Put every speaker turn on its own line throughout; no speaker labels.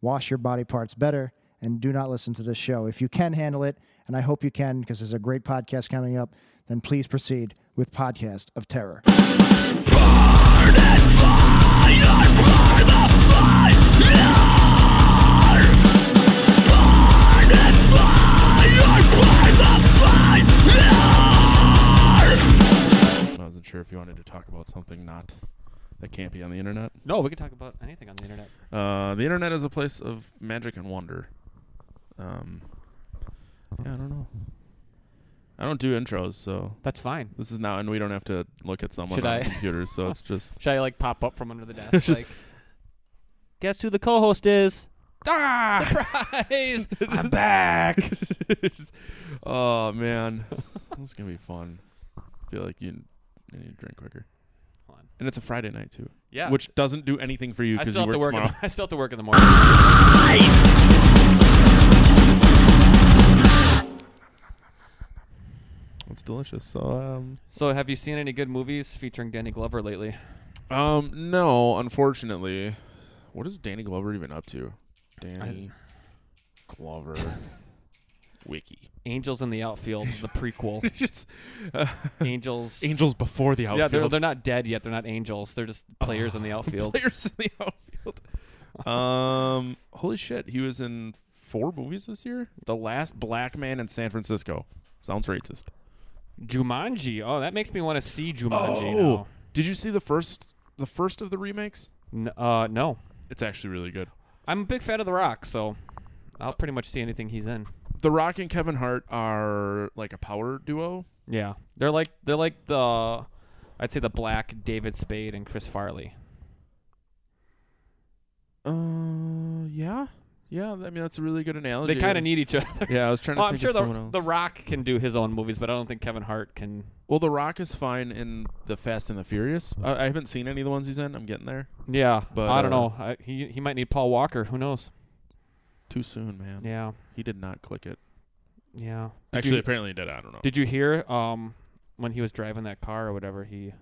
wash your body parts better and do not listen to this show. If you can handle it, and I hope you can because there's a great podcast coming up, then please proceed with Podcast of Terror.
I wasn't sure if you wanted to talk about something not that can't be on the internet.
No, we can talk about anything on the internet.
Uh, the internet is a place of magic and wonder. Um, yeah, I don't know. I don't do intros, so
That's fine.
this is now, and we don't have to look at someone
Should
on
I?
the computer, so it's just
Should I like pop up from under the desk?
Just-
like, guess who the co-host is?
Ah!
Surprise!
I'm back. oh man, this is gonna be fun. I feel like you, you need to drink quicker,
Hold on.
and it's a Friday night too,
yeah,
which doesn't do anything for you
I
because
still
you
have to
work
work. In
tomorrow.
the, I still have to work in the morning.
it's delicious. So um,
So, have you seen any good movies featuring Danny Glover lately?
Um, no, unfortunately. What is Danny Glover even up to? Danny Glover wiki.
Angels in the Outfield, the prequel.
Just, uh,
Angels.
angels before the outfield. Ah,
Yeah, they're, they're not dead yet. They're not angels. They're just players in the outfield.
players in the outfield. Um, holy shit, he was in four movies this year. The last black man in San Francisco. Sounds racist.
Jumanji. Oh, that makes me want to see Jumanji.
Oh, did you see the first the first of the remakes?
now. N- uh, no,
It's actually really good.
I'm a big fan of The Rock, so I'll pretty much see anything he's in.
The Rock and Kevin Hart are like a power duo.
Yeah, they're like they're like the I'd say the black David Spade and Chris Farley.
Uh, yeah, yeah. I mean, that's a really good analogy.
They kind of need each other.
Yeah, I was trying to
Well,
think
I'm sure
of someone
the,
else.
the Rock can do his own movies, but I don't think Kevin Hart can.
well, The Rock is fine in the Fast and the Furious. I, I haven't seen any of the ones he's in. I'm getting there
Yeah,
But,
I don't
uh,
know. I, he he might need Paul Walker. Who knows?
too soon, man.
Yeah,
He did not click it.
yeah. Did
Actually,
you,
apparently he did. I don't know.
did you hear um when he was driving that car or whatever he?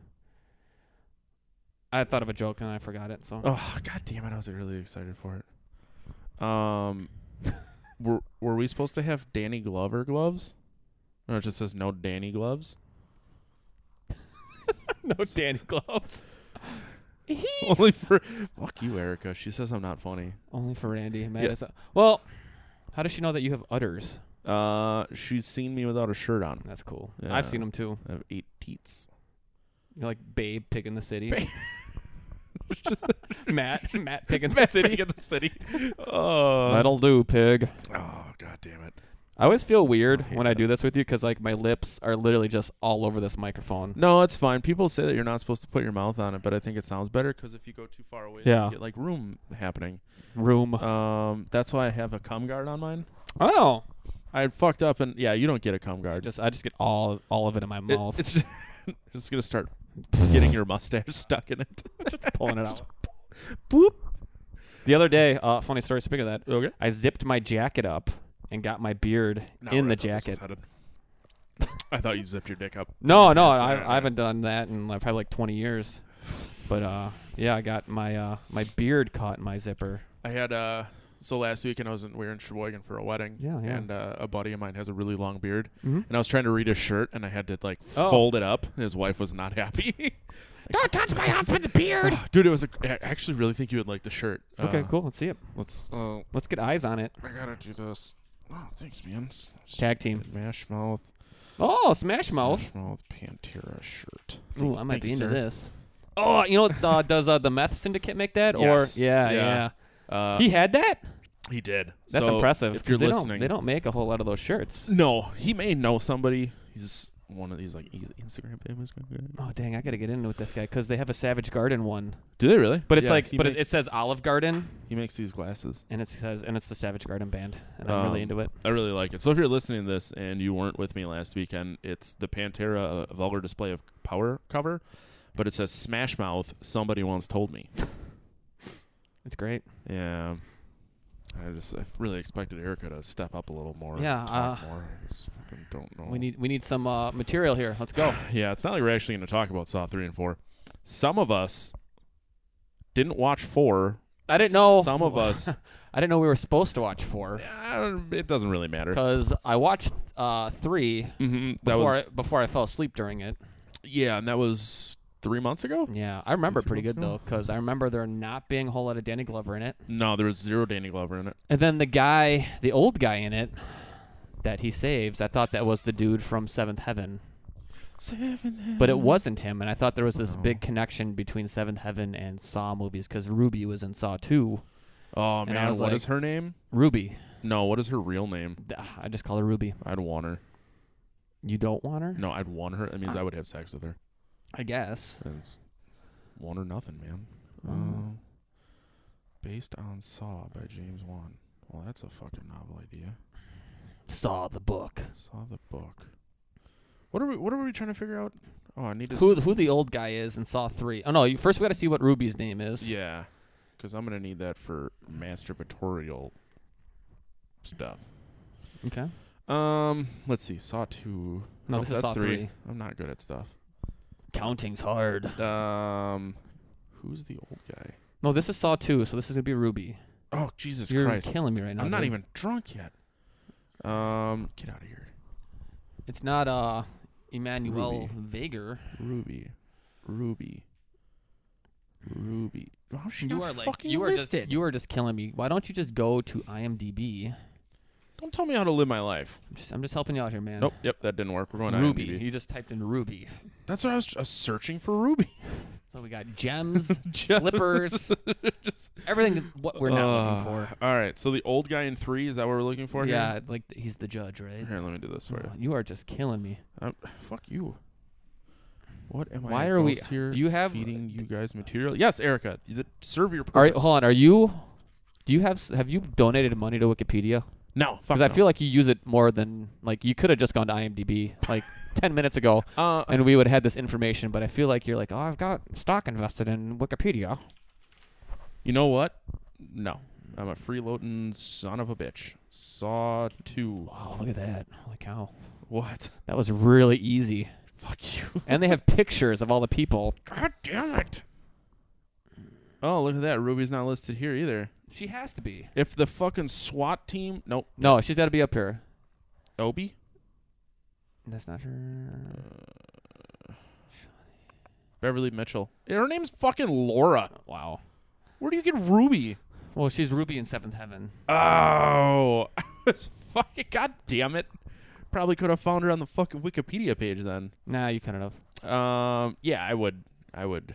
I thought of a joke and I forgot it. So
oh god damn it! I was really excited for it. Um, were were we supposed to have Danny Glover gloves? No, it just says no Danny gloves.
no Danny gloves.
Only for fuck you, Erica. She says I'm not funny.
Only for Randy. Madison. Well, how does she know that you have udders?
Uh, she's seen me without a shirt on.
That's cool.
Yeah.
I've seen them too.
I have eight teats.
You're like Babe, Pig in the City.
Babe.
Matt, Matt, Pig in the City.
in the city. Oh.
That'll do, Pig.
oh, god damn it.
I always feel weird
I hate
when I
that.
do this with you because like my lips are literally just all over this microphone.
No, it's fine. People say that you're not supposed to put your mouth on it, but I think it sounds better because if you go too far away,
Yeah.
you get like room happening.
Room.
Um, that's why I have a cum guard on mine.
oh,
I fucked up, and yeah, you don't get a cum guard.
just I just get all all of it in my
It-
mouth.
it's just, just gonna start getting your mustache stuck in it.
just pulling it out.
Boop.
The other day, uh, funny story. Speaking of that,
Okay.
I zipped my jacket up and got my beard in the jacket.
I thought you zipped your dick up.
No, no,
That's-
I,
yeah,
I haven't done that in like, probably like 20 years. But uh, yeah, I got my uh, my beard caught in my zipper.
I had uh so last weekend I was in we were in Sheboygan for a wedding.
Yeah, yeah.
And uh, a buddy of mine has a really long beard,
Mhm.
and I was trying to read his shirt, and I had to like
Oh.
fold it up. His wife was not happy.
Don't touch my husband's beard.
Ah, Dude, it was. A, I actually really think you would like the shirt.
okay,
Uh,
cool. Let's see it.
Let's. Oh,
Let's get eyes on it.
I gotta do this. Oh, thanks, man. S-
Tag team.
Smash mouth.
Oh, Smash Mouth.
Smash mouth Pantera shirt.
Ooh,
Thank-
I might
thanks,
be into
sir.
this. Oh, you know, uh, does uh, the Meth Syndicate make that?
Yes.
Or yeah,
Yeah.
yeah,
Uh,
he had that.
he did.
That's
So,
impressive.
If you're
'cause they
listening,
don't, they don't make a whole lot of those shirts.
No, he may know somebody. He's one of these like easy Instagram famous.
Oh dang, I gotta get in with this guy because they have a Savage Garden one,
Do they really?
but it's
Yeah,
like,
he
but it,
makes-
it says Olive Garden,
he makes these glasses.
and it says, and it's the Savage Garden band, and I'm really
Um,
into it.
I really like it. So if you're listening to this and you weren't with me last weekend, it's the Pantera uh, Vulgar Display of Power cover, but it says Smash Mouth. Somebody once told me.
It's great.
Yeah. I just I really expected Erica to step up a little more. and
Yeah,
talk more. I just fucking don't know.
We need we need some uh, material here. Let's go.
Yeah, it's not like we're actually going to talk about Saw three and four. Some of us didn't watch four.
I didn't know
Some of us.
I didn't know we were supposed to watch four
Uh, it doesn't really matter.
because I watched uh, three
Mm-hmm. That
before
was
I, before I fell asleep during it.
yeah, and that was three months ago.
Yeah, I remember
three months
pretty good though because I remember there not being a whole lot of Danny Glover in it,
No, there was zero Danny Glover in it.
and then the guy, the old guy in it, that he saves, I thought that was the dude from Seventh Heaven. but
Mm.
it wasn't him. And I thought there was this
Oh.
big connection between Seventh Heaven and Saw movies because Ruby was in Saw 2.
Oh
And I
man, what
was
is
like-
her name?
Ruby.
No, what is her real name?
Th- I just call her Ruby.
I'd want her.
You don't want her?
No, I'd want her. That means
Uh.
I would have sex with her.
I guess.
It's one or nothing, man.
Mm.
Uh, based on Saw by James Wan. Well, that's a fucking novel idea.
Saw the book.
Saw the book. What are we? What are we trying to figure out? Oh, I need to.
Who
s-
who the old guy is in Saw 3. Oh, no. You, first, we got to see what Ruby's name is.
yeah, because I'm gonna need that for masturbatorial stuff.
Okay.
Um, let's see. Saw two.
No,
Nope,
this is
that's
Saw 3.
I'm not good at stuff.
Counting's hard.
Um, who's the old guy?
No, this is Saw 2, so this is going to be Ruby.
Oh Jesus
You're
Christ!
killing me right now.
I'm not
dude.
even drunk yet. Um, get out of here,
It's not uh, Emmanuel
Ruby.
Vager.
Ruby, Ruby, Ruby. How's she
You
not
are like
fucking
you are
listed?
just you are just killing me. Why don't you just go to IMDb?
Don't tell me how to live my life.
I'm just, I'm just helping you out here, man.
Nope. Yep, that didn't work. We're going
Ruby.
IMDb.
You just typed in Ruby.
That's what I was I was searching for Ruby.
So we got gems, slippers, everything that- what we're not looking for.
All right, so the old guy in three is that what we're looking for? here?
yeah, like he's the judge, right?
Here, let me do this for you.
Oh, you are just killing me.
Um, fuck you. What am I?
Why
a
are we-
ghost here?
do you have-
feeding you guys material? Yes, Erica. The, serve your purpose.
All right, hold on. Are you? Do you have s- have you donated money to Wikipedia?
No, fuck.
Because I
no.
feel like you use it more than like you could have just gone to IMDb like ten minutes ago,
Uh,
and we would have had this information. But I feel like you're like, oh, I've got stock invested in Wikipedia.
you know what? No, I'm a freeloading son of a bitch. Saw two.
Wow, look at that! Holy cow,
What?
that was really easy.
Fuck you.
and they have pictures of all the people.
God damn it. Oh, look at that. Ruby's not listed here either.
She has to be.
If the fucking SWAT team, nope,
No, she's got to be up here.
Obi.
That's not her.
Beverly Mitchell. Her name's fucking Laura.
Wow.
Where do you get Ruby?
Well, she's Ruby in Seventh Heaven.
Oh, I was fucking god damn it. Probably could have found her on the fucking Wikipedia page then.
Nah, you couldn't have.
Um, yeah, I would. I would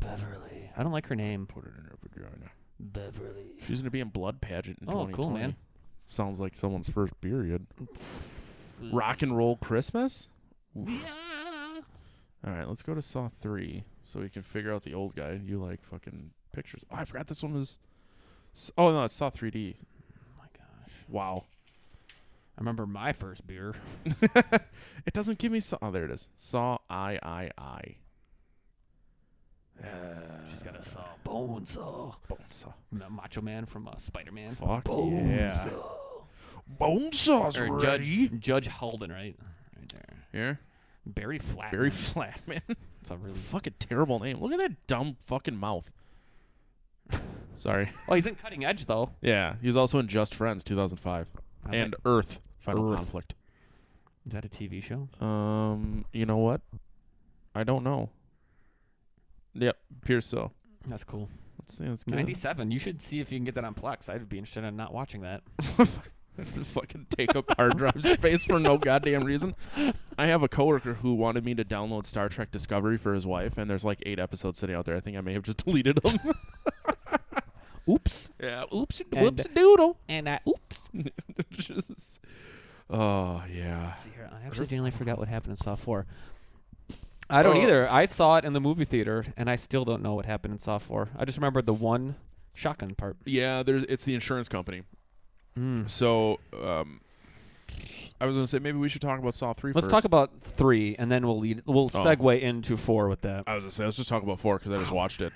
Beverly. I don't like her name.
put it in her vagina.
Beverly.
She's gonna be in Blood Pageant in
Oh,
2020.
cool, man.
Sounds like someone's first period. Rock and roll Christmas. All right, let's go to Saw three so we can figure out the old guy. You like fucking pictures? Oh, I forgot this one was. s- Oh no, it's Saw 3D.
my gosh.
Wow,
I remember my first beer.
it doesn't give me Saw. Oh, there it is. Saw I I I.
She's got a saw. Bone saw.
Bonesaw.
Ma- Macho Man from uh, Spider Man.
Fuck
Bone
yeah.
saw.
Bonesaw's
Or Judge, Judge Halden, right? Right there.
Here,
Barry Flat.
Barry Flatman.
It's a really.
fucking terrible name. Look at that dumb fucking mouth. Sorry.
Oh, he's in Cutting Edge though.
Yeah, he was also in Just Friends 2005
I
and Earth Final
Earth.
Conflict.
Is that a TV show?
Um, you know what? I don't know. Yep, Pearsall.
That's cool.
Let's see. Let's get it.
97. You should see if you can get that on Plex. I'd be interested in not watching that.
fucking take up hard drive space for no goddamn reason. I have a coworker who wanted me to download Star Trek Discovery for his wife, and there's like eight episodes sitting out there. I think I may have just deleted them.
Oops.
yeah, oops,
And-
whoops, doodle.
And I oops.
Just- Oh yeah.
see here. I actually genuinely forgot what happened in Saw Oh. 4. I don't either. I saw it in the movie theater, and I still don't know what happened in Saw 4. I just remember the one shotgun part.
Yeah, there's it's the insurance company.
Hmm.
So um I was gonna say maybe we should talk about Saw three
Let's
first.
talk about three, and then we'll lead. We'll segue into four with that.
I was gonna say let's just talk about four because I just watched it,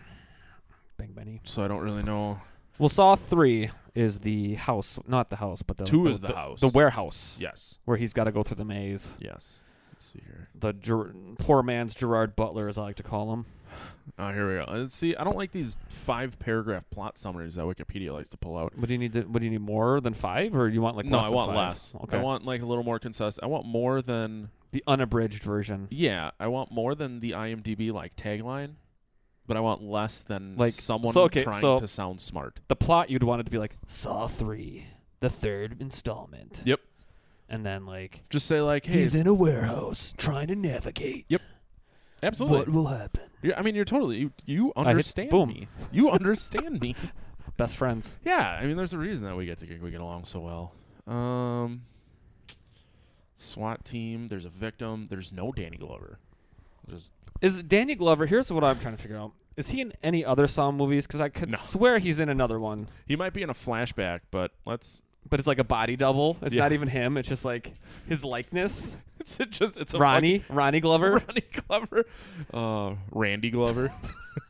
Bang Benny.
so I don't really know.
Well, Saw three is the house, not the house, but the
Two is the house.
the warehouse
Yes.
where he's got to go through the maze.
Yes. Let's see here.
The Ger- poor man's Gerard Butler, as I like to call him.
Oh, here we go. Let's see. I don't like these five paragraph plot summaries that Wikipedia likes to pull out.
What do you need? To, what do you need more than five, or you want like
no,
less
I
than
want
five?
less.
Okay,
I want like a little more concise. I want more than
the unabridged version.
yeah. I want more than the IMDb like tagline, but I want less than
Like,
someone
so, okay,
trying
so-
to sound smart.
the plot you'd want it to be like Saw Three, the third installment.
Yep.
And then like
Just say like, hey,
he's in a warehouse trying to navigate.
absolutely.
What will happen?
You're, I mean, you're totally you, you
I hit
understand
boom.
me. You understand me.
Best friends.
Yeah, I mean, there's a reason that we get to get, we get along so well. Um, SWAT team. There's a victim. There's no Danny Glover. Just
Is Danny Glover? Here's what I'm trying to figure out. Is he in any other Saw movies? Because I could
No.
swear he's in another one,
he might be in a flashback, but let's.
but it's like a body double. It's
Yeah.
not even him. It's just like his likeness.
It's just it's a
Ronnie, Ronnie Glover.
fucking- Ronnie Glover, uh, Randy Glover.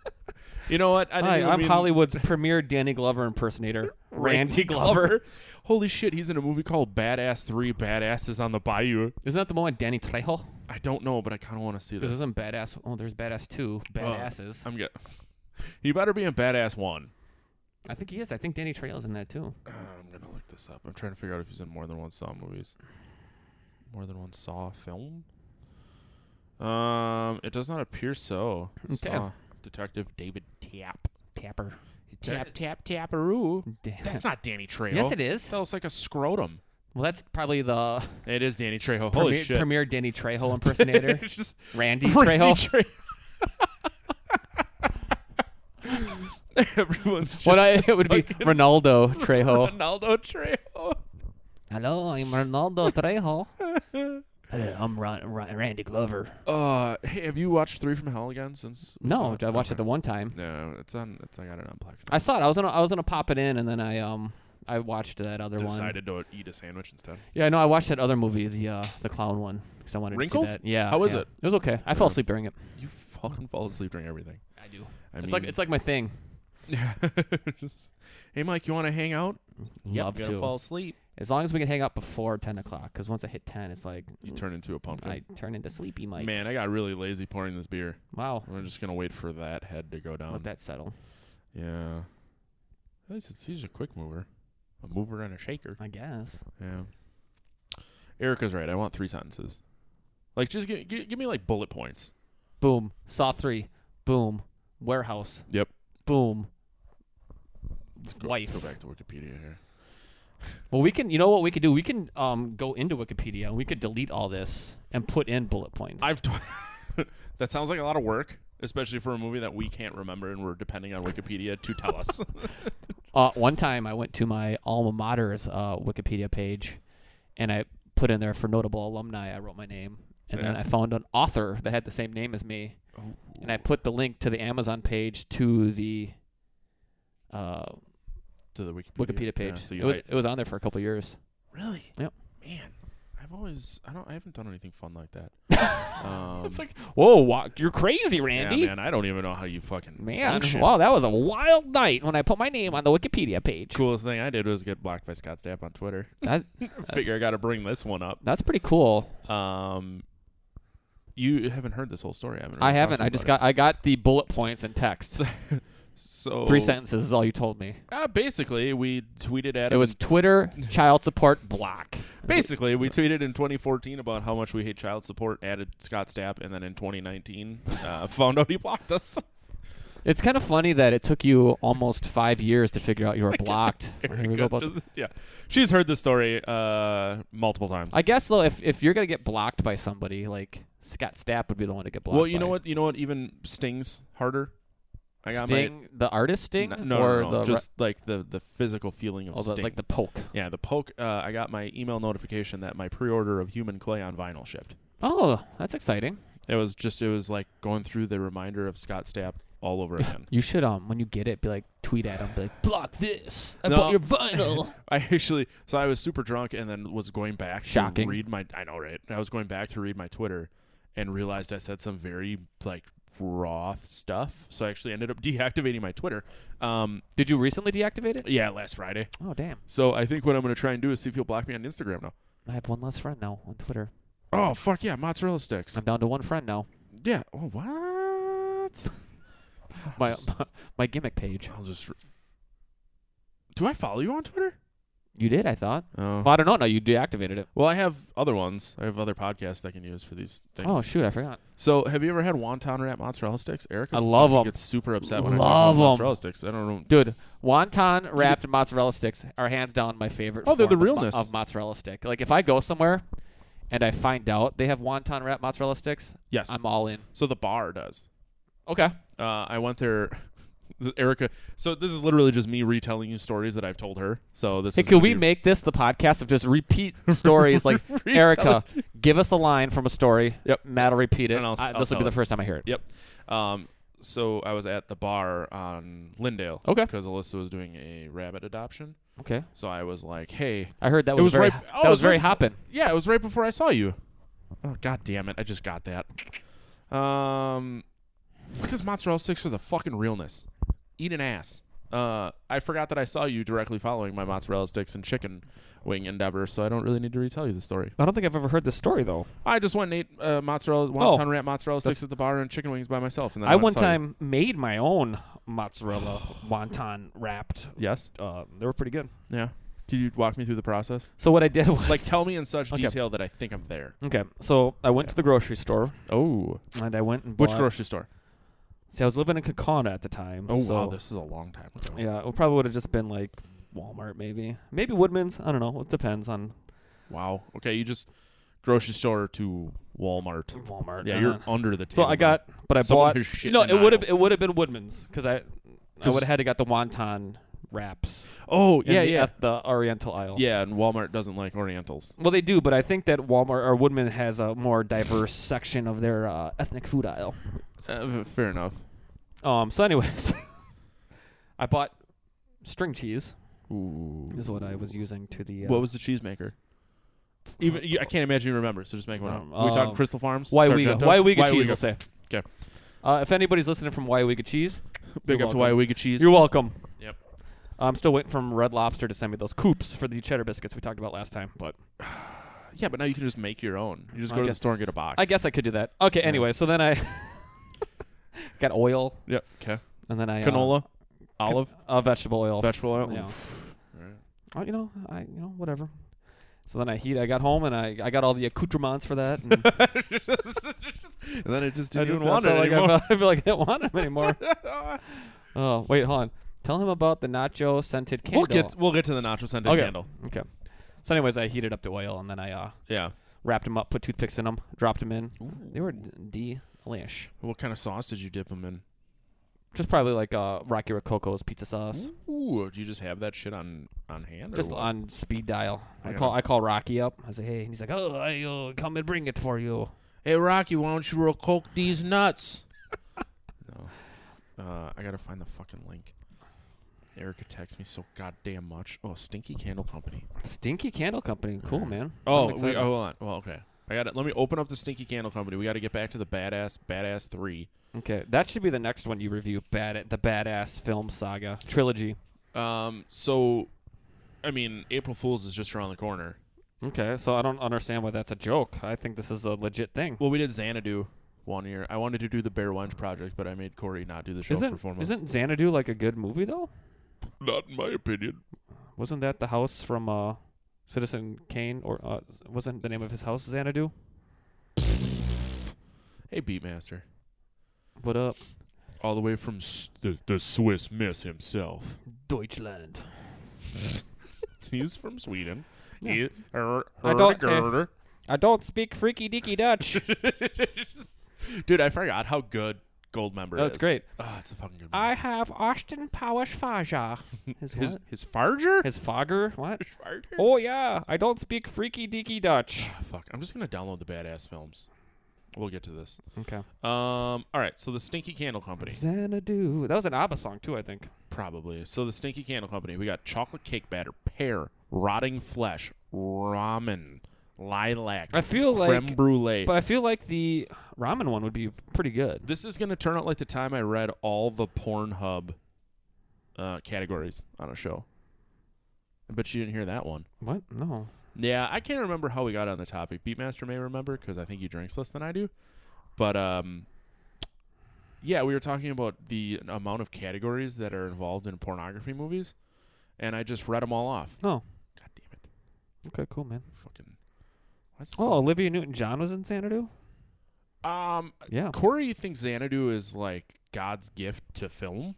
you know what? I didn't
Hi,
even
I'm
mean-
Hollywood's premier Danny Glover impersonator, Randy Glover.
Holy shit, he's in a movie called Badass Three: Badasses on the Bayou.
Isn't that the moment Danny Trejo?
I don't know, but I kind of want to see
This
this.
isn't badass. Oh, there's badass two,
Uh,
badasses.
I'm get. He better be in Badass One.
I think he is. I think Danny Trejo's in that too.
Uh, I'm gonna look this up. I'm trying to figure out if he's in more than one Saw movies. More than one Saw film? Um, it does not appear so.
Okay.
Saw Detective David Tap.
Tapper.
Tap tap taparoo. That's not Danny Trejo.
yes, it is.
That looks like a scrotum.
Well, that's probably the
It is Danny Trejo. Holy
premier,
shit.
premier Danny Trejo impersonator,
It's just-
Randy Trejo.
Everyone's just
What I, it would be Ronaldo Trejo.
Ronaldo Trejo.
Hello, I'm Ronaldo Trejo. Hello, I'm Ron, Ron, Randy Glover.
Uh, hey, have you watched Three from Hell again since? we saw
No, I watched
Okay.
it the one time.
No, it's on. It's I got it on Plex.
I saw it. I was gonna I was gonna pop it in, and then I um I watched that other one.
decided to eat a sandwich instead.
Yeah, no, I watched that other movie, the uh the clown one, because I wanted
Wrinkles?
to see that. Yeah.
How was
yeah.
it?
It was okay. I fell asleep during it.
You fucking fall asleep during everything.
I do.
I
it's
mean,
like it's like my thing.
like. hey, Mike, you want to hang out? Yep,
Love
gonna
to.
fall asleep.
As long as we can hang out before 10 o'clock, because once I hit 10, it's like
You turn into a pumpkin.
I turn into Sleepy Mike.
Man, I got really lazy pouring this beer.
Wow.
I'm just gonna wait for that head to go down.
Let that settle,
Yeah. At least it's he's a quick mover, a mover and a shaker.
I guess.
Yeah. Erica's right. I want three sentences. Like, just give, give, give me like bullet points.
Boom. Saw 3. Boom. Warehouse.
Yep.
Boom.
Go-
Wife.
Let's go back to Wikipedia here.
Well, we can, you know what we could do? We can um, go into Wikipedia and we could delete all this and put in bullet points.
I've. T- that sounds like a lot of work, especially for a movie that we can't remember and we're depending on Wikipedia to tell us.
Uh, one time I went to my alma mater's uh, Wikipedia page and I put in there for notable alumni, I wrote my name. And then
Yeah.
I found an author that had the same name as me.
Oh,
And I put the link to the Amazon page to the uh,
to the Wikipedia,
Wikipedia page.
Yeah, so
it,
you're
was,
right.
it was on there for a couple of years.
Really?
Yep.
Man, I've always I don't I haven't done anything fun like that. Um,
It's like, whoa, wa- you're crazy,
yeah,
Randy.
man, I don't even know how you fucking
man.
function.
wow, that was a wild night when I put my name on the Wikipedia page.
Coolest thing I did was get blocked by Scott Stapp on Twitter.
That,
Figure I got to bring this one up.
that's pretty cool.
Um, you haven't heard this whole story, haven't?
I haven't. I just got I got the bullet points and text.
so
Three sentences is all you told me.
Uh, basically, we tweeted at
It
him-
was Twitter child support block.
Basically, we tweeted in 2014 about how much we hate child support, added Scott Stapp, and then in 2019 uh, found out he blocked us.
It's kind of funny that it took you almost five years to figure out you were blocked. Here we go,
Erica
both-
doesn't- yeah, she's heard this story uh, multiple times.
I guess though, if if you're gonna get blocked by somebody, like Scott Stapp would be the one to get blocked.
well, you know
by.
what? You know what? Even stings harder. I got
Sting, the artist
my
Sting,
n- no,
or
no, no,
the
just like the the physical feeling of
oh, the-
Sting.
like the poke.
yeah, the poke. Uh, I got my email notification that my pre-order of Human Clay on vinyl shipped.
Oh, that's exciting.
It was just it was like going through the reminder of Scott Stapp all over again.
You should um when you get it, be like tweet at him, be like block this. I
No.
bought your vinyl.
I actually, so I was super drunk and then was going back
Shocking.
to read my, I know, right? I was going back to read my Twitter and realized I said some very, like, raw stuff. So I actually ended up deactivating my Twitter. Um,
Did you recently deactivate it?
yeah, last Friday.
Oh damn,
So I think what I'm going to try and do is see if you'll block me on Instagram now.
I have one less friend now on Twitter.
Oh, fuck yeah, mozzarella sticks.
I'm down to one friend now.
yeah. Oh, what?
My
Just-
my gimmick page.
I'll just. Re- do I follow you on Twitter?
You did, I thought.
Oh.
Well, I don't know. No, you deactivated it.
Well, I have other ones. I have other podcasts I can use for these things.
Oh shoot, I forgot.
So, have you ever had wonton wrap mozzarella sticks? Erica,
I love
fucking
'em.
Gets super upset when I talk
Love
about
'em.
mozzarella sticks. I don't know.
Dude, wonton wrapped mozzarella sticks are hands down my favorite.
Oh, they're the
form of mo-
realness.
of mozzarella stick. Like if I go somewhere and I find out they have wonton wrapped mozzarella sticks,
Yes.
I'm all in.
so the bar does.
Okay.
Uh, I went there. Erica. So this is literally just me retelling you stories that I've told her. So this.
Hey,
is
could
gonna
we
be-
make this the podcast of just repeat stories? Like
Retelling.
Erica, give us a line from a story.
Yep.
Matt will repeat it.
And I'll s-
I-
I'll
this will
tell
be the
it.
first time I hear it.
Yep. Um. So I was at the bar on Lindale.
Okay.
Because Alyssa was doing a rabbit adoption.
Okay.
So I was like, hey.
I heard that
it
was,
was
very
right. oh,
that
it
was very
right before-
hopping.
Yeah, it was right before I saw you. Oh god damn it! I just got that. Um, it's because mozzarella sticks are the fucking realness. Eat an ass. Uh, I forgot that I saw you directly following my mozzarella sticks and chicken wing endeavor, so I don't really need to retell you the story.
I don't think I've ever heard this story though.
I just went and ate uh, mozzarella, wonton ton wrap mozzarella sticks at the bar and chicken wings by myself. And then
Oh. I
went
one
and saw you.
time made my own mozzarella wonton wrapped.
Yes.
Uh, they were pretty good.
Yeah. Can you walk me through the process?
So what I did was
Like, tell me in such
Okay.
detail that I think I'm there.
okay. So I went to the grocery store
Oh,
and I went and
which
bought-
grocery store?
See, I was living in Kakana at the time.
Oh
so
wow, this is a long time ago.
yeah, it probably would have just been like Walmart, maybe, maybe Woodman's. I don't know. It depends on
Wow. Okay, you just grocery store to Walmart.
Walmart.
Yeah,
uh,
you're under the
So
table.
I got, but I
Someone
bought.
who's shitting
No, it
on
would have
it.
it would have been Woodman's because I, I
'Cause-
would have had to got the wonton wraps.
Oh
in
yeah,
the,
yeah,
at the Oriental aisle.
yeah. And Walmart doesn't like Orientals.
Well, they do, but I think that Walmart or Woodman has a more diverse section of their uh, ethnic food aisle.
Uh, fair enough.
Um. So, anyways, I bought string cheese.
Ooh.
Is what I was using to the. Uh,
What was the cheesemaker? Even you, I can't imagine you remember. So just make one
Um,
up. we talking
um,
Crystal Farms.
Why we
Sargento?
why we cheese? We'll
Waiwega.
say.
'Kay.
Uh, if anybody's listening from Why Cheese,
Big
You're
up to why
welcome.
we cheese.
you're welcome.
Yep.
I'm still waiting from Red Lobster to send me those coops for the cheddar biscuits we talked about last time, but
Yeah, but now you can just make your own. You just
I
go to the
guess-
store and get a box.
I guess I could do that. Okay. Anyway, so then I got oil,
Yep. Okay.
and then I uh,
Canola, olive,
uh, vegetable oil.
vegetable oil.
Yeah.
Alright.
Oh, you know, I you know whatever. So then I heat. I got home and I, I got all the accoutrements for that. And
and then it just
I
didn't even
just- I
want it
felt like I,
anymore.
felt- I feel like I didn't want him anymore. oh wait, hold on. Tell him about the nacho scented candle.
We'll get we'll get to the nacho scented
Okay.
candle.
okay. So anyways, I heated up the oil and then I uh,
Yeah.
wrapped them up, put toothpicks in them, dropped them in. They were delish.
What kind of sauce did you dip them in?
Just probably like uh, Rocky Rococo's pizza sauce,
Ooh, do you just have that shit on on hand? or
just
what?
on speed dial. I
Yeah.
call I call Rocky up. I say, hey, and he's like, oh, I, uh, come and bring it for you.
Hey Rocky, why don't you roll coke these nuts? no, uh, I gotta find the fucking link. Erica texts me so goddamn much. Oh, Stinky Candle Company.
Stinky Candle Company, cool man. I'm
Oh, we,
excited.
oh hold on. Well, okay. I got to Let me open up the Stinky Candle Company. We got to get back to the badass, badass three.
Okay, that should be the next one you review. Bad the badass film saga trilogy.
Um, so, I mean, April Fools is just around the corner.
Okay, so I don't understand why that's a joke. I think this is a legit thing.
Well, we did Xanadu one year. I wanted to do the Bear Wench project, but I made Corey not do the show for
isn't
four months.
isn't Xanadu like a good movie though?
not in my opinion.
Wasn't that the house from uh, Citizen Kane or uh, wasn't the name of his house Xanadu?
Hey, Beatmaster.
What up,
All the way from S- the, the Swiss Miss himself.
Deutschland?
He's from Sweden.
Yeah.
He- er,
I eh. don't-
herder-gerder.
I don't speak freaky deaky Dutch.
Dude, I forgot how good gold member
That's
is.
great.
Oh, it's a fucking good movie.
I have Austin Powers Faja. His
his
what?
his Farger?
His Fogger? What?
Farger?
Oh yeah, I don't speak freaky deaky Dutch.
Ah, fuck. I'm just gonna download the badass films. We'll get to this.
Okay.
Um. All right. So the Stinky Candle Company,
Xanadu. That was an ABBA song too, I think.
probably. So the Stinky Candle Company. We got chocolate cake batter, pear, rotting flesh, ramen, lilac,
I feel
creme
like,
brulee.
but I feel like the ramen one would be pretty good.
this is gonna turn out like the time I read all the Pornhub uh, categories on a show. I bet you didn't hear that one.
What? No.
Yeah, I can't remember how we got on the topic. Beatmaster may remember because I think he drinks less than I do. But um, yeah, we were talking about the amount of categories that are involved in pornography movies, and I just read them all off.
Oh.
God damn it!
Okay, cool, man.
Fucking. What's
Oh, Olivia Newton-John was in Xanadu.
um,
Yeah.
Corey thinks Xanadu is like God's gift to film,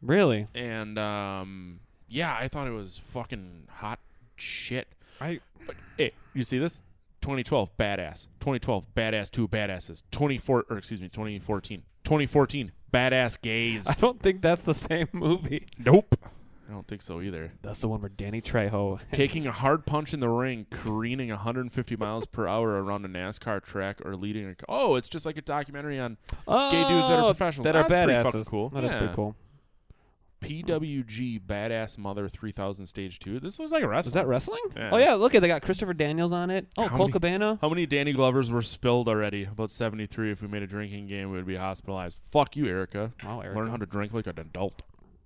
Really?
and um, yeah, I thought it was fucking hot shit.
I.
Hey, you see this? 2012, badass. 2012, badass. Two badasses. 24, or excuse me, 2014. 2014, badass gays.
I don't think that's the same movie.
nope. I don't think so either.
That's the one where Danny Trejo.
Taking a hard punch in the ring, careening 150 miles per hour around a NASCAR track, or leading a. Oh, it's just like a documentary on
Oh,
Gay dudes that are professionals.
That are
That's pretty
badasses.
fucking cool.
That is
Yeah.
pretty cool.
PWG Badass Mother 3000 Stage 2. This looks like a wrestling.
Is that wrestling?
Yeah.
Oh yeah, look at they got Christopher Daniels on it. Oh,
How
Cole
many-
Cabana.
How many Danny Glovers were spilled already? About 73. If we made a drinking game, we would be hospitalized. Fuck you, Erica.
Wow, Erica.
Oh, Learn how to drink like an adult.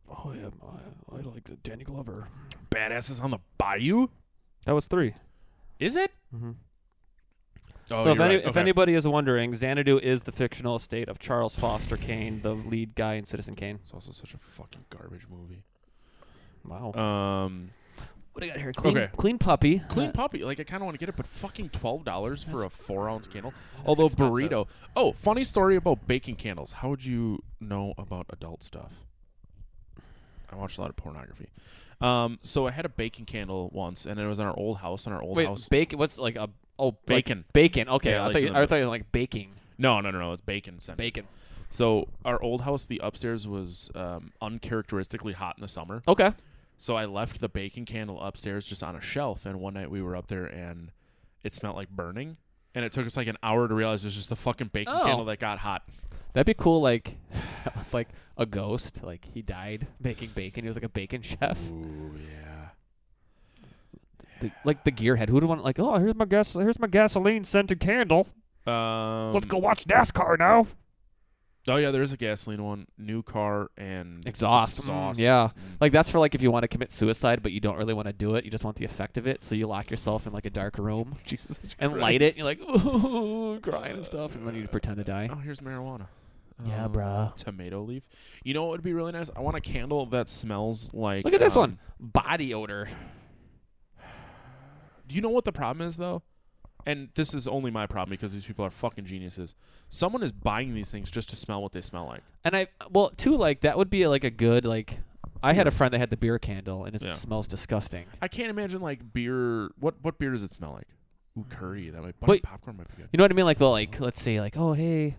Oh yeah, I, I like Danny Glover.
Badasses on the Bayou?
That was three.
Is it?
Mhm.
Oh,
so if,
you're
any,
right.
if
Okay.
anybody is wondering, Xanadu is the fictional estate of Charles Foster Kane, the lead guy in Citizen Kane.
It's also such a fucking garbage movie.
Wow.
Um,
what do I got here? Clean,
okay.
clean puppy.
Clean
Uh,
Puppy. Like, I kind of want to get it, but fucking $12 for a four ounce candle. Although,
expensive.
burrito. Oh, funny story about baking candles. How would you know about adult stuff? I watched a lot of pornography. Um, so I had a baking candle once, and it was in our old house. In our old
Wait,
house,
bacon. What's like a oh like
Bacon.
bacon? Okay,
Yeah,
I,
like
thought
in
you,
the
I thought you were like baking
no, no, no, no, it's bacon scented.
bacon.
So our old house, the upstairs was um, uncharacteristically hot in the summer.
Okay.
So I left the baking candle upstairs just on a shelf, and one night we were up there and it smelled like burning. And it took us like an hour to realize it was just the fucking baking
Oh.
candle that got hot.
That'd be cool. Like, that was like a ghost. Like he died making bacon. He was like a bacon chef.
Ooh yeah.
The- like the gearhead. Who'd want like? Oh, here's my gas. Here's my gasoline scented candle.
Um,
Let's go watch NASCAR now.
Oh yeah, there is a gasoline one, new car and
Exhaust. Mm,
Exhaust.
yeah.
Mm.
Like that's for like if you want to commit suicide, but you don't really want to do it. You just want the effect of it. So you lock yourself in like a dark room
Jesus
and light it. And you're like, ooh, crying and stuff, and then you pretend to die.
oh here's marijuana.
Yeah,
Um,
bruh.
Tomato leaf. You know what would be really nice? I want a candle that smells like.
Look at this
um,
one. Body odor.
Do you know what the problem is though? And this is only my problem because these people are fucking geniuses. Someone is buying these things just to smell what they smell like.
And I well too like that would be like a good like. I had a friend that had the beer candle, and it
Yeah.
smells disgusting.
I can't imagine like beer. What what beer does it smell like? Ooh, curry. That might.
But-
popcorn might be good.
You know what I mean? Like the like, let's say like, oh hey,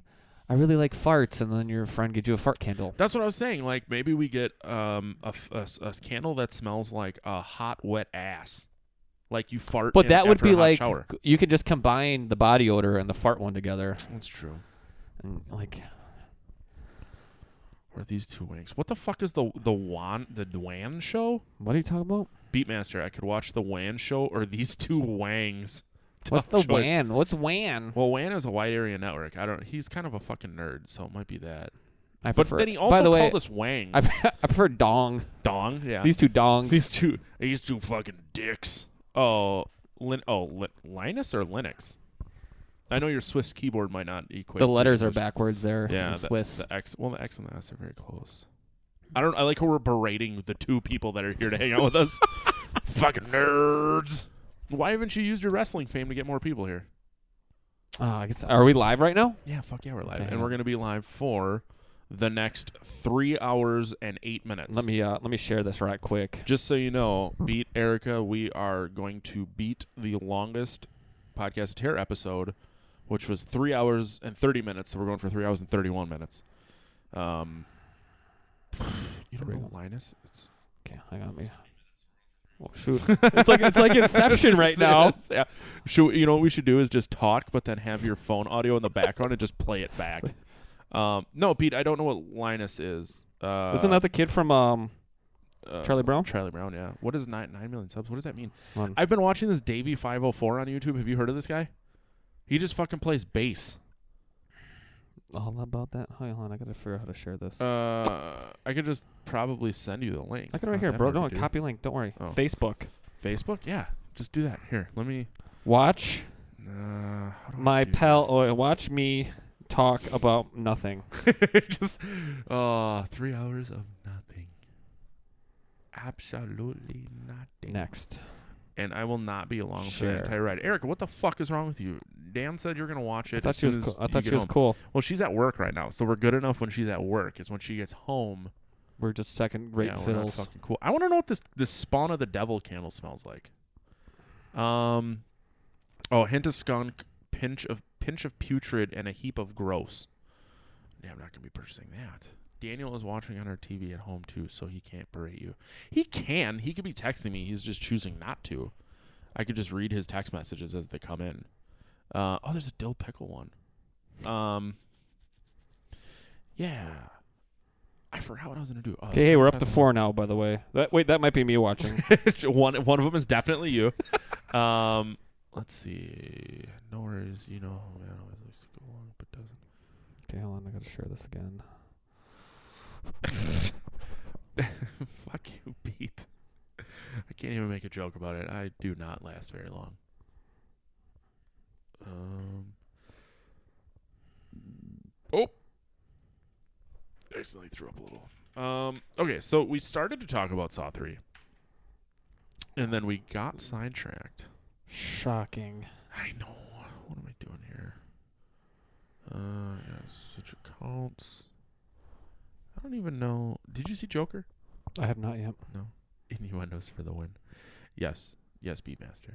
I really like farts, and then your friend gives you a fart candle.
That's what I was saying. Like maybe we get um a, f- a s- a candle that smells like a hot wet ass, like you fart.
But
in-
that would
after a
be
hot
like
shower.
you could just combine the body odor and the fart one together,
That's true.
and like
Or these two winks. What the fuck is the the Wan the Wan show?
what are you talking about?
Beatmaster. I could watch the Wan show or these two Wangs.
What's
Tough
the
choice.
wan? What's wan?
Well, Wan is a wide area network. I don't. He's kind of a fucking nerd, so it might be that.
I
But
prefer.
then he also
by the way,
called us Wangs.
I, I prefer dong.
Dong. Yeah.
These two dongs.
These two. These two fucking dicks. Oh, Lin- oh, Li- Linus or Linux. I know your Swiss keyboard might not equate.
the
to
letters are
English.
backwards there.
Yeah,
in
the-
Swiss.
The X. Well, the X and the S are very close. I don't. I like how we're berating the two people that are here to hang out with us. fucking nerds. Why haven't you used your wrestling fame to get more people here?
Ah, I guess- are we live right now?
Yeah, fuck yeah, we're live,
Okay,
and
hang
we're
on.
gonna be live for the next three hours and eight minutes.
Let me uh, let me share this right quick.
Just so you know, beat Erica. We are going to beat the longest podcast of terror episode, which was three hours and thirty minutes. So we're going for three hours and thirty-one minutes. Um, you don't
There we
know Linus? It's
Okay, hang on. Let me. Oh shoot! it's like it's like Inception right
It
now.
is, yeah. Should you know what we should do is just talk, but then have your phone audio in the background and just play it back. Um, no, Pete, I don't know what Linus is. Uh,
Isn't that the kid from um?
uh,
Charlie Brown?
Charlie Brown, yeah. What is nine nine million subs? What does that mean?
One.
I've been watching this Davey five oh four on YouTube. Have you heard of this guy? He just fucking plays bass.
All about that. Hold on, I gotta figure out how to share this.
Uh, I could just probably send you the link.
I
It's
got it right
not
here,
that
bro.
hard to
Don't
do.
copy link. Don't worry.
Oh.
Facebook.
Facebook. Yeah, just do that. Here, let me.
Watch
Uh, how do I
my
do
pal.
this?
Or watch me talk about nothing.
just uh, three hours of nothing. Absolutely nothing.
Next.
And I will not be along for
Sure.
the entire ride. Erica, what the fuck is wrong with you? Dan said you're gonna watch it.
I thought
as
she was.
soon as
Cool. I
you
thought she
get
was
home.
cool.
Well, she's at work right now, so we're good enough when she's at work. Is when she gets home.
We're just second rate
yeah, we're not
fiddles.
fucking cool. I want to know what this this spawn of the devil candle smells like. Um, oh, hint of skunk, pinch of pinch of putrid, and a heap of gross. Yeah, I'm not gonna be purchasing that. Daniel is watching on our TV at home too, so he can't berate you. He can. He could be texting me. He's just choosing not to. I could just read his text messages as they come in. Uh, oh, there's a dill pickle one. Um, yeah. I forgot what I was gonna do. Oh, I was
Okay, hey, we're up to
talking-
four now. By the way, that wait, that might be me watching.
one one of them is definitely you. um, let's see. No worries, you know. Man, always likes to go long, but doesn't.
okay, hold on. I gotta share this again.
Fuck you, Pete. I can't even make a joke about it. I do not last very long. Um. Oh. Accidentally threw up a little. Um. Okay, so we started to talk about Saw Three, and then we got sidetracked.
Shocking.
I know. What am I doing here? Uh, yeah, such a cult. I don't even know. Did you see Joker?
I have not yet.
Innuendos for the win. Yes, yes, Beatmaster.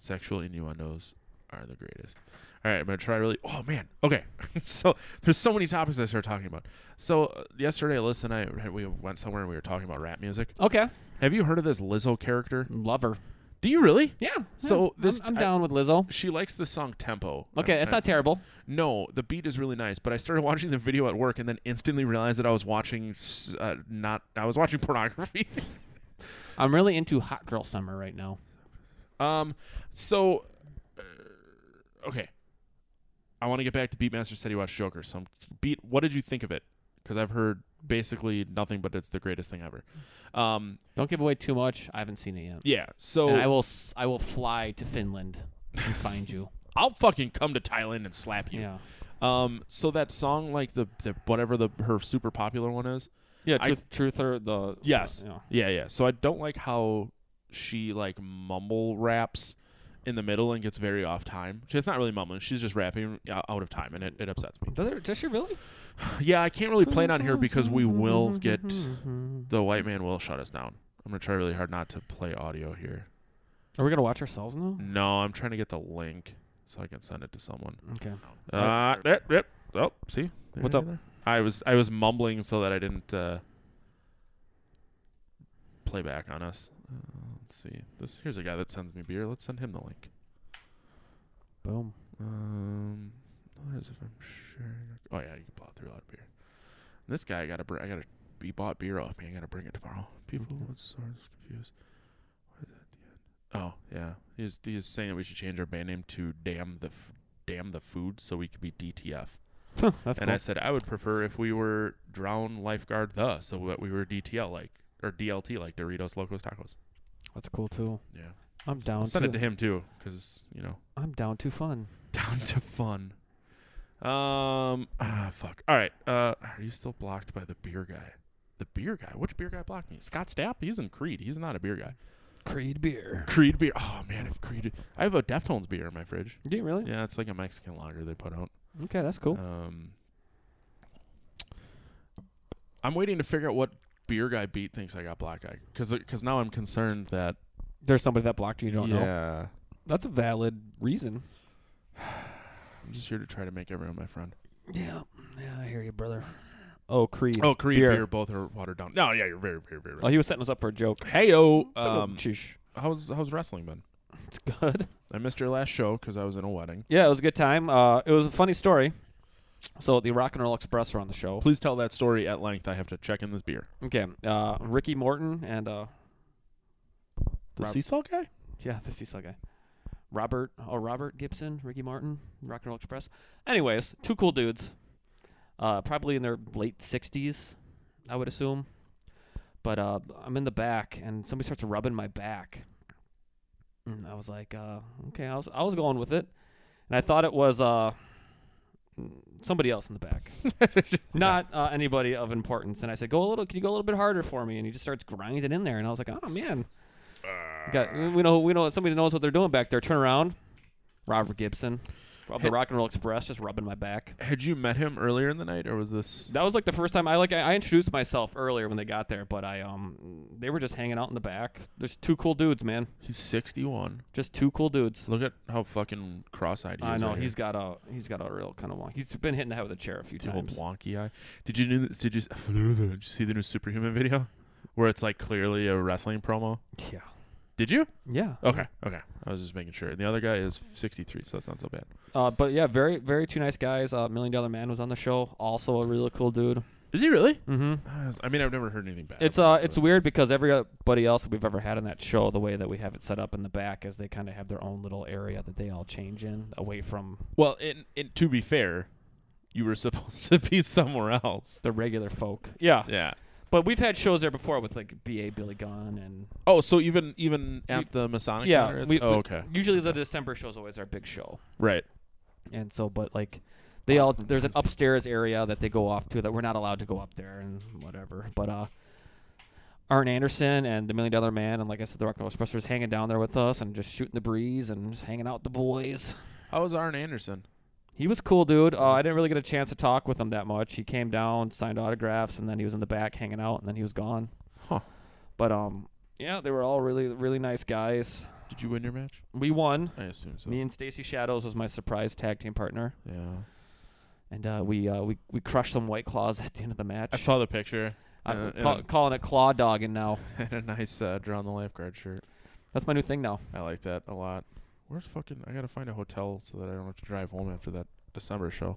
Sexual innuendos are the greatest. All right, I'm gonna try really. Oh man. Okay. so there's so many topics I started talking about. So uh, yesterday, Liz and I we went somewhere and we were talking about rap music.
Okay.
Have you heard of this Lizzo character?
Love her.
Do you really?
Yeah.
So
I'm-
this-
I'm,
I-
down with Lizzo.
She likes the song Tempo.
Okay,
I-
it's
I-
not terrible.
No, the beat is really nice, but I started watching the video at work and then instantly realized that I was watching s- uh, not I was watching pornography.
I'm really into Hot Girl Summer right now.
um so uh, okay. I want to get back to Beatmaster said he watched Joker. So I'm- beat what did you think of it? Cuz I've heard basically nothing but it's the greatest thing ever. Um
Don't give away too much. I haven't seen it yet.
yeah, so
And I will. s- I will fly to Finland and find you.
I'll fucking come to Thailand and slap you.
Yeah.
Um so that song like the, the whatever the her super popular one is
Yeah.
I-
Truth. truth or the.
Yes.
Yeah.
Yeah, yeah. So I don't like how she like mumble raps in the middle and gets very off time. She's not really mumbling; she's just rapping uh, out of time, and it, it upsets me.
Does, it- does she really?
Yeah, I can't really play it on here because we will get
Mm-hmm.
the white man will shut us down. I'm gonna try really hard not to play audio here.
Are we gonna watch ourselves now?
No, I'm trying to get the link so I can send it to someone.
Okay.
Uh, yep, yep. Oh, see, There
What's
it
up?
is. I was I was mumbling so that I didn't uh, play back on us. Uh, let's see. This here's a guy that sends me beer. Let's send him the link.
Boom.
Um, what is if I'm sharing? Oh yeah, you can plow through a lot of beer. This guy, I gotta br- I gotta be bought beer off me. I gotta bring it tomorrow. People,
Mhm.
what sort of confused? What is that? Yeah. Oh yeah, he's he's saying that we should change our band name to Damn the F- Damn the Food so we could be DTF.
That's
and I said I would prefer if we were drown lifeguard the so that we were DTL like or DLT like Doritos Locos Tacos.
That's cool too.
Yeah,
I'm down
I'll send it to
to.
him too because you know
I'm down to fun.
down to fun. Um, ah, fuck. All right. Uh, are you still blocked by the beer guy? The beer guy. Which beer guy blocked me? Scott Stapp. He's in Creed. He's not a beer guy.
Creed beer.
Creed beer. Oh man, if Creed. I have a Deftones beer in my fridge.
Do you really?
Yeah, it's like a Mexican lager they put out.
Okay, that's cool.
Um, I'm waiting to figure out what beer guy beat thinks I got black eye because now I'm concerned that
There's somebody that blocked you. You don't
yeah,
know. That's a valid reason.
I'm just here to try to make everyone my friend.
Yeah. Yeah, I hear you, brother. Oh, Creed.
Oh, Creed beer. both are watered down. No, yeah, you're very, very, very
Oh,
right.
he was setting us up for a joke.
Heyo, um,
Sheesh.
how's how's wrestling been?
Oh, It's good.
I missed your last show because I was in a wedding.
Yeah, it was a good time. Uh, it was a funny story. So the Rock and Roll Express were on the show.
Please tell that story at length. I have to check in this beer.
Okay, uh, Ricky Morton and uh,
The
Rob-
sea salt guy.
Yeah, the Cecil guy. Robert, oh Robert Gibson, Ricky Martin, Rock and Roll Express. Anyways, two cool dudes, uh, probably in their late sixties, I would assume. But uh, I'm in the back, and somebody starts rubbing my back. And I was like, uh, okay, I was I was going with it, and I thought it was uh, somebody else in the back, not uh, anybody of importance. And I said, go a little, can you go a little bit harder for me? And he just starts grinding in there, and I was like, oh man. Got we know we know somebody knows what they're doing back there. Turn around, Robert Gibson, of the Rock and Roll Express, just rubbing my back.
Had you met him earlier in the night, or was this?
That was like the first time I like I I introduced myself earlier when they got there, but I um they were just hanging out in the back. There's two cool dudes, man.
He's 61.
Just two cool dudes.
Look at how fucking cross-eyed he is.
I know
right
he's
here.
got a he's got a real kind of wonk. He's been hitting the head with a chair a few
The old
times.
wonky eye. Did you do? this- Did you, did you see the new superhuman video where it's like clearly a wrestling promo?
Yeah,
Did you?
yeah.
Okay, okay. I was just making sure. And the other guy is 63, so that's not so bad.
Uh, but yeah, very very two nice guys. Uh, Million Dollar Man was on the show, also a really cool dude.
Is he really?
Mm-hmm.
Uh, I mean, I've never heard anything bad.
It's uh,
about him,
it's
but-
weird because everybody else that we've ever had on that show, the way that we have it set up in the back is they kind of have their own little area that they all change in away from
well. And, and to be fair, you were supposed to be somewhere else.
the regular folk. Yeah,
Yeah.
but we've had shows there before with like B.A. Billy Gunn and
Oh, so even even at
We-
the Masonic Center,
yeah.
it's-
We,
oh,
we-
okay.
Usually the December show is always our big show,
Right.
and so but like they all there's an upstairs area that they go off to that we're not allowed to go up there and whatever. But uh, Arn Anderson and the Million Dollar Man and like I said, the Rock and Roll Express was hanging down there with us and just shooting the breeze and just hanging out with the boys.
How was Arn Anderson?
He was cool, dude. Uh, I didn't really get a chance to talk with him that much. He came down, signed autographs, and then he was in the back hanging out, and then he was gone.
Huh.
But um, yeah, they were all really, really nice guys.
Did you win your match?
We won.
I assume so.
Me and Stacy Shadows was my surprise tag team partner,
yeah.
and uh, we uh, we we crushed some white claws at the end of the match.
I saw the picture
I'm
uh,
call-
yeah.
calling it claw dogging now.
and a nice uh, draw on the lifeguard shirt.
That's my new thing now.
I like that a lot. Where's fucking? I gotta find a hotel so that I don't have to drive home after that December show.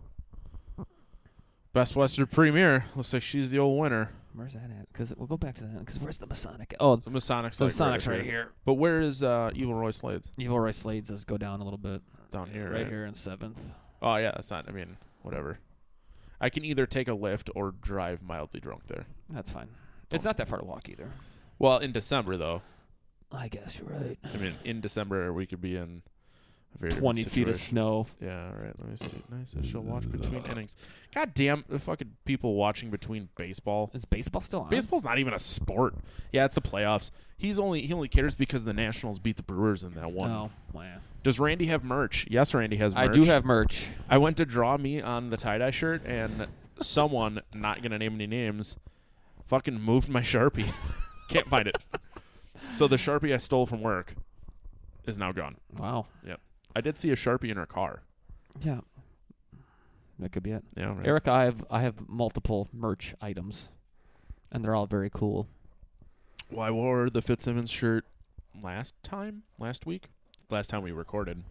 Best Western Premier looks like she's the old winner.
Where's that at? Because we'll go back to that. Because where's the Masonic? Oh,
The Masonic's
the
like
Masonic's right, here.
But where is uh, Evil Roy Slade's
Evil Roy Slades does go down a little bit.
down here?
right here in seventh.
Oh yeah, that's not. I mean, whatever. I can either take a lift or drive mildly drunk there.
That's fine. It's not that far to walk either.
Well, in December though.
I guess you're right.
I mean, in December we could be in a very different
20 feet of
situation.
snow.
Yeah, all right. Let me see. Nice. I shall watch between innings. God damn, the fucking people watching between baseball.
Is baseball still on?
Baseball's not even a sport. Yeah, it's the playoffs. He's only he only cares because the Nationals beat the Brewers in that one.
No. Wow.
Does Randy have merch? Yes, Randy has
Oh. I
merch.
do have merch.
I went to draw me on the tie dye shirt, and someone, not gonna name any names, fucking moved my sharpie. Can't find it. So the sharpie I stole from work is now gone.
Wow.
Yep. I did see a sharpie in her car.
Yeah. That could be it.
Yeah, right.
Eric, I have I have multiple merch items, and they're all very cool.
Well, I wore the Fitzsimmons shirt last time, last week, last time we recorded.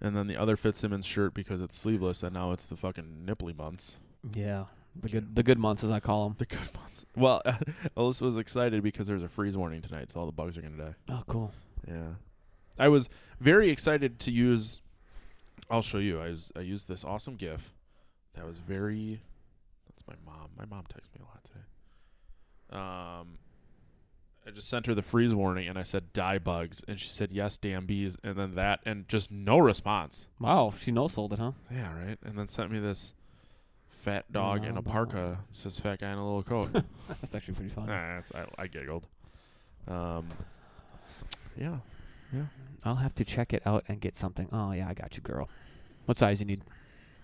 And then the other Fitzsimmons shirt because it's sleeveless, and now it's the fucking nipply months.
Yeah. The good the good months as I call them.
The good months. Well, Alyssa was excited because there's a freeze warning tonight, so all the bugs are gonna die.
Oh, cool.
Yeah. I was very excited to use I'll show you. I was I used this awesome GIF that was very that's my mom. My mom texts me a lot today. Um I just sent her the freeze warning and I said die bugs and she said yes damn bees and then that and just no response.
Wow. She no sold it, huh?
Yeah, right. And then sent me this fat dog in a
Wow.
parka. It Says fat guy in a little coat.
That's actually pretty fun.
Ah, I, I giggled. Um yeah.
I'll have to check it out and get something. Oh yeah, I got you, girl. What size you need?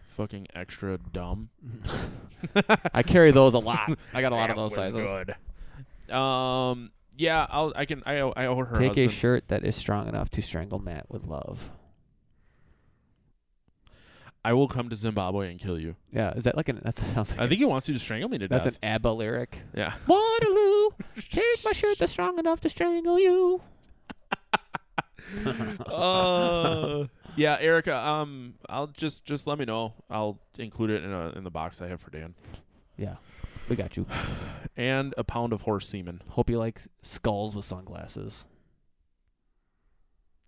Fucking extra dumb.
I carry those a lot. I got a lot of those sizes.
Good. Um. Yeah. I'll. I can. I. owe- I owe her.
Take
husband.
a shirt that is strong enough to strangle Matt with love.
I will come to Zimbabwe and kill you.
Yeah, is that like an? That sounds like
I think he wants you to strangle me to
that's
death.
an ABBA lyric.
yeah.
Waterloo, take my shirt that's strong enough to strangle you.
Uh, yeah, Erica. Um, I'll just just let me know. I'll include it in a in the box I have for Dan
Yeah, we got you.
and a pound of horse semen.
Hope you like skulls with sunglasses.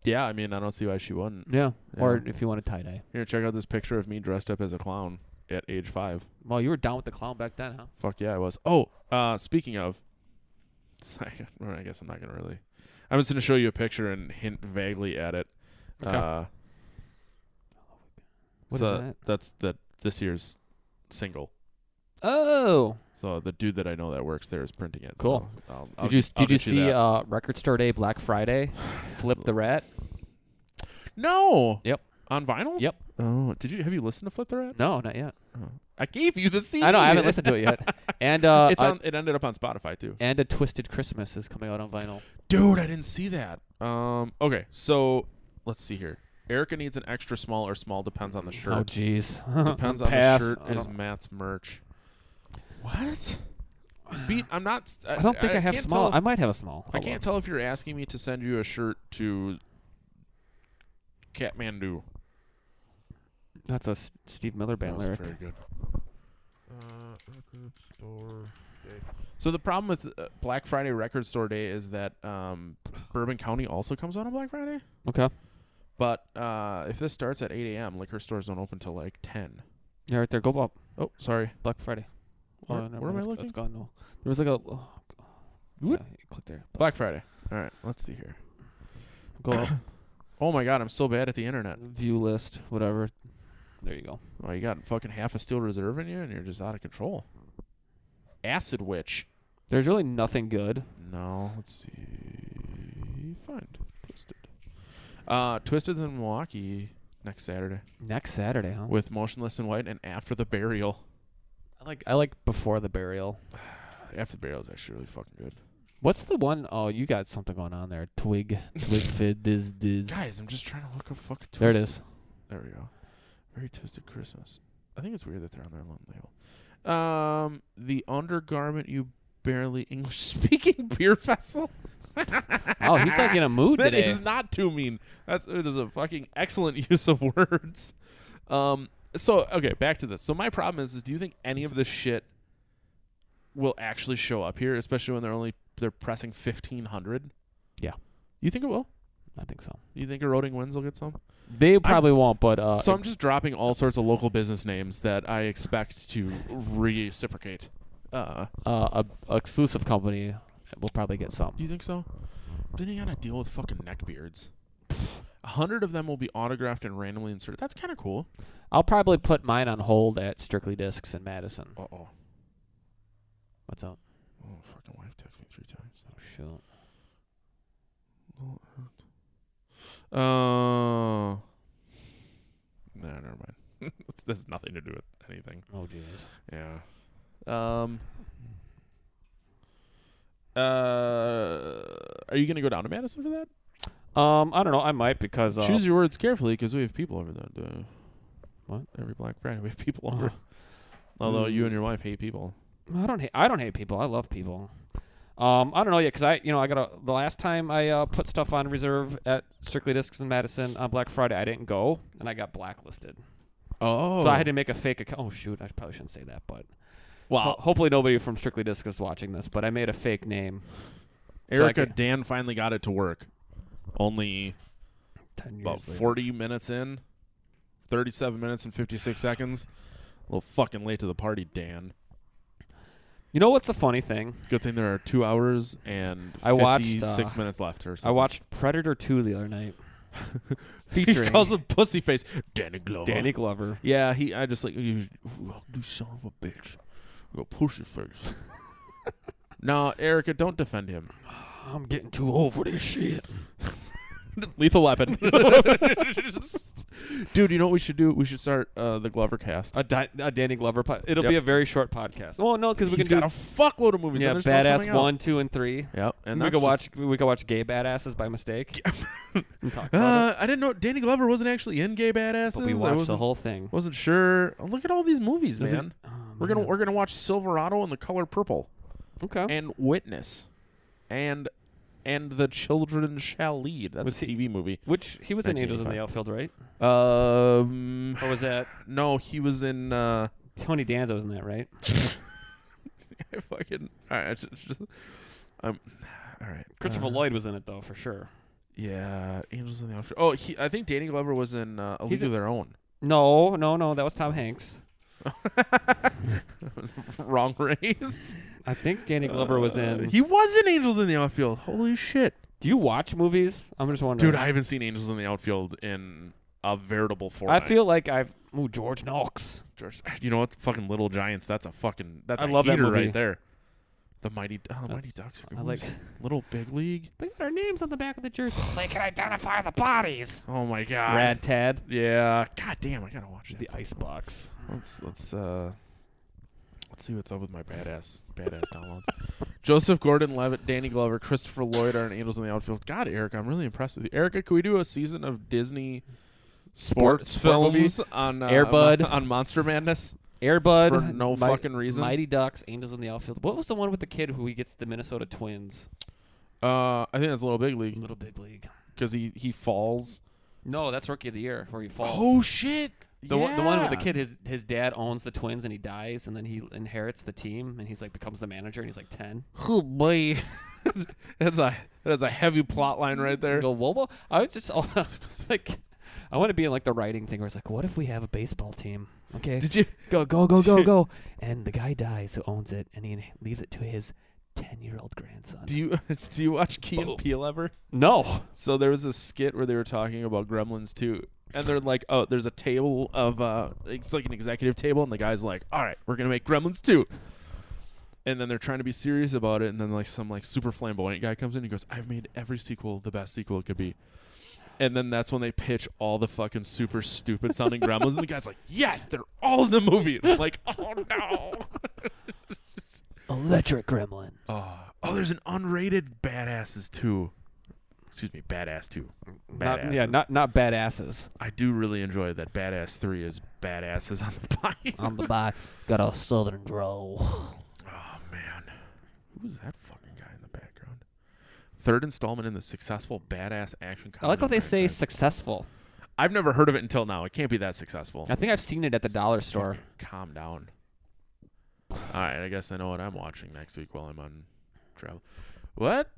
Yeah, I mean, I don't see why she wouldn't.
Yeah, or
Yeah.
if you want a tie dye.
Here, check out this picture of me dressed up as a clown at age five.
Well, you were down with the clown back then, huh?
Fuck yeah, I was. Oh, uh, speaking of, well, I guess I'm not gonna really. I'm just gonna show you a picture and hint vaguely at it.
Okay.
Uh,
What is
so
that?
That's the this year's single.
Oh,
So the dude that I know that works there is printing it.
Cool.
So um, I'll, I'll,
did you
I'll
did you
get that.
see uh, Record Store Day Black Friday? Flip the rat.
No.
Yep.
On vinyl?
Yep.
Oh, did you have you listened to Flip the Rat?
No, not yet.
I gave you the CD.
I know I haven't listened to it yet. And uh,
It's
a-
on. It ended up on Spotify too.
and a Twisted Christmas is coming out on vinyl.
Dude, I didn't see that. Um. Okay. So let's see here. Erica needs an extra small or small depends on the shirt.
Oh, jeez.
depends on the
Pass.
shirt
I
is
don't-
Matt's merch. What? Beat. I'm not. I,
I don't think I, have
can't
small.
tell-
I might have a small.
I
Hold
can't
on.
tell if you're asking me to send you a shirt to Kathmandu.
That's a S- Steve Miller
That
band
was
lyric.
very good. Uh, record store day. So the problem with uh, Black Friday record store day is that um, Bourbon County also comes out on Black Friday.
Okay.
But uh, if this starts at 8 a.m., liquor stores don't open till like 10.
Yeah, right there. Go up.
Oh, sorry.
Black Friday. Oh,
Where-
never
where am
mind.
I
It's- It's gone. No. There was like a. Oh, g-
What?
Yeah, you click there.
Black Friday. All right, let's see here.
Go up.
Oh my God, I'm so bad at the internet.
view list. Whatever. There you go.
Oh, you got fucking half a steel reserve in you, and you're just out of control. Acid Witch.
There's really nothing good.
No, let's see. Find Twisted. Uh, Twisted's in Milwaukee next Saturday
Next Saturday, huh?
with Motionless in White and After the Burial.
I like I like before the burial.
After the Burial is actually really fucking good.
What's the one oh you got something going on there? Twig, twig, fid, diz, diz.
Guys, I'm just trying to look up fucking Twisted.
There it is.
There we go. Very Twisted Christmas. I think it's weird that they're on their own label. Um, the undergarment you barely English speaking beer vessel.
Oh, he's like in a mood
That
today.
is not too mean. That's it is a fucking excellent use of words. Um, so okay, back to this. So my problem is, is do you think any of this shit will actually show up here, especially when they're only they're pressing fifteen hundred?
Yeah.
You think it will?
I think so.
You think eroding winds will get some?
They probably won't, but uh
so I'm
it-
just dropping all sorts of local business names that I expect to reciprocate. Uh,
uh, a, a exclusive company will probably get some.
you think so? Then you gotta deal with fucking neckbeards. A hundred of them will be autographed and randomly inserted. That's kind of cool.
I'll probably put mine on hold at Strictly Discs in Madison.
Uh oh.
What's up?
Oh, fucking wife texted me three times.
Oh shoot.
Oh. no, never mind. It's- this has nothing to do with anything.
Oh jeez.
Yeah. Um. Uh, are you gonna go down to Madison for that?
Um, I don't know. I might because uh,
Choose your words carefully because we have people over that day.
What?
Every Black Friday, we have people
Uh-huh.
over. Although you and your wife hate people.
I don't hate. I don't hate people. I love people. Um, I don't know yet because I, you know, I got a, the last time I uh, put stuff on reserve at Strictly Discs in Madison on Black Friday, I didn't go and I got blacklisted.
Oh.
So I had to make a fake account. Oh shoot, I probably shouldn't say that, but ho-
Wow.
hopefully nobody from Strictly Discs is watching this. But I made a fake name. so I
Erica,
could-
Dan finally got it to work. Only
Ten years
about
later.
40 minutes in, 37 minutes and 56 seconds. A little fucking late to the party, Dan.
You know what's a funny thing?
Good thing there are two hours and
I watched,
56
uh,
minutes left or something.
I watched Predator Two the other night,
He
featuring
calls him Pussyface. Danny Glover.
Danny Glover.
Yeah, he. I just like you, you son of a bitch. You pussy face. no, Erica, don't defend him.
I'm getting too old for this shit.
Lethal Weapon. Dude, you know what we should do? We should start uh, the Glover cast.
A, di- a Danny Glover. Po- it'll
Yep.
be a very short podcast. Well, no, because we
He's
can
got
do
a fuckload of movies.
yeah,
and they're still
badass
coming out.
one, two, and three.
Yep, and
we
that's
could
just-
watch we could watch gay badasses by mistake. and talk about
Uh, I didn't know Danny Glover wasn't actually in Gay Badasses.
it. But we
I
watched the
wasn't-
whole thing.
Wasn't sure. Oh, look at all these movies,
Doesn't-
man.
Oh,
We're gonna
man.
we're gonna watch Silverado and The Color Purple
okay.
and Witness, and and The Children Shall Lead. That's
Was
a
he-
TV movie.
Which he was in Angels in the
1985.
Outfield, right?
Um,
Or was that
no, he was in. Uh,
Tony Danza was in that, right?
I fucking. All right, just, just, um, all right.
Christopher
uh,
Lloyd was in it though, for sure.
Yeah, Angels in the Outfield. Oh, he, I think Danny Glover was in uh, A
He's
League
in-
of Their Own.
No, no, no, that was Tom Hanks.
Wrong race.
I think Danny Glover was
Uh,
in.
He was in Angels in the Outfield. Holy shit,
Do you watch movies? I'm just wondering.
dude! I haven't seen Angels in the Outfield in a veritable form.
I feel like I've. Ooh, George Knox.
George, you know what? Fucking Little Giants. That's a fucking. That's
I
a
love that
heater
movie.
right there. The mighty, oh, the mighty Ducks.
I like.
Little Big League.
They got our names on the back of the jersey. they can identify the bodies.
Oh my god.
Rad Tad.
Yeah. God damn. I gotta watch that.
The ice box.
Let's let's uh let's see what's up with my badass badass downloads. Joseph Gordon-Levitt, Danny Glover, Christopher Lloyd are in Angels in the Outfield. God, Eric, I'm really impressed with you. Erica, can we do a season of Disney sports,
sport
films
movies?
on uh,
Air Bud.
on Monster Madness?
Airbud.
For no fucking reason.
Mighty Ducks. Angels in the outfield. What was the one with the kid who he gets the Minnesota Twins?
Uh, I think that's a little big league
Little Big League.
because he he falls.
No, that's Rookie of the Year where he falls.
Oh, shit!
The, one, the one with the kid, his his dad owns the twins and he dies, and then he inherits the team and he's like becomes the manager and he's like ten.
Oh boy, that's a that's a heavy plot line right
I
there.
go, whoa, whoa. I was just all I was like, I want to be in like the writing thing where it's like, what if we have a baseball team? Okay,
Did you?
go, go, go, go, go. And the guy dies who owns it, and he inhe- leaves it to his ten-year-old grandson.
Do you do you watch Key
Boom.
and Peele ever?
no,
So there was a skit where they were talking about Gremlins too, and they're like, "Oh, there's a table of uh, it's like an executive table," and the guy's like, "All right, we're gonna make Gremlins too." And then they're trying to be serious about it, and then like some like super flamboyant guy comes in, and he goes, "I've made every sequel the best sequel it could be." And then that's when they pitch all the fucking super stupid sounding Gremlins, and the guy's like, "Yes, they're all in the movie." And I'm like, "Oh no!"
electric gremlin.
Uh, oh, there's an unrated badasses too. Excuse me, badass two.
Not, yeah, not not badasses
I do really enjoy that Badass 3 is badasses on the bike.
on the back. Got a southern drawl.
oh, man. Who's that fucking guy in the background? Third installment in the successful badass action comedy.
I like how they say
franchise.
successful.
I've never heard of it until now. It can't be that successful.
I think I've seen it at the dollar store.
Calm down. All right, I guess I know what I'm watching next week while I'm on travel. What?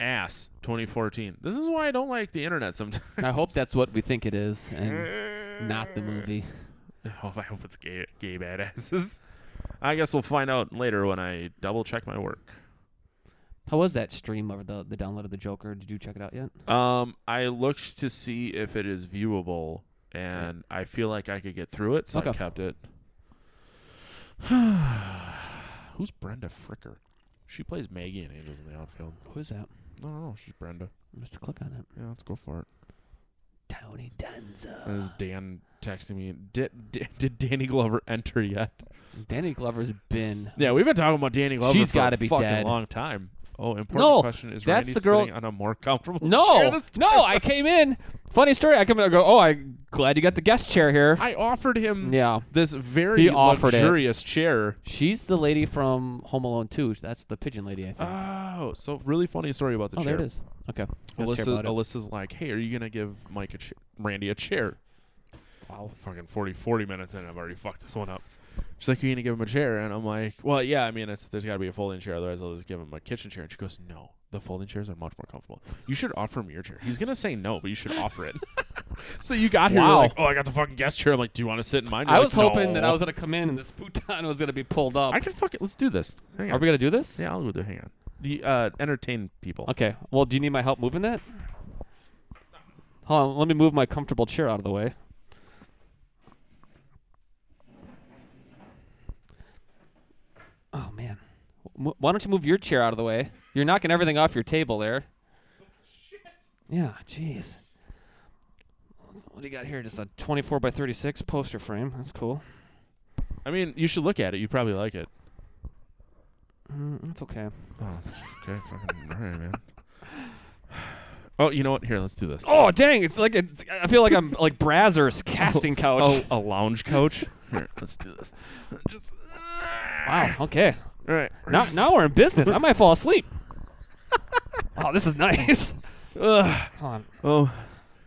Ass 2014. This is why I don't like the internet sometimes.
I hope that's what we think it is, and not the movie.
Oh, I hope it's gay, gay badasses. I guess we'll find out later when I double check my work.
How was that stream of the the download of the Joker? Did you check it out yet?
Um, I looked to see if it is viewable, and I feel like I could get through it, so I
Okay.
kept it. Who's Brenda Fricker? She plays Maggie in Angels in the Outfield.
Who is that?
No, no, no, she's Brenda.
Just click on it.
Yeah, let's go for it.
Tony Danza.
This is Dan texting me. Did, did did Danny Glover enter yet?
Danny Glover's been.
Yeah, we've been talking about Danny Glover.
She's
for a
gotta be
fucking
dead.
long time. Oh, important
No,
question is
that's
Randy
the girl-
sitting on a more comfortable chair
No,
this time?
no, I came in. Funny story. I come in. I go. Oh, I glad you got the guest chair here.
I offered him
Yeah,
this very
He offered it.
luxurious chair.
she's the lady from Home Alone 2. That's the pigeon lady, I think.
Oh, so really funny story about the
Uh, oh,
chair.
there it is. Okay. Guest chair
Alyssa,
brought it.
Alyssa's like, hey, are you gonna give Mike a cha- Randy a chair? Wow, fucking 40, 40 minutes in, I've already fucked this one up. She's like, are you gonna give him a chair? And I'm like, well, yeah. I mean, it's, there's got to be a folding chair, otherwise I'll just give him a kitchen chair. And she goes, no, the folding chairs are much more comfortable. You should offer him your chair. He's gonna say no, but you should offer it. so you got here, you're
Wow.
like, oh, I got the fucking guest chair. I'm like, do you want to sit in mine? You're
I
like,
was hoping that I
"No."
was gonna come in and this futon was gonna be pulled up.
I can fuck it. Let's do this. Hang on.
Are we gonna do this?
yeah, I'll do it. Hang on. You, uh, entertain people.
Okay. Well, do you need my help moving that? Hold on. Let me move my comfortable chair out of the way. Oh man. Wh- Why don't you move your chair out of the way? You're knocking everything off your table there. Yeah, jeez. What do you got here? Just a 24 by 36 poster frame. That's cool.
I mean, you should look at it. You probably like it.
Mm, that's okay.
Oh, okay, fucking all right, man. Oh, you know what? Here, let's do this.
Oh, dang! It's like it's, I feel like I'm like Brazzers casting couch.
Oh, a lounge couch. Here, let's do this. Just ah.
Wow. Okay.
all right.
Now, now we're in business. I might fall asleep. oh, this is nice.
Ugh.
Hold on.
Oh,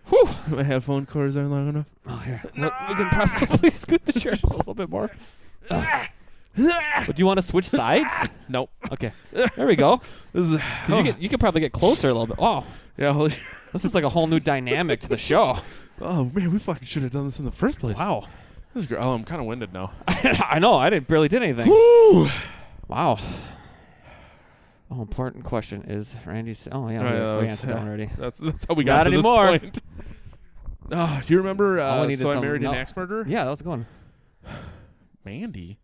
Whew.
my headphone cords aren't long enough.
Oh, here. Look, we can probably scoot the chair a little bit more. But do you want to switch sides?
Nope.
Okay. There we go.
This is.
'Cause You, could, you could probably get closer a little bit. Oh,
yeah. Holy.
this is like a whole new dynamic to the show.
Oh man, we fucking should have done this in the first place.
Wow.
This is great. Oh, I'm kind of winded now.
I know. I didn't barely did anything.
Woo!
Wow. Oh, important question is Randy. s- Oh yeah,
All right,
we,
that
we
was-
answered that already.
That's that's how we
Not
got to
anymore.
this point. Oh, do you remember?
All I
Uh,
needed
so I
some-
married
no.
an axe murderer.
Yeah, that was a good one.
Mandy.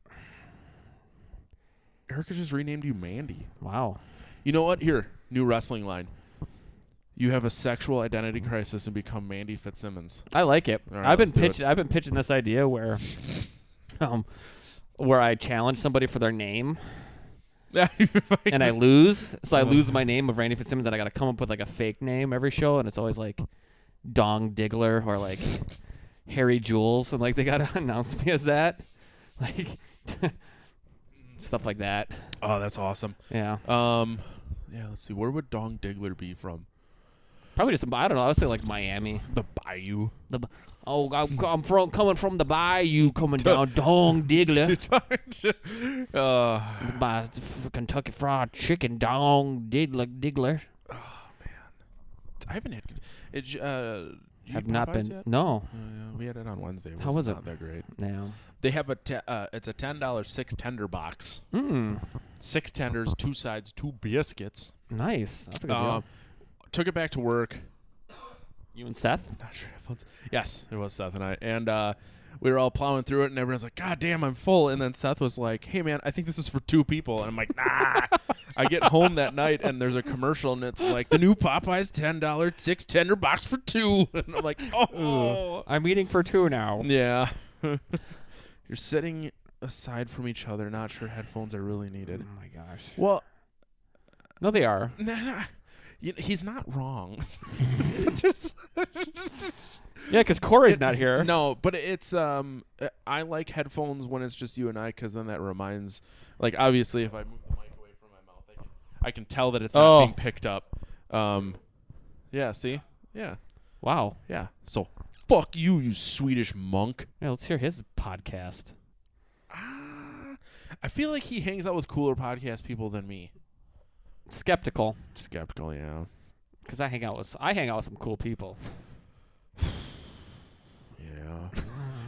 Erica just renamed you Mandy.
Wow.
You know what? Here, new wrestling line. You have a sexual identity crisis and become Mandy Fitzsimmons.
I like it.
All right,
I've been
let's do it.
pitching. I've been pitching this idea where, um, where I challenge somebody for their name and I lose. So
Uh-huh.
I lose my name of Randy Fitzsimmons, and I got to come up with like a fake name every show, and it's always like Dong Diggler or like Harry Jules, and like they got to announce me as that, like stuff like that.
oh, that's awesome.
Yeah,
Um, yeah, let's see. Where would Dong Diggler be from?
probably just I don't know. I would say like Miami.
The Bayou.
The b- oh, I'm, I'm from coming from the bayou, coming down Dong Diggler.
uh,
by f- Kentucky Fried Chicken Dong Diddler Diggler.
I haven't had. good- It, j- uh, you
Have
eat
not
Popeyes
been.
yet?
No,
Uh, yeah, we had it on Wednesday.
How was it?
Not that great.
no.
They have a. Te- uh, it's a ten dollars six tender box.
Mm,
Six tenders, two sides, two biscuits.
nice. That's a good
Um,
deal.
took it back to work.
You and Seth.
Not sure if it's- yes, it was Seth and I, and uh, we were all plowing through it, and everyone's like, "God damn, I'm full." And then Seth was like, "Hey man, I think this is for two people," and I'm like, "Nah." I get home that night, and there's a commercial, and it's like the new Popeyes ten dollar six tender box for two, and I'm like, "Oh,
I'm eating for two now.
yeah." You're sitting aside from each other. Not sure headphones are really needed.
Oh my gosh.
Well,
No, they are.
no, no. You know, he's not wrong. Just-
Yeah, because Corey's not here.
No, but it's um, uh, I like headphones when it's just you and I, because then that reminds, like, obviously if I move the mic away from my mouth, I can, I can tell that it's not
Oh.
being picked up. Um, yeah. See. Yeah.
Wow.
Yeah. So, fuck you, you Swedish monk.
Yeah, let's hear his podcast.
Ah, I feel like he hangs out with cooler podcast people than me.
Skeptical,
Skeptical. Yeah.
because I hang out with I hang out with some cool people.
Yeah.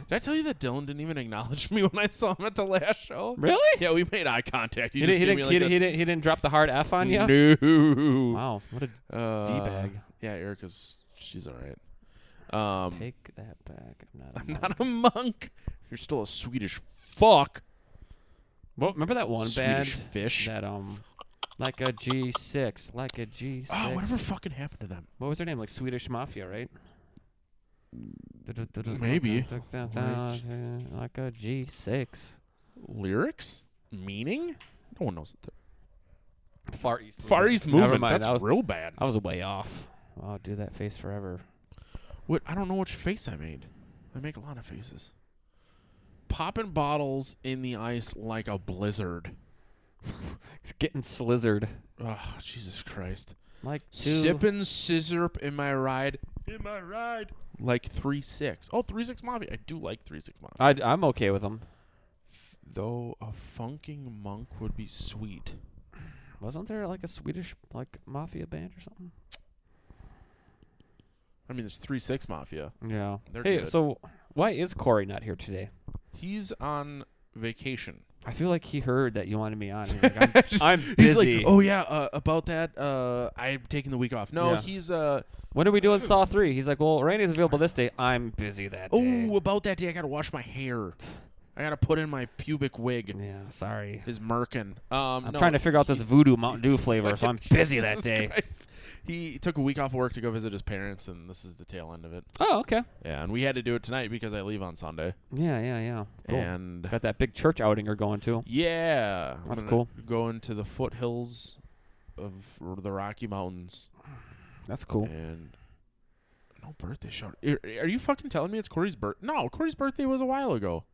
Did I tell you that Dylan didn't even acknowledge me when I saw him at the last show?
Really?
Yeah, we made eye contact. He,
He,
just
didn't,
gave
he, didn't,
me
he,
like
didn't- he didn't. He didn't drop the hard F on you.
a- No.
Wow. What a
Uh,
D-bag.
Yeah, Erica's she's all right. Um,
take that back. I'm not. a
I'm
monk.
not a monk. You're still a Swedish fuck.
Well, remember that one band?
Swedish fish.
That um, like a G six, like a G six.
Oh, whatever fucking happened to them?
What was her name? Like Swedish Mafia, right?
Maybe.
Like a G six.
Lyrics, meaning. No one knows. What they're-
Far East.
Far East
Never
movement.
mind,
That's
I was,
real bad.
I was way off. I'll do that face forever.
What? I don't know which face I made. I make a lot of faces. Popping bottles in the ice like a blizzard.
It's getting slizzard.
Oh, Jesus Christ.
Like two.
Sipping scissor in my ride. In my ride. Like 3 6. Oh, 3 6 Mafia. I do like 3 6 Mafia.
I, I'm okay with them.
Though a funking monk would be sweet.
Wasn't there like a Swedish like mafia band or something?
I mean, there's three six mafia.
Yeah.
They're
hey,
good.
so why is Corey not here today?
He's on vacation.
I feel like he heard that you wanted me on. He's like, I'm, I'm
He's
busy.
like, oh yeah, uh, about that. Uh, I'm taking the week off. No,
Yeah.
he's uh,
When are we doing Saw 3? He's like, well, Randy's available this day. I'm busy that day.
oh, about that day. I gotta wash my hair. I gotta put in my pubic wig.
Yeah, sorry.
Is merkin. Um,
I'm
no,
trying to figure out this
he-
voodoo Mountain Dew
Jesus
flavor, so I'm
fucking
busy that
Jesus
day.
Christ. He took a week off of work to go visit his parents, and this is the tail end of it.
Oh, okay.
Yeah, and we had to do it tonight because I leave on Sunday.
Yeah, yeah, yeah. Cool.
And
Got that big church outing you're going to.
yeah,
That's
I'm gonna
cool.
Go into the foothills of r- the Rocky Mountains,
That's cool.
and no birthday shout. Are are you fucking telling me it's Corey's birth? No, Corey's birthday was a while ago.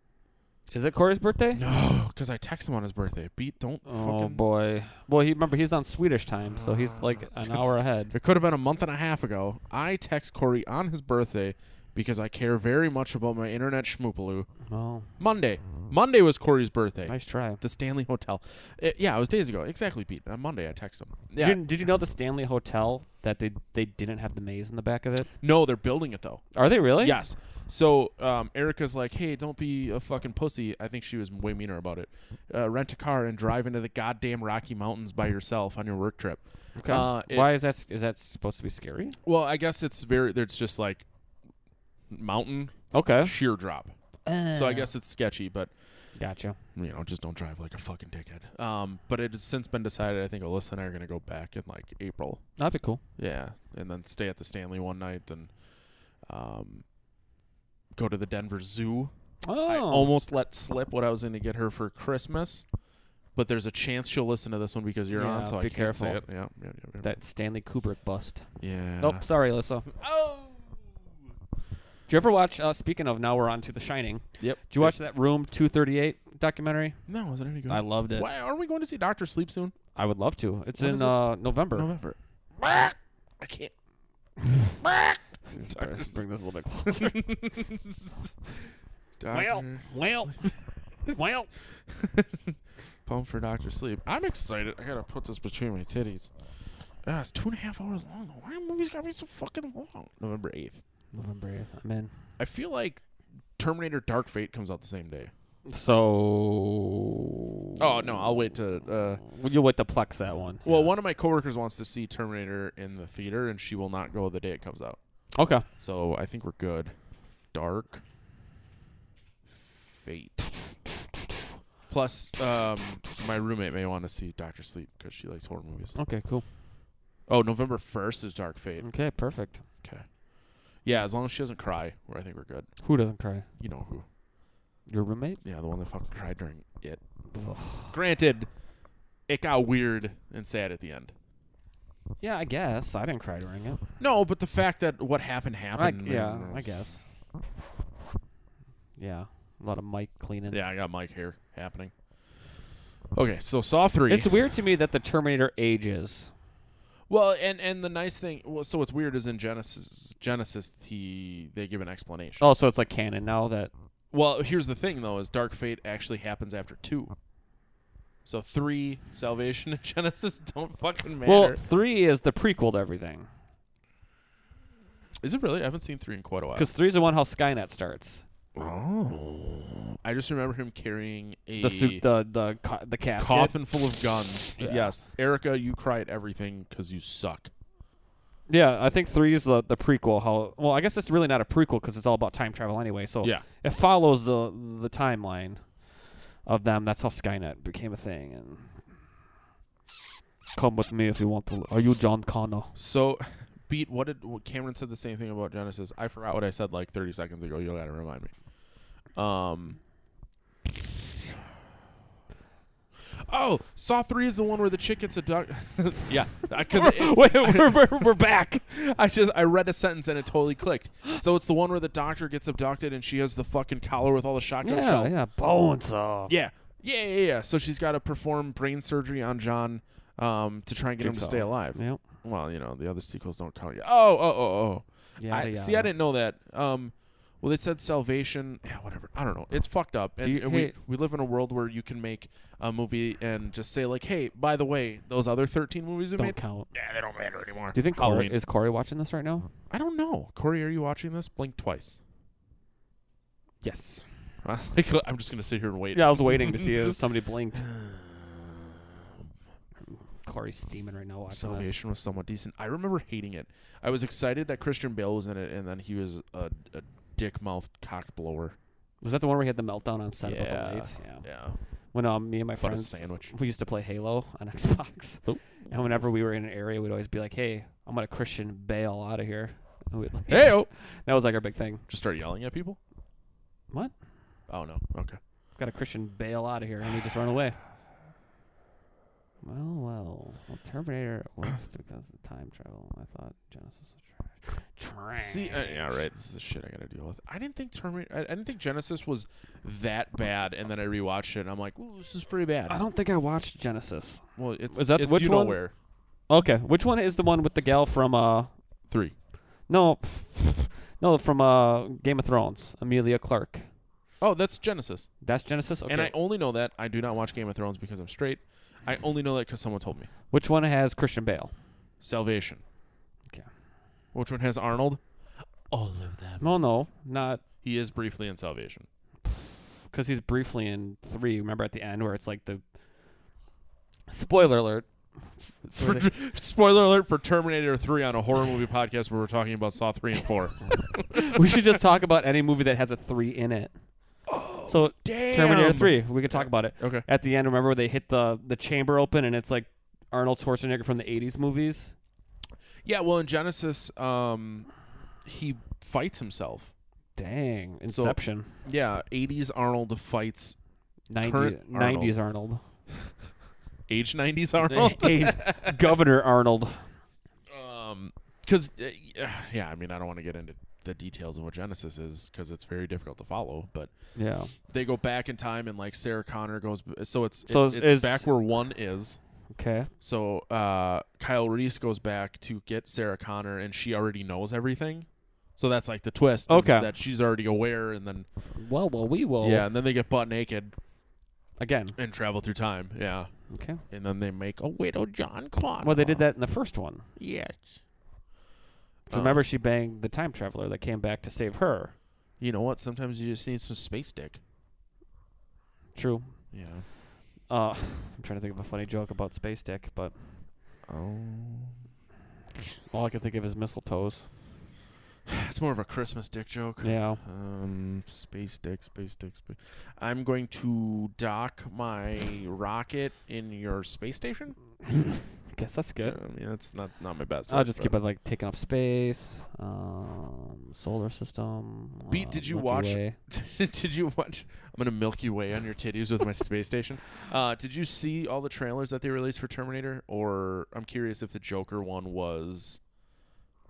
Is it Corey's birthday?
No, because I text him on his birthday. Beat, don't
Oh
fucking.
boy. Well, he remember he's on Swedish time, so he's like an
It's-
hour ahead.
It could have been a month and a half ago. I text Corey on his birthday because I care very much about my internet schmoopaloo.
Oh,
Monday. Monday was Corey's birthday.
nice try.
The Stanley Hotel. Uh, yeah, it was days ago. Exactly, Pete. On Monday, I text him. Yeah.
Did, you, did you know the Stanley Hotel that they they didn't have the maze in the back of it?
no, they're building it, though.
Are they really?
Yes. So um, Erica's like, hey, don't be a fucking pussy. I think she was way meaner about it. Uh, rent a car and drive into the goddamn Rocky Mountains by yourself on your work trip.
Okay.
Uh, it-
Why is that s- is that supposed to be scary?
Well, I guess it's very, it's just like mountain
Okay.
sheer drop. So I guess it's sketchy, but
Gotcha.
you know, just don't drive like a fucking dickhead. Um, but it has since been decided. I think Alyssa and I are gonna go back in like April.
That'd be cool.
Yeah, and then stay at the Stanley one night, then um, go to the Denver Zoo.
Oh.
I almost let slip what I was going to get her for Christmas, but there's a chance she'll listen to this one because you're
Yeah,
on, so I
be
can't careful. say it.
careful.
Yeah, yeah, yeah.
that Stanley Kubrick bust.
yeah.
Nope. sorry, Alyssa.
Oh.
Did you ever watch? Uh, speaking of, now we're on to The Shining.
Yep.
Did you watch that Room 238 documentary?
No, was it any good?
I loved it.
Why are we going to see Doctor Sleep soon?
I would love to. It's
When
in
is it?
uh, November.
November. I can't.
Sorry, Bring this a little bit closer.
well,
well, well.
pump for Doctor Sleep. I'm excited. I gotta put this between my titties. Ah, it's two and a half hours long. though. Why are movies gotta be so fucking long? November eighth.
November 8th. I'm in.
I feel like Terminator Dark Fate comes out the same day.
So.
Oh no, I'll wait to. Uh,
Well, You'll wait to plex that one.
well, one of my coworkers wants to see Terminator in the theater, and she will not go the day it comes out.
Okay.
So I think we're good. Dark Fate. Plus, um, my roommate may want to see Doctor Sleep because she likes horror movies.
Okay, cool.
Oh, November first is Dark Fate.
Okay, perfect.
Okay. Yeah, as long as she doesn't cry, where I think we're good.
Who doesn't cry?
You know who?
Your roommate?
Yeah, the one that fucking cried during it. Granted, it got weird and sad at the end.
Yeah, I guess. I didn't cry during it.
No, but the fact that what happened happened.
yeah,
and-
I guess. Yeah, a lot of mic cleaning.
Yeah, I got Mike here happening. Okay, so Saw three.
It's weird to me that the Terminator ages.
well, and and the nice thing, well, so what's weird is in Genesis, Genesis, he they give an explanation.
Oh, so it's like canon now that.
Well, here's the thing though: is Dark Fate actually happens after two. So three, Salvation and Genesis don't fucking matter.
Well, three is the prequel to everything.
Is it really? I haven't seen three in quite a while.
Because three's the one how Skynet starts.
oh, I just remember him carrying a
The suit, the the ca- the casket.
coffin full of guns.
Yeah.
Yes, Erica, you cry at everything because you suck.
Yeah, I think three is the the prequel. How well? I guess it's really not a prequel because it's all about time travel anyway. So
Yeah.
it follows the the timeline of them. That's how Skynet became a thing. And come with me if you want to. Are you John Connor?
So, beat what did what Cameron said the same thing about Genesis. I forgot what I said like 30 seconds ago. You'll gotta remind me. Um. Oh, Saw three is the one where the chick gets abducted. yeah, because
Wait, we're, we're, we're back.
I just I read a sentence and it totally clicked. So it's the one where the doctor gets abducted and she has the fucking collar with all the shotgun
Yeah,
shells.
yeah, bones off.
Yeah. Yeah, yeah, yeah. So she's got to perform brain surgery on John um, to try and get him
Jigsaw.
to stay alive.
Yep.
Well, you know, the other sequels don't count yet. Oh, oh, oh, oh.
Yeah.
I, see, I didn't know that. Um, well, they said salvation. Yeah, whatever. I don't know. It's fucked up. And,
you-
and
hey-
we, we live in a world where you can make a movie and just say, like, hey, by the way, those other 13 movies we
Don't
made,
count.
yeah, they don't matter anymore.
Do you think Corey,
Halloween?
is Corey watching this right now?
I don't know. Corey, are you watching this? Blink twice.
Yes.
I was like, I'm just going to sit here and wait.
Yeah, I was waiting to see if somebody blinked. Corey's steaming right now watching
Salvation was somewhat decent. I remember hating it. I was excited that Christian Bale was in it, and then he was a, a dick mouthed cock blower.
Was that the one where he had the meltdown on set about
Yeah.
the lights? Yeah.
Yeah.
When um, me and my
What a
friends
sandwich.
we used to play Halo on Xbox,
Oh.
and whenever we were in an area, we'd always be like, "Hey, I'm gonna Christian bail out of here." And we'd like-
Hey, oh.
that was like our big thing.
Just start yelling at people?
What?
Oh, no. Okay.
Got a Christian bail out of here, and he just run away. Well, well, well Terminator works because of time travel. I thought Genesis was trash. Trash.
See, uh, yeah, right. This is the shit I gotta deal with. I didn't think Terminator. I, I didn't think Genesis was that bad, and then I rewatched it, and I'm like, "Ooh, this is pretty bad."
I don't think I watched Genesis.
well, it's
Is that
it's
which
you know
one?
where
Okay, which one is the one with the gal from uh
three.
no, no from uh Game of Thrones, Amelia Clark.
Oh, that's Genesis,
That's Genesis. Okay.
and I only know that I do not watch Game of Thrones because I'm straight. I only know that because someone told me.
which one has Christian Bale?
Salvation.
Okay.
Which one has Arnold? All of them.
No, no, not
He is briefly in Salvation.
because he's briefly in three. Remember at the end where it's like the spoiler alert.
For, spoiler alert for Terminator 3 on a horror movie podcast where we're talking about Saw 3 and 4.
we should just talk about any movie that has a three in it. Oh, so
Damn.
Terminator Three, we could talk about it.
Okay.
At the end, remember where they hit the the chamber open and it's like Arnold Schwarzenegger from the '80s movies.
Yeah, well, in Genesis, um, he fights himself.
Dang, Inception,
Yeah, 80s Arnold fights
90,
current Arnold.
90s Arnold,
age 90s Arnold.
Age- Governor Arnold.
um, because yeah, I mean, I don't want to get into the details of what Genesis is because it's very difficult to follow. But
Yeah,
they go back in time, and like Sarah Connor goes, b- so it's
So
it-
is-
it's
is-
back where one is.
okay.
So uh, Kyle Reese goes back to get Sarah Connor, and she already knows everything. So that's like the twist. is
Okay.
that she's already aware, and then
Well, well, we will.
yeah, and then they get butt naked
Again,
and travel through time. Yeah,
okay.
and then they make a widow John Connor.
Well, they did that in the first one.
Yes. Uh.
'Cause remember, she banged the time traveler that came back to save her.
You know what? Sometimes you just need some space dick.
True.
Yeah.
Uh, I'm trying to think of a funny joke about Space Dick, but
Oh.
all I can think of is mistletoes.
It's more of a Christmas dick joke.
Yeah.
Um, space dick, space dick, space. I'm going to dock my rocket in your space station. Um,
Guess that's
Yeah,
good.
I mean, that's not not my best.
I'll
work,
just
but-
keep it like taking up space, um, solar system.
Beat,
uh,
did you
Milky
watch-
Way.
did you watch? I'm gonna Milky Way on your titties with my space station. Uh, did you see all the trailers that they released for Terminator? Or I'm curious if the Joker one was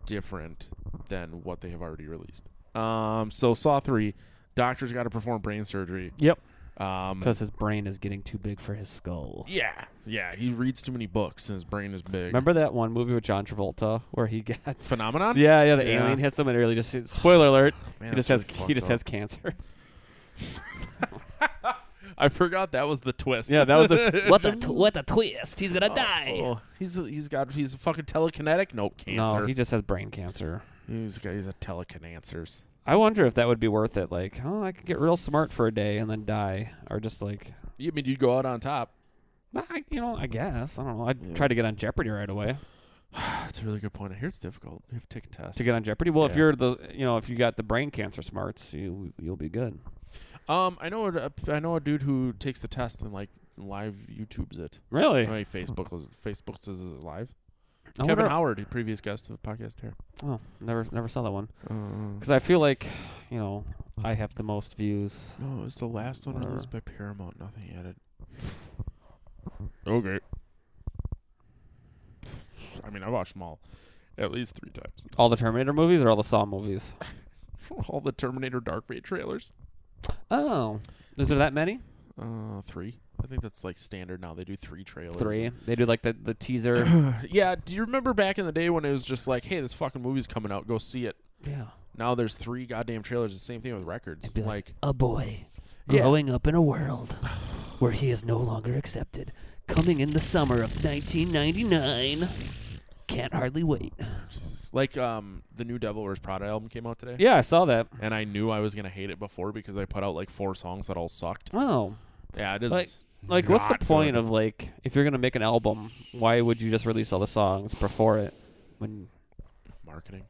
different than what they have already released. Um, so Saw three, doctors got to perform brain surgery.
Yep.
Um,
Because his brain is getting too big for his skull.
yeah, yeah, he reads too many books and his brain is big.
Remember that one movie with John Travolta where he gets.
phenomenon?
Yeah, yeah. The
Yeah.
alien hits him, and it really just spoiler alert.
Man,
he just
that's
has
really
he just
fucked
has cancer.
I forgot that was the twist.
yeah, that was the what
What a, tw- what a twist. He's going to die.
Oh, he's a, he's got he's a fucking telekinetic note cancer.
No, he just has brain cancer.
he's got he's a telekinencers.
I wonder if that would be worth it. Like, oh, I could get real smart for a day and then die, or just like,
You mean you'd go out on top?
"Nah, I, you know, I guess I don't know. I'd try to get on Jeopardy right away.
That's a really good point. I hear it's difficult. You have to take a test.
To get on Jeopardy, well, if
Yeah.
you're the, you know, if you got the brain cancer smarts, you you'll be good.
Um, I know a, I know a dude who takes the test and like live YouTubes it.
Really?
No, he Facebook Facebook says it's live.
I
Kevin
wonder-
Howard, a previous guest of the podcast here.
Oh, never never saw that one.
Uh,
Because I feel like, you know, I have the most views.
no, it's the last one
Whatever.
released by Paramount. Nothing added. Okay. I mean, I watched them all at least three times.
All the Terminator movies or all the Saw movies?
all the Terminator Dark Fate trailers.
Oh, is there that many?
Uh, three. I think that's like standard now. They do three trailers.
Three. They do like the the teaser.
Yeah, do you remember back in the day when it was just like, hey, this fucking movie's coming out, go see it.
yeah.
Now there's three goddamn trailers. The same thing with records.
It'd be
like,
a boy
Yeah.
growing up in a world where he is no longer accepted. Coming in the summer of 1999. Can't hardly wait.
Jesus. like um, the new Devil Wears Prada album came out today,
Yeah, I saw that.
and I knew I was gonna hate it before because I put out like four songs that all sucked.
Oh.
Yeah, it is.
Like- Like, what's the
not
point
good.
of like if you're gonna make an album, why would you just release all the songs before it? When
marketing?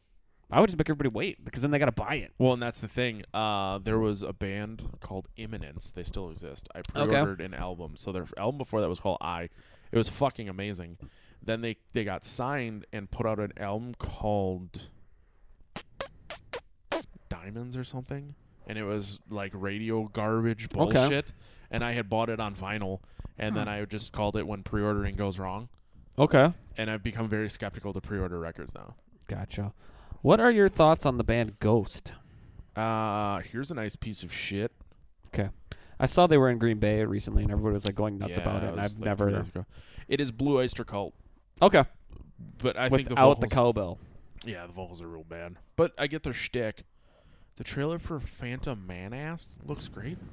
I would just make everybody wait because then they got to buy it.
Well, and that's the thing. Uh, there was a band called Imminence. They still exist. I pre-ordered an album. So their f- album before that was called I. It was fucking amazing. Then they they got signed and put out an album called Diamonds or something, and it was like radio garbage
Okay.
bullshit. And I had bought it on vinyl, and then I just called it when pre-ordering goes wrong.
Okay.
And I've become very skeptical to pre-order records now.
Gotcha. What are your thoughts on the band Ghost?
Uh, here's a nice piece of shit.
I saw they were in Green Bay recently, and everybody was like going nuts
Yeah,
about it.
that
And
was
I've
like two
never
days ago. It is Blue Oyster Cult,
okay
but I think the
without the,
vocals,
cowbell.
yeah, the vocals are real bad. But I get their shtick. The trailer for Phantom Manass looks great.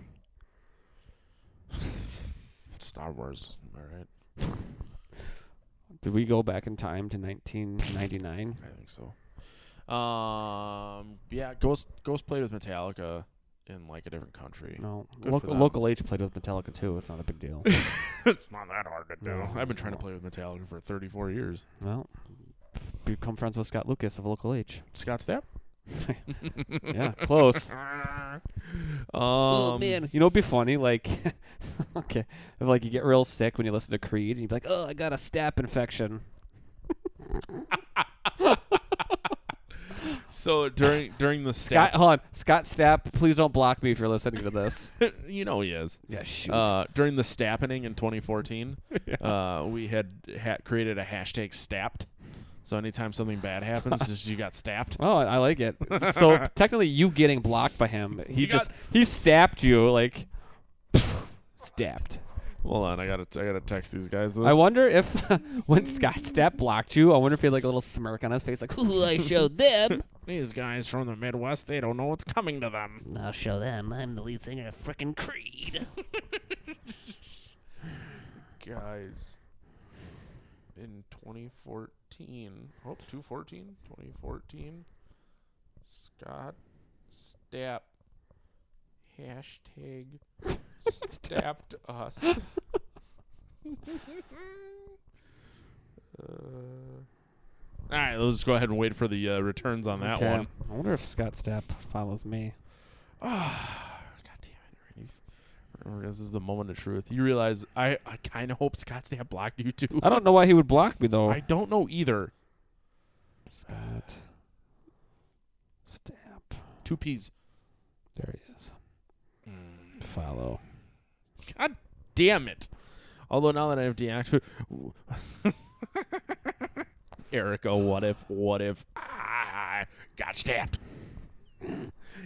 It's Star Wars, all right.
Did we go back in time to 1999?
I think so. Um, yeah, Ghost Ghost played with Metallica in like a different country.
No,
Good
Loc-
for them.
local H played with Metallica too. It's not a big deal.
it's not that hard to do.
No.
I've been trying to play with Metallica for 34 years.
well, become friends with Scott Lucas of local H.
Scott Stapp.
Yeah, close.
Oh,
Um,
You know, it'd be funny, like, okay, if, like you get real sick when you listen to Creed, and you'd be like, "Oh, I got a staph infection."
So during during the
Scott,
Stapp,
hold on, Scott Stapp, please don't block me if you're listening to this. Um,
you know he is.
yeah, shoot.
Uh, during the stappening in 2014, uh, we had ha- created a hashtag stapped. So anytime something bad happens, it's just you got stapped.
oh, I like it. So technically, you getting blocked by him, he
You
just
got-
he stabbed you, like, stabbed.
Hold on, I gotta I gotta text these guys. This.
I wonder if when Scott Stapp blocked you, I wonder if he had like a little smirk on his face, like, "Ooh, I showed them."
these guys from the Midwest. They don't know what's coming to them.
I'll show them I'm the lead singer of frickin' Creed.
Guys, in 2014, oh 214, 2014, Scott Stapp hashtag stapped us. Uh, All right, let's just go ahead and wait for the uh, returns on that
Okay.
one.
I wonder if Scott Stapp follows me.
Oh, God damn it, Randy. Remember, this is the moment of truth. You realize I, I kind of hope Scott Stapp blocked you too.
I don't know why he would block me though.
I don't know either.
Scott Stapp.
Two P's.
There he is.
Mm.
Follow.
God damn it. Although now that I have deactivated. Erica, what if, what if I got stabbed?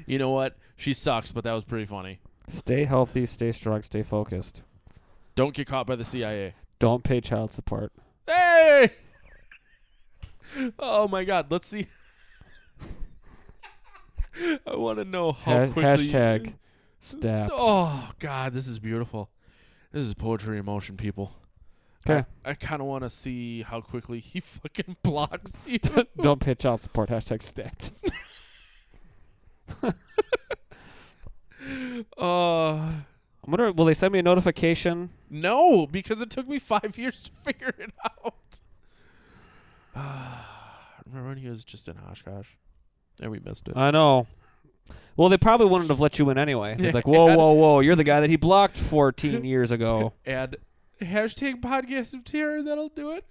You know what? She sucks, but that was pretty funny.
Stay healthy, stay strong, stay focused.
Don't get caught by the CIA.
Don't pay child support.
Hey! Oh my god, let's see. I want to know how
Ha-
quickly.
hashtag Stapp.
Oh god, this is beautiful. This is poetry in motion, people. I-
'Kay.
I, kind of want to see how quickly he fucking blocks you.
Don't pay child support. Hashtag Stapped.
Uh,
I wonder, will they send me a notification?
no, because it took me five years to figure it out. Remember when he was just in Oshkosh? And we missed it.
I know. Well, they probably wouldn't have let you in anyway. They're like,
Yeah.
whoa, whoa, whoa, you're the guy that he blocked 14 years ago.
and hashtag podcast of terror that'll do it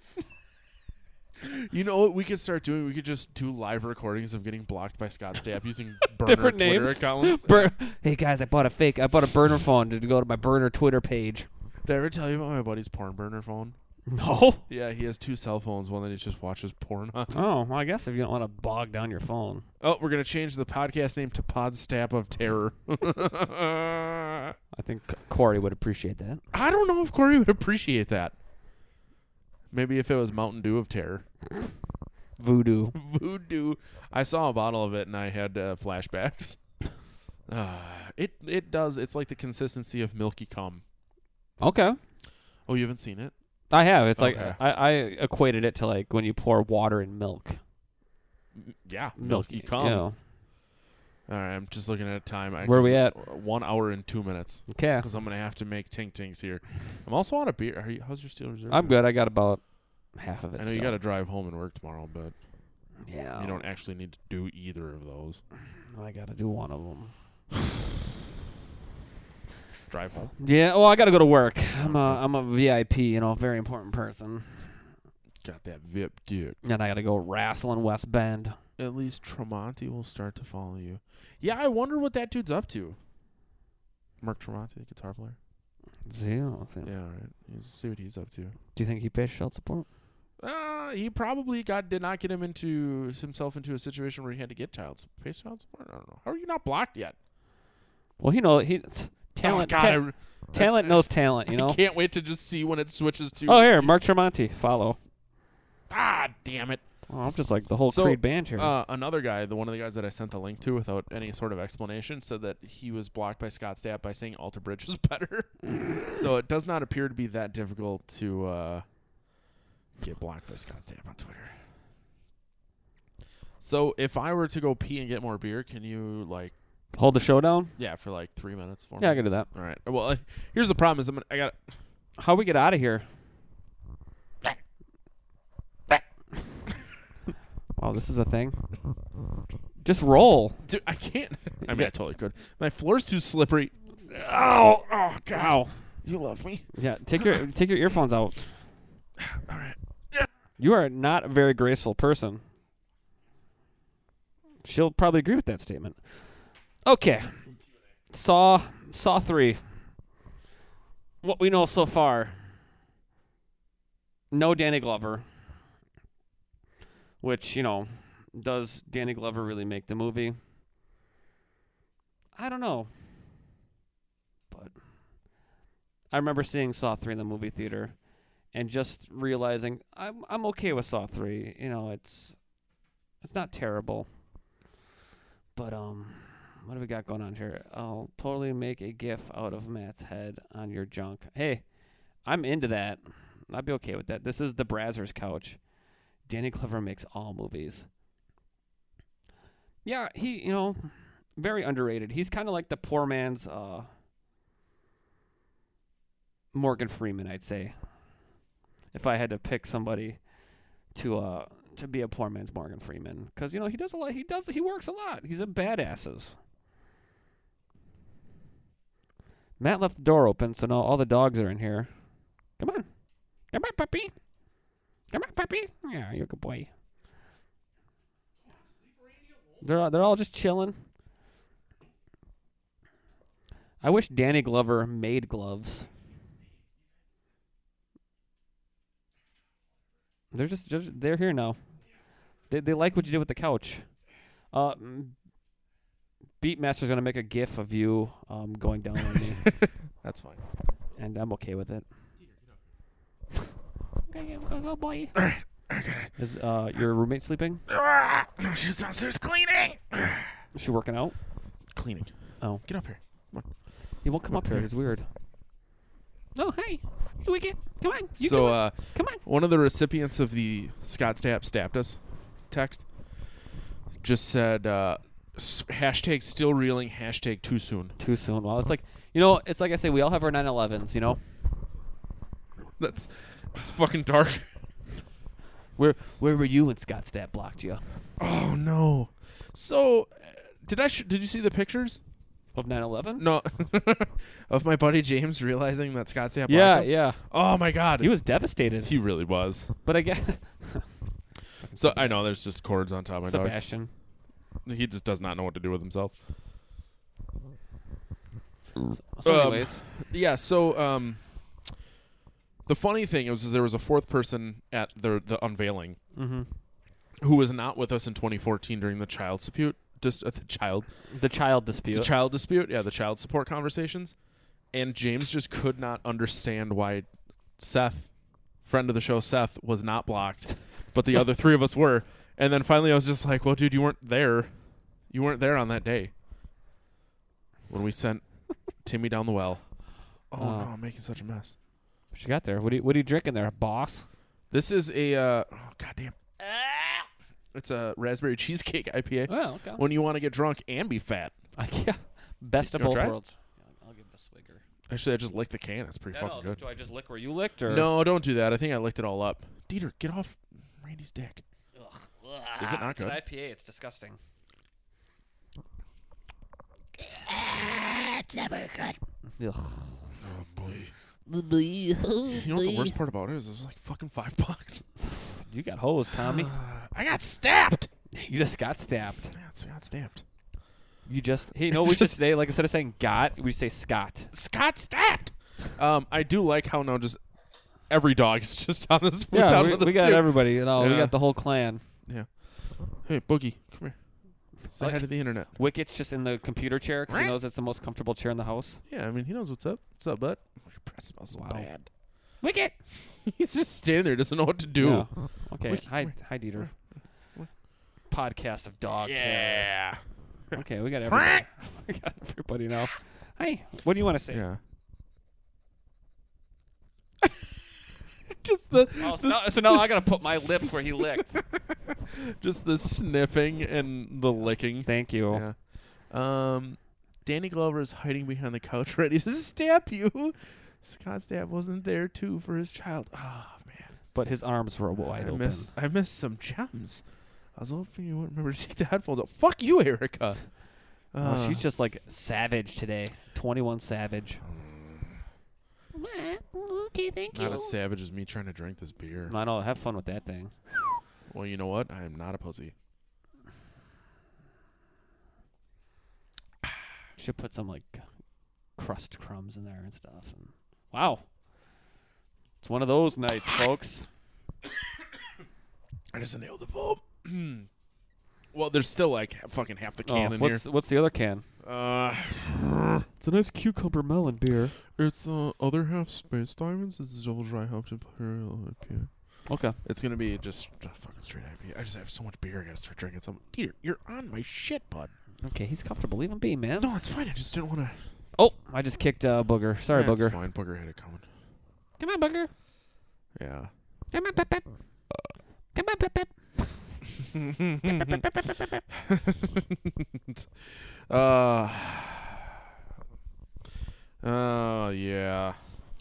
you know what we could start doing we could just do live recordings of getting blocked by scott stapp using burner
Different
twitter
names.
accounts
Bur- hey, guys, I bought a fake. I bought a burner phone to go to my burner Twitter page.
did i ever tell you about my buddy's porn burner phone
No.
yeah he has two cell phones one that he just watches porn on
Oh, well, I guess if you don't want to bog down your phone.
oh we're gonna change the podcast name to pod stapp of terror
I think Corey would appreciate that.
i don't know if corey would appreciate that maybe if it was mountain dew of terror
Voodoo.
voodoo. I saw a bottle of it and I had uh, flashbacks. Ah, it it does. It's like the consistency of milky cum.
Okay.
Oh, you haven't seen it?
I have. It's
Okay.
like, I, I equated it to like when you pour water in milk.
M- Yeah, milky cum.
Yeah.
All right, I'm just looking at time. I
Where are we
guess One hour and two minutes.
Okay.
Because I'm gonna have to make ting tings here. I'm also on a beer. Are you, how's your steel reserve?
I'm
doing?
good. I got about half of it.
I know you
still.
got to drive home and work tomorrow, but
Yeah.
You
Oh.
don't actually need to do either of those.
I gotta do one of them.
Drive home.
Yeah. Oh, I gotta go to work. I'm a I'm a VIP, you know, very important person,
Got that VIP dick.
and I gotta go wrestling West Bend.
At least Tremonti will start to follow you. Yeah, I wonder what that dude's up to. Mark Tremonti, guitar player.
Zero.
Yeah, all right. Let's see what he's up to.
Do you think he pays child support?
Uh, he probably got did not get him into himself into a situation where he had to get child sup- pay child support. I don't know. How are you not blocked yet?
Well, he know he talent.
Oh, God,
ta-
I, re-
talent knows talent. You
I
know.
can't wait to just see when it switches to.
Oh, here, Mark Tremonti, follow.
Ah, damn it.
Oh, I'm just like the whole
So,
Creed band here.
Uh, another guy, the one of the guys that I sent the link to without any sort of explanation, said that he was blocked by Scott Stapp by saying Alter Bridge was better. so it does not appear to be that difficult to uh, get blocked by Scott Stapp on Twitter. So if I were to go pee and get more beer, can you like
Hold the showdown.
yeah for like three minutes? Four
Yeah, I can
minutes?
do that.
All right. Well, I, here's the problem: is I'm gonna, I got
How we get out of here? wow, this is a thing. Just roll.
dude, I can't. I mean, I totally could. My floor's too slippery.
Ow! Oh, Ow.
You love me.
Yeah, take your take your earphones out.
All right.
You are not a very graceful person. She'll probably agree with that statement. Okay. Saw Saw 3. What we know so far. No Danny Glover. Which, you know, does Danny Glover really make the movie? I don't know. But I remember seeing Saw 3 in the movie theater and just realizing I'm I'm okay with Saw three. You know, it's it's not terrible. But um, what have we got going on here? I'll totally make a GIF out of Matt's head on your junk. Hey, I'm into that. I'd be okay with that. This is the Brazzers couch. Danny Glover makes all movies. Yeah, he you know, very underrated. He's kind of like the poor man's uh. Morgan Freeman, I'd say if I had to pick somebody to uh to be a poor man's Morgan Freeman cuz you know he does a lot he does he works a lot. He's a badasses. Matt left the door open so now all the dogs are in here. Come on. Come on, puppy. Come on, puppy. Yeah, you're a good boy. They're all- they're all just chilling. I wish Danny Glover made gloves. They're just, just they're here now. They they like what you did with the couch. Uh, m- Beatmaster's gonna make a GIF of you um, going down on me,
That's fine.
and I'm okay with it.
Okay, go, go, boy.
Is uh your roommate sleeping?
Ah, no, she's downstairs cleaning.
Is she working out?
Cleaning.
Oh.
Get up here.
He won't come up here. He's weird.
Oh, hey. You wicked. Come on. You
so,
come on.
uh,
Come on.
one of the recipients of the Scott Stapp stabbed us text just said uh, s- hashtag still reeling, hashtag too soon.
Too soon. Well, it's like you know, it's like I say, we all have our 911s. You know,
That's, that's fucking dark.
where where were you when Scott Stapp blocked you?
Oh, no. So, uh, did I sh- did you see the pictures?
Of 911?
No, of my buddy James realizing that Scott Stapp.
Yeah,
blocked him?
yeah.
Oh my God,
He was devastated.
He really was.
but I guess
So I know there's just cords on top of my dog.
Sebastian.
He just does not know what to do with himself.
So,
Um,
anyways.
Yeah. So, um, the funny thing is, is there was a fourth person at the the unveiling
mm-hmm.
who was not with us in 2014 during the child dispute. Just uh, the child,
The child
the
dispute.
child dispute. Yeah, the child support conversations. And James just could not understand why Seth, friend of the show, Seth was not blocked, but the other three of us were. And then finally, I was just like, "Well, dude, you weren't there. You weren't there on that day when we sent Timmy down the well." Oh
Uh.
no, I'm making such a mess.
what you got there? What do you what do you drinking there, boss?
This is a uh, oh, goddamn. It's a raspberry cheesecake IPA.
Oh, okay.
When you want to get drunk and be fat.
I, yeah. Best of
You wanna
both
try it?
worlds. I'll give it a swigger.
Actually, I just licked the can. It's pretty fucking good.
do I just lick where you licked or
No, don't do that. I think I licked it all up. Dieter, get off Randy's dick.
Ugh,
Is it not
It's an
good?
IPA. It's disgusting.
Ah, Ugh.
Oh boy. You know what the worst part about it is? It was like fucking five bucks.
You got holes, Tommy.
I got stabbed.
you just got stabbed.
Yeah, it's- I got stabbed.
You just hey no, we just say like instead of saying got, we say Scott.
Scott stabbed. Um, I do like how now just every dog is just on this. we're down
we,
with this
got
too.
everybody. You know, we
Yeah.
got the whole clan.
Hey, Boogie, come here. Say
Like-
hi to the internet.
Wicket's just in the computer chair because he knows it's the most comfortable chair in the house.
Yeah, I mean he knows what's up. What's up, bud? Oh, Your breath smells so
Wow.
bad.
Wicket.
He's just standing there, doesn't know what to do.
Okay.
Wicket,
hi,
come
hi, Dieter.
come
Podcast of dog terror.
Yeah.
Okay, we got everybody. we got everybody now. Hey, what do you want to say?
Yeah. just the,
Oh, so,
the
now, so now I gotta put my lip where he licked.
just the sniffing and the licking.
Thank you.
Yeah. Um, Danny Glover is hiding behind the couch, ready to stab you. Scott Stapp wasn't there too for his child. Ah man,
But his arms were wide
I
open.
miss I miss some gems. I was hoping you wouldn't remember to take the headphones off. Fuck you, Erica.
Oh,
Uh,
she's just like savage today. Twenty-one savage.
Okay, thank
not
you.
as savage as me trying to drink this beer.
I know. Have fun with that thing.
Well, you know what? I am not a pussy.
Should put some like crust crumbs in there and stuff. And wow, it's one of those nights, folks.
I just nailed the vote. well, there's still like fucking half the can
Oh,
in here.
what's what's the other can?
Uh,
It's a nice cucumber melon beer.
it's the uh, other half space diamonds. It's double dry hopped and imperial IPA.
Okay,
It's gonna be just a fucking straight IPA. I just have so much beer. I gotta start drinking some. Peter, you're on my shit, bud.
okay, he's comfortable. Leave him be, man.
No, it's fine. I just didn't want to.
Oh, I just kicked uh, booger. Sorry,
That's
booger.
fine. Booger had it coming.
Come on, bugger.
Yeah.
Come on, pep, pep. Come on, pep, pep.
uh. Oh yeah.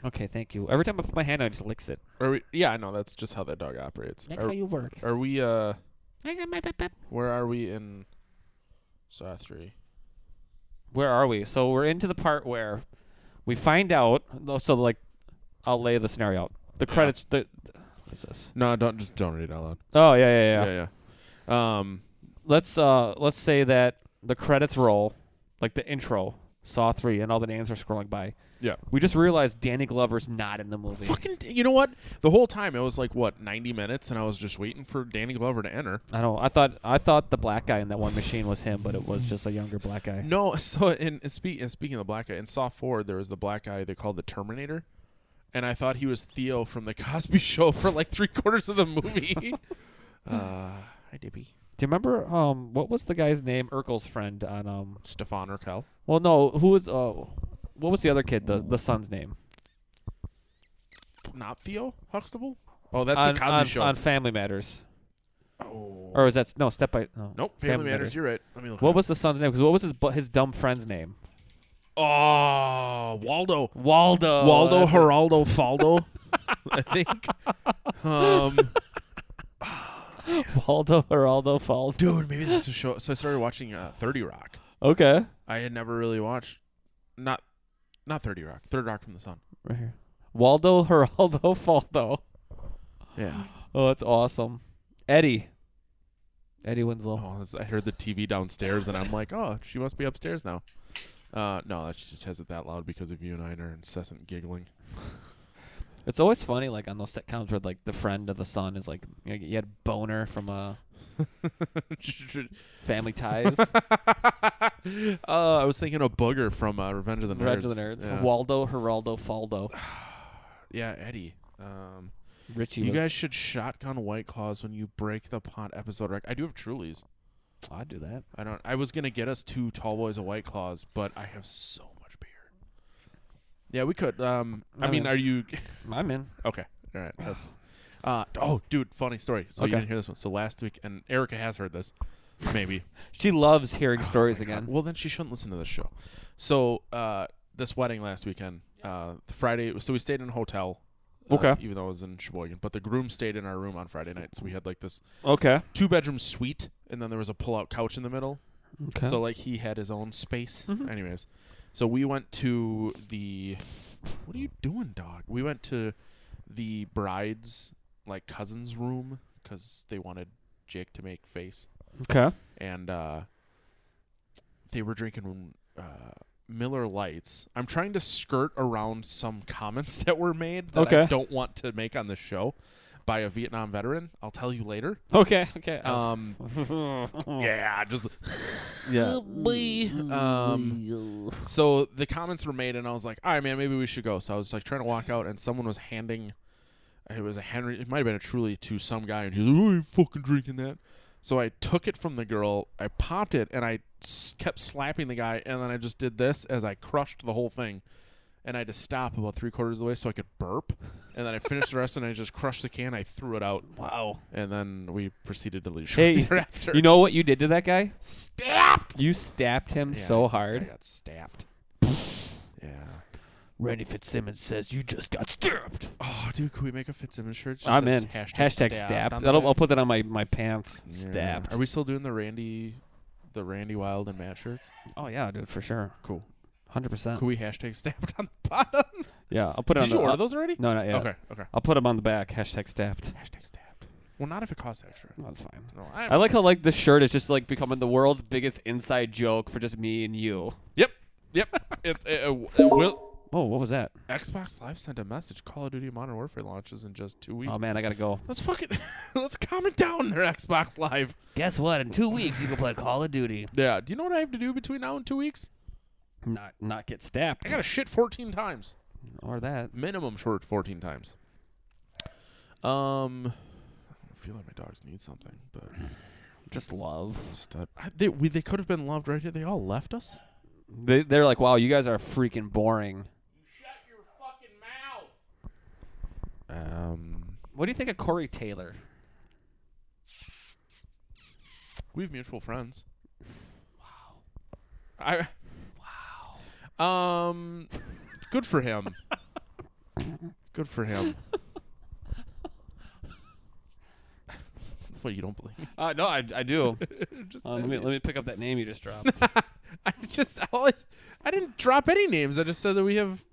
Okay, thank you. Every time I put my hand, on it, it just licks it.
Are we? Yeah, I know. That's just how that dog operates.
That's
are,
how you work.
are we? Uh,
I got my pep, pep.
where are we in Saw three?
where are we? So we're into the part where we find out. So like, I'll lay the scenario out. The
Yeah.
credits. The what is this?
No, don't just don't read it out loud.
Oh yeah, yeah, yeah.
yeah, yeah. Um.
Let's uh, let's say that the credits roll, like the intro, Saw three, and all the names are scrolling by.
Yeah.
We just realized Danny Glover's not in the movie.
fucking you know what the whole time it was like what 90 minutes and i was just waiting for danny glover to enter
I don't. I thought I thought the black guy in that one machine was him, but it was just a younger black guy.
no so in, in spe- in speaking of the black guy in saw 4 there was the black guy they called the terminator and i thought he was theo from the cosby show for like three quarters of the movie uh hi dippy
Do you remember um what was the guy's name? Urkel's friend on um.
stefan urkel
Well, no, who was uh, what was the other kid? The the son's name.
not theo huxtable oh that's
on,
the cosby
on-
show
on Family Matters,
oh
or is that no Step by? No,
nope family, matters, you're right let me look it
What
up.
was the son's name? Because what was his bu- his dumb friend's name?
oh waldo
Waldo.
Uh, Waldo,
That's it.
Geraldo, Faldo, I think. Um,
Waldo. Geraldo. Faldo.
dude maybe that's a show so i started watching uh, 30 rock
Okay.
i had never really watched not not 30 rock third rock from the sun
Right here. Waldo. Geraldo. Faldo.
yeah
Oh, that's awesome. Eddie. Eddie Winslow.
oh that's- i heard the tv downstairs and i'm like oh she must be upstairs now uh no that she just has it that loud because of you and i and our incessant giggling
It's always funny, like on those sitcoms where like the friend of the son is like you, know, you had boner from uh, Family Ties.
uh, i was thinking of booger from uh, revenge of the nerds
Red to the nerds.
yeah,
Waldo. Geraldo. Faldo.
yeah eddie um
Richie.
you
was,
guys should shotgun white claws when you break the pot episode rec i do have trulies
I'd do that.
I don't. I was gonna get us two tall boys of White Claws, but I have so much beer. Yeah, we could. Um, I,
I
mean,
mean-
are you
I'm in.
okay? All right. That's. Uh, oh, dude, funny story. So you
Okay.
didn't hear this one. So last week, and Erica has heard this, maybe.
She loves hearing
Oh
stories
my God.
again.
Well, then she shouldn't listen to this show. So uh, this wedding last weekend, uh, Friday. So we stayed in a hotel uh,
Okay.
even though I was in Sheboygan, but the groom stayed in our room on Friday night, so we had like this
Okay.
two bedroom suite, and then there was a pull out couch in the middle.
Okay.
So like he had his own space. Anyways, so we went to the. What are you doing, dog? We went to the bride's like cousin's room because they wanted Jake to make face,
Okay.
and uh, they were drinking uh, Miller Lights. I'm trying to skirt around some comments that were made that I
Okay.
don't want to make on this show by a Vietnam veteran. I'll tell you later.
Okay. Okay.
Um, yeah, just yeah. Um, so the comments were made, and I was like, "All right, man, maybe we should go." So I was like trying to walk out, and someone was handing. It was a Henry. It might have been a truly to some guy, and he's like, "I ain't fucking drinking that." So I took it from the girl, I popped it, and I s- kept slapping the guy, and then I just did this as I crushed the whole thing, and I had to stop about three quarters of the way so I could burp, and then I finished the rest, and I just crushed the can, I threw it out,
wow.
and then we proceeded to leave shortly
Hey,
thereafter.
you know what you did to that guy?
stabbed.
You stabbed him
Yeah,
so
I
hard.
got stabbed. yeah.
Randy Fitzsimmons says you just got stabbed.
Oh, dude, could we make a Fitzsimmons shirt? Just
I'm
says
in. Hashtag, stabbed. That'll, I'll put that on my, my pants. Stabbed.
Are we still doing the Randy, the Randy Wild and Matt shirts?
Oh, yeah, dude, for sure.
Cool.
100%.
Could we hashtag stabbed on the bottom?
Yeah, I'll put it on
Did you
the,
order
I'll-
those already?
No, not yet.
Okay. Okay.
I'll put them on the back. Hashtag stabbed.
Hashtag stabbed. Well, not if it costs extra.
No, that's fine.
No,
I like how like the shirt is just like becoming the world's biggest inside joke for just me and you.
Yep. Yep. it, it, it, it will.
Oh, what was that?
Xbox Live sent a message. Call of Duty Modern Warfare launches in just two weeks.
Oh man, I gotta go.
let's fucking let's comment down there, Xbox Live.
Guess what? In two weeks, you can play Call of Duty.
Yeah. Do you know what I have to do between now and two weeks?
Not not get
I
stabbed
gotta shit 14 times.
or that.
Minimum short 14 times. Um, I feel like my dogs need something, but
Just love.
just, uh, I- they we, they could have been loved right here. They all left us.
They they're like, wow, you guys are freaking boring.
Um,
What do you think of Corey Taylor?
we have mutual friends. Wow. I. Wow. Um, good for him. good for him. what you don't believe? me?
Uh, no, I, I do.
Just
Uh, let me let me pick up that name you just dropped.
I just all I, I didn't drop any names. I just said that we have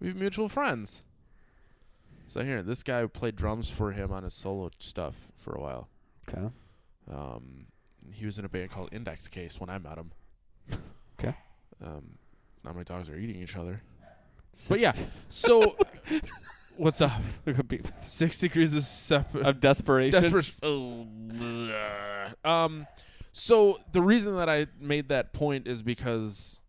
we have mutual friends. So here, this guy played drums for him on his solo stuff for a while.
okay.
Um, he was in a band called Index Case when I met him.
'Kay.
Um, now my dogs are eating each other. But yeah, so what's up? Six degrees of separate.
of desperation.
Desperation. oh, Um, so the reason that I made that point is because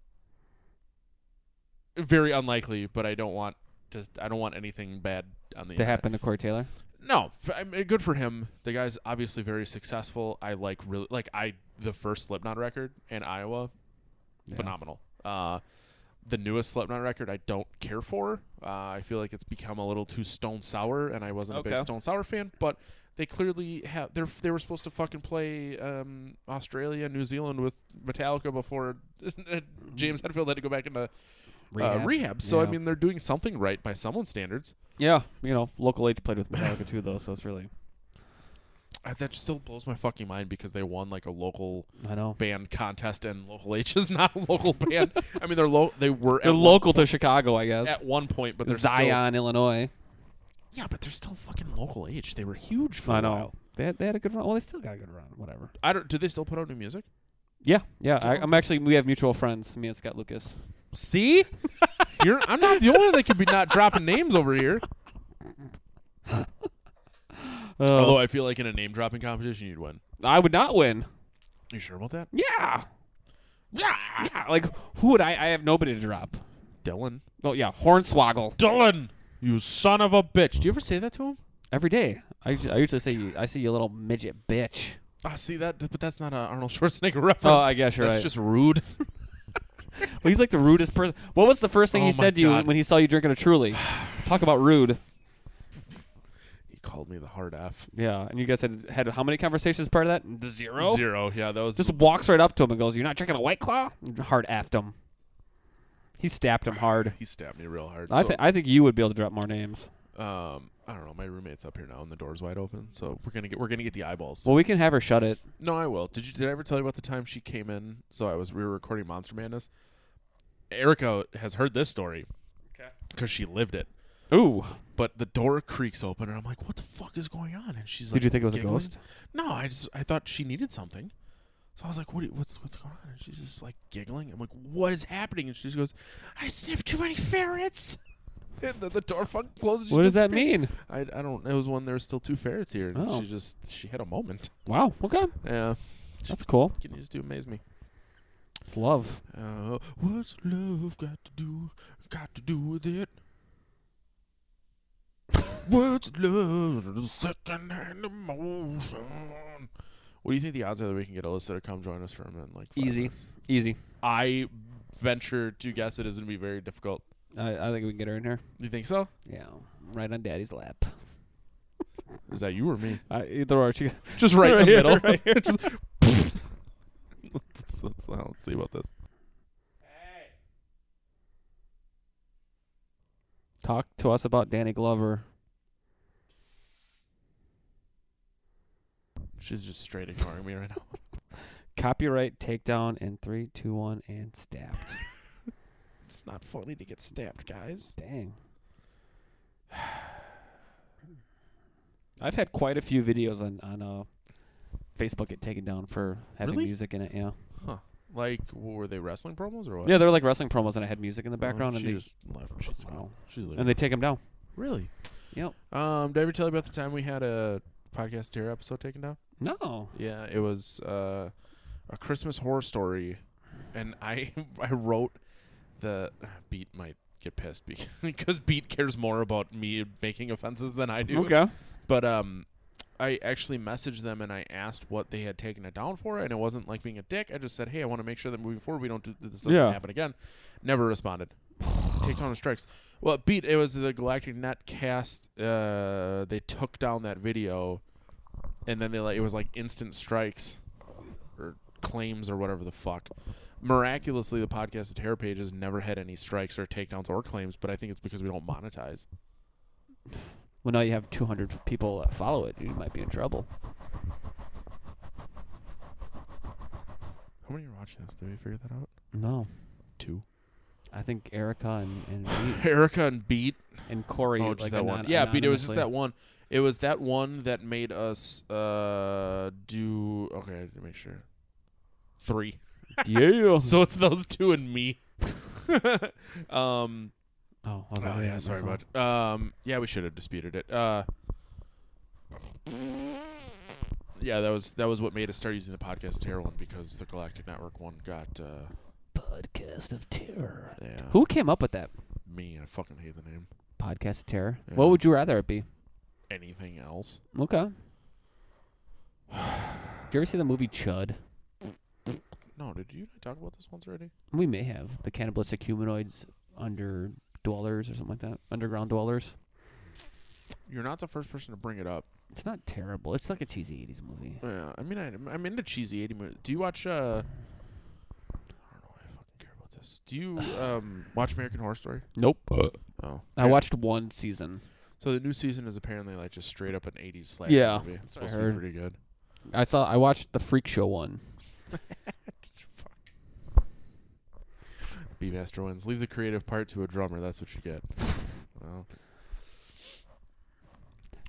very unlikely, but I don't want just I don't want anything bad on the
to
internet.
happen to Corey Taylor.
No, f- I mean, good for him. The guy's obviously very successful. I like really like I the first Slipknot record in Iowa, phenomenal. Uh, the newest Slipknot record I don't care for. Uh, I feel like it's become a little too Stone Sour, and I wasn't a big
Okay.
Stone Sour fan. But they clearly have. They they were supposed to fucking play um, Australia, New Zealand with Metallica before James Hetfield had to go back into rehab. Uh, rehab. So I
Yeah.
mean, they're doing something right by someone's standards.
Yeah, you know, local age played with Metallica too, though, so it's really
I, that still blows my fucking mind because they won like a local
I know.
band contest and local H is not a local band. I mean, they're lo- they were
They're
at
local to Chicago, I guess.
one, at one point, but they're
Zion, Illinois.
Still, yeah, but they're still fucking local H. They were huge for
I
a
know.
while.
Oh, They had, they had a good run. Well, they still got a good run. Whatever.
I don't. Do they still put out new music?
Yeah, yeah. I, I'm actually. We have mutual friends. Me and Scott Lucas.
See, You're, I'm not the only one that can be not dropping names over here. Oh. Although I feel like in a name dropping competition, you'd win.
I would not win.
You sure about that?
Yeah. Yeah. yeah. Like who would I? I have nobody to drop.
Dylan.
Oh yeah, Hornswoggle.
Dylan, you son of a bitch. Do you ever say that to him?
Every day. I, us- I usually say you, I see you little midget bitch.
Ah, see that, but that's not an Arnold Schwarzenegger reference.
Oh, I guess you're
That's
right.
just rude.
Well, he's like the rudest person. What was the first thing
Oh
he
my
said to you
God.
when he saw you drinking a Truly? Talk about rude.
He called me the hard F.
Yeah, and you guys had had how many conversations prior to that? The zero.
Zero. Yeah, that was
Just walks right up to him and goes, "You're not drinking a White Claw?" Hard aft him. He stabbed him hard.
He stabbed me real hard.
I
so-
think I think you would be able to drop more names.
Um, I don't know. My roommate's up here now, and the door's wide open, so we're gonna get we're gonna get the eyeballs.
Well, we can have her shut it.
No, I will. Did you did I ever tell you about the time she came in? So I was we were recording Monster Madness. Erica has heard this story because she lived it.
Ooh.
But the door creaks open, and I'm like, "What the fuck is going on?" And she's like,
Did you think it was a
giggling.
ghost?
No, I just I thought she needed something, so I was like, "What? do you- What's what's going on?" And she's just like giggling. I'm like, "What is happening?" And she just goes, "I sniffed too many ferrets." and then the door fucking closes. she
What does that
disappears.
mean?
I, I don't. It was when there were still two ferrets here, and
Oh.
she just she had a moment.
Wow. Okay.
Yeah,
That's cool.
can you just do amaze me?
It's love.
Uh, what's love got to do? Got to do with it? what's love? The secondhand emotion. What do you think the odds are that we can get Alyssa to come join us for a minute? Like five
Easy.
minutes?
Easy.
I venture to guess it is going to be very difficult.
I, I think we can get her in here.
You think so?
Yeah. Right on daddy's lap.
Is that you or me?
Uh, either or. She,
Just right, in the
Right here,
middle.
right here.
Just let's, let's, let's see about this.
talk to us about Danny Glover.
She's just straight ignoring me right now.
Copyright takedown in three, two, one, and stabbed.
It's not funny to get stabbed, guys.
Dang. I've had quite a few videos on on uh, Facebook get taken down for having
Really?
music in it. Yeah.
Like, w- were they wrestling promos or what?
Yeah, they were like wrestling promos, and I had music in the
Oh,
background,
she
and they
just left. She's like,
wow.
she's like,
and they take them down.
really.
Yep.
Um, did I ever tell you about the time we had a podcast terror episode taken down?
No.
Yeah, it was uh, a Christmas horror story, and I I wrote the beat might get pissed because beat cares more about me making offenses than I do.
Okay.
But um, I actually messaged them and I asked what they had taken it down for, and it wasn't like being a dick. I just said, "Hey, I want to make sure that moving forward we don't do this doesn't
Yeah.
happen again." Never responded. Takedown and strikes. Well, it beat it was the Galactic Net cast. Uh, they took down that video, and then they like it was like instant strikes or claims or whatever the fuck. Miraculously, the podcast at Terror Page has never had any strikes or takedowns or claims, but I think it's because we don't monetize.
Well, now you have 200 f- people that follow it. You might be in trouble.
How many are watching this? Did we figure that out?
No.
Two.
I think Erica and and, Reed
Erica and Beat.
and Corey.
Oh,
like,
just that one.
anon-
Yeah, Beat. It was just
anonymously.
that one. It was that one that made us uh do. Okay, I need to make sure. Three.
yeah.
So it's those two and me. um.
Oh, was
oh,
that-
yeah.
that's
Sorry
all.
about. it. Um. Yeah, we should have disputed it. Uh. Yeah, that was that was what made us start using the podcast Terror one because the Galactic Network one got uh
Podcast of Terror.
yeah
Who came up with that
me I fucking hate the name
podcast of terror?
Yeah.
What would you rather it be?
anything else
Okay. Did you ever see the movie Chud?
no did you and I talk about this once already
We may have the cannibalistic humanoids under dwellers or something like that. Underground dwellers.
You're not the first person to bring it up.
It's not terrible. It's like a cheesy '80s movie.
Yeah, I mean, I, I'm into cheesy 80 movies. Do you watch, uh, I don't know why I fucking care about this. Do you, um, watch American Horror Story?
Nope.
Oh.
I watched one season.
So the new season is apparently, like, just straight up an 80s slasher
Yeah,
movie. It's
what I
supposed to be
heard.
pretty good.
I saw. I watched the Freak Show one.
B Master wins. Leave the creative part to a drummer. That's what you get. well,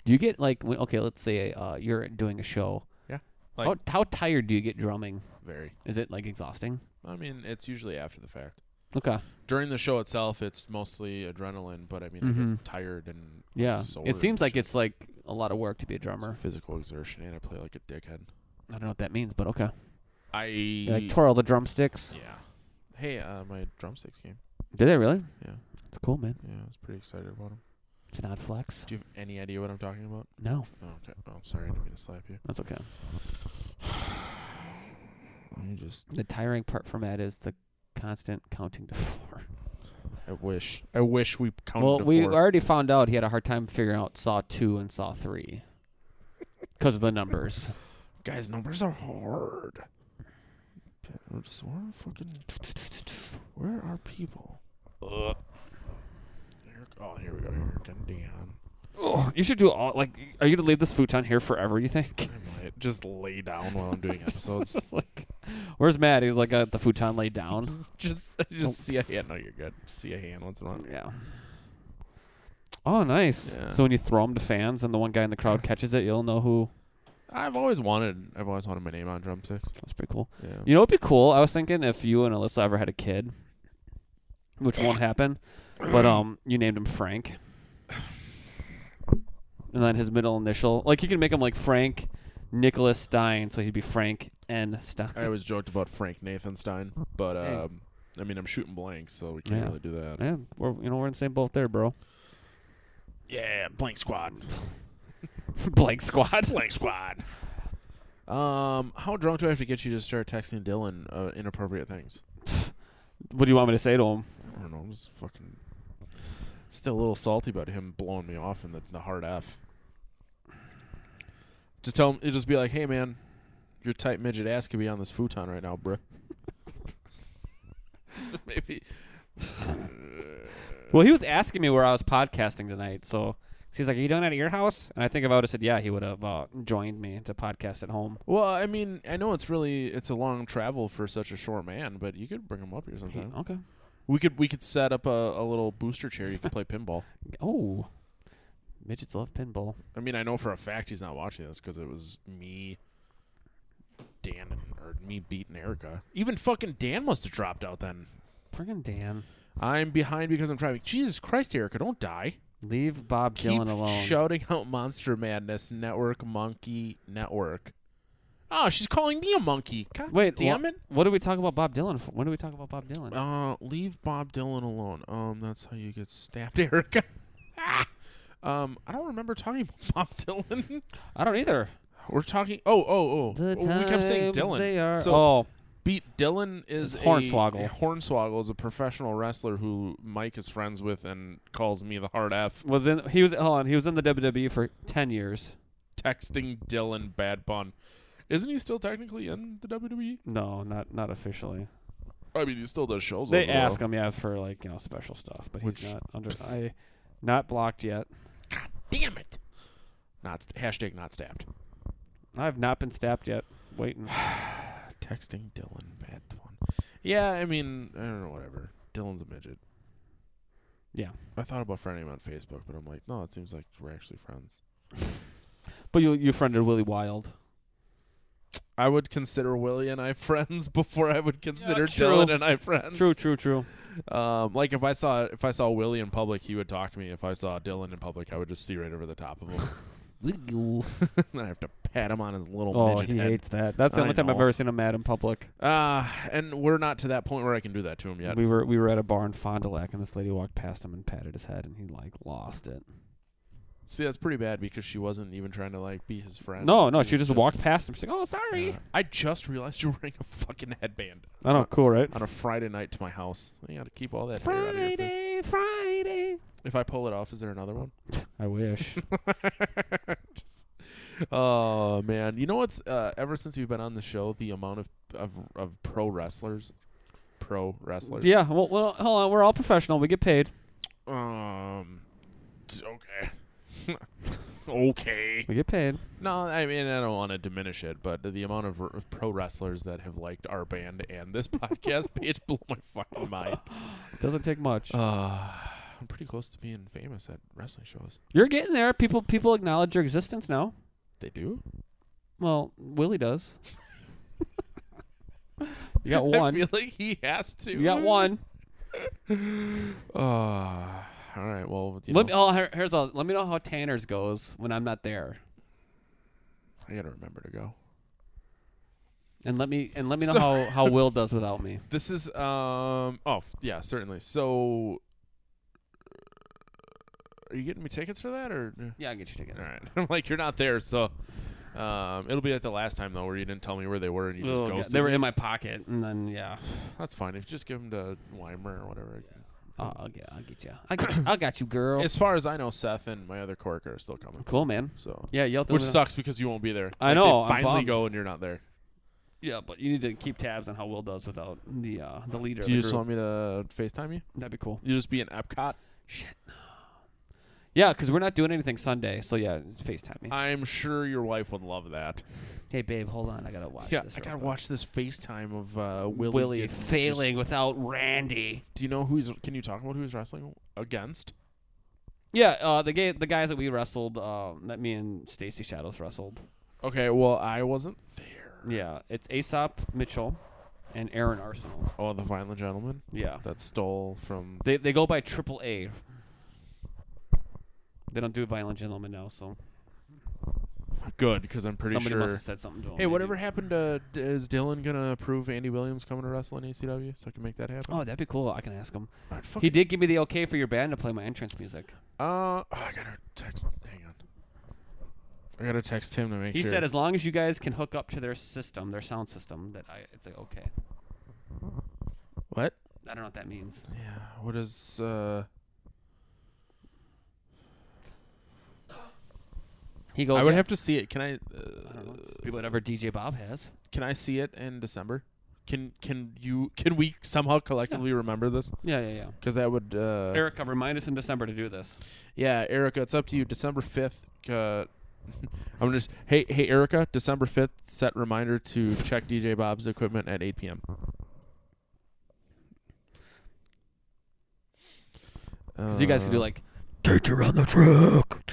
Do you get like when? Okay, let's say uh, you're doing a show.
Yeah,
how, how tired do you get drumming?
very.
Is it like exhausting?
I mean, it's usually after the fact.
Okay.
During the show itself, it's mostly adrenaline, but I mean, I
Mhm.
get tired and
Yeah.
Sore
it seems
and
like
shit.
it's like a lot of work to be a
it's
drummer.
physical exertion, and I play like a dickhead.
I don't know what that means, but okay.
I
You, like tore all the drumsticks.
Yeah. Hey, uh, my drumsticks came.
Did they really?
Yeah.
It's cool, man.
Yeah, I was pretty excited about them.
It's an odd flex.
Do you have any idea what I'm talking about?
No,
Oh, okay. Oh, I'm sorry. I didn't mean to slap you.
that's okay.
Let me just.
The tiring part from that is the constant counting to four.
I wish. I wish we counted.
well,
to
we
four.
already found out he had a hard time figuring out Saw 2 and Saw 3 because of the numbers.
Guys, numbers are hard. Okay, we're just- we're fucking. Where are people? Eric- Oh, here we go. Eric and Dan.
Ugh, you should do all. Like, are you gonna leave this futon here forever? You think?
Might Just lay down while I'm doing episodes.
It's like, where's Matt? He's like uh, the futon laid down.
just just see a hand. No, you're good. Just see a hand once in a while.
Um, Yeah. Oh, nice.
Yeah.
So when you throw them to fans and the one guy in the crowd catches it, you'll know who.
I've always wanted. I've always wanted my name on drumsticks.
That's pretty cool.
Yeah.
You know, it'd be cool. I was thinking if you and Alyssa ever had a kid, which won't happen, but um, you named him Frank, and then his middle initial. Like you can make him like Frank Nicholas Stein, so he'd be Frank N Stein.
I always joked about Frank Nathanstein, but
Dang.
um, I mean, I'm shooting blanks, so we can't
Yeah.
really do that.
Yeah, we're you know we're in the same boat there, bro.
Yeah, blank squad.
Blank squad.
blank squad. Um, how drunk do I have to get you to start texting Dylan uh, inappropriate things?
What do you want me to say to him?
I don't know. I'm just fucking still a little salty about him blowing me off in the, the hard F. Just tell him. It'll just be like, hey man, your tight midget ass could be on this futon right now, bruh. Maybe.
Well, he was asking me where I was podcasting tonight, so 'cause he's like, "Are you doing it at your house?" And I think if I would have said, "Yeah," he would have uh, joined me to podcast at home.
Well, I mean, I know it's really it's a long travel for such a short man, but you could bring him up here
He-
sometime.
okay.
We could we could set up a, a little booster chair. You could play pinball.
Oh, midgets love pinball.
I mean, I know for a fact he's not watching this because it was me, Dan, and or me beating Erica. Even fucking Dan must have dropped out then.
Friggin' Dan,
I'm behind because I'm driving. Jesus Christ, Erica, don't die.
leave Bob Dylan
Keep
alone.
shouting out Monster Madness Network Monkey Network. Oh, she's calling me a monkey. God
Wait,
damn
wha-
it.
What do we talk about Bob Dylan? For? When do we talk about Bob Dylan?
Uh, leave Bob Dylan alone. Um, that's how you get stabbed, Erica. um, I don't remember talking about Bob Dylan.
I don't either.
We're talking. Oh, oh, oh.
The
Oh, we kept saying
times
Dylan.
They are,
so
oh,
beat Dylan is
Hornswoggle.
A, Hornswoggle is a professional wrestler who Mike is friends with and calls me the hard F.
was in he was hold on he was in the WWE for ten years.
Texting Dylan bad pun. Isn't he still technically in the WWE?
No, not not officially.
I mean, he still does shows.
They
over there.
ask him, yeah, for like you know special stuff, but
Which-
he's not under. I not blocked yet.
Damn it. Not st- hashtag not stabbed.
I've not been stabbed yet. Waiting.
Texting Dylan bad pun. Yeah, I mean, I don't know. Whatever. Dylan's a midget.
Yeah,
I thought about friending him on Facebook, but I'm like, no, it seems like we're actually friends.
but you you friended Willie Wild.
I would consider Willie and I friends before I would consider
true.
Dylan and I friends.
True, true, true.
Um, like if I saw if I saw Willie in public, he would talk to me. If I saw Dylan in public, I would just see right over the top of him. then I have to pat him on his little
Oh,
midget
he
head.
hates that. That's the
I
only time I've
know.
ever seen him mad in public.
Uh, and we're not to that point where I can do that to him yet.
We were we were at a bar in Fond du Lac, and this lady walked past him and patted his head, and he like lost it.
see, that's pretty bad because she wasn't even trying to like be his friend.
No, no,
was
she just walked past him. She's like, "Oh, sorry."
Yeah. I just realized you're wearing a fucking headband
I know, cool, right?
on a Friday night to my house. You got to keep all that hair out of your face.
Friday, Friday.
If I pull it off, is there another one?
I wish.
Just- oh man, you know what's uh, ever since you've been on the show, the amount of of, of pro wrestlers, pro wrestlers.
yeah. Well, well, hold on. We're all professional. We get paid.
Um. t- Okay. okay.
We get paid.
No, I mean I don't want to diminish it, but the amount of r- pro wrestlers that have liked our band and this podcast page blew my fucking mind.
Doesn't take much.
Uh, I'm pretty close to being famous at wrestling shows.
You're getting there. People people acknowledge your existence now.
They do.
Well, Willie does. you got
I
one.
feel like he has to.
You got one.
Uh, all right. Well, you
Let me.
know,
Oh, here- here's a. Let me know how Tanner's goes when I'm not there,
I gotta remember to go.
and let me and let me know
So-
how how Will does without me.
This is um. Oh f- yeah, certainly. So, are you getting me tickets for that or?
Yeah, I'll get you tickets.
All right. I'm like, you're not there, so. Um, it'll be like the last time though, where you didn't tell me where they were and you just
Oh, God,
ghosted.
They were
me.
in my pocket, and then yeah,
That's fine. If you just give them to Weimer or whatever.
oh, I'll get I'll get you. I got I got you, girl.
As far as I know, Seth and my other coworker are still coming.
cool, man.
So,
Yeah, yell.
which sucks because you won't be there. Like, they
I know, I'm
finally
bummed.
go and you're not there.
Yeah, but you need to keep tabs on how Will does without the uh the leader. of
Do
the
you just
group.
want me to Facetime you?
That'd be cool.
You just be in Epcot.
Shit. Yeah, because we're not doing anything Sunday. So yeah, FaceTime me.
I'm sure your wife would love that.
hey, babe, hold on. I gotta watch
yeah,
this.
I
real
gotta
quick.
watch this FaceTime of uh, Willie,
Willie
getting just-
failing without Randy.
do you know who he's? Can you talk about who he's wrestling against?
Yeah, uh, the gay, the guys that we wrestled, um, that me and Stacy Shadows wrestled.
Okay, well I wasn't there.
Yeah, it's Aesop Mitchell and Aaron Arsenal.
Oh, the violent gentleman
Yeah,
that stole from.
they they go by Triple A. They don't do Violent Gentleman now, so
Good, because I'm pretty
somebody
sure.
must have said something to him.
Hey, whatever
Happened?
happened to d- is Dylan gonna approve Andy Williams coming to wrestle in ACW so I can make that happen?
Oh, that'd be cool. I can ask him.
Alright, fuck
He
it.
did give me the okay for your band to play my entrance music.
Uh, oh, I gotta text. Hang on. I gotta text him to make
He
sure.
said as long as you guys can hook up to their system, their sound system, that I it's like okay.
what?
I don't know what that means.
Yeah. What is uh?
He goes.
I would
"Yeah,
have to see it. Can I?
I don't
Uh,
know. Be whatever DJ Bob has.
can I see it in December? Can can you can we somehow collectively remember this?
Yeah, yeah, yeah.
Because that would uh,
Erica, remind us in December to do this.
yeah, Erica, it's up to you. December fifth. Uh, I'm gonna just hey hey Erica, December fifth. Set reminder to check DJ Bob's equipment at 8 p.m.
Because you guys could do
Uh,
like,
Dirt around the truck.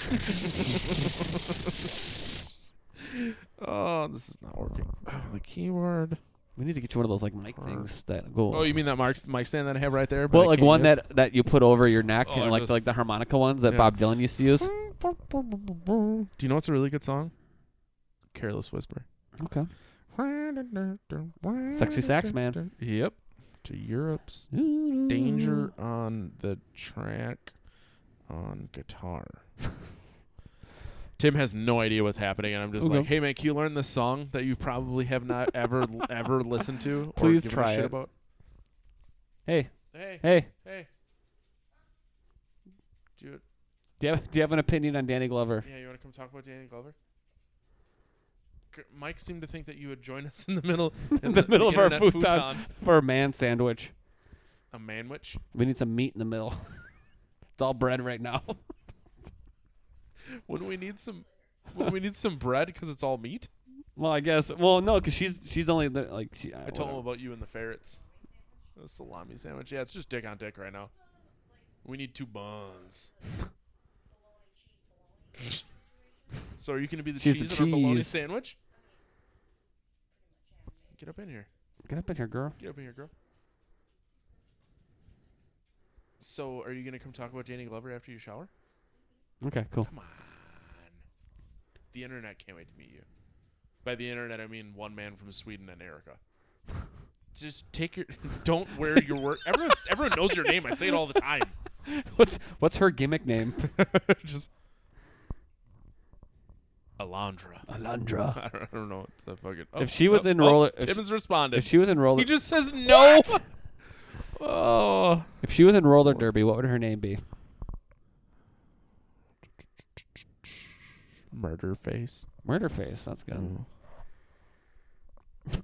Oh, this is not working. Oh, the keyboard.
we need to get you one of those like mic things that go.
Oh, you mean that mic, mic stand that I have right there? but
well,
I
like
can't
one
use?
that that you put over your neck
Oh, I
and like
just-
like the harmonica ones that
Yeah.
Bob Dylan used to use.
Do you know what's a really good song? Careless Whisper.
Okay. Sexy sax man.
Yep. To Europe's Danger
Hmm.
on the track on guitar. Tim has no idea what's happening, and I'm just
Okay.
like, "Hey man, can you learn this song that you probably have not ever ever listened to?
Please
or given
try
a shit
it.
about?"
Hey,
Hey,
hey.
hey, do you,
Do you have do you have an opinion on Danny Glover?
yeah, you want to come talk about Danny Glover? G- Mike seemed to think that you would join us in the middle
In the middle of our
internet
futon. for a man sandwich.
a manwich.
We need some meat in the middle. it's all bread right now.
Wouldn't we need some? Wouldn't we need some bread because it's all meat?
well, I guess. Well, no, because she's she's only the, like she, uh,
I told him about you and the ferrets. A salami sandwich. Yeah, it's just dick on dick right now. We need two buns. so are you going to be the
She's the
cheese in our bologna
cheese.
sandwich? Get up in here.
Get up in here, girl.
Get up in here, girl. So are you going to come talk about Danny Glover after you shower?
Okay, cool.
Come on. The internet can't wait to meet you. By the internet, I mean one man from Sweden and Erica. Just take your. Don't wear your work. Everyone, everyone knows your name. I say it all the time.
What's what's her gimmick name?
Just. Alondra.
Alondra.
I don't, I don't know. It's a fucking. oh,
If she was
oh,
in
oh,
roller- if
Tim
she-
has responded.
if she was in roller
he just says no. oh.
if she was in roller derby, what would her name be?
Murder face.
Murder face. That's good.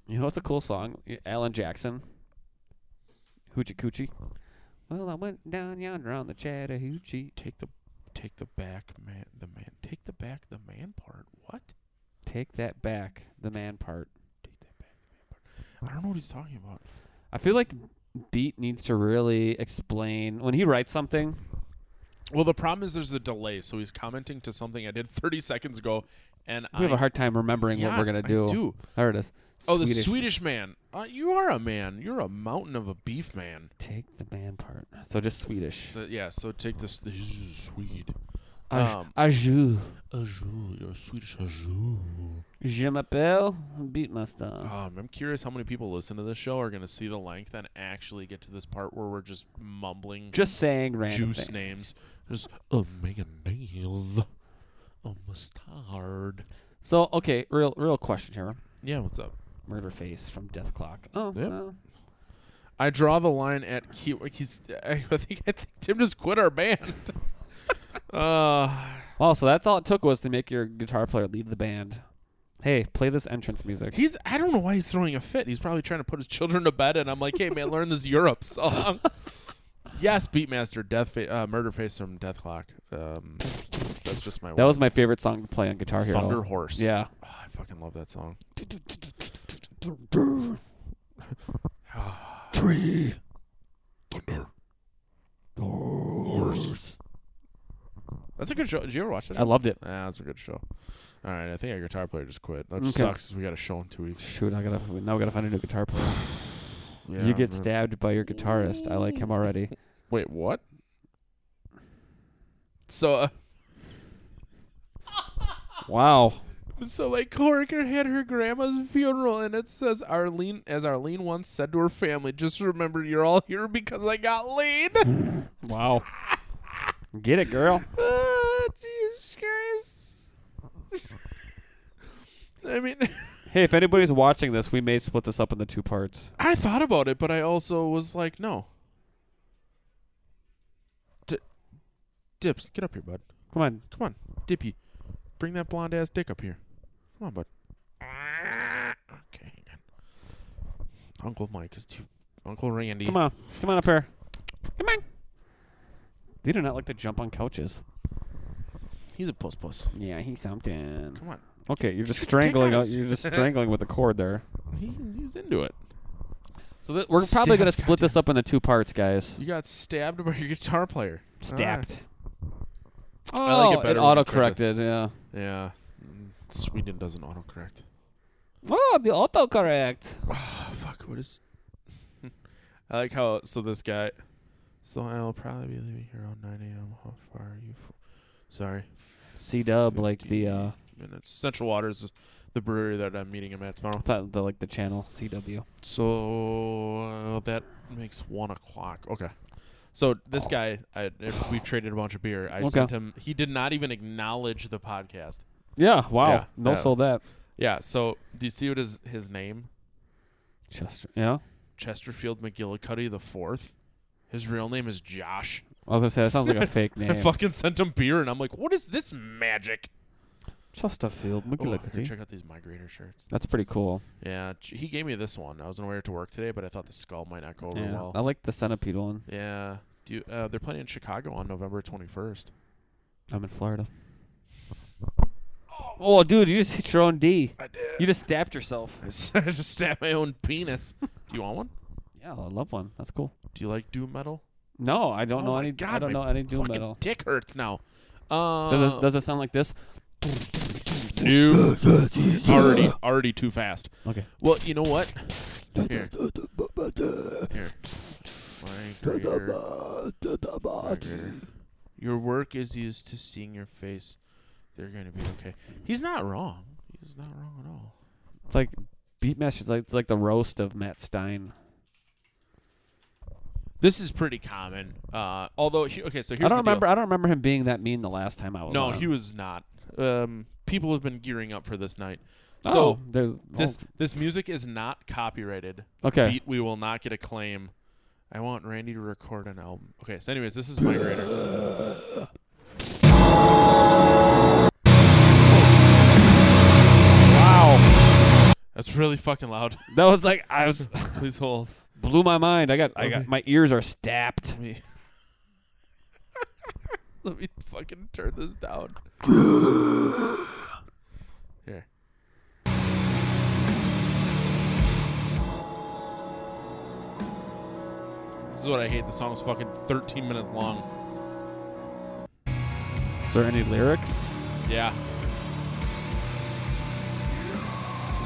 You know, it's a cool song. Y- Alan Jackson. Hoochie Coochie. Well, I went down yonder on the Chattahoochee.
Take the, take the back man. The man. Take the back the man part. What?
Take that back, the man part.
Take that back, man. I don't know what he's talking about.
I feel like Beat needs to really explain when he writes something.
Well, the problem is there's a delay, so he's commenting to something I did 30 seconds ago, and
We have
I
a hard time remembering what we're
Yes,
gonna
I
do.
do.
There it is.
oh the
Swedish-
Swedish man. Uh, you are a man. You're a mountain of a beef man.
Take the man part. So just Swedish.
So, yeah. So take this, this is a Swede.
Aj-
Um,
Ajou.
Azul, you're a Swedish Azul.
Je m'appelle Beat Mustang.
Um, I'm curious how many people listen to this show are going to see the length and actually get to this part where we're just mumbling
Just saying random
juice
things.
names. Just a mayonnaise, a mustard.
So okay, real real question here.
Yeah, what's up?
Murder face from Death Clock. Oh,
Yep.
well.
I draw the line at key. He's. I think. I think Tim just quit our band. uh,
Well, so that's all it took was to make your guitar player leave the band. Hey, play this entrance music.
he's. I don't know why he's throwing a fit. He's probably trying to put his children to bed, and I'm like, hey man, learn this Europe song. Yes, Beatmaster, Death Fa- uh, Murder Face from Death Clock. Um, that's just my.
That was my favorite song to play on Guitar Hero.
Thunder Horse.
Yeah.
Oh, I fucking love that song.
Tree.
Thunder Horse. That's a good show. Did you ever watch it?
I loved it.
Yeah, that's a good show. All right, I think our guitar player just quit. That
Okay.
sucks. We got to show in two weeks.
Shoot, I gotta now we gotta find a new guitar player.
Yeah,
you
man.
get stabbed by your guitarist. I like him already.
Wait, what? So, uh,
Wow.
so my coworker had her grandma's funeral, and it says Arlene, as Arlene once said to her family, "Just remember, you're all here because I got laid."
Wow. Get it, girl.
Ah, Jesus Christ! I mean,
Hey, if anybody's watching this, we may split this up into two parts.
I thought about it, but I also was like, no. D- Dips, get up here, bud.
Come on.
Come on, Dippy. Bring that blonde ass dick up here. Come on, bud. Okay, hang on. Uncle Mike is too. Uncle Randy.
Come on. Come on up here. Come on. They do not like to jump on couches.
He's a puss puss.
Yeah, he's something.
Come on.
Okay, you're just
Get your dick
strangling.
out.
uh, You're just strangling with the cord there.
He, he's into it.
So we're probably gonna
Stabbed,
split this up into two parts, guys.
You got stabbed by your guitar player.
Stabbed. Oh,
I like it
it
better when I
auto
tried to-
corrected. Yeah.
Ah, yeah. Mm, Sweden doesn't autocorrect.
Oh, the autocorrect.
Oh, fuck. What is. I like how. So this guy. So I'll probably be leaving here around 9 a.m. How far are you? F- Sorry.
C Dub, like the uh,
Minutes. Central Waters is the brewery that I'm meeting him at tomorrow.
thought the like the channel CW.
So uh, that makes one o'clock. Okay. Oh. So this guy, I, I- we traded a bunch of beer. I
Okay.
sent him. He did not even acknowledge the podcast.
Yeah. Wow.
Yeah,
no,
yeah.
sold that.
Yeah. So do you see what is his name?
Chester. Yeah.
Chesterfield McGillicuddy the fourth. His real name is Josh.
I was gonna say that sounds like a fake
I
name.
fucking sent him beer, and I'm like, "What is this magic?"
Chesterfield
Oh, here,
McGillicuddy.
check out these migrator shirts.
That's pretty cool.
Yeah, ch- he gave me this one. I was gonna wear it to work today, but I thought the skull might not go over
Yeah.
well.
I like the centipede one.
Yeah. Do you, uh, they're playing in Chicago on November 21st.
I'm in Florida. Oh, dude, you just hit your own D.
I did.
You just stabbed yourself.
I just stabbed my own penis. Do you want one?
Yeah, I love one. That's cool.
Do you like doom metal?
No, I don't
Oh
know
my
any.
God,
I don't
my
know any doom
Fucking
metal.
dick hurts now. Uh,
Does it, does it sound like this?
Um, dude, already, already too fast.
Okay.
Well, you know what? Here. Here. Migrator. Migrator. Your work is used to seeing your face. They're going to be okay. He's not wrong. He's not wrong at all.
It's like Beatmaster's like it's like the roast of Matt Stein.
This is pretty common. Uh, although, he- okay, so here's
I don't
the deal.
remember. I don't remember him being that mean the last time I was.
No,
on.
he was not. Um, people have been gearing up for this night.
Oh,
So
there-
this this music is not copyrighted.
oh, okay.
Beat we will not get a claim. I want Randy to record an album. Okay, so anyways, this is Migrator.
Wow,
That's really fucking loud.
that was like I was
Please hold
blew my mind. I got I got
Okay.
my ears are stabbed.
me. Let me fucking turn this down. Here. This is what I hate. The song's fucking 13 minutes long.
Is there any lyrics?
Yeah.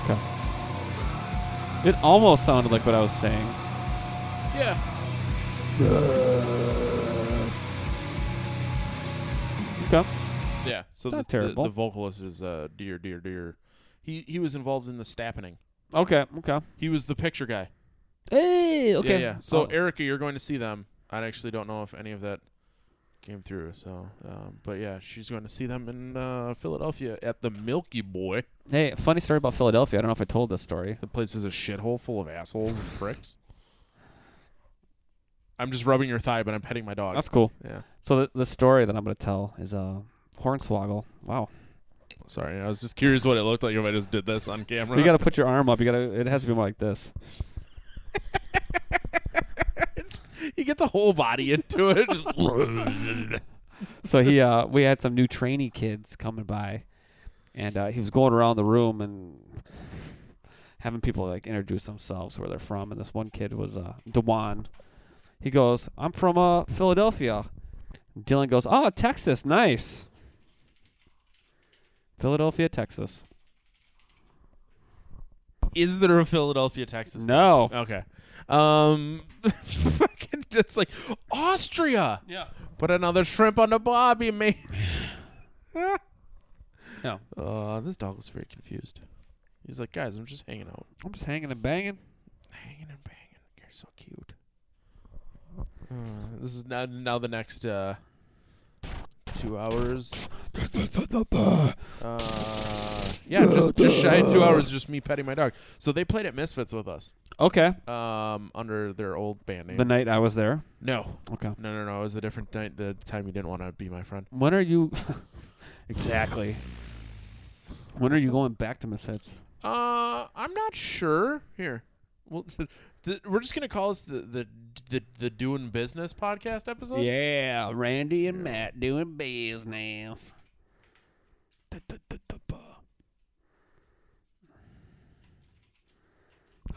Okay. It almost sounded like what I was saying.
Yeah.
Uh, Okay.
Yeah. So
Not
the, the-
terrible.
The, vocalist is uh, dear, dear, dear. He he was involved in the stappening.
Okay. Okay.
He was the picture guy.
Hey.
Yeah, Yeah. So
Oh.
Erica, you're going to see them. I actually don't know if any of that came through. So, um, but yeah, she's going to see them in uh, Philadelphia at the Milky Boy.
Hey, funny story about Philadelphia. I don't know if I told this story.
The place is a shithole full of assholes and pricks. I'm just rubbing your thigh, but I'm petting my dog.
That's cool.
yeah.
So the, the story that I'm going to tell is uh, Hornswoggle. Wow.
Sorry, I was just curious what it looked like if I just did this on camera.
You got to put your arm up. You got to. It has to be more like this.
you get the whole body into it. Just
so he uh we had some new trainee kids coming by and uh, he was going around the room and having people like introduce themselves where they're from and this one kid was uh Dewan. He goes, I'm from uh Philadelphia. Dylan goes, Oh, Texas, nice. Philadelphia, Texas.
Is there a Philadelphia, Texas?
No.
Okay. Um, fucking just like Austria.
Yeah.
Put another shrimp on the bobby, man.
No.
Uh, this dog was very confused. He's like, guys, I'm just hanging out,
I'm just hanging and banging.
hanging and banging. You're so cute. Uh, this is now now the next uh, two hours. Uh, yeah, just just shy of two hours, just me petting my dog. So they played at Misfits with us,
Okay.
um, under their old band name.
The night I was there.
no,
Okay.
no, no, no. It was a different night. The time you didn't want to be my friend.
When are you Exactly. When are you going back to Misfits?
Uh, I'm not sure. Here, we'll, th- we're just gonna call this the the the, the doing business podcast episode.
Yeah, Randy and Matt doing business.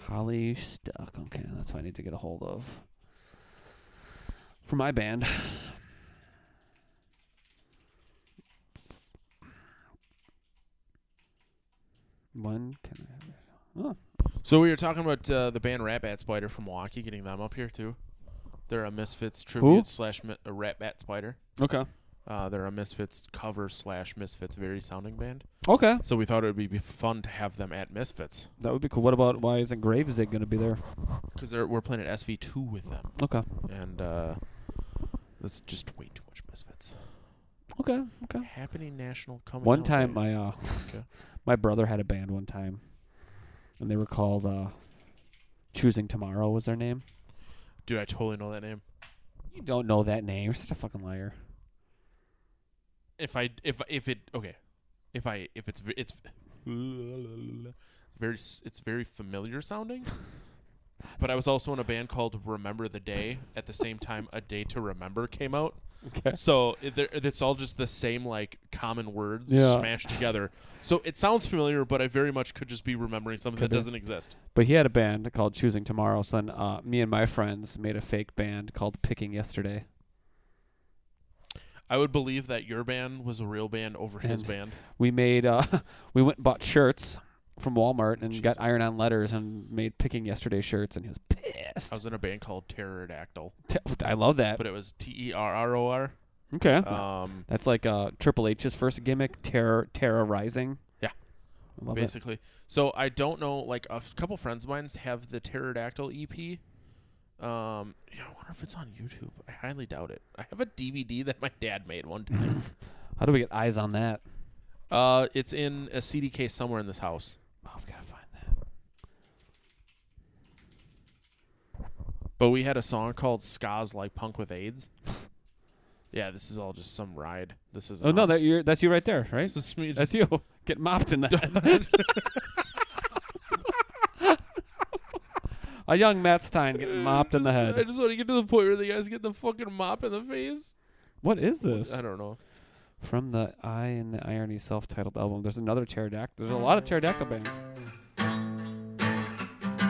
Holly stuck. Okay, that's what I need to get a hold of. For my band. When can I have it?
So we were talking about uh, the band Rat Bat Spider from Milwaukee, getting them up here too. They're a Misfits tribute slash mi- a Rat Bat Spider.
Okay.
Uh, they're a Misfits cover slash Misfits very sounding band.
Okay.
So we thought it would be- be fun to have them at Misfits
That would be cool. What about why isn't Gravesig going to be there?
because we're playing at SV2 with them,
Okay.
and uh, that's just way too much Misfits.
Okay. Okay.
Happening National coming
One
out,
time,
right?
my uh,
Okay.
my brother had a band one time, and they were called uh, "Choosing Tomorrow" was their name.
dude, I totally know that name.
You don't know that name. You're such a fucking liar.
if I if if it okay, if I if it's v- it's very s- it's very familiar sounding. But I was also in a band called Remember the Day at the same time A Day to Remember came out.
Okay.
So it, there- it's all just the same like common words
Yeah.
smashed together. So it sounds familiar, but I very much could just be remembering something
Could
that
be.
doesn't exist.
But he had a band called "Choosing Tomorrow." So then, uh, me and my friends made a fake band called "Picking Yesterday."
I would believe that your band was a real band over his
And-
band.
We made uh, we went and bought shirts from Walmart and
Jesus.
got iron-on letters and made "Picking Yesterday" shirts, and he was pissed.
I was in a band called Terrordactyl,
T- I love that.
Oh. but it was T E R R O R.
Uh, Okay.
Um,
That's like uh, Triple H's first gimmick, terror, terrorizing.
Yeah.
I love it.
basically. So I don't know. Like a f- couple friends of mine have the pterodactyl EP. Um, yeah, I wonder if it's on YouTube. I highly doubt it. I have a DVD that my dad made one time.
How do we get eyes on that?
uh, it's in a CD case somewhere in this house.
Oh, we gotta find that.
But we had a song called "Ska's Like Punk with AIDS." yeah, this is all just some ride. This is
Oh no,
us.
that you that's you right there, right?
This is me
That's
just-
you. Get mopped in that. A young Matt Stein getting mopped in the
I
head.
just want to get to the point where the guys get the fucking mop in the face.
What is this?
I don't know.
From the Eye and the Irony self-titled album. There's another pterodactyl. There's a lot of pterodactyl bands.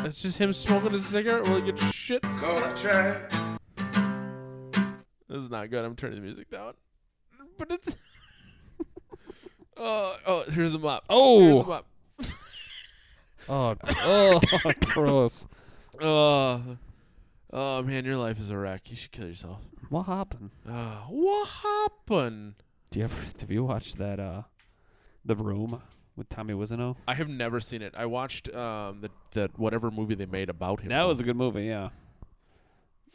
It's just him smoking a cigarette while he gets shit. This is not good. I'm turning the music down. But it's. oh, oh, here's the mop. Here's the
Oh,
mop.
oh, oh, gross.
Oh, oh, man, your life is a wreck. You should kill yourself.
What happened?
Uh, what happened?
Do you ever have you watched that uh The Room with Tommy Wiseau?
I have never seen it. I watched um the, the whatever movie they made about him.
That was a good movie, yeah.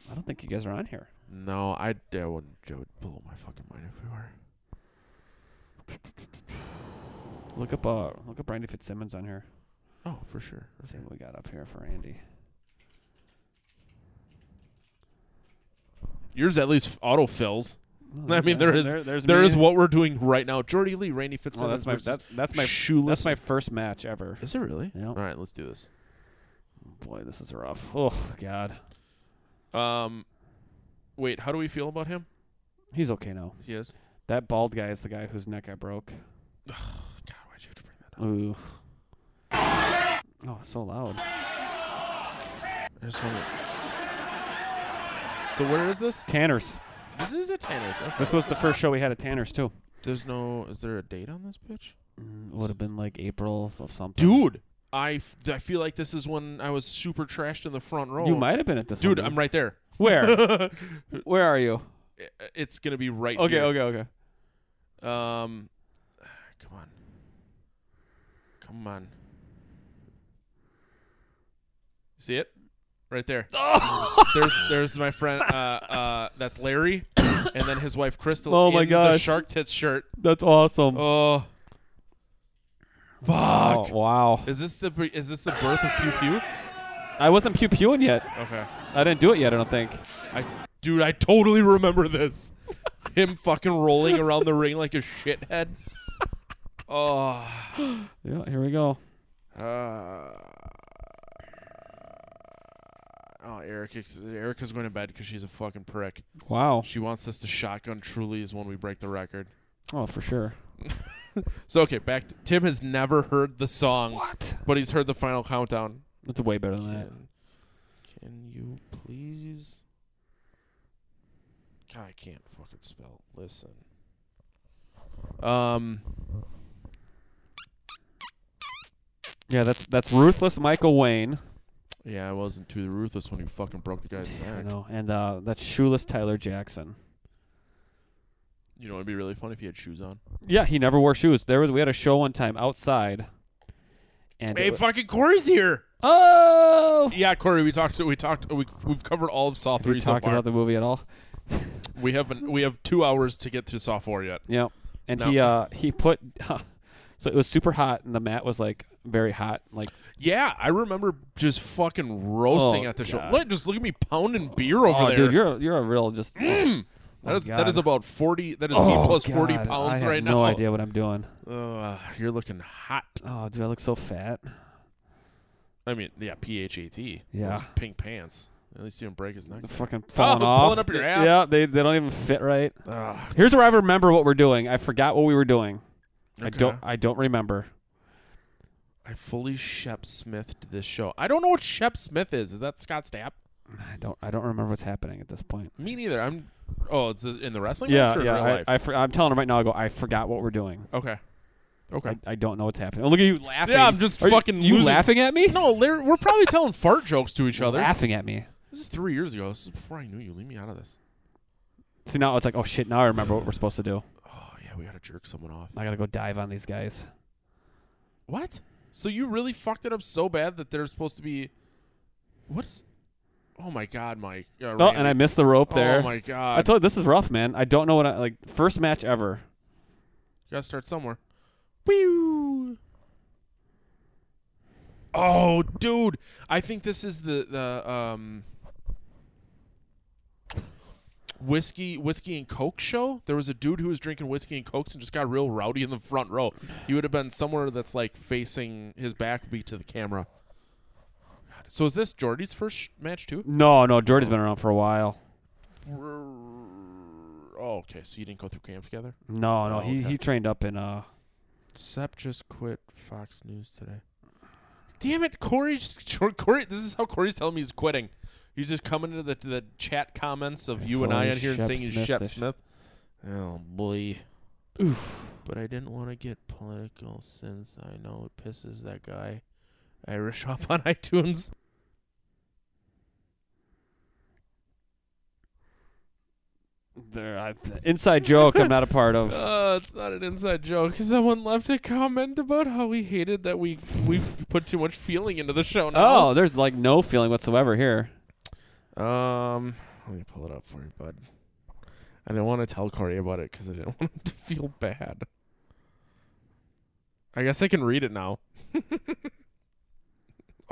I don't think you guys are on here.
no. I, I wouldn't. It would blow my fucking mind if we were.
Look up uh look up Randy Fitzsimmons on here.
Oh, for sure.
Let's see what we got up here for Andy.
Yours at least autofills.
Oh,
I mean,
there-
there is there
there-
is
there's me.
what we're doing right now. Jordy Lee, Randy
Oh,
Fitzsimmons.
that's my
versus-
that, that's my
shoeless-
that's my first match ever.
Is it really?
Yeah.
All right, let's do this.
Boy, this is rough. Oh God.
Um, Wait, how do we feel about him?
He's okay now.
He is.
That bald guy is the guy whose neck I broke.
God, why'd you have to bring that up?
Ooh. Oh, so loud.
I just wanna- So where is this?
Tanner's.
This is at Tanner's. Okay.
This was the first show we had at Tanner's too.
There's no. Is there a date on this bitch? Mm,
Would have been like April or something.
Dude, I, f- I feel like this is when I was super trashed in the front row.
you might have been at this.
Dude,
one,
I'm right there.
Where? Where are you?
It's gonna be right.
Okay,
here.
okay, okay.
Um, come on, come on. See it, right there. there's there's my friend. Uh, uh, that's Larry, and then his wife Crystal.
Oh my
in the
gosh.
shark tits shirt.
That's awesome.
Oh, fuck.
Oh, wow.
Is this the br- is this the birth of Pew Pew?
I wasn't pew pewing yet.
Okay,
I didn't do it yet. I don't think.
I dude, I totally remember this. Him fucking rolling around the ring like a shithead. Oh.
Yeah, here we go.
Uh, oh, Eric! is- Erica's going to bed because she's a fucking prick.
Wow.
She wants us to shotgun. Truly, is when we break the record.
Oh, for sure.
So okay, back. To, Tim has never heard the song, but he's heard the final countdown.
That's way better than that.
Can, can you please? God, I can't fucking spell. Listen. Um.
Yeah, that's that's ruthless Michael Wayne.
Yeah, I wasn't too ruthless when you fucking broke the guy's
I
neck.
know, and uh, that's shoeless Tyler Jackson.
You know, it'd be really funny if he had shoes on.
Yeah, he never wore shoes. There was we had a show one time outside, and it
Hey,
wa-
fucking Corey's here.
oh,
Yeah, Corey, we talked. We talked. We, we've covered all of Saw
have we
three so
talked
far.
about the movie at all?
we haven't. We have two hours to get through Saw four yet.
Yeah, and
No.
he uh he put so it was super hot, and the mat was like very hot, like
Yeah, I remember just fucking roasting
Oh,
at the show.
God.
Look, just look at me pounding beer over
oh
there.
dude, you're you're a real just
That is-
oh,
that
God. Oh,
is about forty. That is me plus forty
God,
pounds
I have
right
no
now.
idea what I'm doing.
Uh, you're looking hot.
Oh, dude, I look so fat.
I mean, yeah, P H A T.
Yeah.
Those pink pants. At least you didn't break his neck.
The fucking falling
they're
off.
Oh, pulling up your ass.
Yeah, they they don't even fit right.
Ugh.
Here's where I remember what we're doing. I forgot what we were doing. I
Okay.
don't I don't remember.
I fully Shep Smithed this show. I don't know what Shep Smith is. Is that Scott Stapp?
I don't I don't remember what's happening at this point.
Me neither. I'm. Oh, it's in the wrestling
yeah,
match or in
yeah.
real
I,
life?
I for, I'm telling him right now. I go. I forgot what we're doing.
Okay. Okay.
I, I don't know what's happening. Oh, look at you laughing.
Yeah, I'm just
Are you-
fucking
You,
losing-
laughing at me?
no, Larry, we're probably telling fart jokes to each other.
laughing at me.
This is three years ago. This is before I knew you. Leave me out of this.
See now it's like, oh shit. Now I remember what we're supposed to do.
Oh yeah, we gotta jerk someone off.
I gotta go dive on these guys.
What? So you really fucked it up so bad that they're supposed to be. What is? Oh my god, Mike. Uh,
Oh, and I missed the rope there.
Oh my god.
I told you this is rough, man. I don't know what I like. First match ever.
you gotta start somewhere. Whew. Oh, dude. I think this is the the um. Whiskey, whiskey and coke show. There was a dude who was drinking whiskey and cokes and just got real rowdy in the front row. He would have been somewhere that's like facing his back would be to the camera. God. So is this Jordy's first match too?
No, no. Jordy's been around for a while.
Oh, okay. So you didn't go through camp together.
No, no.
Oh,
he
okay.
he trained up in uh.
Sep just quit Fox News today. Damn it, Corey! just- Corey, this is how Corey's telling me he's quitting. He's just coming into the to the chat comments of you and I
Fully
on here and
Shep
saying he's
Smith
Shep
this-
Smith. Oh boy. Oof. But I didn't want to get political since I know it pisses that guy Irish off on iTunes.
There, I, inside joke. I'm not a part of.
Uh, it's not an inside joke. Someone left a comment about how we hated that we we put too much feeling into the show. Now.
Oh, there's like no feeling whatsoever here.
Um, let me pull it up for you, bud. I didn't want to tell Corey about it because I didn't want him to feel bad. I guess I can read it now.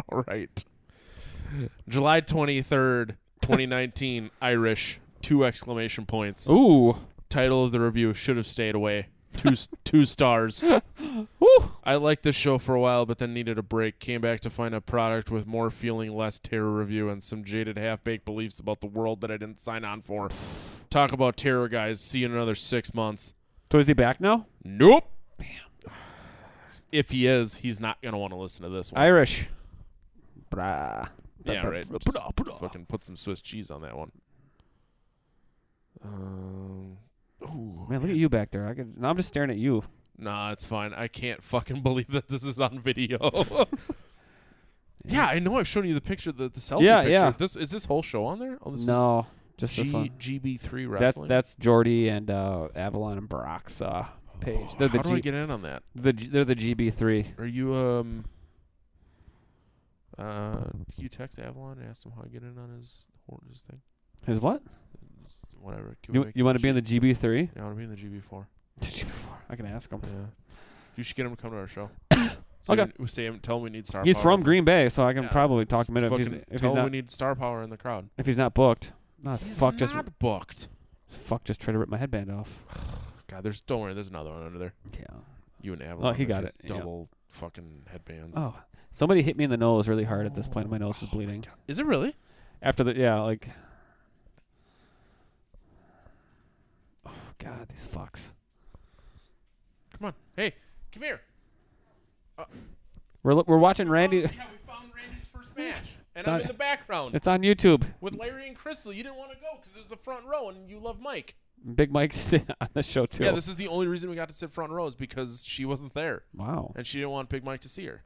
All right. July 23rd, 2019, Irish, two exclamation points.
Ooh.
Title of the review should have stayed away. Two, s- two stars. I liked this show for a while, but then needed a break. Came back to find a product with more feeling, less terror review, and some jaded half baked beliefs about the world that I didn't sign on for. Talk about terror, guys. See you in another six months.
So is he back now?
Nope. If he is, he's not gonna want to listen to this one.
Irish. Brah.
yeah, right. Just fucking put some Swiss cheese on that one. Um. Ooh.
Man, look at you back there. I could, now I'm just staring at you.
Nah, it's fine. I can't fucking believe that this is on video. yeah, I know. I've shown you the picture, the, the selfie
Yeah,
picture.
yeah.
This is this whole show on there? Oh, this
no,
is
just
G-
this one.
GB3
That's
wrestling.
that's Jordy and uh, Avalon and Brock's uh, page. They're the
Oh, How do I
G-
get in on that?
the G- they're the GB3.
Are you um? Uh, can you text Avalon and ask him how to get in on his his thing?
His what?
Whatever. Can we
You,
make
you
that
want to be in
shit?
the GB3?
Yeah, I want to be in the GB4.
GB4. I can ask him.
Yeah. You should get him to come to our show.
Okay.
We, say him, tell him we need star.
He's
power.
from Green Bay, so I can
Yeah,
probably talk
Just
him into if he's
fucking
if
tell
he's
him
not
we need star power in the crowd.
if he's not booked. Ah, fuck, just
not booked.
fuck, just try to rip my headband off.
God, there's don't worry, there's another one under there.
Yeah.
You and Avalon.
Oh, he
with
got
your
it, yeah.
Double fucking headbands.
Oh, somebody hit me in the nose really hard at this point. My nose is bleeding.
Is it really?
After the yeah, like. Oh God, these fucks.
Come on. Hey, come here.
We're lo- we're watching Randy.
Oh, yeah, we found Randy's first match, and
It's
I'm
on-
in the background
It's on YouTube.
with Larry and Crystal. You didn't want to go because it was the front row, and you love Mike.
Big Mike's on the show too.
Yeah, this is the only reason we got to sit front row is because she wasn't there,
wow.
and she didn't want Big Mike to see her.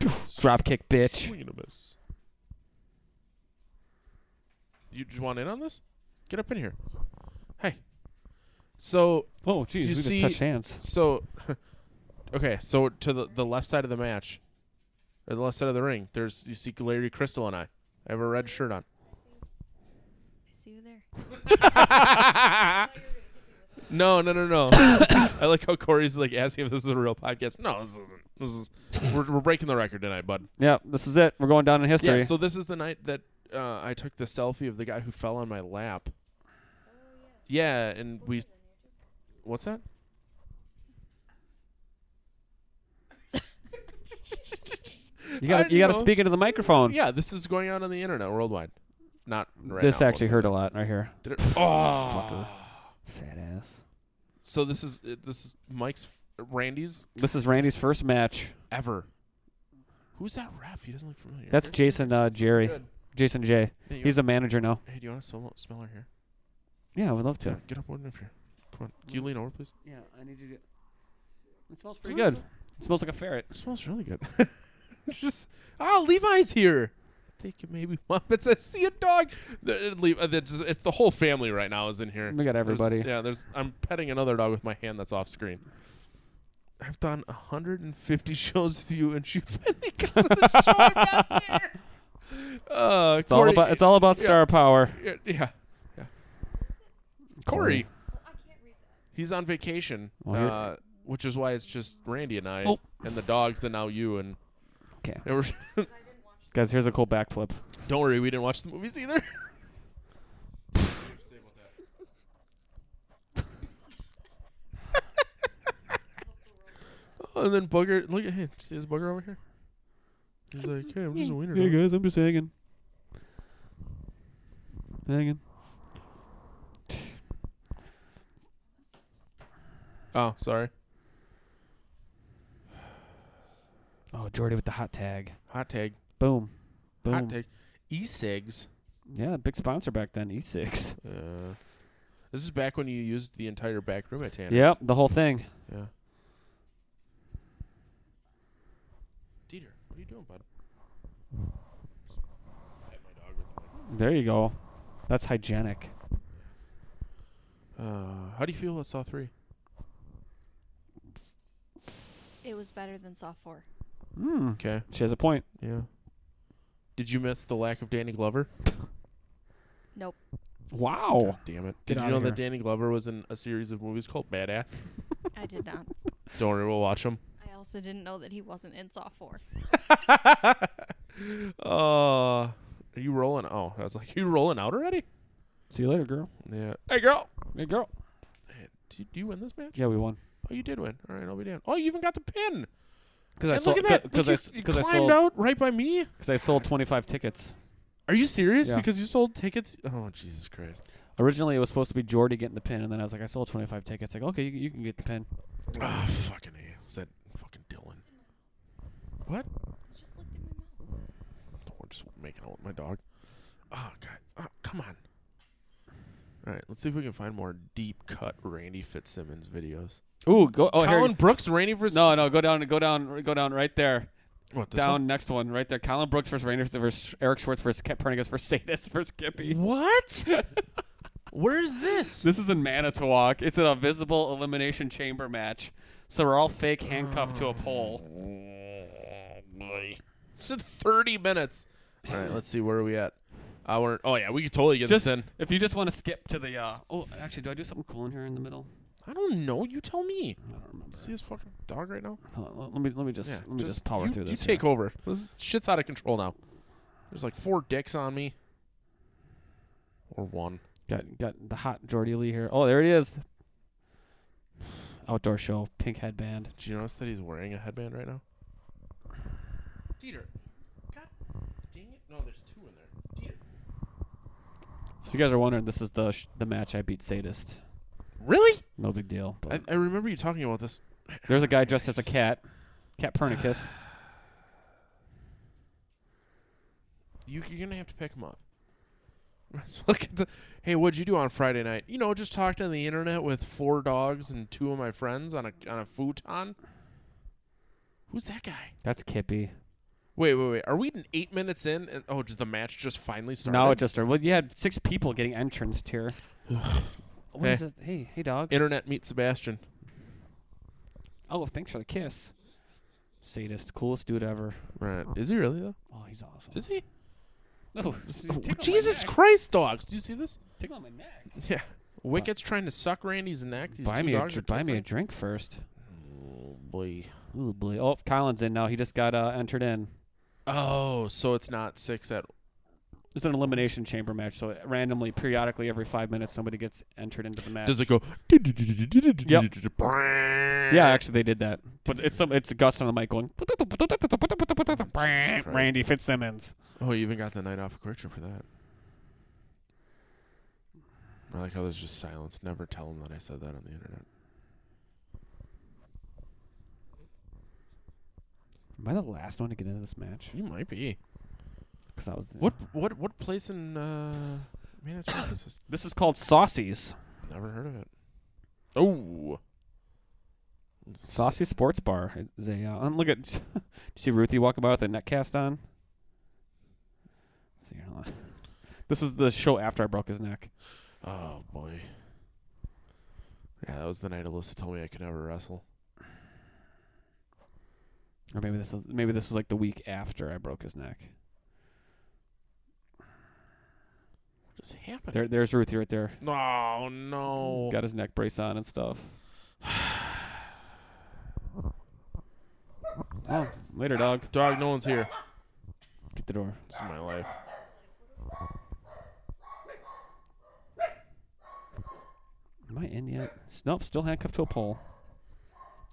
Dropkick bitch.
Swing and a miss. You just want in on this? Get up in here. Hey. So
Oh jeez, we
you
just
see-
touched hands.
So, okay, so to the, the left side of the match, or the left side of the ring, there's you see Larry Crystal and I. I have a red shirt on.
I see you there.
No, no, no, no. I like how Corey's like asking if this is a real podcast. No, this isn't. This is we're, we're breaking the record tonight, bud.
Yeah, this is it. We're going down in history.
Yeah. So this is the night that uh, I took the selfie of the guy who fell on my lap. Yeah, and we. What's that?
you
I
got you got to
know.
speak into the microphone.
Yeah, this is going on on the internet worldwide. Not right
this
now,
actually
mostly.
hurt a lot right here.
Did it? Oh,
Fat ass.
So this is uh, this is Mike's Randy's
This is Randy's first match.
ever. Who's that ref? He doesn't look familiar.
That's Jason uh, Jerry.
Good.
Jason J.
Hey, you
He's a
wanna-
manager now.
Hey, do you want to smell, smell her hair?
Yeah, I would love to.
Get up, Warden, up here. Come on. Can you lean over, please?
Yeah, I need you to. It smells pretty good. It smells like a ferret.
It smells really good. Just oh, Levi's here. I think it may be Muppets. I see a dog. The- it- Le- uh, that's just- It's the whole family right now is in here.
We got
There's-
Mm, everybody.
yeah, there's. I'm petting another dog with my hand that's off screen. I've done 150 shows with you, and she finally comes to the show. I'm not there. Uh,
It's all about it's all about
yeah.
star power.
Yeah, yeah. yeah. Corey. He's on vacation,
Well, Oh, here-
uh, which is why it's just Randy and I
Oh.
and the dogs, and now you and.
'Kay.
And we're-
Guys, here's a cool backflip.
Don't worry, we didn't watch the movies either. oh, and then Booger, look at him. See this Booger over here? He's like, hey, I'm just a wiener. dog."
guys, I'm just hanging. Hanging.
Oh, sorry.
Oh, Jordy with the hot tag.
Hot tag.
Boom. Boom.
Hot tag. E-cigs.
Yeah, big sponsor back then, E E6.
Uh, this is back when you used the entire back room at Tanner's.
Yep, the whole thing.
Yeah. Dieter, what are you doing, bud? Pet my dog with my-
There you go. That's hygienic.
Uh, how do you feel about Saw 3?
It was better than Saw 4.
Hmm.
Okay.
She has a point.
Yeah. Did you miss the lack of Danny Glover?
Nope.
Wow.
God damn it.
Oh. Get
Did you
outta
know that
here.
Danny Glover was in a series of movies called Badass?
I did not.
Don't worry, we'll watch them.
I also didn't know that he wasn't in Saw 4.
Uh, are you rolling? Oh, I was like, you rolling out already?
See you later, girl.
Yeah. Hey, girl.
Hey, girl.
Do You, do you win this match?
Yeah, we won.
Oh, you did win. All right, I'll be damned. Oh, you even got the pin.
Because I
And look
sold.
at that.
Because I,
Because
s-
you,
'cause I
climbed
sold.
out right by me.
'cause I sold 25 tickets.
Are you serious?
Yeah.
Because you sold tickets. Oh, Jesus Christ.
Originally, it was supposed to be Jordy getting the pin, and then I was like, I sold 25 tickets. Like, okay, you, you can get the pin.
Ah, fucking a. Is that fucking Dylan? What?
It just looked in my mouth.
We're just making out with my dog. Oh God! Oh, come on. All right, let's see if we can find more deep cut Randy Fitzsimmons videos.
Ooh, go. Oh,
Colin
here.
Brooks, Randy versus
No, no, go down, go down, go down right there.
What, this
down next one right there. Colin Brooks versus Rangers versus Eric Schwartz versus Copernicus versus Sadis versus Kippy.
What? Where is this?
This is in Manitowoc. It's a visible elimination chamber match. So we're all fake handcuffed to a
Mm.
pole.
It's in 30 minutes. All right, let's see where are we at. Uh, we're, oh yeah, we could totally get
Just
this in.
if you just want to skip to the uh oh, actually, do I do something cool in here in the middle?
I don't know. You tell me.
I don't remember.
See this fucking dog right now?
Hold on, let me let me just
Yeah,
let me just, power
you,
through
you
this.
take over. This shit's out of control now. There's like four dicks on me, or one.
Got got the hot Jordy Lee here. Oh, there it is. Outdoor show, pink headband.
Do you notice that he's wearing a headband right now? Dieter. God dang it. No, there's two in there. Dieter.
So if you guys are wondering, this is the sh- the match I beat Sadist.
Really?
No big deal. But
I, I remember you talking about this.
There's a guy dressed as a cat, Cat Pernicus.
You, you're going to have to pick him up. Look at the. Hey, what'd you do on Friday night? You know, just talked on the internet with four dogs and two of my friends on a on a futon. Who's that guy?
That's Kippy.
Wait, wait, wait. Are we n- eight minutes in? And oh, did the match just finally start?
Now it just started. Well, you had six people getting entranced here. What
Hey.
is it? Hey, hey, dog.
internet meet Sebastian.
oh, thanks for the kiss. Sadist, coolest dude ever.
Right? Is he really though?
Oh, he's awesome.
Is he?
oh,
Jesus Christ, dogs! Do you see this?
Tickle on my neck.
Yeah. Wicket's trying to suck Randy's neck. These
buy
two
me a
dogs
dr-
are
buy me a
kissing.
drink first.
Oh, boy.
Ooh, boy. Oh, Colin's in now. He just got uh, entered in.
Oh, so it's not six at.
It's an elimination chamber match, so randomly, periodically, every five minutes, somebody gets entered into the match.
Does it go?
Yep. Yeah, actually, they did that. But it's some it's Gus on the mic going. Randy Fitzsimmons.
Oh, you even got the night off of Quick Trip for that. I like how there's just silence. Never tell them that I said that on the internet.
Am I the last one to get into this match?
You might be.
Because I was.
What? What? What place in? uh Man, this is.
This is called Saucy's
Never heard of it. Oh.
Saucy Sports Bar. It- They uh, and look at. Did you see Ruthie walking by with a net cast on? Let's see, hold on. This is the show after I broke his neck.
Oh boy. Yeah, that was the night Alyssa told me I could never wrestle.
Or maybe this was, maybe this was like the week after I broke his neck.
What just happened?
There, there's Ruthie right there.
oh no.
Got his neck brace on and stuff. oh, later, dog.
Dog, no one's here.
Get the door.
This is my life.
Am I in yet? S- Nope, still handcuffed to a pole.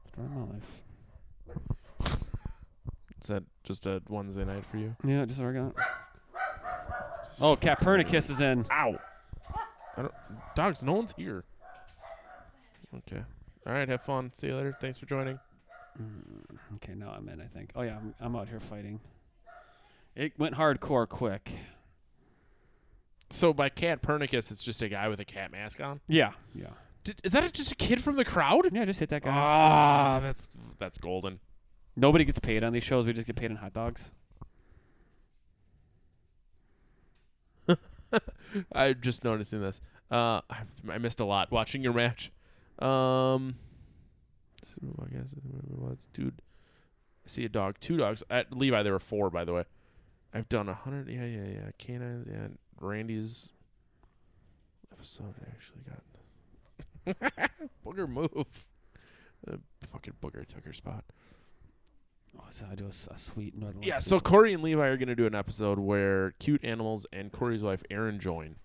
Story of my life.
Is that just a Wednesday night for you?
Yeah, just what I got. Oh, Copernicus is in.
Ow. I don't, dogs, no one's here. Okay. All right, have fun. See you later. Thanks for joining.
Okay, now I'm in, I think. Oh, yeah, I'm, I'm out here fighting. It went hardcore quick.
So by Cat Pernicus, it's just a guy with a cat mask on.
Yeah. Yeah.
Did, is that just a kid from the crowd?
Yeah, just hit that guy.
Ah, that's that's golden.
Nobody gets paid on these shows. We just get paid in hot dogs.
I'm just noticing this. Uh, I, I missed a lot watching your match. Um, Super Podcast, what's- dude? I see a dog, two dogs. At Levi, there were four, by the way. I've done a hundred. Yeah, yeah, yeah. Canine. Yeah, Randy's episode actually got booger move. The fucking booger took her spot.
Oh, so I do a, s- a sweet northern.
Yeah,
Lights
so
sweet.
Corey and Levi are going to do an episode where cute animals and Corey's wife Erin join.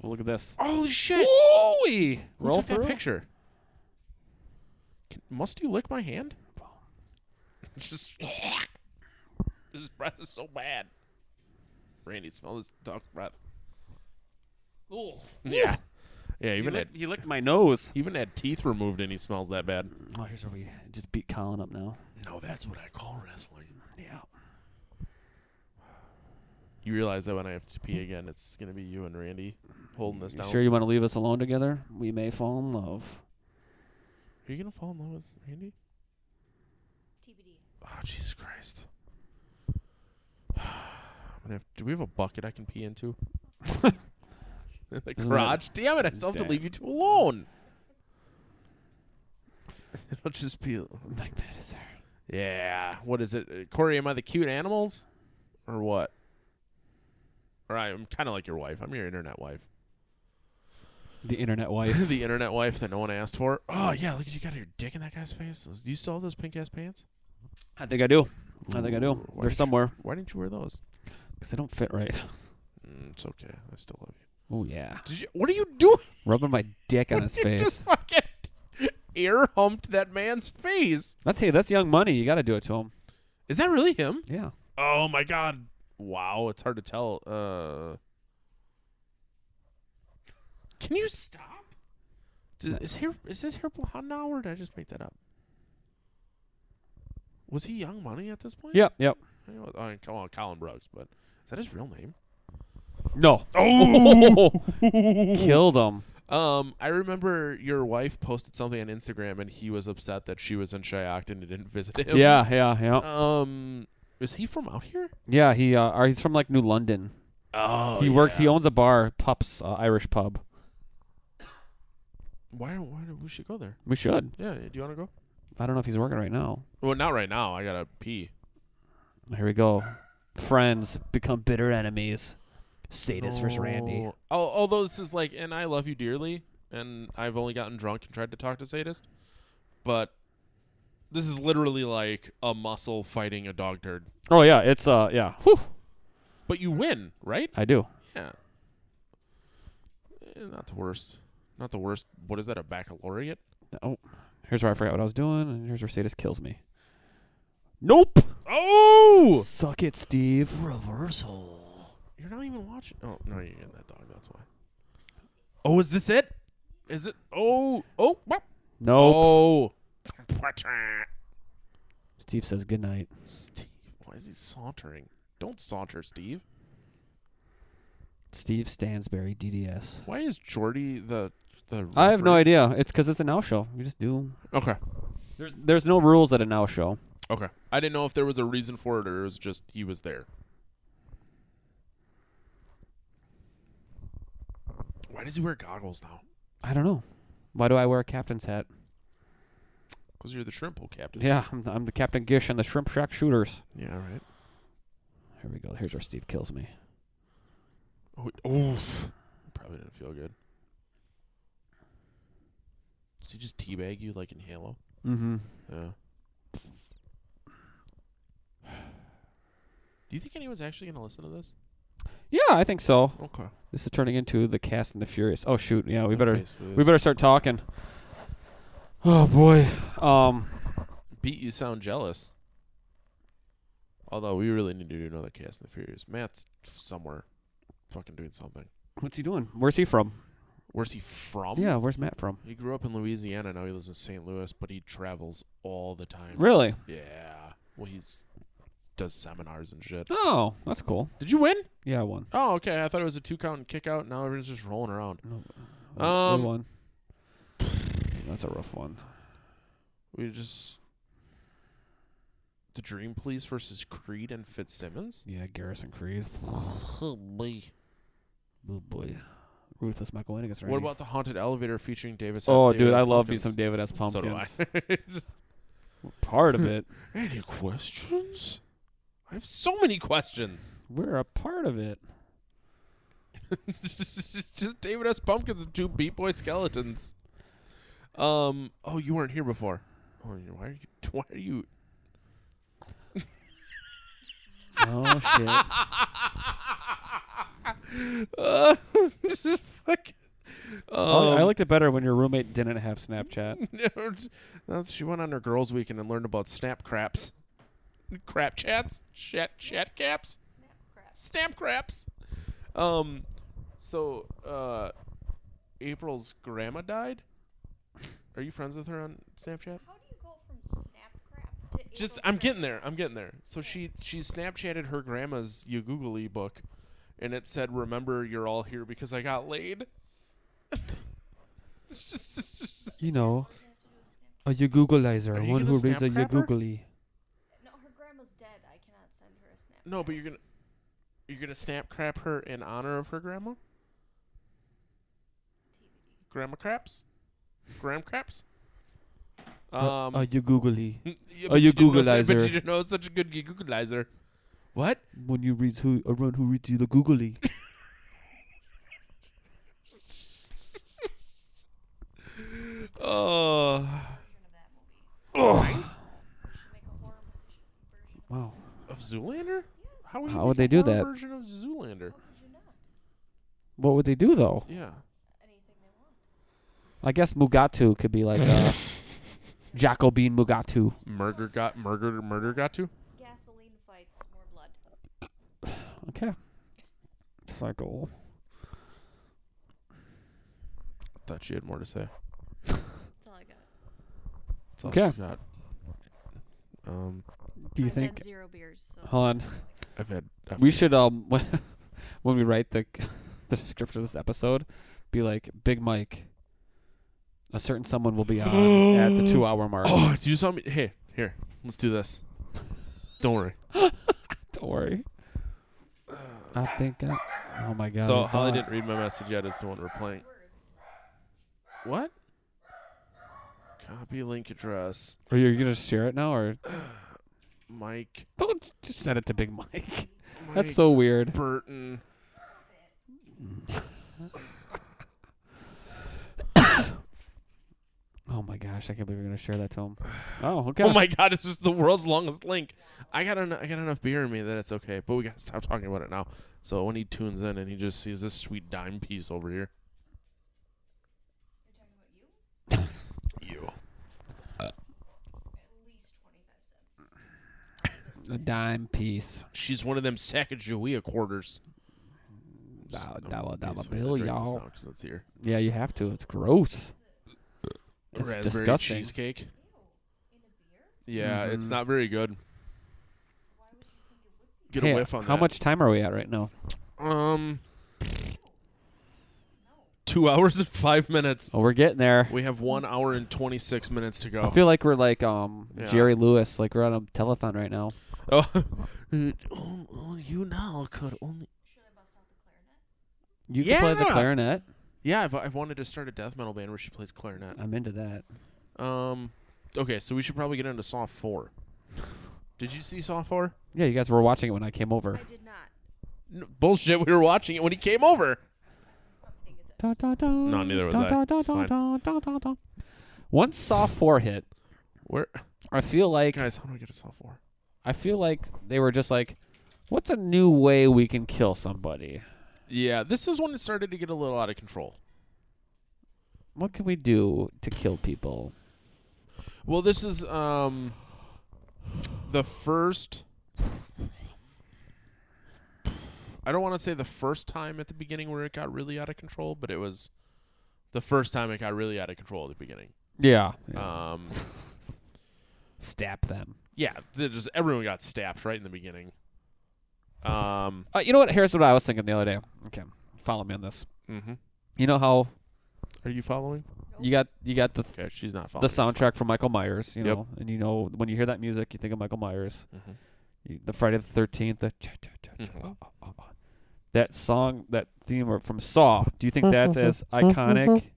Well, look at this.
Holy shit!
Ooh-wee.
Who
Roll
took that
through.
picture? "Can- must you lick my hand? It's just his breath is so bad. Randy, smell this dog's breath.
Oh,
Yeah, yeah.
he
Even had
licked, he licked my nose.
even had teeth removed, and he smells that bad.
Oh, here's where we just beat Colin up now.
No, that's what I call wrestling.
Yeah.
You realize that when I have to pee again, it's gonna be you and Randy holding this
You
down.
sure you want to leave us alone together? We may fall in love.
Are you gonna fall in love with Randy?
TBD.
Oh, Jesus Christ. I'm gonna have, do we have a bucket I can pee into? In the
that-
garage? Damn it, I still have to
Damn.
leave you two alone. It'll just be.
Macbeth is there.
Yeah. What is it? Uh, Corey, am I the cute animals? Or what? Or I- I'm kind of like your wife. I'm your internet wife.
The internet wife.
the internet wife that no one asked for. Oh, yeah, look at you got your dick in that guy's face. Those- Do you still have those pink ass pants?
I think I do. I think I
Ooh,
do.
why
They're
didn't you-
somewhere.
Why didn't you wear those?
Because they don't fit right.
Mm, it's okay. I still love you.
Oh, yeah.
Did you. What are you doing?
Rubbing my dick on his
You
face.
just fucking air humped that man's face.
That's hey, that's young money. You got to do it to him.
Is that really him?
Yeah.
Oh my god. Wow, it's hard to tell. Uh Can you stop? D- Is hair is his hair blonde now or did I just make that up? Was he young money at this point?
Yep. Yep.
I know- I mean, come on, Colin Brooks, but is that his real name?
No.
Oh
Killed him.
Um, I remember your wife posted something on Instagram, and he was upset that she was in Cheyenne and didn't visit him.
Yeah. Yeah. Yeah.
Um, is he from out here?
Yeah. He. Uh, or he's from like New London.
Oh,
he works. He owns a bar, Pups uh, Irish Pub.
Why? Why do we should go there?
We should.
Yeah. Do you want to go?
I don't know if he's working right now.
Well, not right now. I gotta pee.
Here we go. Friends become bitter enemies.
Sadist versus Randy.
No. Oh, Al- although this is like, and I love you dearly, and I've only gotten drunk and tried to talk to sadist, but this is literally like a muscle fighting a dog turd.
Oh yeah. It's uh yeah. Whew.
But you win, right?
I do.
Yeah. Eh, Not the worst. Not the worst. What is that? A baccalaureate?
Oh, here's where I forgot what I was doing, and here's where Sadist kills me. Nope.
Oh!
Suck it, Steve.
Reversal.
You're not even watching. Oh no, you're getting that dog. That's why. Oh, is this it? Is it? Oh, oh, wop.
Nope.
oh. What?
Steve says goodnight.
Steve, why is he sauntering? Don't saunter, Steve.
Steve Stansberry, DDS.
Why is Jordy the the?
I have no
referee?
idea. It's because it's a now show. You just do.
Okay,
There's there's no rules at a now show.
okay. I didn't know if there was a reason for it or it was just he was there. Why does he wear goggles now?
I don't know. Why do I wear a captain's hat?
Because you're the shrimple captain.
Yeah, I'm the, I'm the Captain Gish and the Shrimp Shack Shooters.
Yeah. Right.
Here we go. Here's where Steve kills me.
Oh, oof. Probably didn't feel good. Does he just teabag you like in Halo?
Mm-hmm.
Yeah. Do you think anyone's actually going to listen to this?
Yeah, I think so.
Okay.
This is turning into the Cast and the Furious. Oh shoot! Yeah, we
That
better
basically
we
is-
better start talking. Oh boy. Um.
beat you sound jealous. Although we really need to do another Cast and the Furious. Matt's somewhere fucking doing something.
What's he doing? Where's he from?
Where's he from?
Yeah, where's Matt from?
He grew up in Louisiana. Now he lives in St. Louis, but he travels all the time.
Really?
Yeah. Well, he's does seminars and shit.
Oh, that's cool.
Did you win?
Yeah, I won.
Oh, okay. I thought it was a two count and kick out. Now everyone's just rolling around.
We-
Um,
we won. That's a rough one.
We just the Dream Police versus Creed and Fitzsimmons.
Yeah, Garrison Creed.
Oh boy.
Oh boy. Ruthless Michael Winnigus, right?
What about the haunted elevator featuring Davis?
Oh,
David
dude,
S.
I love me
Pumpkins?
some David S. Pumpkins.
So do I. Just-
Part of it.
Any questions? I have so many questions.
We're a part of it.
it's just, just David S. Pumpkins and two Beat Boy skeletons. Um. Oh, you weren't here before. Oh, you- why are you? Why are you?
Oh shit.
Uh, just fucking.
Oh,
um,
I like Oh, liked it better when your roommate didn't have Snapchat.
That's- she went on her girls' weekend and learned about snap craps, crap chats, chat chat caps, snap craps. Um, so uh, April's grandma died. Are you friends with her on Snapchat?
How do you go from snap crap to
Just
April
I'm
crap?
getting there. I'm getting there. So she she Snapchatted her grandma's You Google ebook, and it said, "Remember, you're all here because I got laid." It's just- it's just-
You know, a you Googleizer,
Are you
one
gonna
who reads a
Snapcrapper?
you Googly.
No, her grandma's dead. I cannot send her a snap.
No, but you're gonna you're gonna snap crap her in honor of her grandma. Grandma craps, Graham craps. Um,
a Uh, you Googly.
yeah,
oh,
but
you
didn't know- But
Googleizer.
you didn't know it's such a good Googleizer. What?
When you reads who, a one who reads you the Googly.
Oh,
We should make a horror movie version. of-
wow.
of Zoolander? How, would you
How
make
would
a
they do
horror
that?
Version of Zoolander.
How could you not?
What would they do though?
Yeah.
Anything they want.
I guess Mugatu could be like uh, Jacko Bean Mugatu.
Murder got murder. Murder got to.
Gasoline fights, more blood.
Okay. Cycle.
Thought she had more to say.
That's all I got.
That's all she
Okay.
got. Um,
Do you
I've
think?
had zero beers, so
Hold on.
I've had. I've
We should um when when we write the the description of this episode, be like Big Mike. A certain someone will be on at the two hour mark.
Oh, do you saw me? Hey, here, let's do this. Don't worry.
Don't worry. I think. I, oh my god.
so
he's
Holly
gone.
didn't read my message yet as to what we're playing. What? Copy link address.
Are you gonna share it now or
Mike.
don't just send it to Big Mike?
Mike
That's so weird.
Burton.
Oh my gosh, I can't believe you're gonna share that to him. Oh, okay.
Oh my God! It's just the world's longest link. I got en- I got enough beer in me that it's okay. But we gotta stop talking about it now. So when he tunes in and he just sees this sweet dime piece over here. You.
at least 25 cents.
A dime piece.
She's one of them Sacagawea quarters. Just-
Dollar,
I'm
dollar, dollar
basically
bill,
gonna drink this
y'all.
now 'cause it's here.
Yeah, you have to. It's gross. It's
raspberry
disgusting.
cheesecake. Yeah, it's
Mhm.
not very good. Get
Hey,
a whiff on
how
that.
much time are we at right now?
Um, two hours and five minutes.
Oh, we're getting there.
We have one hour and twenty six minutes to
I
go.
feel like we're like um
Yeah.
Jerry Lewis, like we're on a telethon right now.
Oh, Oh, oh, you now could only.
You can play the
Yeah.
clarinet.
Yeah, I've, I've wanted to start a death metal band where she plays clarinet.
I'm into that.
Um, okay, so we should probably get into Saw Four. Did you see Saw Four?
Yeah, you guys were watching it when I came over.
I did not.
No, bullshit. We were watching it when he came over.
Da, da, da,
No, neither was
da,
I.
da, da,
It's
da,
fine.
da, da, da, da. Once Saw Four hit,
Where,
I feel like
guys? How do I get to Saw Four?
I feel like they were just like, "What's a new way we can kill somebody?
Yeah, this is when it started to get a little out of control.
What can we do to kill people?"
Well, this is um the first. I don't want to say the first time at the beginning where it got really out of control, but it was the first time it got really out of control at the beginning.
Yeah,
Um,
stab them.
yeah, th- just everyone got stabbed right in the beginning. Um,
Uh, you know what? Here's what I was thinking the other day. Okay, follow me on this.
mhm.
You know how
are you following?
you got you got the
Okay, she's not following.
the soundtrack from Michael Myers, you
Yep.
know, and you know when you hear that music, you think of Michael Myers.
Mhm.
You- The Friday the Thirteenth, the cha cha cha cha.
Mhm.
oh, oh, oh. that song, that theme or- from Saw. Do you think that's as iconic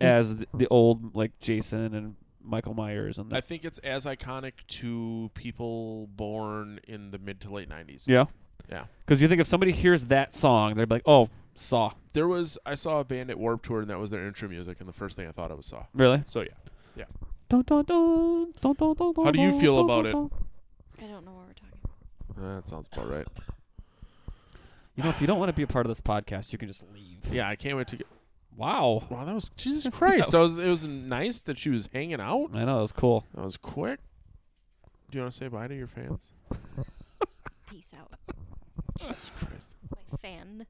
as the, the old like Jason and Michael Myers and
I
that?
think it's as iconic to people born in the mid to late '90s.
yeah,
Yeah.
Because you think if somebody hears that song, they're like, "Oh, Saw,
There was I saw a band at Warp Tour and that was their intro music and the first thing I thought of was Saw.
really?"
So yeah.
Dun, dun, dun, dun, dun, dun, dun,
How do you
dun,
feel
dun,
about
dun,
it?
dun.
I don't know what we're talking about.
Eh, That sounds about right.
You know, if you don't want to be a part of this podcast, you can just leave.
Yeah, I can't wait to get
Wow.
Wow, that was Jesus Christ. that was it was nice that she was hanging out.
I know that was cool.
That was quick. Do you want to say bye to your fans?
Peace out,
Jesus Christ.
my fan.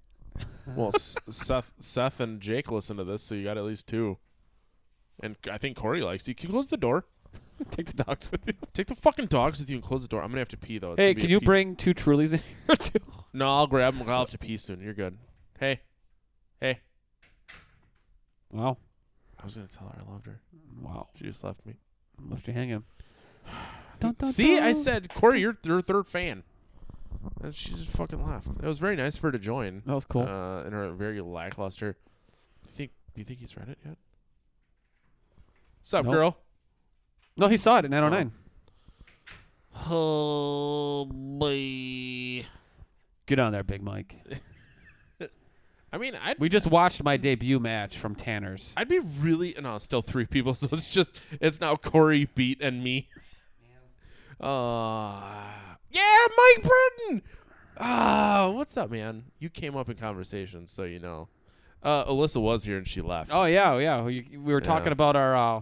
Well, S- Seth, Seth, and Jake listen to this, so you got at least two. And I think Corey likes you. Can you close the door?
Take the dogs with you.
Take the fucking dogs with you and close the door. I'm gonna have to pee though. It's
Hey,
gonna be
can
a
you
pee-
bring two Trulies in here too?
No, I'll grab them. I'll have to pee soon. You're good. Hey, hey.
Wow.
I was gonna tell her I loved her.
Wow.
She just left me.
Left you hanging. Dun, dun,
See, I
dun.
said Corey, you're your third fan. And she just fucking left. It was very nice for her to join.
That was cool.
Uh, in her very lackluster. You think? Do you think he's read it yet? What's up,
Nope.
girl?
no, he saw it at 909.
Oh boy.
Get on there, Big Mike.
I mean, I'd
We just watched my debut match from Tanner's.
I'd be really no, it's still three people, so it's just it's now Corey, Beat, and me. Uh, yeah, Mike Burton. Ah, what's up, man? You came up in conversation, so you know. Uh, Alyssa was here and she left.
Oh yeah, yeah. We, we were talking
Yeah.
about our uh,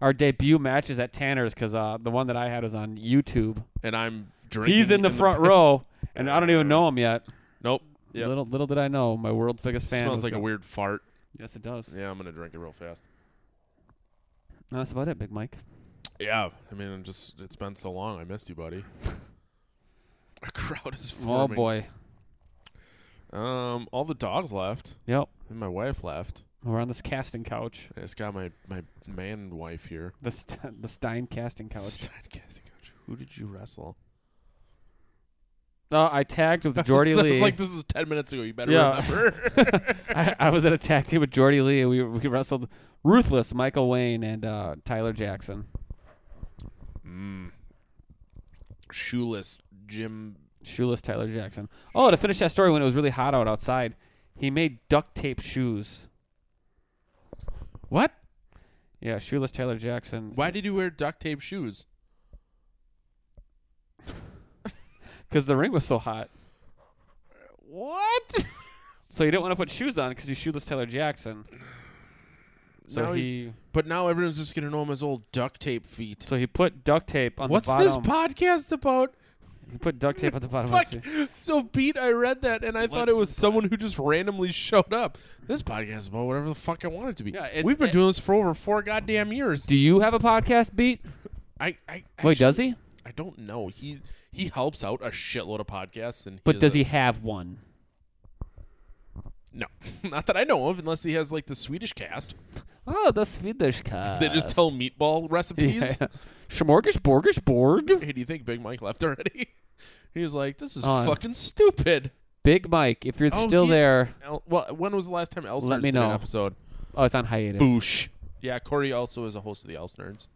our debut matches at Tanner's because uh, the one that I had was on YouTube.
and I'm drinking.
He's in the front row, and I don't even know him yet.
Nope. Yep.
Little little did I know, my world's biggest fan.
Smells
was
like a
gonna-
weird fart.
Yes, it does.
Yeah, I'm gonna drink it real fast.
No, that's about it, Big Mike.
Yeah, I mean, I'm just it's been so long. I missed you, buddy. a crowd is
Oh
forming.
boy.
Um, all the dogs left,
Yep.
and my wife left.
We're on this casting couch,
I just got my my man wife here.
the St- the Stein casting couch.
Stein casting couch. Who did you wrestle?
Uh, I tagged with Jordy
That was
Lee.
like this is ten minutes ago. You better
Yeah.
remember.
I, I was at a tag team with Jordy Lee. We we wrestled ruthless Michael Wayne and uh, Tyler Jackson.
mm. Shoeless Jim.
Shoeless Tyler Jackson. Oh, to finish that story, when it was really hot out outside, he made duct tape shoes.
What?
Yeah, shoeless Tyler Jackson.
Why did you wear duct tape shoes?
Because the ring was so hot,
What?
so he didn't want to put shoes on because he's shoeless Tyler Jackson. So
Now he's-
he
but now everyone's just gonna know him as old duct tape feet.
so he put duct tape on
What's
the bottom.
this podcast about?
he put duct tape on the bottom.
Fuck.
Of his
So beat, I read that and I thought it was someone who just randomly showed up. This podcast is about whatever the fuck I want it to be.
Yeah, it's-
We've been
it-
doing this for over four goddamn years.
Do you have a podcast beat?
I, I
Wait, does
actually-
he?
I don't know. He he helps out a shitload of podcasts, and
But
is
does
a-
he have one?
No, not that I know of, unless he has like the Swedish cast.
Oh, the Swedish cast.
They just tell meatball recipes.
Shmorgish Borgish Borg.
Hey, do you think Big Mike left already? He's like, this is
Oh, I'm-
fucking stupid.
Big Mike, if you're
Oh,
still
he-
there,
El- well, when was the last time Else
Let
Nerds
me
did an
know.
episode?
oh, it's on hiatus.
Boosh. Yeah, Corey also is a host of the Else Nerds.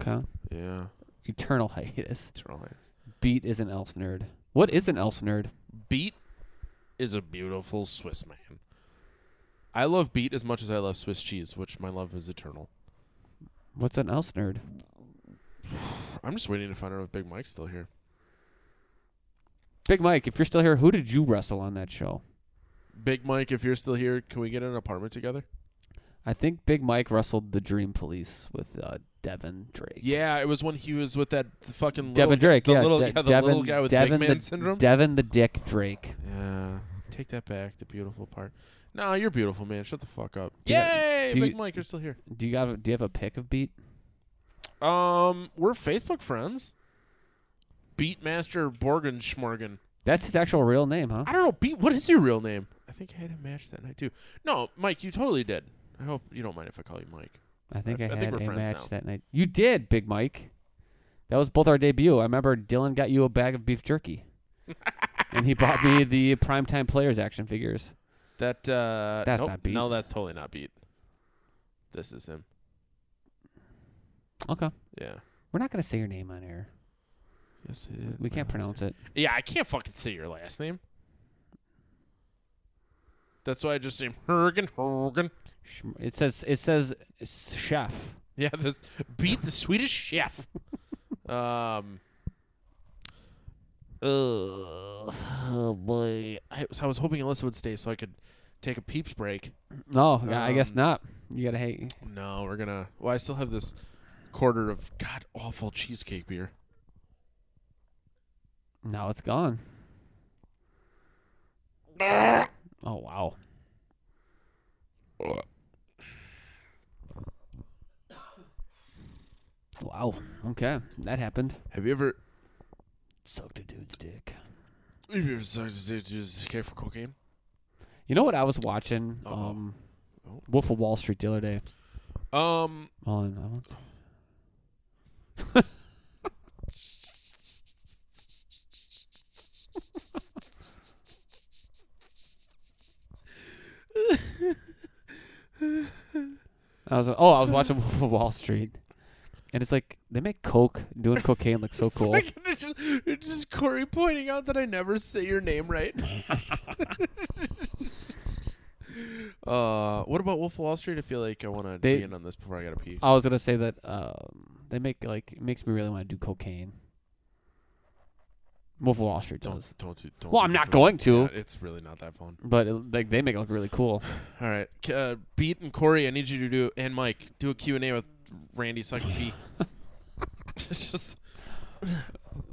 Okay.
Yeah,
Eternal hiatus.
it's really nice.
Beat is an else nerd. What is an else nerd?
Beat is a beautiful Swiss man. I love Beat as much as I love Swiss cheese, which my love is eternal.
What's an else nerd?
I'm just waiting to find out if Big Mike's still here.
Big Mike, if you're still here, who did you wrestle on that show?
Big Mike, if you're still here, can we get an apartment together?
I think Big Mike wrestled the Dream Police with uh, Devin Drake.
Yeah, it was when he was with that fucking
Devin Drake,
the
yeah.
little,
De-
yeah, the
Devin,
little guy with
Devin
big man
the,
syndrome.
Devin the Dick Drake.
yeah, take that back. The beautiful part. No, you're beautiful, man. Shut the fuck up.
Do you-
Yay,
do
Big
you-
Mike, you're still here.
Do you got? a- Do you have a pick of Beat?
Um, we're Facebook friends. Beatmaster Borgen Schmorgen.
That's his actual real name, huh?
I don't know. Beat. What is your real name? I think I had a match that night too. No, Mike, you totally did. I hope you don't mind if I call you Mike.
I think I,
I f- I
had
think we're
a
friends
match
now.
that night. You did, Big Mike. That was both our debut. I remember Dylan got you a bag of beef jerky, and he bought me the primetime players action figures.
That uh,
That's
nope.
not Beat.
No, that's totally not Beat. This is him.
Okay,
Yeah.
we're not gonna say your name on air.
Yes,
We can't pronounce it.
Yeah, I can't fucking say your last name. That's why I just name Hergen Hergen.
Schm- It says it says chef.
Yeah, this beat the Swedish chef. um.
Oh boy.
oh I, so I was hoping Alyssa would stay so I could take a peeps break.
No, yeah, I guess
Um,
not. You gotta hate.
No, we're gonna. Well, I still have this quarter of god awful cheesecake beer.
No, it's gone. oh wow. Wow. Okay, that happened.
Have you ever
Sucked a dude's dick.
have you ever sucked a cheesecake for cocaine?
You know what I was watching?
Uh-oh.
Um,
Oh.
Wolf of Wall Street the other day.
Um,
On I want- I was oh I was watching Wolf of Wall Street, and it's like they make coke doing cocaine look so cool.
Like, it's just, it's just Corey pointing out that I never say your name right. uh, what about Wolf of Wall Street? I feel like I want to
They- Uh,
be in on this before I gotta pee.
I was gonna say that um, they make like it makes me really want to do cocaine. Wolf of Wall Street does,
Don't don't do, don't.
Well,
do
I'm
the
not
cool-
going to.
Yeah, it's really not that fun.
but it, like they make it look really cool.
All right, K- uh, Beat and Corey, I need you to do and Mike do a Q and A with Randy so I can pee. It's just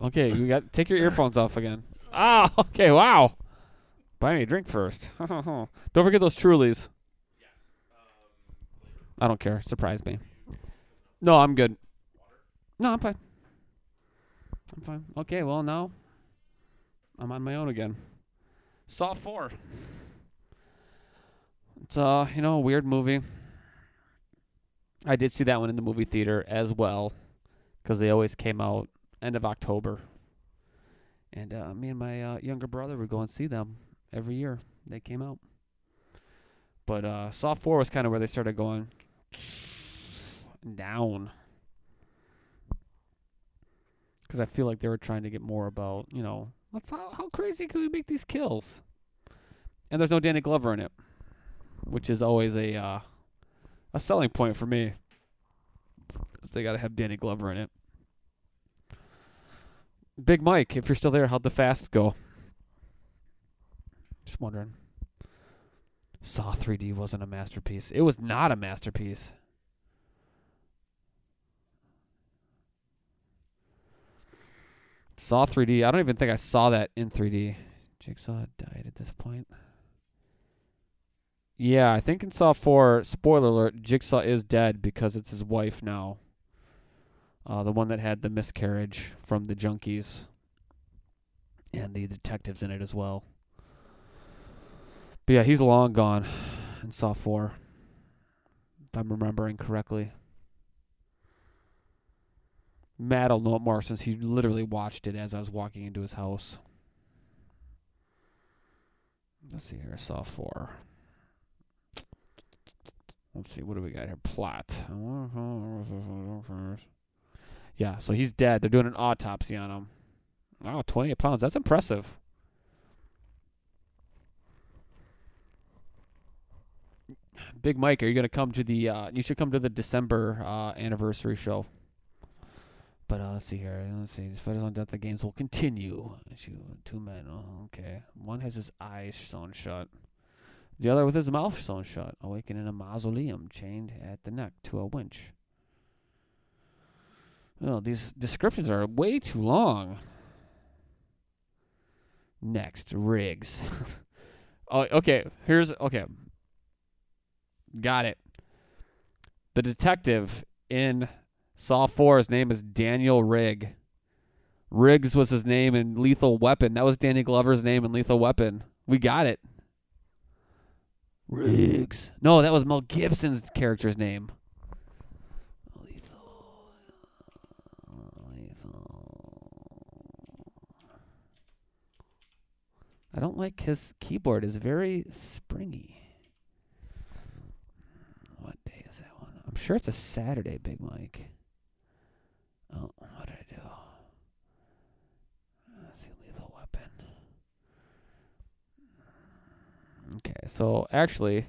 Okay, you got take your earphones off again. Ah, okay, wow. Buy me a drink first. Don't forget those Trulies. I don't care. Surprise me. No, I'm good. No, I'm fine. I'm fine. Okay, well now I'm on my own again. Saw four. It's uh, you know, a weird movie. I did see that one in the movie theater as well, because they always came out end of October. And uh, me and my uh, younger brother would go and see them every year. They came out. But uh, Saw 4 was kind of where they started going down. Because I feel like they were trying to get more about, you know, let's how, how crazy can we make these kills? And there's no Danny Glover in it, which is always a uh, a selling point for me. 'Cause They got to have Danny Glover in it. Big Mike, if you're still there, how'd the fast go? Just wondering. Saw 3D wasn't a masterpiece. It was not a masterpiece. Saw 3D. I don't even think I saw that in 3D. Jigsaw had died at this point. Yeah, I think in Saw 4, spoiler alert, Jigsaw is dead because it's his wife now uh, the one that had the miscarriage from the junkies and the detectives in it as well. But yeah, he's long gone in Saw 4, if I'm remembering correctly. Matt will know it more since he literally watched it as I was walking into his house. Let's see here, Saw 4. Let's see, what do we got here? Plot. Yeah, so he's dead. They're doing an autopsy on him. Wow, 28 pounds. That's impressive. Big Mike, are you going to come to the, uh, you should come to the December uh, anniversary show. But uh, let's see here. Let's see. Despite his own death, the games will continue. Shoot, two men. Oh, okay. One has his eyes sewn shut. The other with his mouth sewn shut. Awakened in a mausoleum, chained at the neck to a winch. Oh, these descriptions are way too long. Next, rigs. oh, okay. Here's okay. Got it. The detective in Saw 4, his name is Daniel Rigg. Riggs was his name in Lethal Weapon. That was Danny Glover's name in Lethal Weapon. We got it. Riggs. No, that was Mel Gibson's character's name. I don't like his keyboard. It's very springy. What day is that one? I'm sure it's a Saturday, Big Mike. Oh, what did I do? Let's see, lethal weapon. Okay, so actually,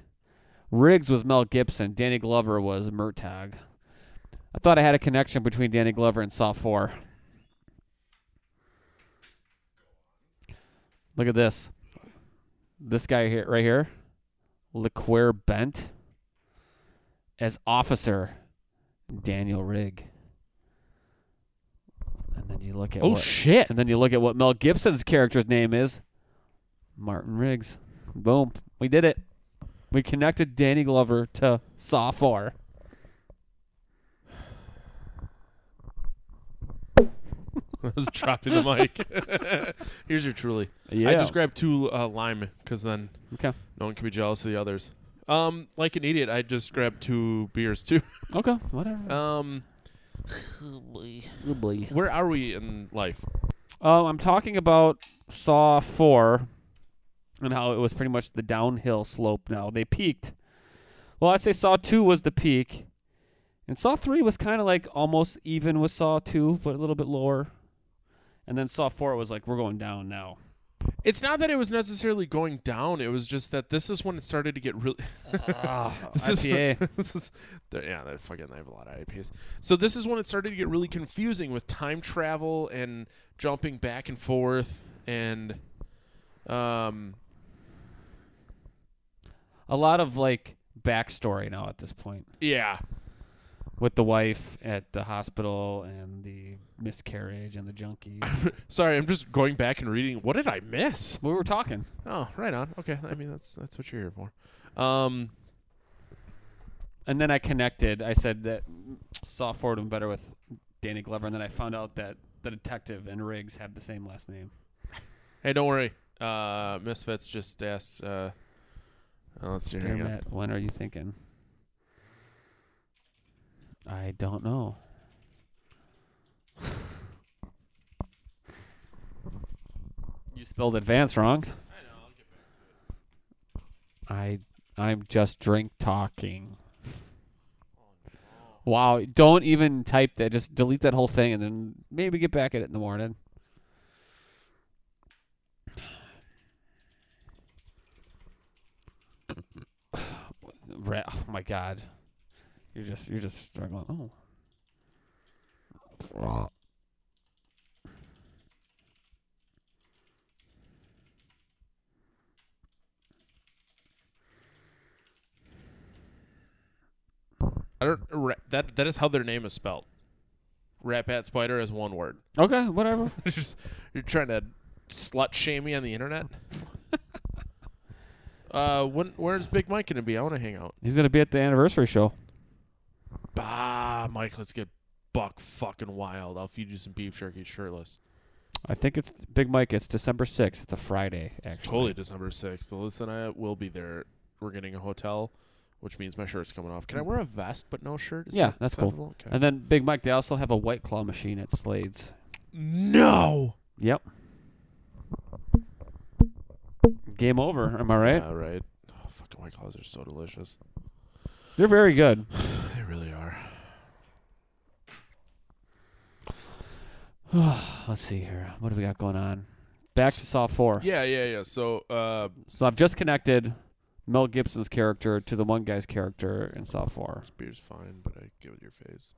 Riggs was Mel Gibson. Danny Glover was Murtag. I thought I had a connection between Danny Glover and Saw 4. Look at this. This guy here, right here, LaQuare Bent as Officer Daniel Rigg. And then you look at
Oh
what,
shit!
and then you look at what Mel Gibson's character's name is, Martin Riggs. Boom, we did it. We connected Danny Glover to Saw Four.
I was dropping the mic. Here's your truly.
Yeah,
I just grabbed two uh, lime because then
Okay.
no one can be jealous of the others. Um, like an idiot, I just grabbed two beers too.
okay, whatever.
Um,
Oh boy.
where are we in life?
Um, I'm talking about Saw 4 and how it was pretty much the downhill slope now. They peaked. Well, I'd say Saw 2 was the peak. And Saw 3 was kind of like almost even with Saw 2, but a little bit lower. And then Saw 4 was like, we're going down now.
It's not that it was necessarily going down. It was just that this is when it started to get really. Ah. this
IPA.
is this is they're, yeah they're fucking they have a lot of IPAs. So this is when it started to get really confusing with time travel and jumping back and forth and um
A lot of like backstory now at this point
yeah
with the wife at the hospital and the miscarriage and the junkies.
sorry I'm just going back and reading what did I miss
we were talking.
oh right on okay I mean that's that's what you're here for um
and then I connected. I said that Saw Ford and better with Danny Glover, and then I found out that the detective and Riggs have the same last name.
hey don't worry uh Misfits just asked uh oh, let's see here
Dear
we go.
Matt, when are you thinking? I don't know. you spelled advance wrong. I I'm just drink talking. Wow, don't even type that. Just delete that whole thing and then maybe get back at it in the morning. Ra- oh my god. You're just you're just struggling. Oh.
I don't ra- that that is how their name is spelled. Rat Pat Spider is one word.
Okay, whatever.
Just- you're trying to slut shame me on the internet. uh, when where's Big Mike gonna be? I want to hang out.
He's gonna be at the anniversary show.
Bah, Mike, let's get buck fucking wild. I'll feed you some beef jerky shirtless.
I think it's Big Mike. It's December sixth. It's a Friday,
It's
actually.
totally December sixth. Liz and I will be there. We're getting a hotel, which means my shirt's coming off. Can I wear a vest but no shirt? Is
Mm. Yeah,
that
that's cool.
acceptable? Okay.
And then Big Mike, they also have a White Claw machine at Slade's.
no.
Yep. Game over. Am I right?
Yeah, right. Oh, fucking white claws are so delicious.
They're very good.
They really are.
Let's see here. What do we got going on? Back to Saw Four.
Yeah, yeah, yeah. So, uh,
So I've just connected Mel Gibson's character to the one guy's character in Saw Four.
this beer's fine, but I get with your face.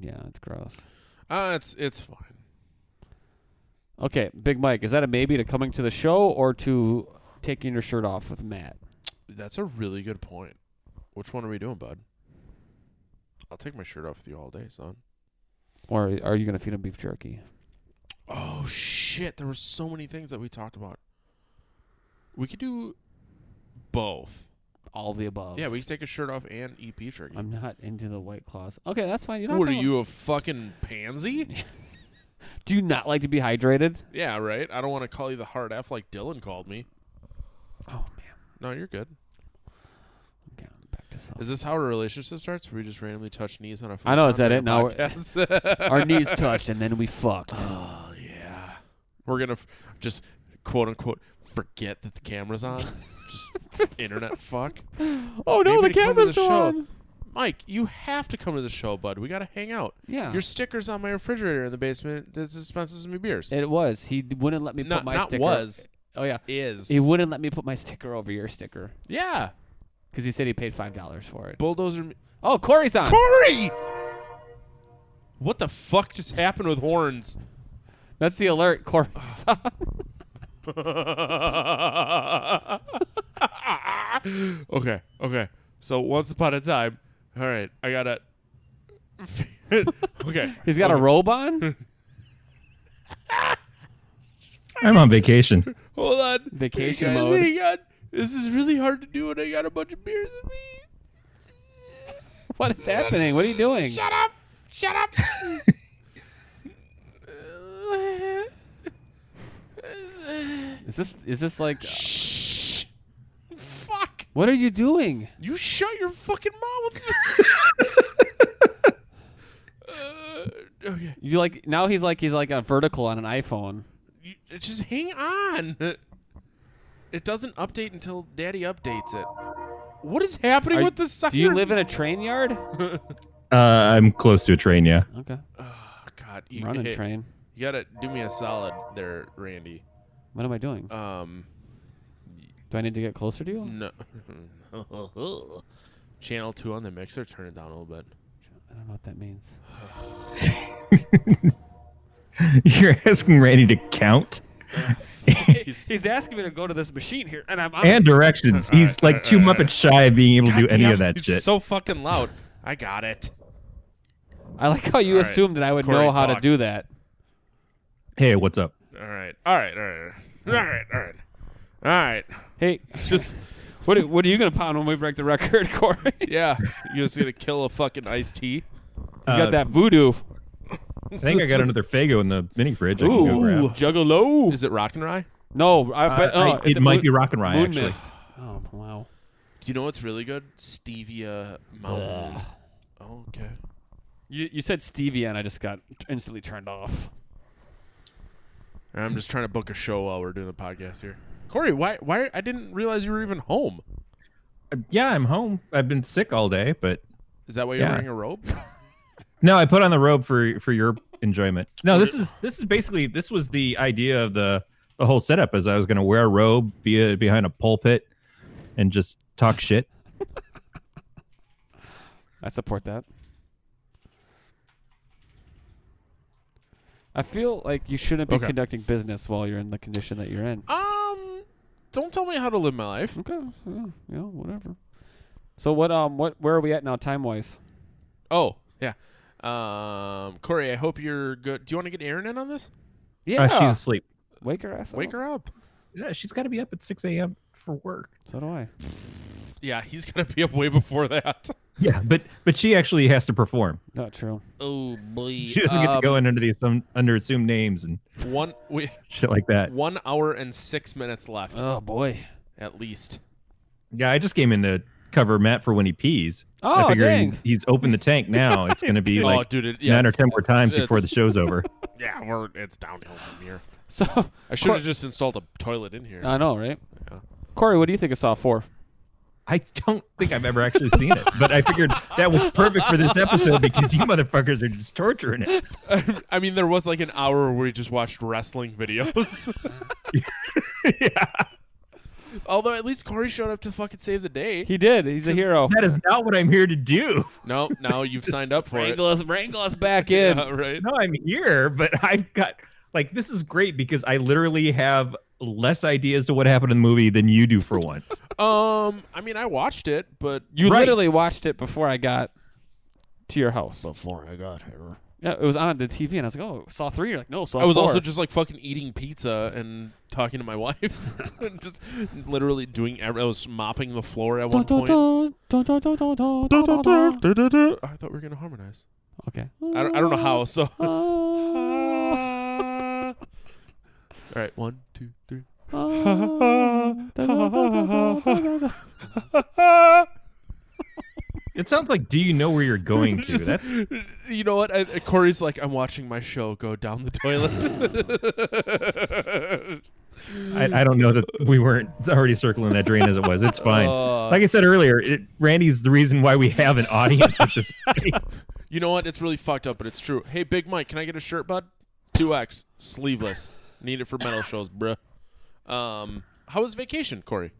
Yeah, it's gross.
Uh, it's it's fine.
Okay, Big Mike, is that a maybe to coming to the show or to taking your shirt off with Matt?
That's a really good point. Which one are we doing, bud? I'll take my shirt off with you all day, son.
Or are you going to feed him beef jerky?
Oh shit! There were so many things that we talked about. We could do both.
All the above.
Yeah, we could take a shirt off and eat beef jerky.
I'm not into the white claws. Okay, that's fine. You don't
What are
have to-
you a fucking pansy?
Do you not like to be hydrated?
yeah, right. I don't want to call you the hard f like Dylan called me.
Oh man.
No, you're good.
Okay, I'm back to Saw.
Is this how a relationship starts? Where we just randomly touch knees on a
I know, is
futon
that it? Now
during a podcast?
Our knees touched and then we fucked.
oh yeah, we're gonna f- just quote unquote forget that the camera's on. just internet fuck.
oh no,
Maybe to come to
the camera's
the show.
on.
Mike, you have to come to the show, bud. We gotta hang out.
Yeah.
Your sticker's on my refrigerator in the basement that dispenses me beers.
it was. He d- wouldn't let me
not
put my
not
sticker.
was
Oh yeah.
is
He wouldn't let me put my sticker over your sticker
yeah.
because he said he paid five dollars for it.
Bulldozer me-
Oh, Corey's on.
Corey. What the fuck just happened with horns?
That's the alert. Corey's on.
okay, okay. So once upon a time, all right, I gotta. okay,
He's got a robe on.
I'm on vacation.
hold on.
Vacation
Hey, guys,
mode.
hang on. This is really hard to do, and I got a bunch of beers in me.
What is happening? What are you doing?
Shut up! Shut up!
Is this is this like
Shh! Fuck!
what are you doing?
You shut your fucking mouth. uh, okay,
You like now he's like he's like a vertical on an iPhone.
you, just hang on. It doesn't update until Daddy updates it. What is happening
Are-
with this sucker?
Do you live in a train yard?
Uh, I'm close to a train, yeah.
Okay,
Oh, God, you,
running
hey,
train.
You gotta do me a solid there, Randy.
What am I doing?
Um,
Do I need to get closer to you?
no. Channel two on the mixer. Turn it down a little bit.
I don't know what that means.
You're asking Randy to count
He's asking me to go to this machine here, and I'm.
and directions. He's like two Muppets shy of being able to do any
Damn,
of that
it's
shit.
So fucking loud. I got it.
I like how you
All right.
assumed that I would
Corey,
know how to
talk.
do that.
Hey, what's up?
All right. All right. All right. All right. All right. All right.
Hey, what are, what are you gonna pound when we break the record, Corey? You
Yeah, you just gonna kill a fucking iced tea.
Uh,
got that voodoo.
I think I got another Fago in the mini fridge. I can go grab.
Juggalo.
Is it rock and rye?
No, I, but
I-
uh,
it
it's a
might
moon-
be rock and rye,
Moon
actually.
mist. Oh wow.
Do you know what's really good? Stevia Mountain. Oh, okay.
You, you said stevia, and I just got instantly turned off.
I'm just trying to book a show while we're doing the podcast here. Corey, why? Why? I didn't realize you were even home.
Uh, Yeah, I'm home. I've been sick all day, but
Is that why you're
Yeah.
wearing a robe?
no, I put on the robe for for your enjoyment. No, this is this is basically this was the idea of the the whole setup. Is I was going to wear a robe, be a, behind a pulpit, and just talk shit.
I support that. I feel like you shouldn't be
Okay.
conducting business while you're in the condition that you're in.
um, don't tell me how to live my life.
Okay, so, yeah, you know, whatever. So what? Um, what? Where are we at now, time wise?
Oh, yeah. Um, Corey, I hope you're good. Do you want to get Erin in on this?
Yeah,
Uh, she's asleep.
wake her ass up.
Wake her up.
Yeah, she's got to be up at six a.m. for work.
So do I.
Yeah, he's gonna be up way before that.
Yeah, but but she actually has to perform.
Not true.
Oh boy.
She doesn't get to go in under the assum- under assumed names and
One we
shit like that.
one hour and six minutes left
Oh boy.
at least.
Yeah, I just came in to cover Matt for when he pees.
Oh,
I figure
dang.
He's, he's opened the tank now. It's going to be
oh,
like
dude, it, yeah,
nine or
it's-
ten more times
it's-
before the show's over.
Yeah, we're it's downhill from here.
So
I should have just installed a toilet in
uh,
here.
I know, right?
Yeah.
Corey, what do you think of Saw Four?
I don't think I've ever actually seen it, but I figured that was perfect for this episode because you motherfuckers are just torturing it.
I mean, there was like an hour where we just watched wrestling videos.
yeah,
Although at least Corey showed up to fucking save the day.
He did. He's a hero.
that is not what I'm here to do.
no, now you've signed up for it.
Wrangle us, wrangle us back in.
Yeah, right.
No, I'm here, but I've got like this is great because I literally have less ideas to what happened in the movie than you do for once.
Um, I mean, I watched it, but
You
Right.
literally watched it before I got to your house.
before I got here,
Yeah, it was on the TV, and I was like, "Oh, Saw three. You're like, "No, Saw."
I was
four.
also just like fucking eating pizza and talking to my wife, and just literally doing. Every, I was mopping the floor at one point. I thought we were gonna harmonize.
Okay.
I don't, I don't know how. So. All right, one, two, three.
It sounds like do you know where you're going to?
Just-
That's
you know what? I, Corey's like, I'm watching my show go down the toilet.
I, I don't know that we weren't already circling that drain as it was. It's fine.
Uh.
like I said earlier, it, Randy's the reason why we have an audience at this point.
you know what? It's really fucked up, but it's true. Hey, Big Mike, can I get a shirt, bud? Two X, sleeveless. Need it for metal shows, bruh. Um, how was vacation, Corey?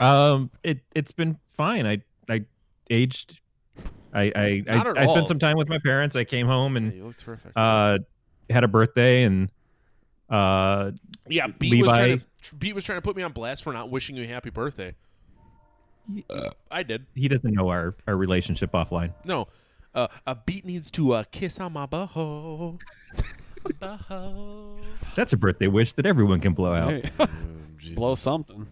Um, it it's been fine. I I aged. I I I,
Not at
I
all.
Mm. spent some time with my parents. I came home uh,
Yeah,
and
you look terrific.
uh had a birthday and Uh,
Yeah, Beat was,
Levi.
trying to, Beat was trying to put me on blast for not wishing you a happy birthday. Uh, I did.
he doesn't know our, our relationship offline.
No. Uh, a beat needs to uh, kiss on my butthole. butthole.
That's a birthday wish that everyone can blow out.
Hey, blow something.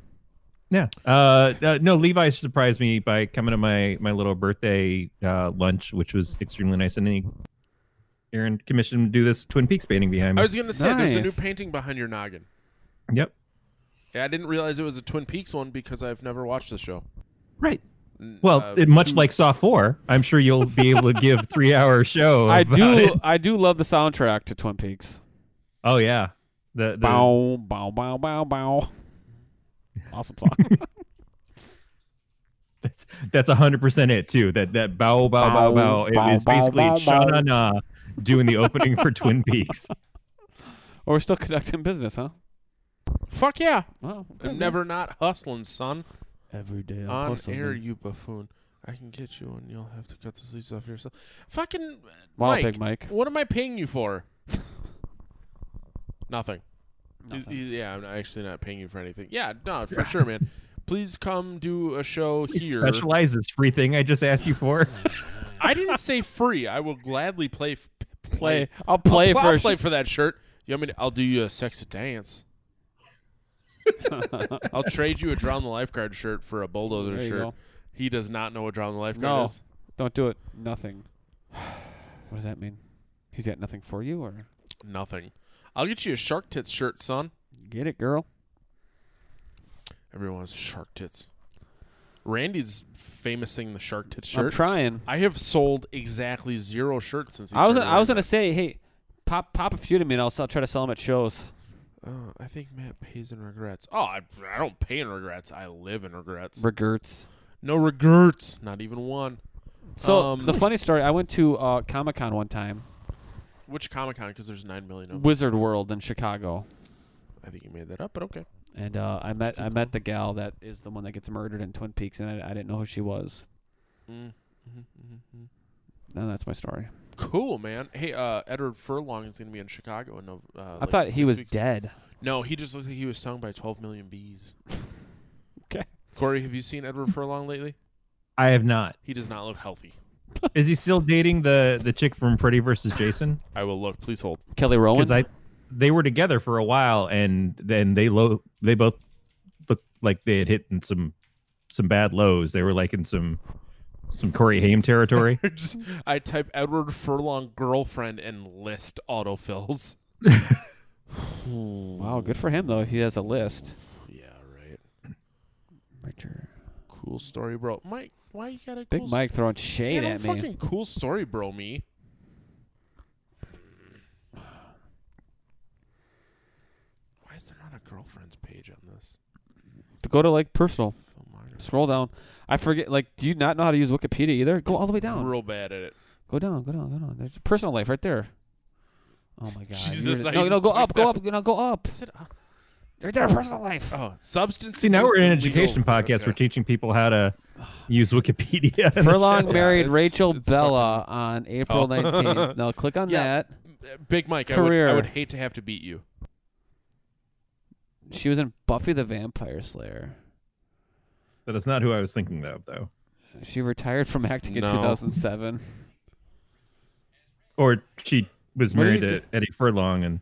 Yeah. Uh, uh, no, Levi surprised me by coming to my my little birthday uh, lunch, which was extremely nice. And then he, Aaron commissioned him to do this Twin Peaks painting behind
I
me.
was going to say, there's a new
Nice.
painting behind your noggin.
Yep.
Yeah, I didn't realize it was a Twin Peaks one because I've never watched the show. uh,
Right. Well,
Uh,
it, much
hmm.
like Saw Four, I'm sure you'll be able to give three hour show. uh,
I
about
do.
it.
I do love the soundtrack to Twin Peaks.
Oh yeah. The, the
Bow, bow, bow, bow, bow. Awesome song.
that's hundred percent it too. That that bow bow bow
Bow,
bow. It
bow,
is
bow,
basically
bow, bow.
Shana Na doing the opening for Twin Peaks.
or we're still conducting business, huh?
Fuck yeah.
Well,
I'm never not hustling, son.
every day. I'm
on
hustling.
air, you buffoon. I can get you, and you'll have to cut the sleeves off yourself. Fucking uh,
Wow,
Mike,
Big Mike.
What am I paying you for? Nothing. Y- y- Yeah, I'm not- actually not paying you for anything. Yeah, no, for sure, man. Please come do a show
He
here.
specializes free thing I just asked you for.
I didn't say free. I will gladly play. f-
Play. I'll play
I'll,
for.
play for that shirt. You want me to, I'll do you a sexy dance. I'll trade you a Drown the Lifeguard shirt for a bulldozer
There you
shirt.
go.
He does not know what Drown the Lifeguard
No.
is.
Don't do it. Nothing. What does that mean? He's got nothing for you, or
Nothing. I'll get you a shark tits shirt, son.
get it, girl.
Everyone wants shark tits. Randy's famousing the shark tits
I'm
shirt.
trying.
I have sold exactly zero shirts since. He
I was.
started
I was
wearing
gonna say, hey, pop, pop a few to me, and I'll, s- I'll try to sell them at shows.
them. Oh, I think Matt pays in regrets. Oh, I, I don't pay in regrets. I live in regrets.
Regrets.
no regrets. Not even one.
So
Um,
the funny story, I went to uh, Comic Con one time,
Which Comic Con? Because there's nine million of them.
Wizard World in Chicago,
I think you made that up, but okay.
and uh, I met I met the gal that is the one that gets murdered in Twin Peaks, and I, I didn't know who she was.
Mm, mhm, mhm, mhm.
And that's my story.
Cool, man. Hey, uh, Edward Furlong is going to be in Chicago. In, Nov- uh,
I
like
thought
six
he was
weeks.
dead.
No, he just looks like he was stung by 12 million bees.
Okay.
Corey, have you seen Edward Furlong lately?
I have not.
He does not look healthy.
Is he still dating the the chick from Freddy versus Jason?
I will look. Please hold.
Kelly Rowland.
Because I they were together for a while, and then they low they both looked like they had hit in some some bad lows. They were like in some some Corey Haim territory.
Just- I type Edward Furlong girlfriend and list autofills.
wow, good for him though. If he has a list.
Yeah, right.
Richard.
Cool story, bro. Mike, why you got a
Big
cool
Mike throwing
st-
shade
Man,
at me.
I'm fucking cool story, bro. Me. Why is there not a girlfriend's page on this?
To go to like personal,
Oh Filmography.
scroll down. I forget. Like, do you not know how to use Wikipedia either? Go all the way down.
Real bad at it.
Go down. Go down. Go down. There's personal life right there. Oh my god. you
Jesus,
were-
I
no, no, go
even
up. Go up. No, go up.
Is it up?
Right there, personal life.
Oh, substance.
See, now
is
we're an
illegal.
education podcast. We're
Okay.
teaching people how to use Wikipedia.
Furlong married
it's-
Rachel
it's
Bella on April
Oh.
19th. Now click on
Yeah.
that.
Uh, Big Mike, I would, I
Career.
would hate to have to beat you.
She was in Buffy the Vampire Slayer.
But that's not who I was thinking of, though.
She retired from acting
No.
in 2007.
Or she was
What do
married
you
to Eddie Furlong, and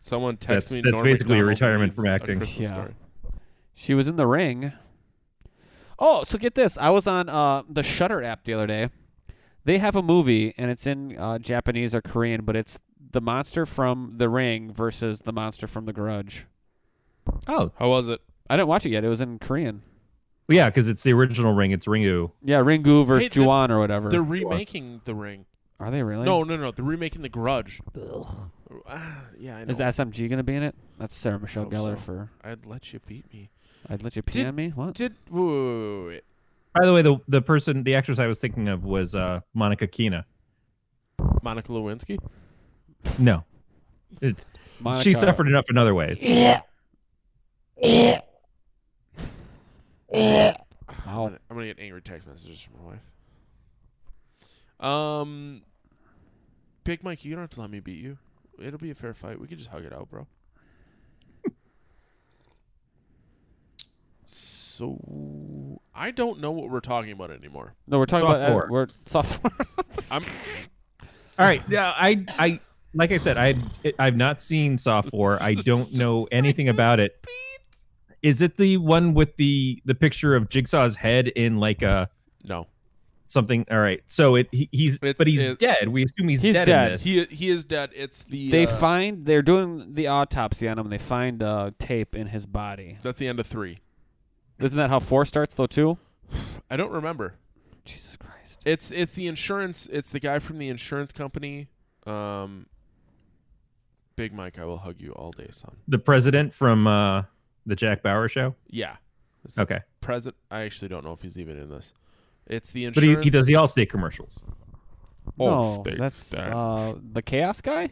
Someone
That's-
text me.
that's
Norm
basically a
Macdonald
retirement
reads
from
A
acting.
Christmas
Yeah.
Story.
She was in The Ring. Oh, so get this. I was on uh, the Shutter app the other day. They have a movie, and it's in uh, Japanese or Korean, but it's the monster from The Ring versus the monster from The Grudge.
oh
How was it?
I didn't watch it yet. It was in Korean.
yeah, because it's the original ring. It's Ringu.
Yeah, Ringu versus
Hey, they're-
Juan or whatever.
They're remaking The Ring.
Are they really?
No, no, no. They're remaking The Grudge. Ah, yeah, I know.
Is SMG gonna be in it? That's Sarah Michelle
Hope
Gellar
so.
for
I'd let you beat me.
"I'd Let You Pee
Did-
on Me." What?
Did wait, wait, wait, wait.
By the way, the the person, the actress I was thinking of was uh, Monica Keena.
Monica Lewinsky?
No, it, she suffered enough in other ways.
I'm gonna, I'm gonna get angry text messages from my wife. Um, Big Mike, you don't have to let me beat you. It'll be a fair fight. We can just hug it out, bro. So I don't know what we're talking about anymore.
No, we're talking about
Sophomore.
uh, we're sophomore.
I'm
All right. Yeah, I I like I said, I I've not seen Saw Four. I don't know anything about it. Is it the one with the the picture of Jigsaw's head in like a
no.
something? All right. So it he, he's
It's-
but he's
it-
dead. We assume he's,
He's
dead,
dead.
in this.
He he is dead. It's the
They
uh,
find they're doing the autopsy on him. and They find uh, tape in his body.
that's the end of three.
Isn't that how four starts though too?
I don't remember.
Jesus Christ.
It's it's the insurance. It's the guy from the insurance company. Um, Big Mike, I will hug you all day, son.
the president from uh the Jack Bauer show.
Yeah. It's
Okay.
Present. I actually don't know if he's even in this. It's the
But
insurance.
he, he does the Allstate commercials.
Oh,
no,
thanks,
that's
Dad.
uh, the chaos guy.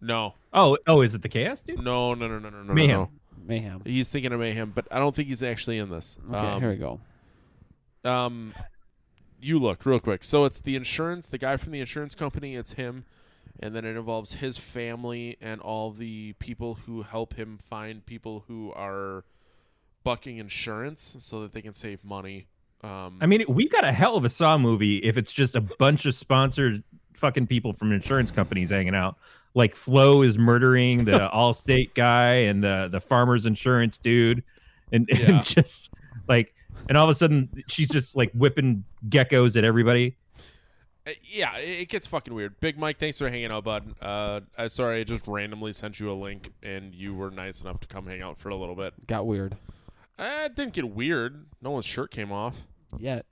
no,
Oh, oh, is it the Chaos dude?
no, no, no, no, no, no,
Mayhem.
no.
Mayhem.
He's thinking of mayhem, but I don't think he's actually in this.
Okay,
um,
here we go.
um you look real quick so it's the insurance the guy from the insurance company it's him and then it involves his family and all the people who help him find people who are bucking insurance so that they can save money um
I mean, we got a hell of a Saw movie if it's just a bunch of sponsored fucking people from insurance companies hanging out. Like Flo is murdering the Allstate guy and the the farmer's insurance dude, and, and
Yeah.
just like, and all of a sudden she's just like whipping geckos at everybody.
uh, yeah it, it gets fucking weird big mike thanks for hanging out bud uh i sorry i just randomly sent you a link and you were nice enough to come hang out for a little bit
Got weird.
uh, it didn't get weird no one's shirt came off
Yet.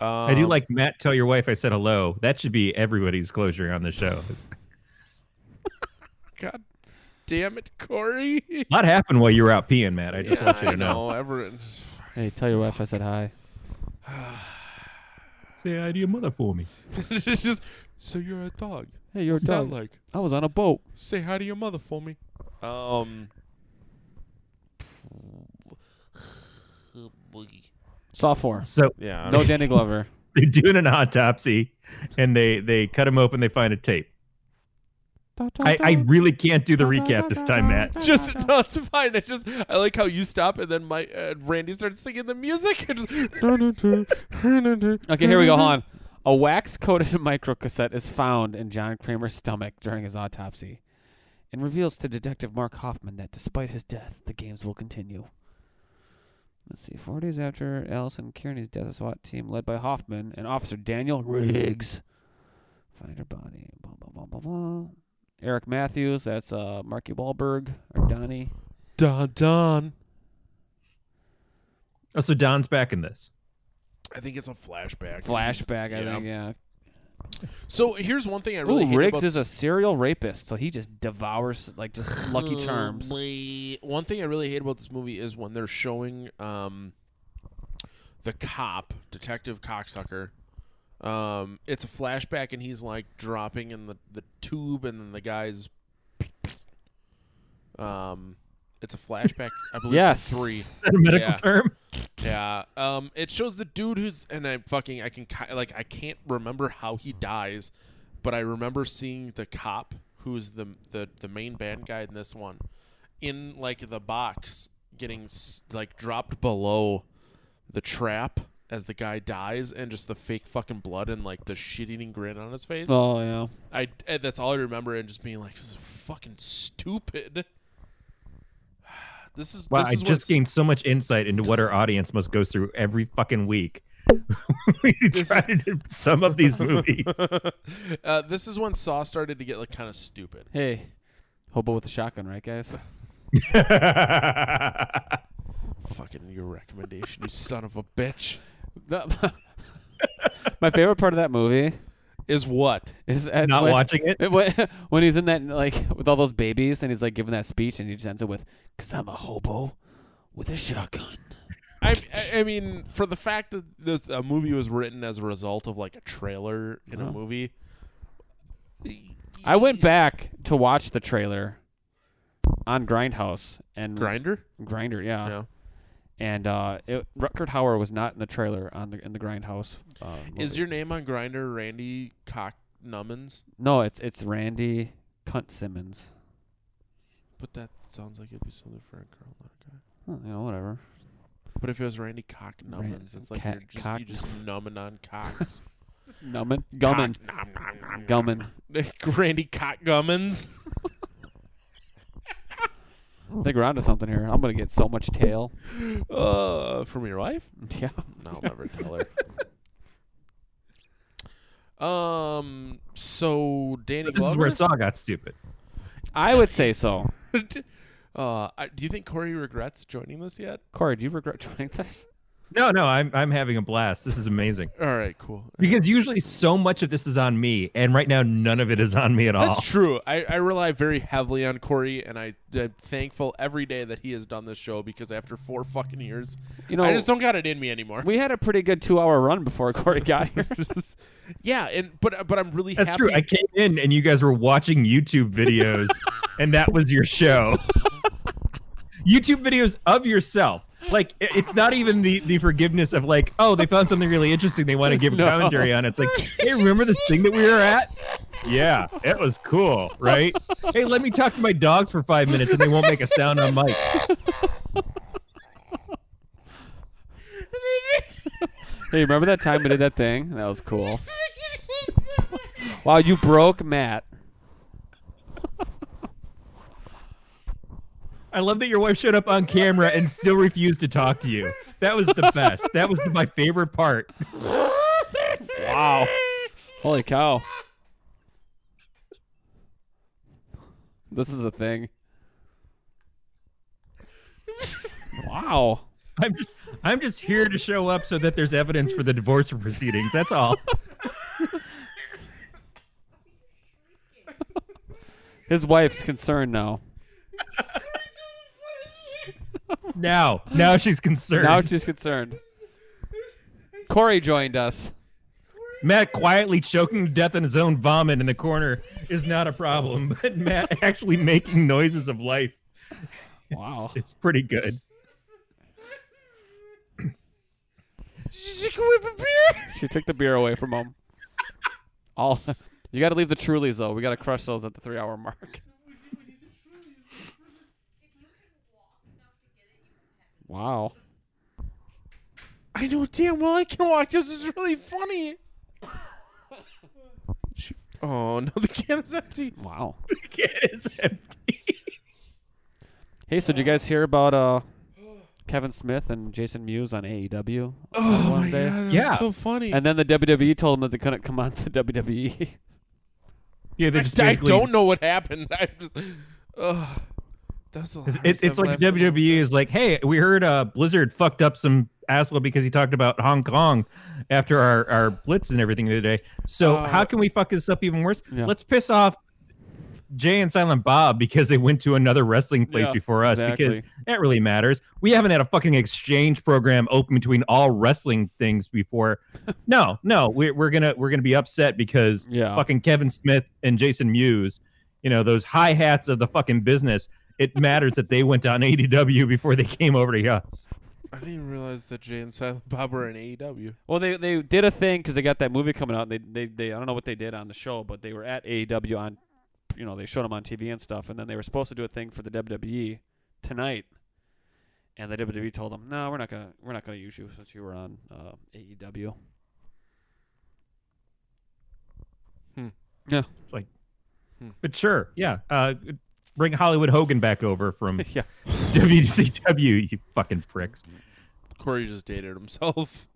um,
I do like Matt. Tell your wife I said hello. That should be everybody's closure on the show.
god damn it corey
A lot happened while you were out peeing, Matt. I just
Yeah,
want you
I
to know.
Everett.
Hey, tell your wife I said hi.
Say hi to your mother for me.
it's just so you're a dog.
Hey, you're
What's that
done.
like?
I was on a boat.
Say hi to your mother for me. Um,
Saw four.
So
yeah. I
No
don't-
Danny Glover.
they're doing an autopsy and they they cut him open they find a tape i, I really can't do the recap this time matt
just no, it's fine. I just I like how you stop and then my uh, Randy starts singing the music. And just
Okay, here we go. Hold on. A wax coated microcassette is found in John Kramer's stomach during his autopsy and reveals to Detective Mark Hoffman that despite his death, the games will continue. Let's see. Four days after Allison Kearney's death, a SWAT team led by Hoffman and Officer Daniel Riggs find her body. Blah, blah, blah, blah, blah. Eric Matthews, that's uh, Marky Wahlberg or Donnie.
Don Don.
oh, so don's back in this
I think it's a flashback.
Flashback, I
Yeah.
think, yeah.
So here's one thing I really
Ooh,
hate
Riggs
about-
is a serial rapist, so he just devours like just Lucky Charms.
Holy- One thing I really hate about this movie is when they're showing um, the cop, Detective Cocksucker. Um, it's a flashback, and he's like dropping in the, the tube, and then the guy's. Um, it's a flashback. I believe. to
Yes.
Three.
Is that a medical
Yeah.
term
Yeah. Um, it shows the dude who's and I fucking I can ki- like I can't remember how he dies, but I remember seeing the cop who's the the the main bad guy in this one, in like the box getting s- like dropped below the trap as the guy dies and just the fake fucking blood and like the shit eating grin on his face.
Oh yeah.
I eh, that's all I remember and just being like this is fucking stupid. This is
wow
this
i
is
just
what's-
gained so much insight into what our audience must go through every fucking week we
This
try to do some of these movies
uh, this is when Saw started to get like kind of stupid.
Hey, hobo with a shotgun, right, guys?
Fucking your recommendation, you son of a bitch.
The- My favorite part of that movie
Is what?
is at
not
when,
watching it
it- when- when he's in that like with all those babies and he's like giving that speech and he just ends it with "Cause I'm a hobo with a shotgun."
I, I I mean, for the fact that this a movie was written as a result of like a trailer in a
Wow.
movie.
I went back to watch the trailer on Grindhouse and
Grinder?
Grinder, yeah.
Yeah.
And uh, it, Rutger Hauer was not in the trailer on the in the Grindhouse. Uh,
Is
movie.
your name on Grinder Randy Cock Nummins?
no? It's it's Randy Cunt Simmons.
But that sounds like it'd be something for a girl, not a guy.
Well, you know, whatever.
But if it was Randy cock numbins, it's like
ca-
you're just,
cock-
you just numbing on cocks.
Numbin. Gummin.
Cock nom, nom, nom,
Gummin.
nom. Randy cock gummins.
I think we're onto something here. I'm gonna get so much tail.
Uh, from your wife?
Yeah.
I'll never tell her. Um. So Danny
This is
Glover.
where Saw got stupid.
I would say so.
uh, I- do you think Corey regrets joining this yet?
Corey, do you regret joining this?
No, no, I'm I'm having a blast. This is amazing.
All right, cool.
Because usually so much of this is on me, and right now none of it is on me at all.
That's true. I, I rely very heavily on Corey, and I, I'm thankful every day that he has done this show because after four fucking years,
You know,
I just don't got it in me anymore.
we had a pretty good two hour run before Corey got here.
yeah, and but but I'm really
That's
happy.
true. I came in and you guys were watching YouTube videos, and that was your show. YouTube videos of yourself. Like i- it's not even the the forgiveness of like, oh, they found something really interesting. They want to give commentary on. it. It's like, hey, remember this thing that we were at? Yeah, it was cool, right? hey, let me talk to my dogs for five minutes, and they won't make a sound on mic.
hey, remember that time we did that thing? That was cool. Wow, you broke Matt.
I love that your wife showed up on camera and still refused to talk to you. That was the best. That was my favorite part.
Wow. Holy cow. This is a thing. Wow.
I'm just I'm just here to show up so that there's evidence for the divorce proceedings. That's all.
His wife's concerned now.
Now, now she's concerned.
Now she's concerned. Corey joined us.
Matt quietly choking to death on his own vomit in the corner is not a problem, but Matt actually making noises of life. Wow, it's, pretty good.
She took the beer away from him. All you got to leave the Trulies though. We got to crush those at the three hour mark. Wow.
I know damn well I can walk. This is really funny. She- oh no, the can is empty.
Wow.
The can is empty.
Hey, so did you guys hear about uh Kevin Smith and Jason Mewes on AEW?
Oh my
day.
god, that's
Yeah.
so funny.
And then the WWE told them that they couldn't come on the E. WWE.
Yeah, they just
I
basically-
don't know what happened. I just, ugh. that's the last
It, it's
I've
like
laughed in a long
WWE is like, hey, we heard uh, Blizzard fucked up some asshole because he talked about Hong Kong after our, our blitz and everything the other day. So
Uh,
how can we fuck this up even worse?
Oh. Yeah.
Let's piss off Jay and Silent Bob because they went to another wrestling place
Yeah,
before us because
exactly.
that really matters. We haven't had a fucking exchange program open between all wrestling things before. no, no, we're, we're gonna we're gonna be upset because
Yeah.
fucking Kevin Smith and Jason Mewes, you know, those high hats of the fucking business. It matters that they went on ADW before they came over to us.
I didn't even realize that Jay and Silent Bob were in E AEW.
Well, they they did a thing because they got that movie coming out. And they, they they I don't know what they did on the show, but they were at AEW on, you know, they showed them on TV and stuff, and then they were supposed to do a thing for the WWE tonight, and the WWE told them, no, we're not gonna we're not gonna use you since you were on uh, AEW.
But sure, yeah, uh, bring Hollywood Hogan back over from
yeah,
WCW, you fucking pricks.
Corey just dated himself.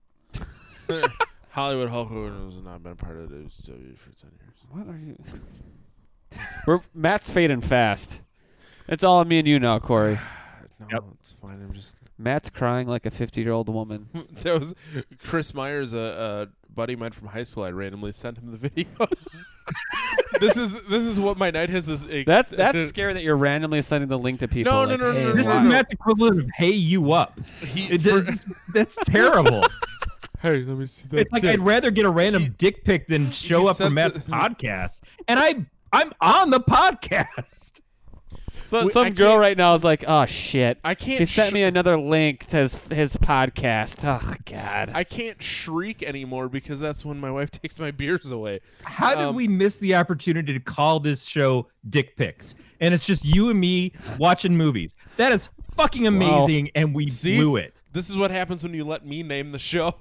Hollywood Hulk Hogan has not been part of the WWE for ten years.
what are you? we're Matt's fading fast. It's all me and you now, Corey.
No,
Yep.
it's fine. I'm just
Matt's crying like a fifty-year-old woman.
that was Chris Myers, a, a buddy of mine from high school. I randomly sent him the video. this is this is what my night has. Is
That's that's scary that you're randomly sending the link to people.
No,
like,
no, no, no,
"Hey,
no,
This
watch
is Matt's equivalent of "Hey, you up."
He,
It
for-
does, that's terrible.
hey, let me see that.
It's like I'd rather get a random dick pic than show
he
up for
sent
Matt's
the-
podcast, and I I'm on the podcast.
So,
Wait, I
some girl
can't-
right now is like, "Oh shit!"
I can't.
He sent
sh-
me another link to his, his podcast. Oh god.
I can't shriek anymore because that's when my wife takes my beers away.
How did
Um,
we miss the opportunity to call this show Dick Pics? And it's just you and me watching movies. That is fucking amazing, and we
See?
blew it.
This is what happens when you let me name the show.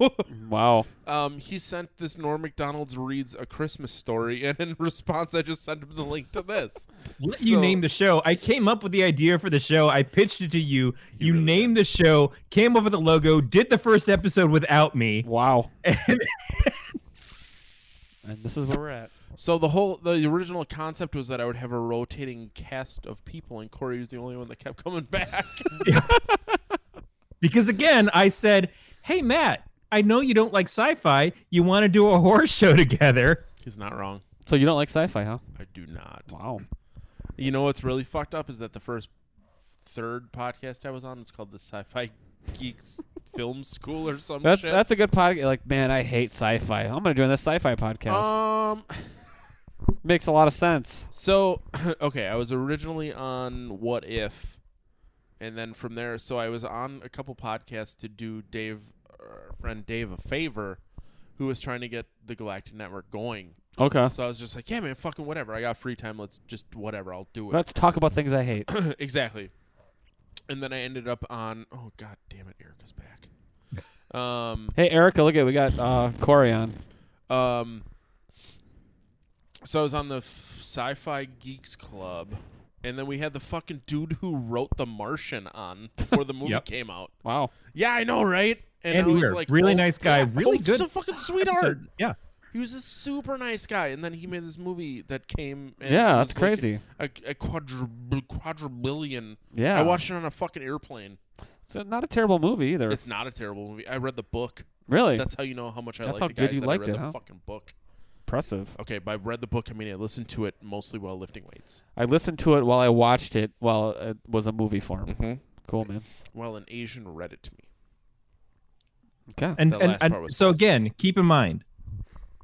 Wow.
um, he sent this Norm McDonald's reads a Christmas story, and in response, I just sent him the link to this.
Let you
So-
name the show. I came up with the idea for the show. I pitched it to you. You,
really
named the show, came up with the logo, did the first episode without me.
Wow.
And
And this is where we're at.
So the whole the original concept was that I would have a rotating cast of people, and Corey was the only one that kept coming back.
because again, I said, "Hey Matt, I know you don't like sci-fi. You want to do a horror show together?"
He's not wrong.
So you don't like sci-fi, huh?
I do not.
Wow.
You know what's really fucked up is that the first third podcast I was on was called the Sci-Fi Geeks Film School or some
That's
shit.
that's a good podcast. Like, man, I hate sci-fi. I'm gonna join the sci-fi podcast.
um
Makes a lot of sense.
so okay, I was originally on What If and then from there so I was on a couple podcasts to do Dave our friend Dave a favor who was trying to get the Galactic Network going.
Okay.
So I was just like, yeah man, fucking whatever. I got free time, let's just whatever, I'll do it.
Let's talk about things I hate.
exactly. And then I ended up on oh god damn it, Erica's back. Um
Hey, Erica, look at we got uh, Corey on.
um so I was on the f- Sci-Fi Geeks Club and then we had the fucking dude who wrote The Martian on before the movie
Yep.
came out.
Wow.
Yeah, I know, right?
And
I was
weird. Really nice guy,
yeah,
really
oh,
good
He's a fucking sweetheart.
Episode- yeah.
He was a super nice guy, and then he made this movie that came. And
Yeah,
was
that's
like
crazy.
A, a quadrib- quadribillion.
Yeah.
I watched it on a fucking airplane.
It's a- not a terrible movie either.
It's not a terrible movie. I read the book.
really
That's how you know how much I
That's
like
how
the
good
guys
you
that I
liked
read
it,
the
huh?
fucking book.
impressive.
Okay, but I read the book. I mean, I listened to it mostly while lifting weights.
I listened to it while I watched it while it was a movie form.
Mm-hmm.
Cool, man.
While an Asian read it to me.
Okay.
And
That
and,
last
and
part was
so
false.
again, keep in mind,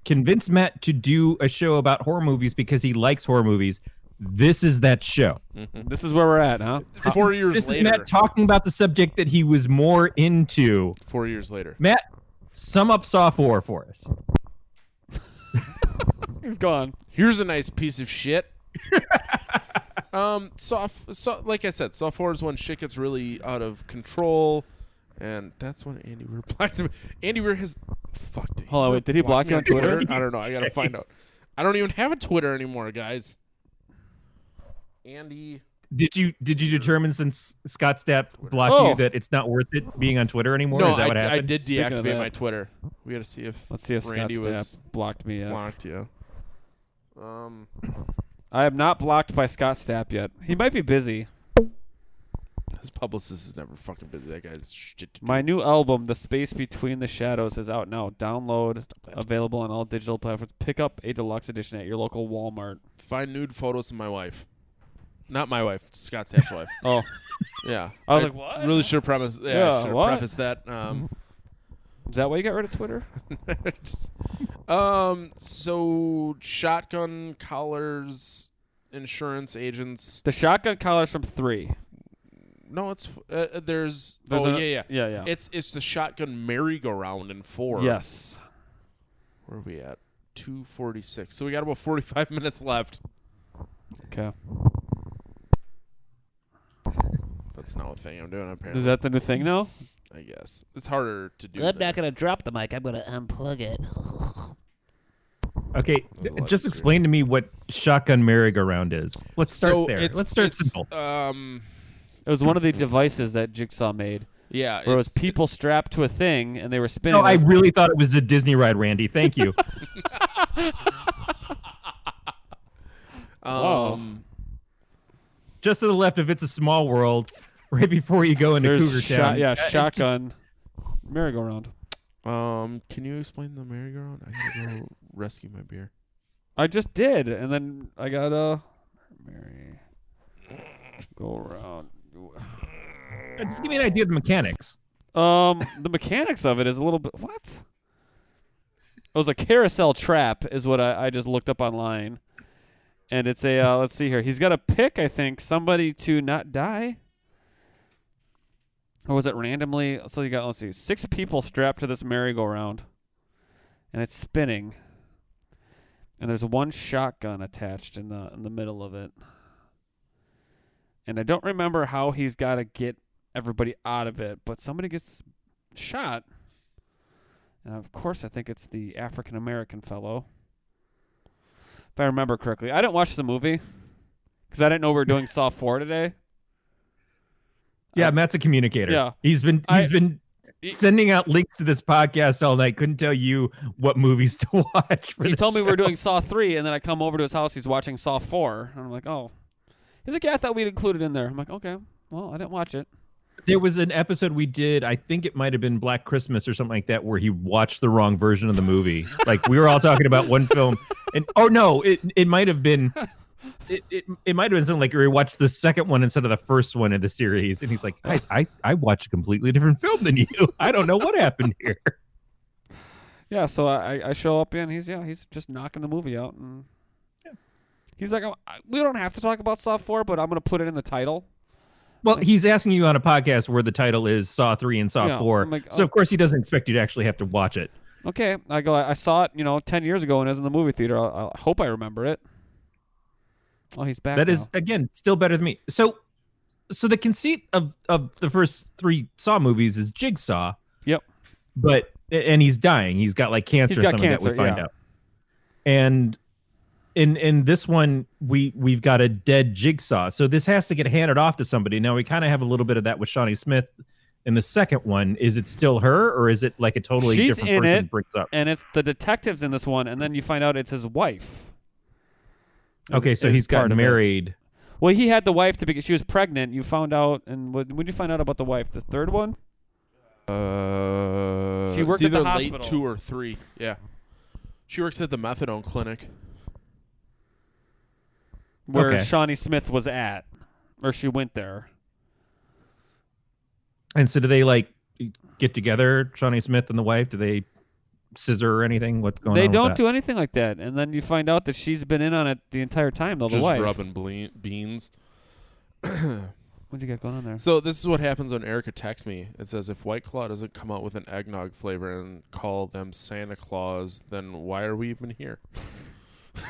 convince Matt to do a show about horror movies because he likes horror movies. This is that show.
This is where we're at, huh?
Four years
This is
later.
Matt talking about the subject that he was more into.
four years later.
Matt, sum up sophomore for us.
He's gone.
Here's a nice piece of shit. um, soft, so like I said, soft four is when shit gets really out of control, and that's when Andy Weir blocked him. Andy Weir has fucked. it.
Hold on, wait, did he block you on Twitter?
I don't know. I gotta find out. I don't even have a Twitter anymore, guys. Andy,
Did you did you determine since Scott Stapp blocked
Oh.
you that it's not worth it being on Twitter anymore?
no,
Oh, is that
I,
what
I
happened?
did
Speaking of
deactivate
that-
my Twitter. We gotta see if
Let's see if Scott
Randy was
Stapp blocked me. Yet.
blocked. Yeah. Um,
I am not blocked by Scott Stapp yet. He might be busy.
his publicist is never fucking busy. That guy's shit. To do.
My new album, The Space Between the Shadows, is out now. Download, available on all digital platforms. Pick up a deluxe edition at your local Walmart.
find nude photos of my wife. Not my wife, Scott Stapp's wife.
Oh,
Yeah.
I was like, what?
Really should premise yeah,
Yeah,
should
what?
preface that. Um,
Is that why you got rid of Twitter?
just- um so shotgun collars insurance agents
The shotgun collar's from three.
no it's f- uh, uh, there's,
There's
oh
a-
yeah, yeah
Yeah, yeah.
it's it's the shotgun merry-go-round in four
yes.
where are we at 246 so we got about 45 minutes left
Okay.
that's not a thing i'm doing apparently
Is that the new thing now?
i guess it's harder to do
I'm
than-
not gonna drop the mic. I'm gonna unplug it.
Okay,
There's a lot of
just
serious-
explain to me what shotgun merry-go-round is. Let's start
so
there.
it's-
Let's start
it's,
simple.
um
It was one of the devices that Jigsaw made,
yeah
where it was
it's-
people strapped to a thing and they were spinning.
No, I
those-
really thought it was a Disney ride, Randy. Thank you.
Whoa.
um,
just to the left of It's a Small World, right before you go into Cougar
There's
Town. Uh,
shot, yeah, shotgun, merry-go-round.
Um, can you explain the merry-go-round? I gotta go rescue my beer.
I just did, and then I got a merry go round.
Uh, Just give me an idea of the mechanics.
Um, the mechanics of it is a little bit what? It was a carousel trap, is what I, I just looked up online, and it's a uh, let's see here. He's got to pick, I think, somebody to not die, or was it randomly? So you got let's see, six people strapped to this merry-go-round, and it's spinning, and there's one shotgun attached in the in the middle of it, and I don't remember how he's got to get everybody out of it, but somebody gets shot. And of course, I think it's the African American fellow. If I remember correctly, I didn't watch the movie because I didn't know we were doing Saw 4 today.
Yeah, Matt's a communicator.
Uh, yeah.
he's been he's
I-
been
He-
sending out links to this podcast all night. Couldn't tell you what movies to watch. For
He
this
told me we
show.
were doing Saw 3, and then I come over to his house. He's watching Saw 4. And I'm like, oh. He's like, yeah, I thought we'd include it in there. I'm like, okay. Well, I didn't watch it.
There was an episode we did. I think it might have been Black Christmas or something like that, where he watched the wrong version of the movie. like we were all talking about one film, and oh no, it it might have been. It, it, it might have been something like we watched the second one instead of the first one in the series, and he's like, "Guys, I, I watched a completely different film than you. I don't know what happened here."
Yeah, so I, I show up and he's yeah he's just knocking the movie out and he's like oh, I- we don't have to talk about Saw four but I'm gonna put it in the title.
Well, he's asking you on a podcast where the title is Saw Three and Saw
Yeah,
Four,
I'm like,
so
oh.
of course he doesn't expect you to actually have to watch it.
Okay, I go I, I saw it you know ten years ago and it was in the movie theater. I, I hope I remember it. Oh, he's back.
That
now.
is again still better than me. So, so the conceit of of the first three Saw movies is Jigsaw.
Yep.
But and he's dying. He's got like cancer.
He's got
or something that
cancer,
we find
yeah.
out. And in in this one, we we've got a dead Jigsaw. So this has to get handed off to somebody. Now we kind of have a little bit of that with Shawnee Smith. In the second one, is it still her, or is it like a totally
She's
different
in
person
it.
brings up?
and it's the detectives in this one and then you find out it's his wife. Is-
Okay, so
is
he's
part
got
of it.
married.
Well, he had the wife to because she was pregnant. You found out and what would you find out about the wife? The third one.
Uh,
She worked
it's
at the
either
hospital.
Late two or three. Yeah. She works at the methadone clinic.
where
Okay.
Shawnee Smith was at, or she went there.
And so do they like get together, Shawnee Smith and the wife? Do they scissor or anything? What's going
they
on?
don't
with that?
do anything like that, and then you find out that she's been in on it the entire time. Though
Just
the wife.
rubbing ble- beans.
What do you got going on there?
So this is what happens when Erica texts me. It says if White Claw doesn't come out with an eggnog flavor and call them Santa Claus, then why are we even here?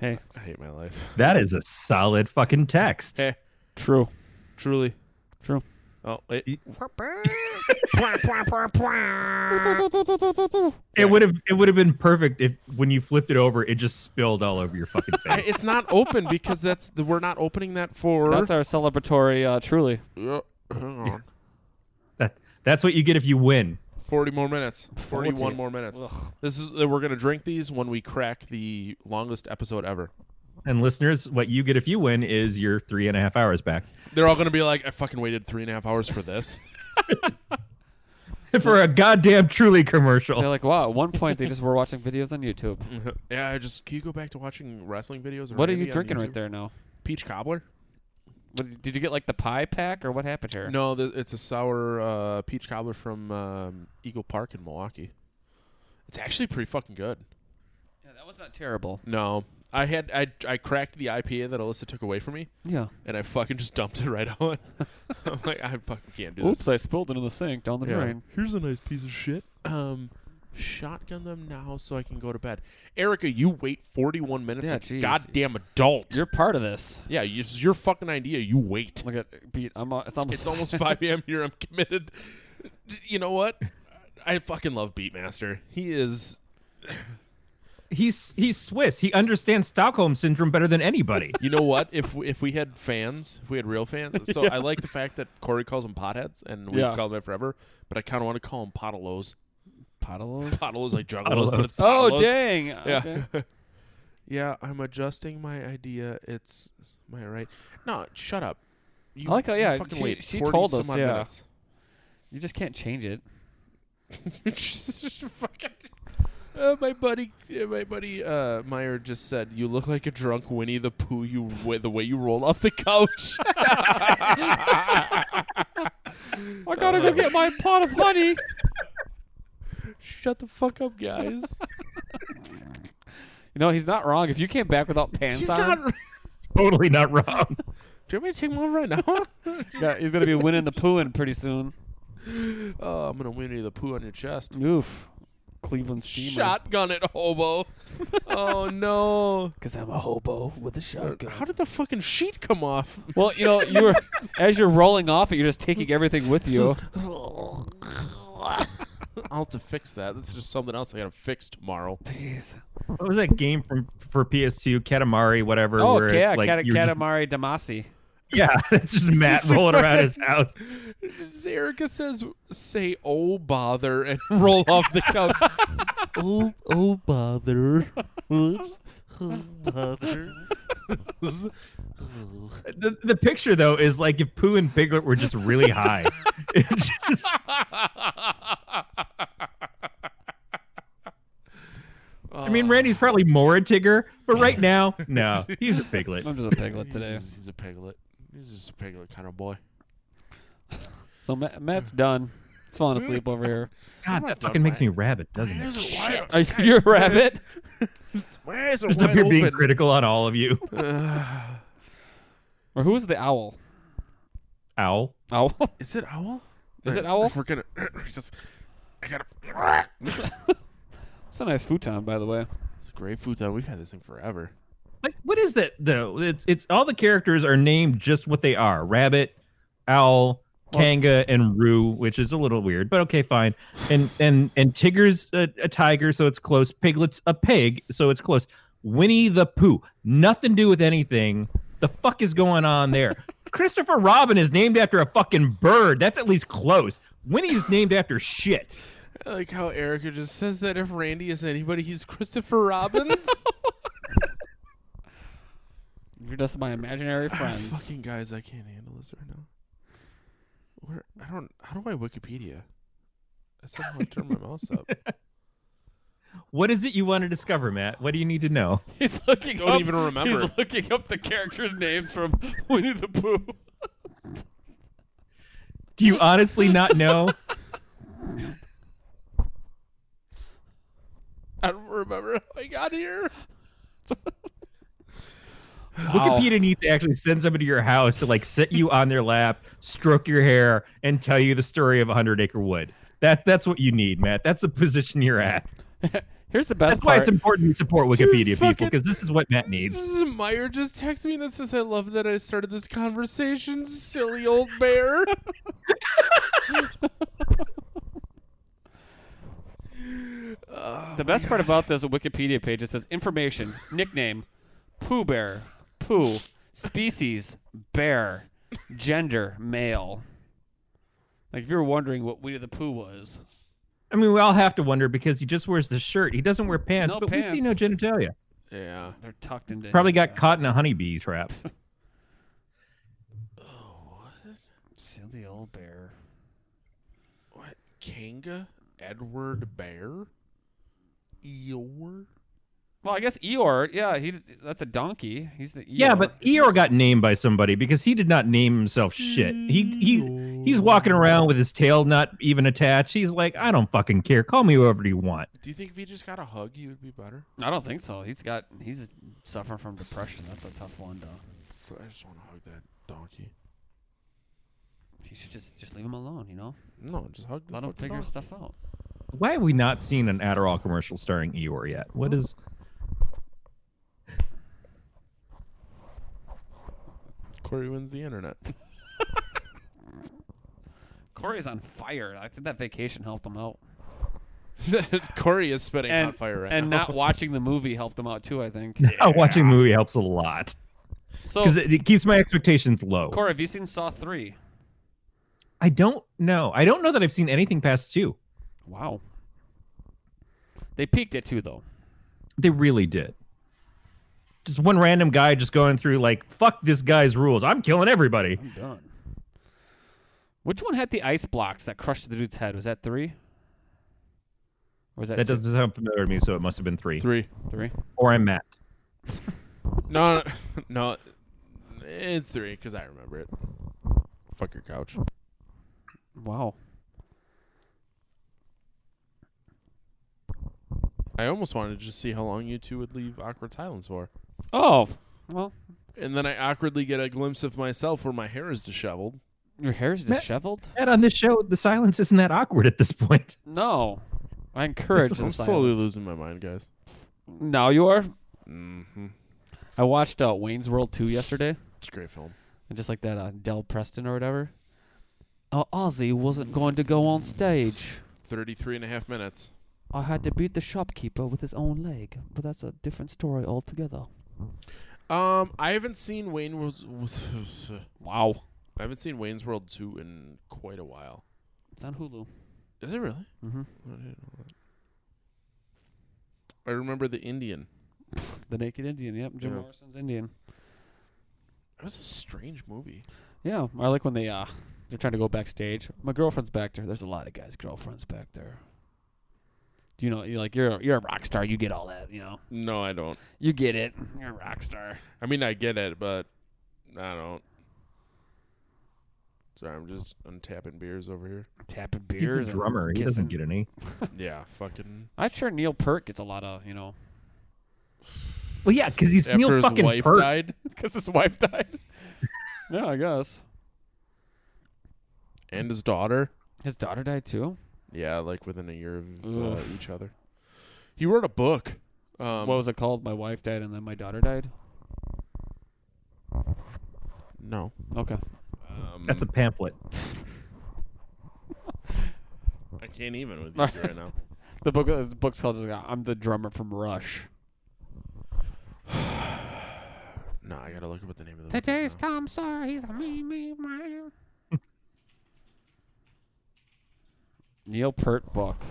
Hey.
I hate my life.
That is a solid fucking text.
Hey.
True.
Truly.
True.
Oh, wait.
It would have it would have been perfect if when you flipped it over, it just spilled all over your fucking
I-
face.
it's not open because that's the, we're not opening that for.
That's our celebratory. Uh, truly,
Uh, hang on.
that, that's what you get if you win.
Forty more minutes. Forty-one
Forty.
more minutes. This is uh, we're gonna drink these when we crack the longest episode ever.
And listeners, what you get if you win is your three and a half hours back
They're all gonna be like, I fucking waited three and a half hours for this.
for a goddamn truly
they're
Oh.
commercial.
like, wow. At one point, they just were watching videos on YouTube.
yeah, I just can you go back to watching wrestling videos? Or
What are
Randy
you
on
drinking
YouTube?
right there now?
Peach cobbler?
What, did you get like the pie pack or what happened here?
No, th- it's a sour uh, peach cobbler from um, Eagle Park in Milwaukee. It's actually pretty fucking good.
Yeah, that was not terrible.
No, I had I I cracked the IPA that Alyssa took away from me,
Yeah.
and I fucking just dumped it right out. I'm like, I fucking can't do
Oops,
this.
I spilled into the sink down the
Yeah.
drain.
Here's a nice piece of shit. Um, shotgun them now so I can go to bed. Erica, you wait 41 minutes.
Yeah,
like a
jeez.
goddamn adult.
You're part of this.
yeah, you, it's your fucking idea. You wait.
Look at beat. I'm. Uh, it's almost.
It's almost 5 a.m. here. I'm committed. D- You know what? I fucking love Beatmaster. He is.
He's he's Swiss. He understands Stockholm syndrome better than anybody.
You know what? If we, if we had fans, if we had real fans, so I like the fact that Corey calls them potheads, and we've
Yeah.
called them that forever. But I kind of want to call them potaloes.
Potalos?
Potaloes like juggalos, but it's
Oh
potalos.
dang! Okay.
Yeah. yeah, I'm adjusting my idea. It's my right. No, shut up. You,
I like how-
you
yeah,
fucking
she-
wait
she
40
told
some
us,
odd
yeah.
minutes.
You just can't change it.
Just fucking- Uh, my buddy, uh, my buddy uh, Meyer just said, "You look like a drunk Winnie the Pooh. You wi- the way you roll off the couch."
I gotta go get my pot of honey.
Shut the fuck up, guys.
You know he's not wrong. If you came back without pants
He's
on,
not. Do
totally not wrong.
you want me to take him over right now?
yeah, he's gonna be winning the pooing pretty soon.
oh, I'm gonna Winnie the Pooh on your chest.
Oof, Cleveland steamer.
Shotgun it, hobo. oh no.
Because I'm a hobo with a shotgun.
How did the fucking sheet come off?
Well, you know you were as you're rolling off it, you're just taking everything with you.
I'll have to fix that. That's just something else I gotta fix tomorrow.
What was that game from for PS2? Katamari, whatever.
Oh,
where it's
yeah,
like
Kata-
you're just-
Katamari Damacy.
yeah, it's just Matt rolling around his house.
Erica says, "Say oh bother" and roll off the couch.
Oh, oh, bother. Oops. Oh, bother.
The, the picture though is like if Pooh and Piglet were just really high. It's just- I mean,
Oh.
Randy's probably more a Tigger, but right now, no, he's a Piglet.
I'm just a piglet today.
He's, he's a piglet. He's just a piglet kind of boy.
So Ma- Matt's done. He's falling asleep over here.
God,
not
that
done
fucking makes me
mine.
rabbit, doesn't it?
Are you, you're a rabbit?
Where is
Just up here being critical on all of you.
Or who is the owl?
Owl.
Owl?
Is it owl?
Is it
Wait,
owl?
We're gonna just. I gotta.
It's a nice futon, by the way.
It's great food though. We've had this thing forever.
Like, what is that though? It's it's all the characters are named just what they are: rabbit, owl, kanga, and roo, which is a little weird, but okay, fine. And and and Tigger's a, a tiger, so it's close. Piglet's a pig, so it's close. Winnie the Pooh, nothing to do with anything. The fuck is going on there? Christopher Robin is named after a fucking bird. That's at least close. Winnie's named after shit.
I like how Erica just says that if Randy is anybody, he's Christopher Robbins.
You're just my imaginary friends.
Fucking guys, I can't handle this right now. Where I don't. How do I Wikipedia? I somehow turned my mouse up.
What is it you want to discover, Matt? What do you need to know?
he's looking
Don't
up.
even remember.
He's looking up the characters' names from Winnie the Pooh.
Do you honestly not know?
I don't remember how I got here.
Wikipedia needs to actually send somebody to your house to like sit you on their lap, stroke your hair, and tell you the story of a Hundred Acre Wood. That that's what you need, Matt. That's the position you're at.
Here's the best
That's why
part.
it's important to support Wikipedia people
fucking-
because this is what Matt needs.
This is Meyer just texted me that says, "I love that I started this conversation, silly old bear."
the best part about this Wikipedia page it says information, nickname, Pooh Bear, Pooh, species, bear, gender, male. Like if you're wondering what Winnie the Pooh was,
I mean, we all have to wonder because he just wears the shirt. He doesn't wear pants,
No
but we see
pants.
no genitalia.
yeah.
they're tucked into.
Probably
his,
got
uh,
caught in a honeybee trap.
Silly old bear.
What? Kanga? Edward Bear? Eeyore?
Well, I guess Eeyore. Yeah, he. That's a donkey. He's the Eeyore.
Yeah, but Eeyore got named by somebody because he did not name himself shit. He he he's walking around with his tail not even attached. He's like, I don't fucking care. Call me whoever you want.
Do you think if he just got a hug, he would be better?
I don't think so. He's got. He's suffering from depression. That's a tough one, though.
I just want to hug that donkey.
You should just just leave him alone. You know,
No, just hug the
let him
fucking
figure
donkey.
stuff out.
Why have we not seen an Adderall commercial starring Eeyore yet? What is
Corey wins the internet.
Corey's on fire. I think that vacation helped him out.
Corey is spitting
and
hot fire right
and
now.
not watching the movie helped him out too. I think.
Oh, watching a movie helps a lot
So,
because it, it keeps my expectations low.
Corey, have you seen Saw three?
I don't know. I don't know that I've seen anything past two.
Wow. They peaked it too, though.
They really did. Just one random guy just going through like, fuck this guy's rules. I'm killing everybody.
I'm done. Which one had the ice blocks that crushed the dude's head? Was that three? Or was that,
That
two?
doesn't sound familiar to me, so it must have been three.
Three.
three?
Or I'm Matt.
No, no, no, it's three because I remember it. Fuck your couch.
Wow.
I almost wanted to just see how long you two would leave awkward silence for,
Oh, well,
and then I awkwardly get a glimpse of myself where my hair is disheveled.
your hair's
Matt-
disheveled.
And on this show, the silence isn't that awkward at this point.
No, I encourage the
I'm slowly
silence.
losing my mind, guys.
Now you are.
Mm-hmm.
I watched uh, Wayne's World two yesterday.
It's a great film.
And just like that Oh, uh, Del Preston or whatever. Uh, Ozzy wasn't going to go on stage.
33 and a half minutes.
I had to beat the shopkeeper with his own leg, but that's a different story altogether.
Um, I haven't seen Wayne was.
Wow.
I haven't seen Wayne's World 2 in quite a while.
It's on Hulu.
Is it really?
Mm-hmm.
I didn't know that. I remember the Indian.
The Naked Indian. Yep, Jim
Yeah.
Morrison's Indian.
That was a strange movie.
Yeah, I like when they uh they're trying to go backstage. My girlfriend's back there. There's a lot of guys' girlfriends back there. Do you know? You're like you're you're a rock star. You get all that. You know.
No, I don't.
You get it. You're a rock star.
I mean, I get it, but I don't. Sorry, I'm just untapping beers over here.
Tapping
He's
beers.
a
and
drummer. He
kissing.
doesn't get any.
yeah, fucking.
I'm sure Neil Peart gets a lot of you know
Well, yeah, because he's
After
Neil
his
fucking
wife
Peart.
died,
because his wife died. yeah, I guess
and his daughter.
his daughter died too.
Yeah, like within a year of uh, each other. He wrote a book. Um,
what was it called? My wife died and then my daughter died.
no?
Okay.
Um,
That's a pamphlet.
I can't even with you two right now.
The book the book's called uh, "I'm the Drummer from Rush."
No, I gotta look up what the name of the
Today's
book
Tom Sawyer. He's a me me man. Neil Peart book.
is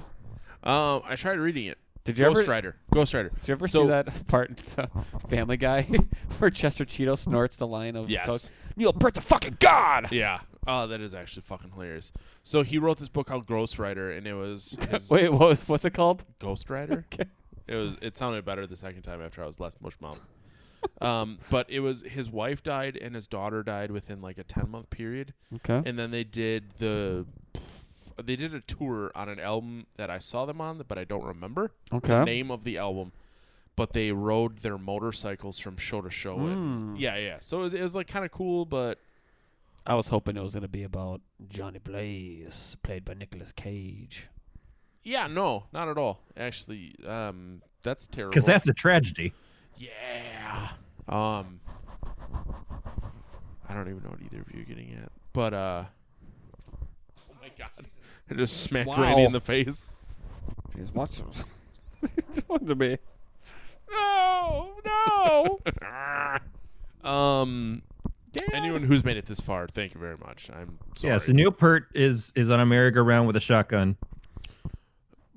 now. Um, I tried reading it.
Did you
Ghost
ever?
Rider. Ghost Rider.
Did you ever
So-
see that part in the Family Guy where Chester Cheeto snorts the line of
Yes.
Coke? Neil Peart's a fucking god.
Yeah. Oh, that is actually fucking hilarious. So he wrote this book called Ghost Rider, and it was his
Wait, what was, what's it called?
Ghost Rider.
Okay.
It was. It sounded better the second time after I was less mush mouth. um, but it was his wife died and his daughter died within like a ten month period,
Okay.
and then they did the they did a tour on an album that I saw them on, but I don't remember the
Okay.
name of the album. But they rode their motorcycles from show to show.
Hmm.
And yeah, yeah. So it was, it was like kind of cool, but
I was hoping it was gonna be about Johnny Blaze, played by Nicolas Cage.
Yeah, no, not at all. Actually, um, that's terrible.
Because that's a tragedy.
yeah. Um, I don't even know what either of you are getting at, but uh, oh my god, I just smacked Randy in the face.
He's watching. it's one to me.
No, no. um, anyone who's made it this far, thank you very much. I'm sorry.
Yeah, so Neil Peart is is on a merry-go-round with a shotgun.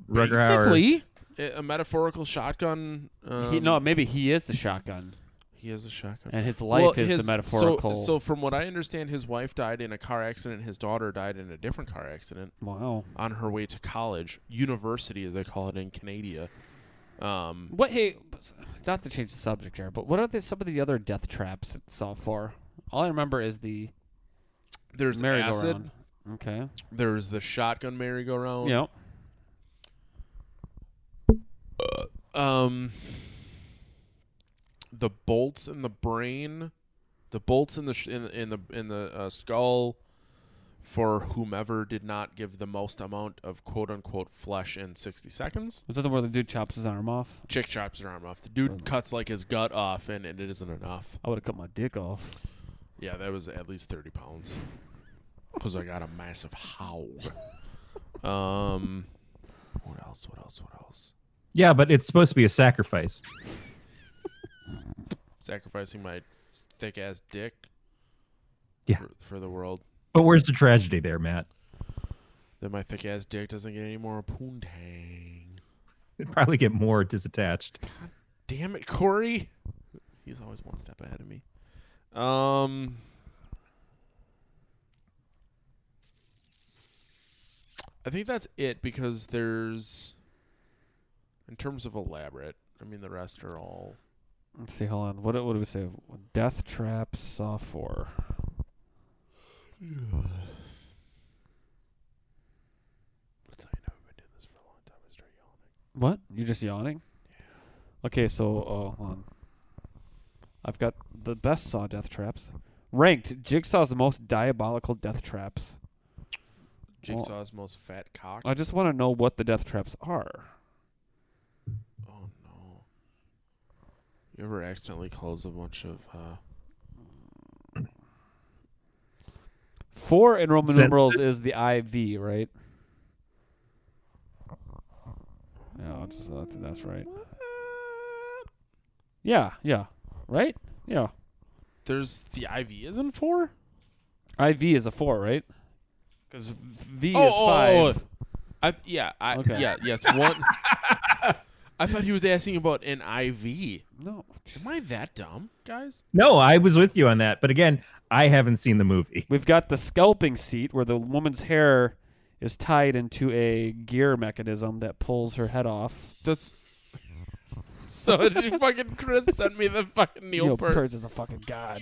Rugger Hauer.
Basically, a a metaphorical shotgun. Um,
He, no, maybe he is the shotgun,
he has a shotgun.
and his life
Well,
is
his-
the metaphorical.
So, so from what I understand, his wife died in a car accident. His daughter died in a different car accident
Wow.
on her way to college, university, as they call it in Canada. Um,
What? Hey, not to change the subject here, but what are the, some of the other death traps it saw for? All I remember is the
there's acid.
merry-go-round. Okay.
There's the shotgun merry-go-round.
Yep.
Um, the bolts in the brain, the bolts in the sh- in, in the in the uh, skull, for whomever did not give the most amount of quote unquote flesh in 60 seconds.
Was that the one where the dude chops his arm off?
chick chops her arm off. The dude cuts like his gut off, and, and it isn't enough.
I would have cut my dick off.
Yeah, that was at least thirty pounds. Cause I got a massive hog. um, what else? What else? What else?
Yeah, but it's supposed to be a sacrifice.
Sacrificing my thick ass dick.
Yeah.
For, for the world,
But where's the tragedy there, Matt?
that my thick ass dick doesn't get any more poontang.
It'd probably get more disattached.
Damn it, Corey. He's always one step ahead of me. Um. I think that's it because there's, in terms of elaborate, I mean the rest are all.
Let's see. Hold on. What? What do we say? Death trap saw for.
That's how you know we've been doing this for a long time. I start yelling.
What? You just yawning? Okay, so uh, hold on. I've got the best saw death traps. Ranked, Jigsaw's the most diabolical death traps.
Jigsaw's most fat cock.
I just want to know what the death traps are.
oh no. You ever accidentally close a bunch of? uh
Four in Roman
Zen-
numerals is the IV, right? much. So I think that's right. Yeah, yeah, right. Yeah,
There's the IV is in four.
IV is a four, right? Because V
Oh,
is
oh,
five.
I yeah I
Okay.
yeah yes one. I thought he was asking about an IV.
No,
Am I that dumb, guys?
No, I was with you on that. But again, I haven't seen the movie.
We've got the scalping seat where the woman's hair is tied into a gear mechanism that pulls her head off.
That's so. Did you fucking Chris send me the fucking Neil,
Neil
Peart?
Peart is a fucking god.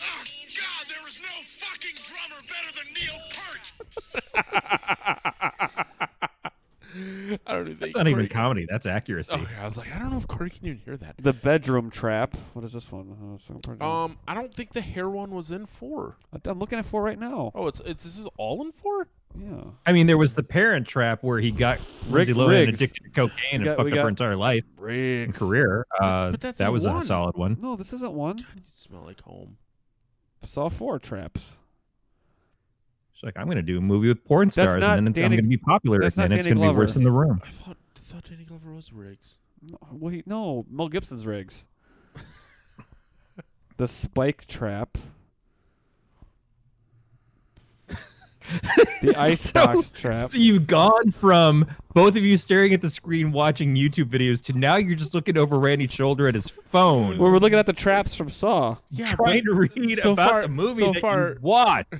God, there is no fucking drummer better than Neil Peart.
I don't even think
It's not even
Corey-
comedy. That's accuracy.
Oh, I was like, I don't know if Corey can even hear that.
The bedroom trap. What is this one? Uh, so-
Um, I don't think the hair one was in four.
I'm looking at four right now.
Oh, it's, it's this is all in four.
Yeah.
I mean, there was the Parent Trap where he got Lindsay Lohan
Riggs.
addicted to cocaine
We
and
got-
fucked
we
up her
got-
entire life and
Riggs.
career. Uh,
but that's
that was
one.
a solid one.
No, this isn't one.
You smell like home.
Saw four traps.
She's like, I'm going to do a movie with porn stars,
not
and then it's I'm
Danny-
going to be popular
that's not
again. It's
Danny
going to be worse
Glover.
in the room.
I thought I thought Danny Glover was Riggs.
No, wait, no. Mel Gibson's rigs. the spike trap. The icebox trap.
So you've gone from both of you staring at the screen watching YouTube videos to now you're just looking over Randy's shoulder at his phone,
Well, we're looking at the traps from Saw.
Yeah,
trying to read
so
about
far-
the movie
so
that
far-
you watched.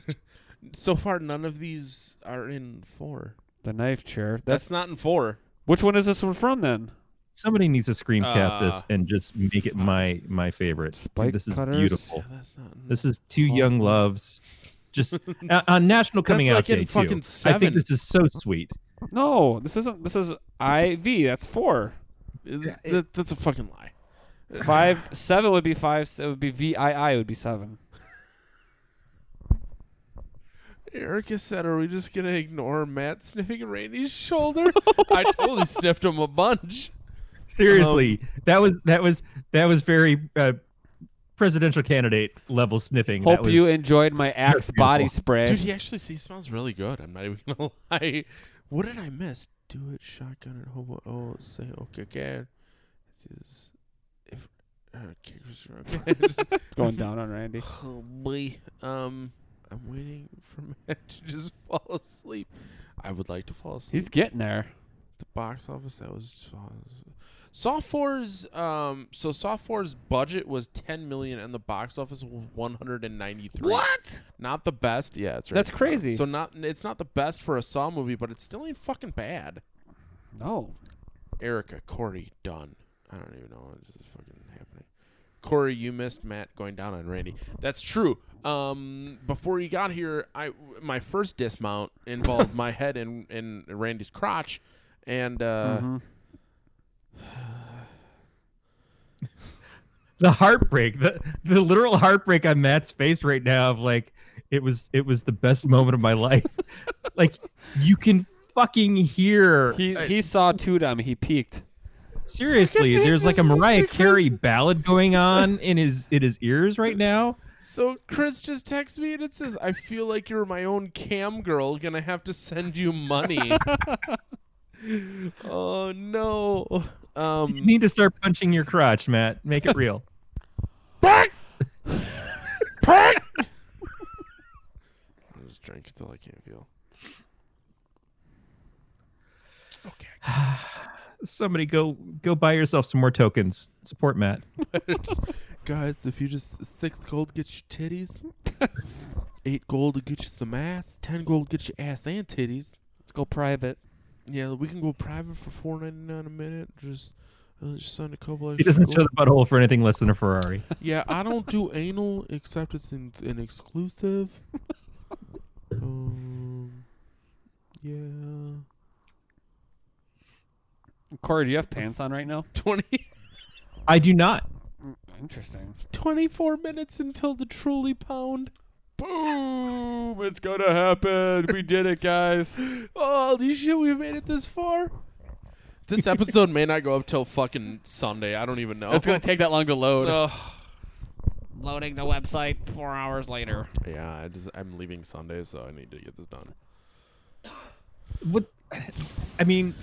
so far none of these are in four.
The knife chair. That's
That's not in four.
which one is this one from then?
Somebody needs to screen cap
Uh,
this and just make it my my favorite.
Spike
this is
cutters?
beautiful.
That's not. In
This is two young loves, just uh, on National Coming
That's
Out
like in
Day
fucking
too. I
Seven.
think this is so sweet.
No, this isn't. This is IV. That's four.
Th- th- that's a fucking lie.
Five seven would be five. It would be VII would be seven.
Erica said, "Are we just gonna ignore Matt sniffing Randy's shoulder?" I totally sniffed him a bunch.
Seriously, that was that was that was very uh, presidential candidate level sniffing.
Hope
that was,
you enjoyed my Axe
beautiful.
body spray.
Dude, he actually he smells really good. I'm not even gonna lie. What did I miss? Do it, shotgun and hobo. Oh, say okay, okay. It is if uh, kickers are okay. Just-
Going down on Randy.
oh boy. Um, I'm waiting for Matt to just fall asleep. I would like to fall asleep.
He's getting there.
the box office that was Saw 4's um so Saw 4's budget was 10 million and the box office was 193. What? Not the best. Yeah, it's right.
That's crazy.
So not it's not the best for a Saw movie, but it still ain't fucking bad.
No.
Erica, Corey, done. I don't even know what this is fucking happening. Corey, you missed Matt going down on Randy. That's true. Um, before you got here, I my first dismount involved my head in in Randy's crotch, and uh,
Mm-hmm.
the heartbreak, the the literal heartbreak on Matt's face right now of like it was it was the best moment of my life. like you can fucking hear
He he saw two them. He peaked.
seriously, there's like a Mariah Carey ballad going on in his in his ears right now.
So Chris just texts me and it says, "I feel like you're my own cam girl. Gonna have to send you money." oh no.
You
Um,
need to start punching your crotch, Matt. Make it real.
I'll just drink until I can't feel. Okay.
Somebody go go buy yourself some more tokens. Support Matt.
Just- guys, if you just six gold gets you titties, eight gold will get you some ass, ten gold gets you ass and titties.
Let's go private.
Yeah, we can go private for four ninety nine a minute. Just, uh, just send a couple. Extra
He doesn't show
gold.
the butthole for anything less than a Ferrari.
Yeah, I don't do anal except it's an, an exclusive. um, yeah,
Corey, do you have pants on right now?
20,
I do not.
Interesting.
24 minutes until the trolley pound. Boom! It's gonna happen. We did it, guys. Holy Oh, shit, we made it this far. This episode may not go up till fucking Sunday. I don't even know.
It's gonna take that long to load.
Ugh.
Loading the website four hours later.
yeah, I just I'm leaving Sunday, so I need to get this done.
What? I mean,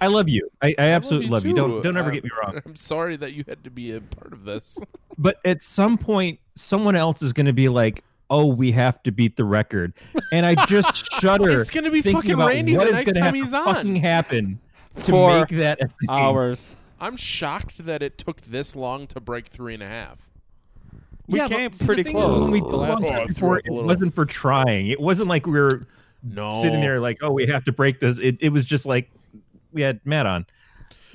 I love you. I, I absolutely love you. Uh,
too. Uh,
Don't don't ever
I'm-
get me wrong.
I'm sorry that you had to be a part of this.
But at some point, someone else is going to be like, "Oh, we have to beat the record," and I just shudder.
It's gonna be
thinking
fucking
about
Randy
what
the
is
next
gonna
time
have to
he's on.
Fucking happen to
Four
make that a thing.
Hours.
I'm shocked that it took this long to break three and a half.
We
Yeah, but
came
see, the
pretty
thing
close.
Is, when we
the last
launched
time.
it before,
Oh, I threw up
it
a little.
wasn't for trying. It wasn't like we were
No,
sitting there like, "Oh, we have to break this." It it was just like we had Matt on.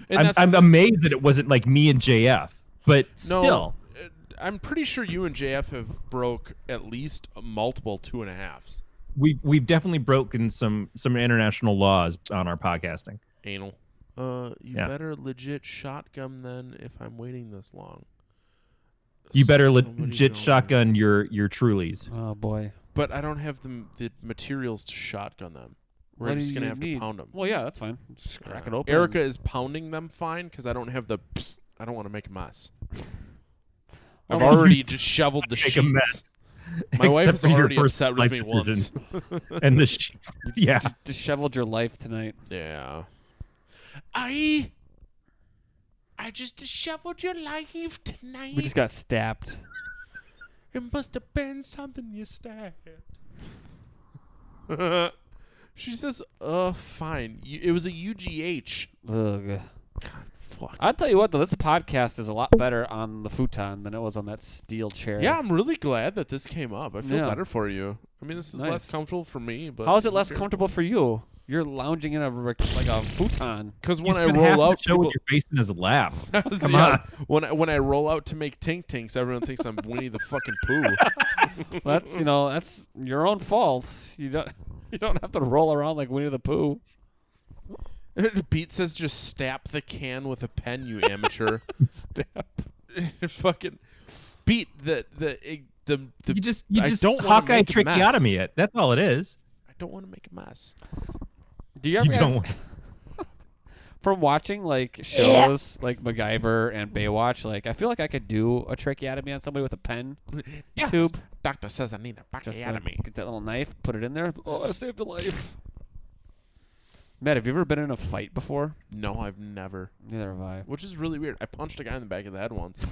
And
I'm,
that's-
I'm amazed that it wasn't like me and JF, but
no,
still.
uh, I'm pretty sure you and JF have broke at least multiple two and a halves.
we we've definitely broken some some international laws on our podcasting.
Anal. Uh, you
Yeah.
better legit shotgun then if I'm waiting this long.
You better
Somebody
legit
go.
shotgun your your Trulies.
Oh boy.
But I don't have the the materials to shotgun them. We're
What do
just gonna
you
have to
need?
pound them.
Well, yeah, that's fine. Just crack it
Uh,
open.
Erica is pounding them fine because I don't have the. Psst, I don't want to make a mess. I've
Well, you
already just shoveled the
make
sheets.
a mess.
My wife
Except
is
for your
already
first
upset with
life
me once.
decision. and the sh- yeah.
and disheveled your life tonight.
Yeah. I. I just disheveled your life tonight.
We just got stabbed.
It must have been something you stabbed. she says, "Uh, fine. You, it was a UGH."
Ugh.
Fuck.
I'll tell you what, though, this podcast is a lot better on the futon than it was on that steel chair.
Yeah, I'm really glad that this came up. I feel
Yeah.
better for you. I mean, this is less
Nice.
comfortable for me, but
How is it
who
less
cares?
comfortable for you? You're lounging in a rec- like a futon.
Because when
You
I
spend half
roll
the
out,
show
people,
with your face in his lap. Come
Yeah,
on.
when I, when I roll out to make tink tinks, everyone thinks I'm Winnie the fucking Pooh.
That's you know that's your own fault. You don't you don't have to roll around like Winnie the Pooh.
Beat says, "Just stab the can with a pen, you amateur."
Stab.
fucking beat the the eh, the. the
You just you
I
just
don't wanna
Hawkeye
make a
tricked you out of
mess.
me. It. That's all it is.
I don't want to make a mess.
Do you ever
You
guys-
don't.
from watching like shows like MacGyver and Baywatch? Like I feel like I could do a tracheotomy on somebody with a pen tube.
Doctor says I need a
Just uh,
tracheotomy.
get that little knife, put it in there. Oh, I saved a life. Matt, have you ever been in a fight before?
No, I've never.
Neither have I.
Which is really weird. I punched a guy in the back of the head once.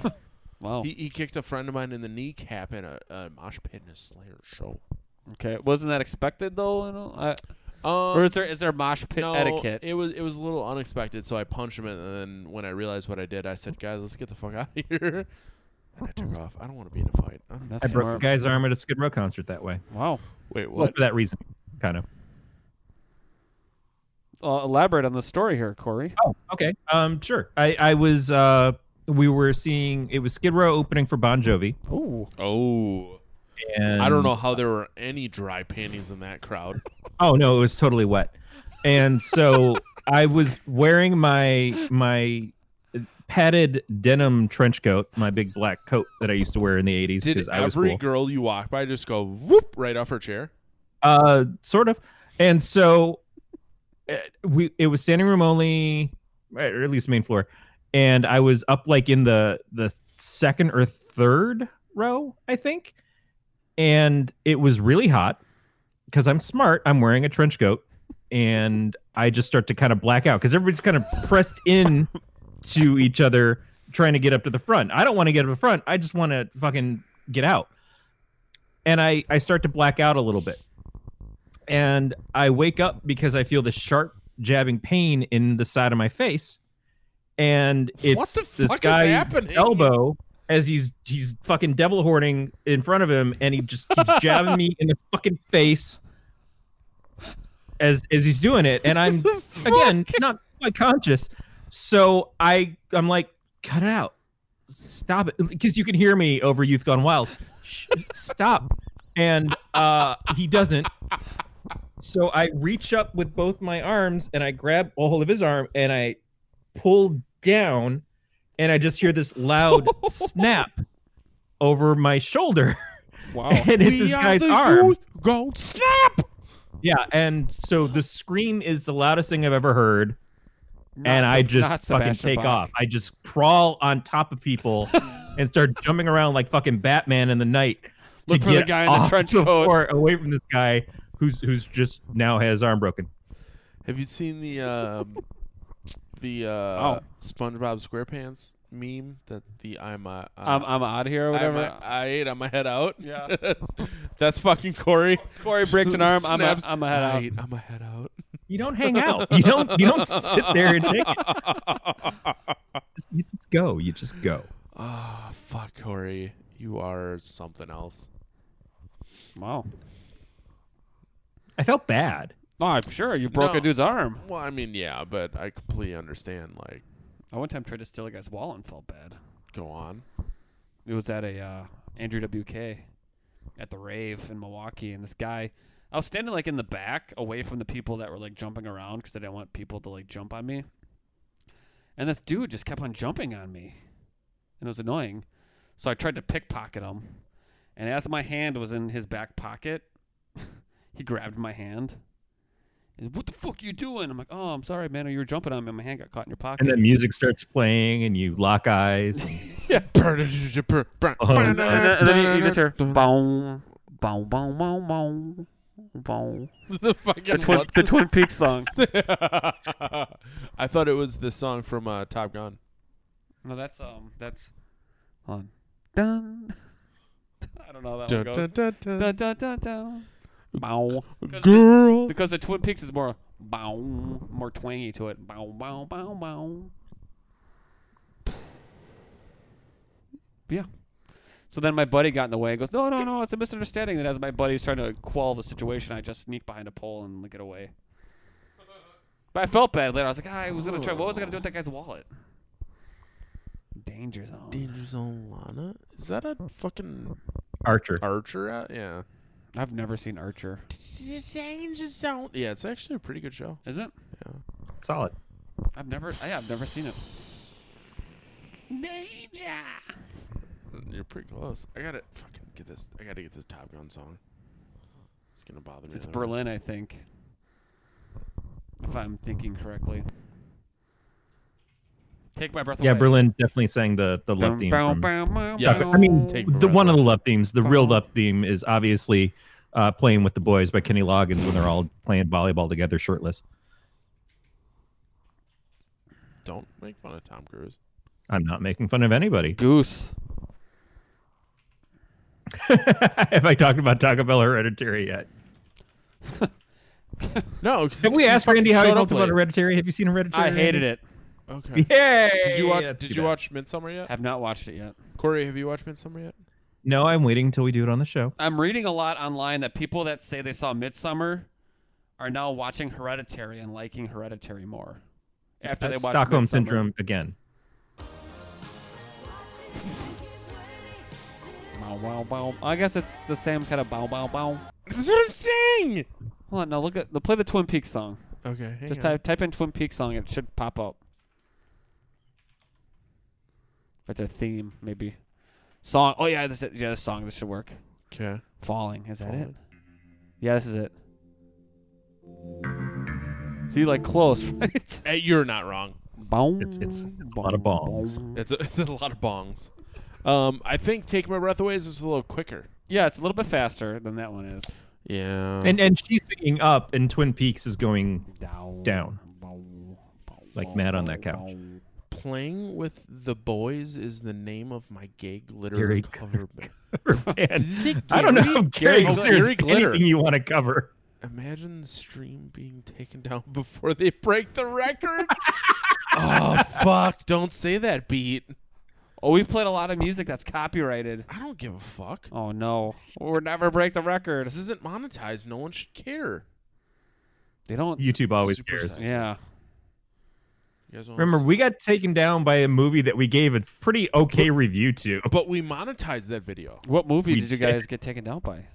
Wow.
he, he kicked a friend of mine in the kneecap in a, a mosh pit in a Slayer show.
Okay, wasn't that expected though? You know? I,
Um,
or is there is there mosh pit
no,
etiquette?
It was it was a little unexpected, so I punched him, and then when I realized what I did, I said, "Guys, let's get the fuck out of here." And I took off. I don't want to be in a fight. I don't-
I
That's
broke a
smart.
guy's arm at a Skid Row concert that way.
Wow.
Wait,
Well,
what?
for that reason, kind of.
Uh, elaborate on the story here, Corey.
Oh, okay. Um, sure. I I was uh we were seeing it was Skid Row opening for Bon Jovi.
Ooh.
Oh,
And
I don't know how there were any dry panties in that crowd.
Oh no, it was totally wet. And so I was wearing my my padded denim trench coat, my big black coat that I used to wear in the 80s
Did
because I was
every
cool.
girl you walk by just go whoop right off her chair?
uh sort of. And so uh, we it was standing room only or at least main floor and I was up like in the the second or third row, I think. And it was really hot because I'm smart. I'm wearing a trench coat, and I just start to kind of black out because everybody's kind of pressed in to each other, trying to get up to the front. I don't want to get up to the front. I just want to fucking get out. And I I start to black out a little bit, and I wake up because I feel this sharp jabbing pain in the side of my face, and it's
the
this
fuck is
guy's
happening?
elbow as he's he's fucking devil hoarding in front of him, and he just keeps jabbing me in the fucking face as as he's doing it, and I'm again not quite conscious. So I I'm like, cut it out, stop it, because you can hear me over Youth Gone Wild. Shh, stop, and uh, he doesn't. So I reach up with both my arms and I grab a hold of his arm and I pull down, and I just hear this loud snap over my shoulder,
Wow.
and it's this guy's arm.
Go snap!
Yeah, and so the scream is the loudest thing I've ever heard,
Not
and I
Se-
just
not
fucking
Sebastian
take
Bach.
off. I just crawl on top of people and start jumping around like fucking Batman in the night
Look
to
for the
get
guy in the
off
trench
the
coat.
floor, away from this guy who's who's just now has his arm broken.
Have you seen the um, the uh,
Oh.
SpongeBob SquarePants meme that the I'm uh,
I'm, I'm out of here or whatever.
I, I ate on my head out.
Yeah.
that's fucking Corey.
Corey breaks an arm. I'm a,
Snaps.
I'm a head
I
out.
ate on my head out.
You don't hang out. You don't. You don't sit there and take it. Just- You just go. You just go.
Ah, fuck, Corey. You are something else.
Wow.
I felt bad.
Oh, I'm sure you broke
No.
a dude's arm.
Well, I mean, yeah, but I completely understand. Like,
I one time tried to steal a guy's wallet and felt bad.
go on.
It was at a uh, Andrew WK at the rave in Milwaukee, and this guy, I was standing like in the back, away from the people that were like jumping around because I didn't want people to like jump on me. And this dude just kept on jumping on me, and it was annoying. So I tried to pickpocket him, and as my hand was in his back pocket, he grabbed my hand. He's, What the fuck you doing? I'm like, oh, I'm sorry, man. You were jumping on me. and My hand got caught in your pocket.
And then music starts playing, and you lock eyes. Oh,
and then, and then you, you just hear
Dun-
boom, boom, boom, boom, boom, boom.
the fucking
The Twin,
what?
the Twin Peaks song.
I thought it was the song from uh, Top Gun.
No, that's um, that's hold on. Dun. I don't know how that
Dun,
one goes.
dun, dun, dun.
Dun, dun, dun, dun. Bow.
Girl.
Because the Twin Peaks is more bow, more twangy to it. Bow, bow, bow, bow. Yeah. So then my buddy got in the way and goes, No, no, no, it's a misunderstanding. And as my buddy's trying to quell the situation, I just sneak behind a pole and get away. But I felt bad later. I was like, "Ah, I was going to try. What was I going to do with that guy's wallet? Danger zone.
Danger Zone Lana? Is that a fucking
Archer.
Archer? Out? Yeah.
I've never seen Archer.
Danger Zone. Yeah, it's actually a pretty good show.
Is it?
Solid.
I've never, I, I've never seen it.
You're pretty close. I gotta fucking get this. I gotta get this Top Gun song. It's gonna bother me.
It's
otherwise.
Berlin, I think. If I'm thinking correctly. Take my breath
Yeah,
away.
Berlin definitely sang the the love theme. From,
Yeah,
I mean,
Take
the
Berlin
one of the
Love.
love themes. The real love theme is obviously uh, "Playing with the Boys" by Kenny Loggins when they're all playing volleyball together, shirtless.
Don't make fun of Tom Cruise.
I'm not making fun of anybody.
Goose.
Have I talked about Taco Bell Hereditary yet?
No. 'cause
Have we
he
asked
fucking
Randy how he
showed
felt
up
about
late.
Hereditary? Have you seen Hereditary?
I hated it.
Okay.
Yeah.
Did you watch? did you watch Midsummer yet?
Have not watched it yet.
Corey, have you watched Midsummer yet?
No, I'm waiting until we do it on the show.
I'm reading a lot online that people that say they saw Midsummer are now watching Hereditary and liking Hereditary more. After
That's
they watch
Stockholm
Midsommar.
syndrome again.
Bow, wow, bow. I guess it's the same kind of bow, bow, bow.
That's what I'm saying.
Hold on, now look at, play the Twin Peaks song.
Okay. hang
Just
on.
type type in Twin Peaks song. It should pop up. But their theme maybe song. Oh yeah, this is, yeah this song. This should work.
Okay.
Falling is that it?
Falling.
Yeah, this is it. So you like close, right?
Hey, Uh, you're not wrong.
Boom.
It's- it's- it's a lot of bongs.
boom.
It's a, it's a lot of bongs. Um, I think Take My Breath Away is just a little quicker.
Yeah, it's a little bit faster than that one is.
Yeah.
And uh, and she's singing up, and Twin Peaks is going
Down.
down,
Boom, boom,
like
boom,
mad on
boom,
that couch.
boom.
Playing with the Boys is the name of my gay glitter
Gary
cover band.
Man,
Is it
I don't know if Gary,
Gary
Glitter is
Gary Glitter.
anything you want to cover.
Imagine the stream being taken down before they break the record. oh fuck! Don't say that beat.
Oh, we played a lot of music that's copyrighted.
I don't give a fuck.
Oh no, we'll never break the record.
This isn't monetized. No one should care.
They don't.
YouTube always
Super
cares.
size.
Yeah.
You guys wanna
Remember,
s-
we got taken down by a movie that we gave a pretty okay review to.
but we monetized that video.
What movie
We
did you
did.
guys get taken down by?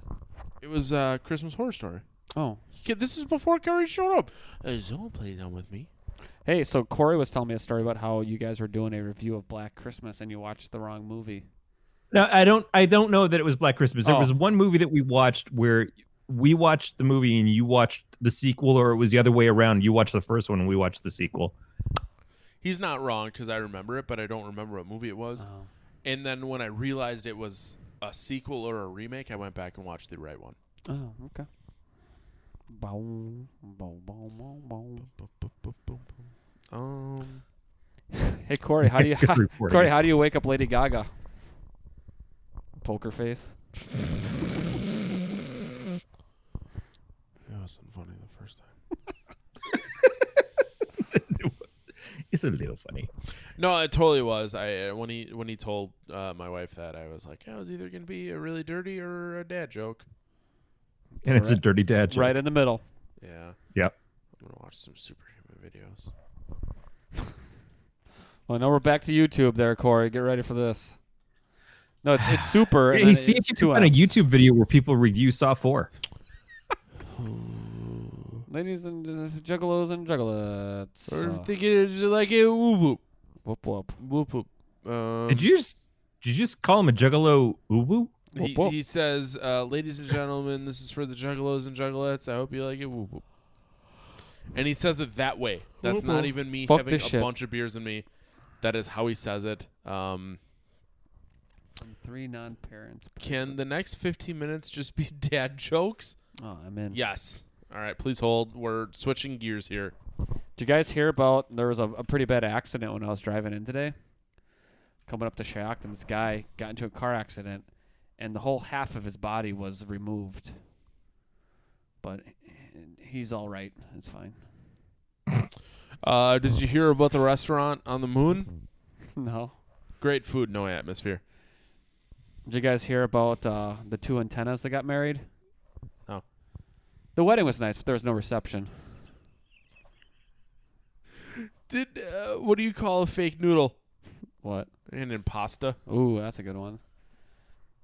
It was uh, Christmas Horror Story.
Oh.
Kid, This is before Gary showed up. Uh, Zoe played down with me.
Hey, so Corey was telling me a story about how you guys were doing a review of Black Christmas and you watched the wrong movie.
No, I don't. I don't know that it was Black Christmas. There
Oh.
was one movie that we watched where we watched the movie and you watched the sequel, or it was the other way around. You watched the first one and we watched the sequel.
He's not wrong because I remember it, but I don't remember what movie it was. And then when I realized it was a sequel or a remake, I went back and watched the right one.
Oh, okay. Boom, boom, boom, boom, boom.
Boom, boom, boom, boom, boom. Um,
Hey Corey, how do you
Good
how,
reporting.
Corey? How do you wake up Lady Gaga? Poker face.
it wasn't funny the first time.
It's a little funny.
No, it totally was. I uh, when he when he told uh, my wife that I was like, yeah, it was either gonna be a really dirty or a dad joke.
And it's a dirty dad joke.
Right in the middle.
Yeah, I'm
Yep.
gonna watch some superhuman videos.
Well, now we're back to YouTube there, Corey. Get ready for this. No, it's, it's super. and
Hey,
then
see
it's
if you
two
can find a
Fs.
YouTube video where people review Saw 4.
Ladies and uh, juggalos and juggalettes.
Or
Uh,
think it's like a whoop whoop
whoop whoop.
whoop whoop. Um,
Did you just did you just call him a juggalo ubu?
He,
Whoop, whoop.
he says, uh, "Ladies and gentlemen, this is for the juggalos and juggalettes. I hope you like it." Whoop, whoop. And he says it that way. That's
Whoop,
not
whoop.
even me
Fuck
having a
this shit.
bunch of beers in me. That is how he says it. Um,
Three non-parents.
can the next 15 minutes just be dad jokes?
Oh, I'm in.
Yes. All right, please hold. We're switching gears here.
Did you guys hear about there was a, a pretty bad accident when I was driving in today? Coming up to Shocked, and this guy got into a car accident, and the whole half of his body was removed. But he's all right. It's fine.
Uh, did you hear about the restaurant on the moon?
No.
Great food, no atmosphere.
Did you guys hear about uh, the two antennas that got married?
No.
The wedding was nice, but there was no reception.
Did uh, what do you call a fake noodle?
What?
An impasta.
Ooh, that's a good one.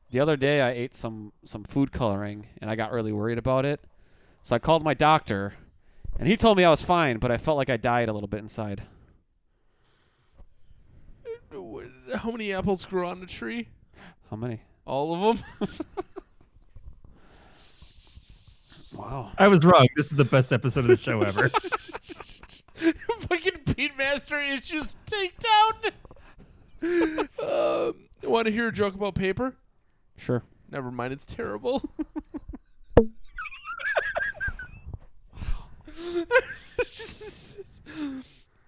The other day I ate some some food coloring and I got really worried about it. So I called my doctor and he told me I was fine, but I felt like I died a little bit inside.
How many apples grow on a tree?
How many?
All of them.
Wow.
I was wrong. This is the best episode of the show ever.
Fucking Beatmaster issues takedown. um, Want to hear a joke about paper?
Sure.
Never mind, it's terrible.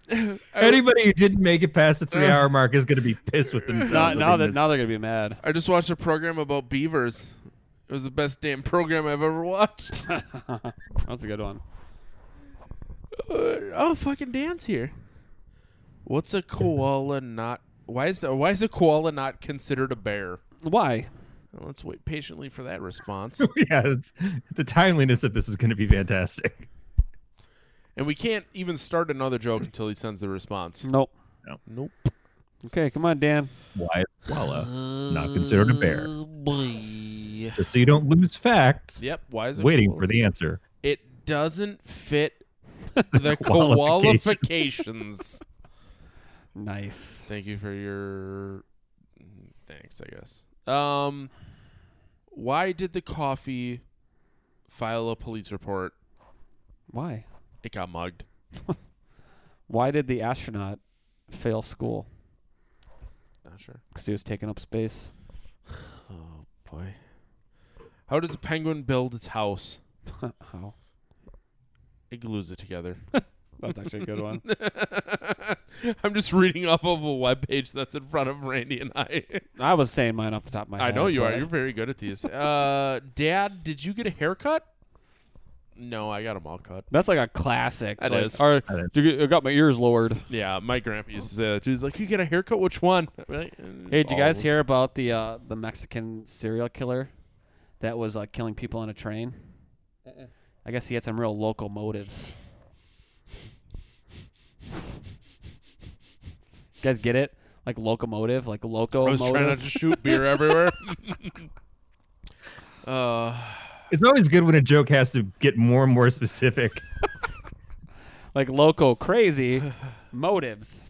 Anybody who didn't make it past the three hour mark is going to be pissed with themselves.
Now, now
over
that
this.
now they're gonna be mad.
I just watched a program about beavers. It was the best damn program I've ever watched.
That's a good one.
Uh, oh, fucking Dan's here. What's a koala not? Why is the, Why is a koala not considered a bear?
Why?
Well, let's wait patiently for that response.
yeah, it's, the timeliness of this is going to be fantastic.
and we can't even start another joke until he sends the response.
Nope.
Nope.
Okay, come on, Dan.
Why is koala not considered a bear?
Uh,
Just so you don't lose facts.
Yep. Why is it
Waiting
koala?
for the answer.
It doesn't fit the qualifications.
Nice.
Thank you for your thanks, I guess. Um, why did the coffee file a police report?
Why?
It got mugged.
Why did the astronaut fail school?
Not sure.
Because he was taking up space.
Oh boy. How does a penguin build its house?
How?
It glues it together.
That's actually a good one.
I'm just reading off of a web page that's in front of Randy and I.
I was saying mine off the top of my
I
head.
know you are.
but-
You're very good at these. Uh, Dad, did you get a haircut? No, I got them all cut.
That's like a classic.
That
like,
is.
Or,
That is.
"Did you get- I got my ears lowered.
Yeah, my grandpa used to say that too. He's like, "You get a haircut? Which one?"
Hey, did you
Oh.
guys hear about the uh, the Mexican serial killer that was uh, killing people on a train? I guess he had some real local motives. you guys get it? Like locomotive, like loco.
I was trying not
motives?
to shoot beer everywhere. uh,
It's always good when a joke has to get more and more specific.
like loco crazy motives.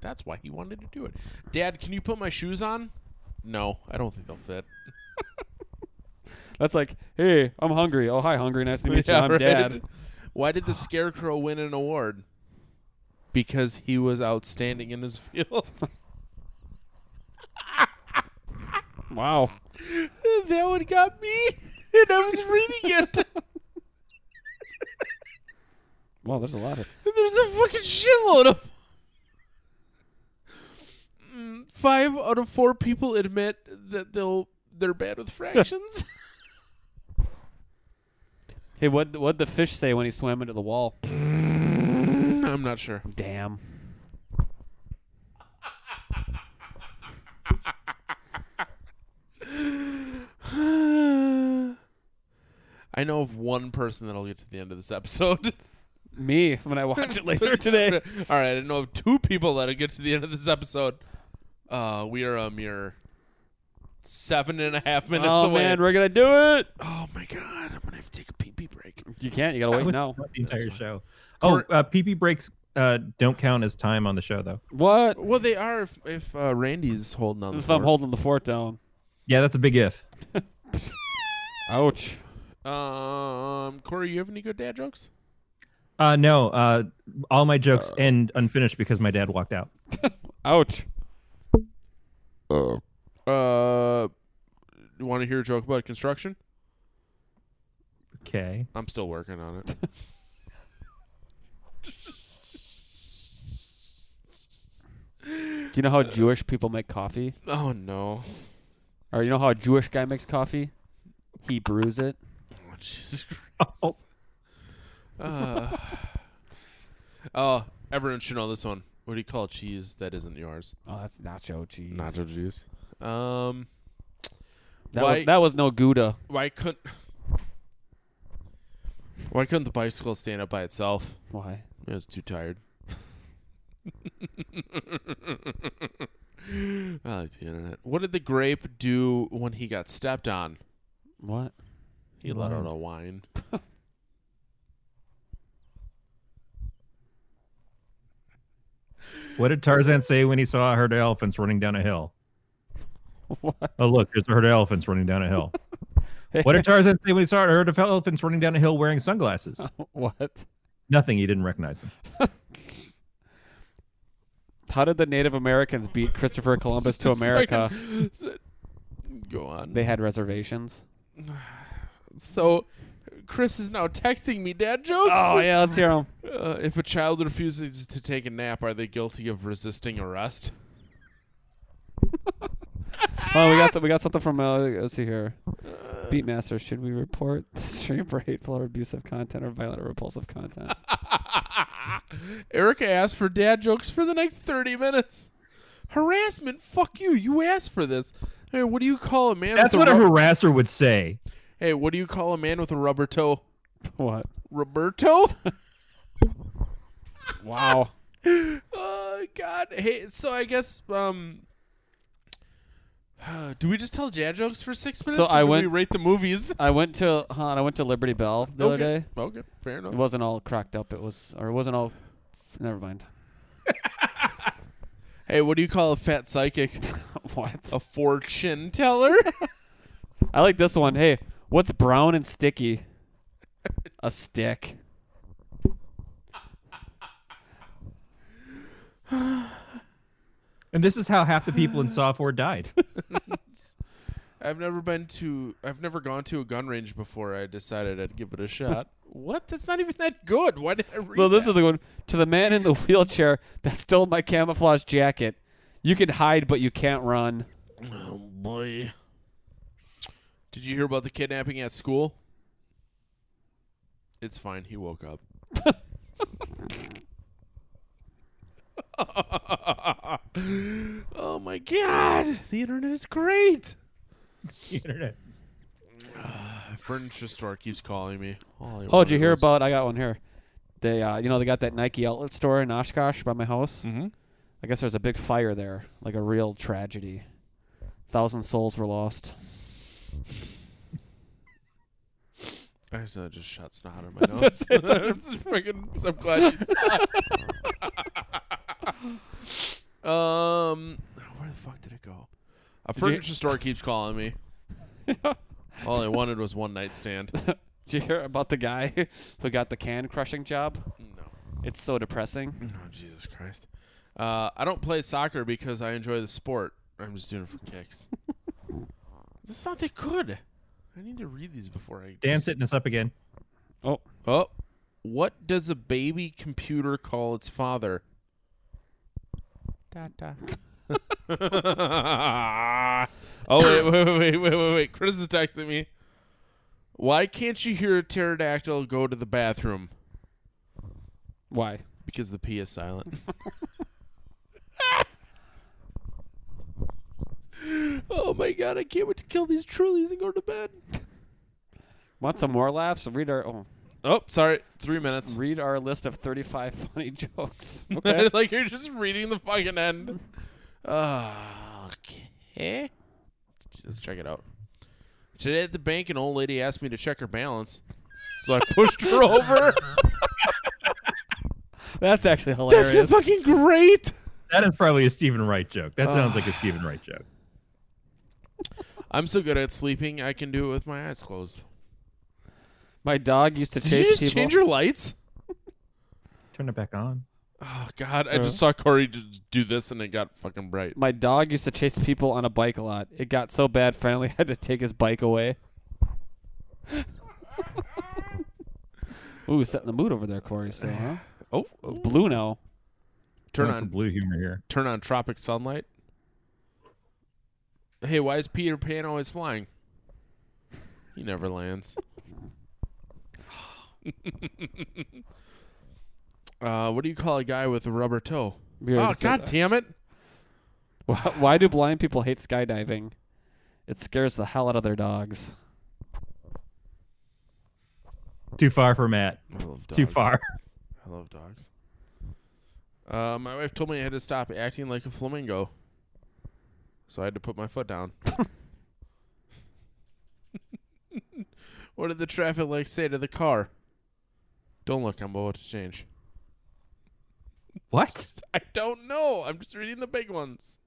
that's why he wanted to do it. Dad, can you put my shoes on? No, I don't think they'll fit.
That's like, hey, I'm hungry. Oh, hi, hungry. Nice to meet you. I'm
right.
dad.
Why did the scarecrow win an award? Because he was outstanding in his field.
Wow.
that one got me, and I was reading it.
Wow, there's a lot of
There's a fucking shitload of five out of four people admit that they'll they're bad with fractions.
Hey, what what the fish say when he swam into the wall?
I'm not sure.
Damn.
I know of one person that'll get to the end of this episode.
Me when I watch it later today.
All right, I know of two people that'll get to the end of this episode. Uh, we are a mere seven and a half minutes
oh
away.
man, we're gonna do it.
oh my god, I'm gonna have to take a pee pee break.
You can't. You gotta
I
Oh, wait
would
now.
want the entire show. Oh, uh, PP breaks uh, don't count as time on the show though.
What
Well, they are if, if uh, Randy's holding on. the
if I'm
fort.
holding the fort down?
Yeah, that's a big if.
Ouch.
Um, Corey, you have any good dad jokes?
Uh, no, uh, all my jokes end unfinished because my dad walked out.
Ouch.
Uh, you want to hear a joke about construction?
Okay.
I'm still working on it.
Do you know how Jewish people make coffee?
oh no!
Or you know how a Jewish guy makes coffee? He brews it.
Oh, Jesus Christ! Oh. Uh, oh, everyone should know this one. What do you call cheese that isn't yours?
Oh, that's nacho cheese.
cheese. Um,
That,
Why-
was, that was no Gouda.
why couldn't why couldn't the bicycle stand up by itself?
Why?
I was too tired. I like the internet. What did the grape do when he got stepped on?
What?
He let out a wine.
What did Tarzan say when he saw a herd of elephants running down a hill?
What?
Oh, look, there's a herd of elephants running down a hill. what did Tarzan say when he saw a herd of elephants running down a hill wearing sunglasses?
What?
Nothing. He didn't recognize them.
How did the Native Americans beat Christopher Columbus to America?
Go on.
They had reservations.
So, Chris is now texting me dad jokes.
Oh yeah, let's hear them.
Uh, if a child refuses to take a nap, are they guilty of resisting arrest?
Oh, we got some, we got something from uh, let's see here. Beatmaster, should we report the stream for hateful or abusive content or violent or repulsive content?
Erica asked for dad jokes for the next 30 minutes. Harassment? Fuck you. You asked for this. Hey, what do you call a man
That's
with
what
a
a
rub-
harasser would say.
Hey, what do you call a man with a rubber toe?
what?
Roberto?
Wow.
oh god. Hey, so I guess um do we just tell dad jokes for 6 minutes?
I
or do
went-
we rate the movies.
I went to Han. I went to Liberty Bell the
okay.
other day.
Okay, fair enough.
It wasn't all cracked up. It was, or it wasn't all. Never mind.
Hey, what do you call a fat psychic?
what?
a fortune teller?
I like this one. Hey, what's brown and sticky? A stick.
And this is how half the people in Saw 4 died.
I've never been to I've never gone to a gun range before. I decided I'd give it a shot. what? That's not even that good. Why did I read
Well, this
that?
is the one to the man in the wheelchair that stole my camouflage jacket. You can hide, but you can't run.
Oh boy. Did you hear about the kidnapping at school? It's fine. He woke up. oh my god. The internet is great.
The internet.
My furniture store keeps calling me. All I
Oh, did you
wanted
hear
was-
about? I got one here. They, uh, you know, they got that Nike outlet store in Oshkosh by my house. Mm-hmm. I guess there was a big fire there, like a real tragedy. Thousand souls were lost.
I just, I just shot snot out of my nose. It's freaking- I'm glad you saw. um, where the fuck did it go? A
you-
furniture store keeps calling me. All I wanted was one night stand.
Did you hear about the guy who got the can crushing job?
No,
It's so depressing.
oh Jesus Christ! Uh, I don't play soccer because I enjoy the sport. I'm just doing it for kicks. this is not that good. I need to read these before I
Dan's
just-
hitting us up again.
Oh,
Oh, what does a baby computer call its father? oh wait, wait, wait, wait, wait, wait, wait! Chris is texting me. Why can't you hear a pterodactyl go to the bathroom?
Why?
Because the P is silent. oh my god! I can't wait to kill these trulies and go to bed.
Want some more laughs? Read our oh,
Oh, sorry. Three minutes.
read our list of 35 funny jokes. Okay.
like you're just reading the fucking end. Uh, okay. Let's check it out. Today at the bank, an old lady asked me to check her balance, so I pushed her over.
That's actually hilarious.
That's a fucking great.
That is probably a Stephen Wright joke. That sounds like a Stephen Wright joke.
I'm so good at sleeping, I can do it with my eyes closed.
My dog used to
Did
chase
you just
people.
change your lights?
Turn it back on.
Oh God, I just saw Corey d- do this and it got fucking bright.
My dog used to chase people on a bike a lot. It got so bad, finally had to take his bike away. Ooh, setting the mood over there, Corey. Still, huh?
Oh, oh.
Blue now.
turn
Going for
on
blue humor here.
turn on tropic sunlight. Hey, why is Peter Pan always flying? He never lands. uh, what do you call a guy with a rubber toe?
We already
oh,
said
god
that.
damn it.
Why, why do blind people hate skydiving? It scares the hell out of their dogs.
Too far for Matt.
I love
Too
dogs.
far.
I love dogs. Uh, my wife told me I had to stop acting like a flamingo, so I had to put my foot down. what did the traffic light say to the car? Don't look, I'm about to change.
What?
I don't know. I'm just reading the big ones.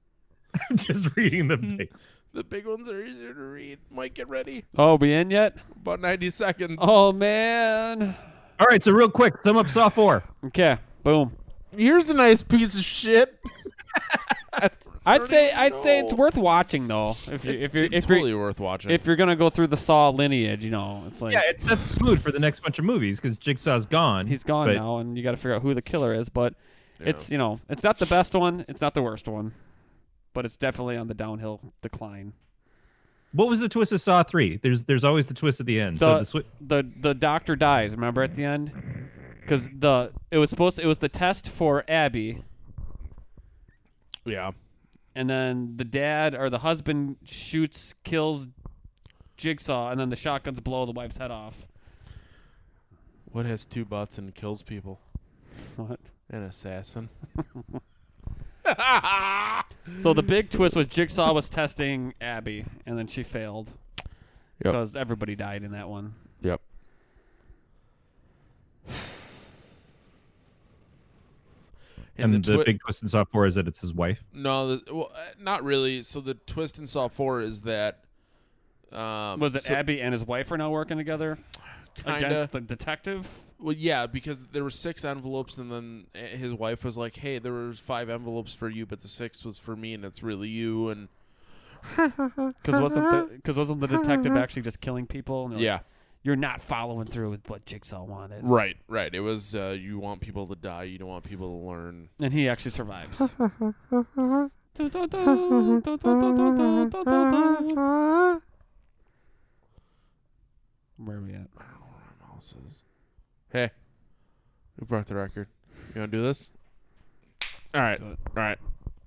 I'm just reading the
Hmm.
big.
The big ones are easier to read. Mike, get ready.
Oh, we in yet?
About 90 seconds.
Oh man.
All right, so real quick, sum up Saw 4.
Okay. Boom.
Here's a nice piece of shit.
I'd say I'd say it's
know.
worth watching though. If you if you
It's
if
totally
you
worth watching.
if you're gonna go through the Saw lineage, you know, it's like
Yeah, it sets the mood for the next bunch of movies because Jigsaw's gone.
he's gone
but
now, and you got to figure out who the killer is. But it's you know it's not the best one, it's not the worst one, but it's definitely on the downhill decline.
What was the twist of Saw 3? There's there's always the twist at the end. so
The-
the swi-
the The doctor dies. Remember at the end, because the it was supposed to, it was the test for Abby,
yeah.
and then the dad or the husband shoots kills Jigsaw, and then the shotguns blow the wife's head off.
What has two butts and kills people?
What?
An assassin.
So the big twist was Jigsaw was testing Abby, and then she failed
Yep.
because everybody died in that one.
Yep.
and
the
the
twi-
big twist in Saw 4 is that it's his wife.
no, the, well, uh, not really. So the twist in Saw Four is that um,
Was it
so
Abby and his wife are now working together
kinda-
against the detective?
Well, yeah, because there were six envelopes, and then uh, his wife was like, "Hey, there was five envelopes for you, but the sixth was for me, and it's really you." And
Because wasn't the because wasn't the detective actually just killing people? And they're like,
yeah,
you're not following through with what Jigsaw wanted,
right, right. It was uh, you want people to die, you don't want people to learn.
and he actually survives. Where are we at?
Hey, who broke the record? You want to do this? All right, all right.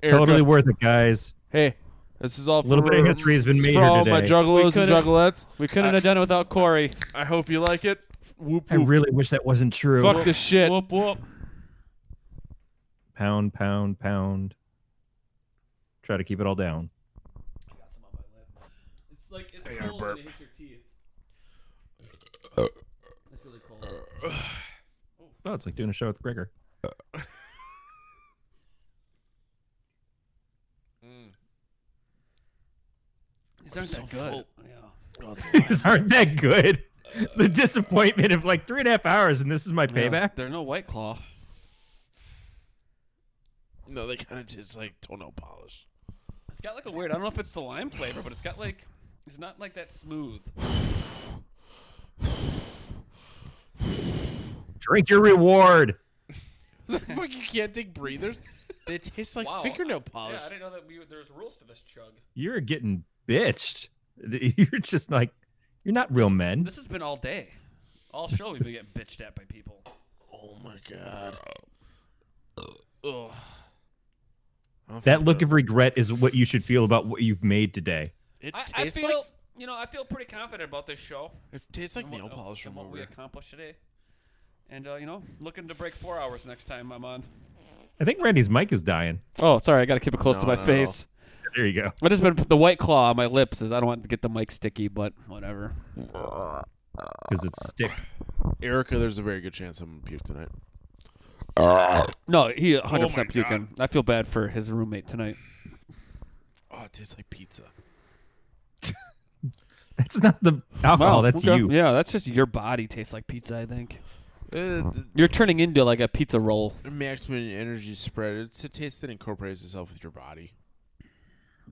Erica,
Totally worth it, guys.
Hey, this is all. A
Little
for,
bit of history has been
it's
made
for
here
all my
today.
juggalos
We
and
could've-
juggalettes.
We couldn't have done it without Corey.
I hope you like it. Whoop
I
whoop.
really wish that wasn't true.
Fuck this shit.
Whoop whoop.
Pound, pound, pound. Try to keep it all down.
It's like it's
gotta cold when burp. it
hits your teeth. It's really cold.
Oh, it's like doing a show with Gregor.
These aren't that good. Yeah.
These aren't that good. The disappointment of like three and a half hours, and this is my payback.
They're no white claw.
No, they kind of taste like toenail polish.
It's got like a weird. I don't know if it's the lime flavor, but it's got like. It's not like that smooth.
Drink your reward.
Fuck, you can't take breathers. It tastes like
Wow.
fingernail polish.
Yeah, I didn't
know that we, there's rules to this chug.
You're getting bitched. You're just like, you're not real men.
This has been all day. All show we've been getting bitched at by people.
oh my god. Ugh.
that look of regret is what you should feel about what you've made today.
It
I, I
tastes
feel,
like
you know, I feel pretty confident about this show.
it tastes like
and what-
nail polish
and what we
remover.
accomplished today. And uh, you know, looking to break four hours next time I'm on.
I think Randy's mic is dying.
Oh, sorry. I got to keep it close to
No,
my
no, no.
face.
There you go.
I just been the white claw on my lips. Is I don't want to get the mic sticky, but whatever.
Because it's stick.
Erica, there's a very good chance I'm gonna puke tonight.
No, he 100
Oh my
percent puking. I feel bad for his roommate tonight.
Oh, it tastes like pizza.
That's not the
Oh,
alcohol. that's
okay.
you.
Yeah, that's just your body tastes like pizza. I think
Uh, th-
you're turning into like a pizza roll.
maximum energy spread. It's a taste that incorporates itself with your body.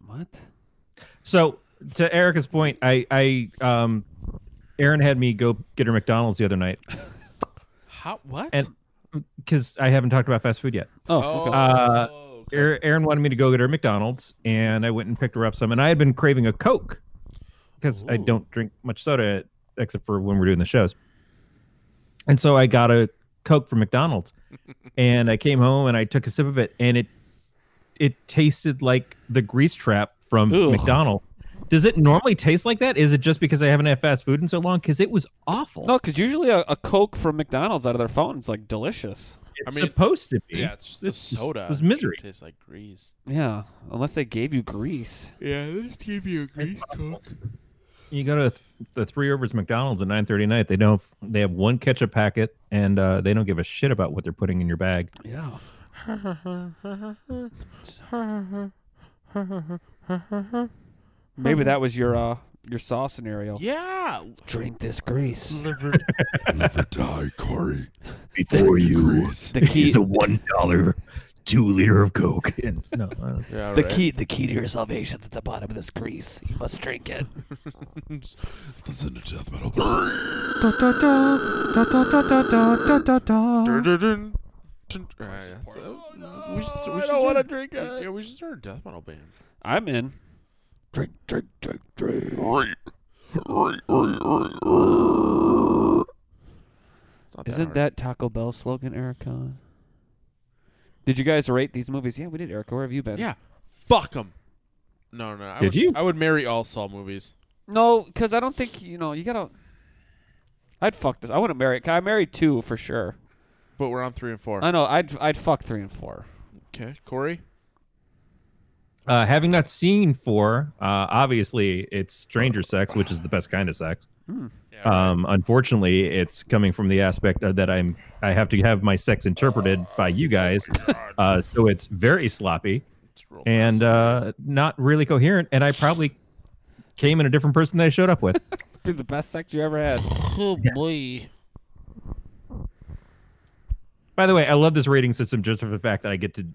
What?
So to Erica's point, I, I, um, Aaron had me go get her McDonald's the other night,
How? What?
and because I haven't talked about fast food yet.
Oh,
oh,
okay.
Uh,
okay.
Er- Aaron wanted me to go get her McDonald's, and I went and picked her up some. And I had been craving a Coke because I
Ooh.
don't drink much soda except for when we're doing the shows. And so I got a Coke from McDonald's, and I came home and I took a sip of it, and it it tasted like the grease trap from
Ugh.
McDonald's. Does it normally taste like that? Is it just because I haven't had fast food in so long? Because it was
Oh,
awful.
no, because usually a, a Coke from McDonald's out of their fountain's like delicious.
it's
I mean-
supposed to be.
yeah, it's just the
This is-
soda.
It was misery.
It tastes like grease.
Yeah, unless they gave you grease.
Yeah, they just gave you a grease cook.
You go to th- the Three Rivers McDonald's at nine thirty night. They don't. They have one ketchup packet, and uh, they don't give a shit about what they're putting in your bag.
Yeah. Maybe that was your uh your saw scenario.
Yeah. Mm.
Drink this grease.
Liver, liver die, Corey.
Before you,
The key,
a one dollar, two liter of Coke. And, no, I don't-
Yeah,
The
right.
key, the key to your salvation's at the bottom of this grease. You must drink it.
Listen to death metal. We should, we I don't want to drink it. Yeah, we should start a death metal band.
I'm in.
Drink, drink, drink, drink.
It's not that
Isn't that Taco Bell slogan, Erica? Did you guys rate these movies? Yeah, we did, Erica. Where have you been?
hard. Yeah, fuck them. No, no. I
Did
would,
you?
I would marry all Saw movies.
No, because I don't think you know. You gotta. I'd fuck this. I wouldn't marry. I married two for sure.
But we're on three and four.
I know. I'd I'd fuck three and four.
okay, Corey.
uh, having not seen four, uh, obviously it's stranger sex, which is the best kind of sex. Um, unfortunately, it's coming from the aspect of that I'm I have to have my sex interpreted by you guys, uh, so it's very sloppy.
It's real
and
messy.
uh, not really coherent. And I probably came in a different person than I showed up with.
It's been the best sex you ever had.
oh boy.
By the way, I love this rating system just for the fact that I get to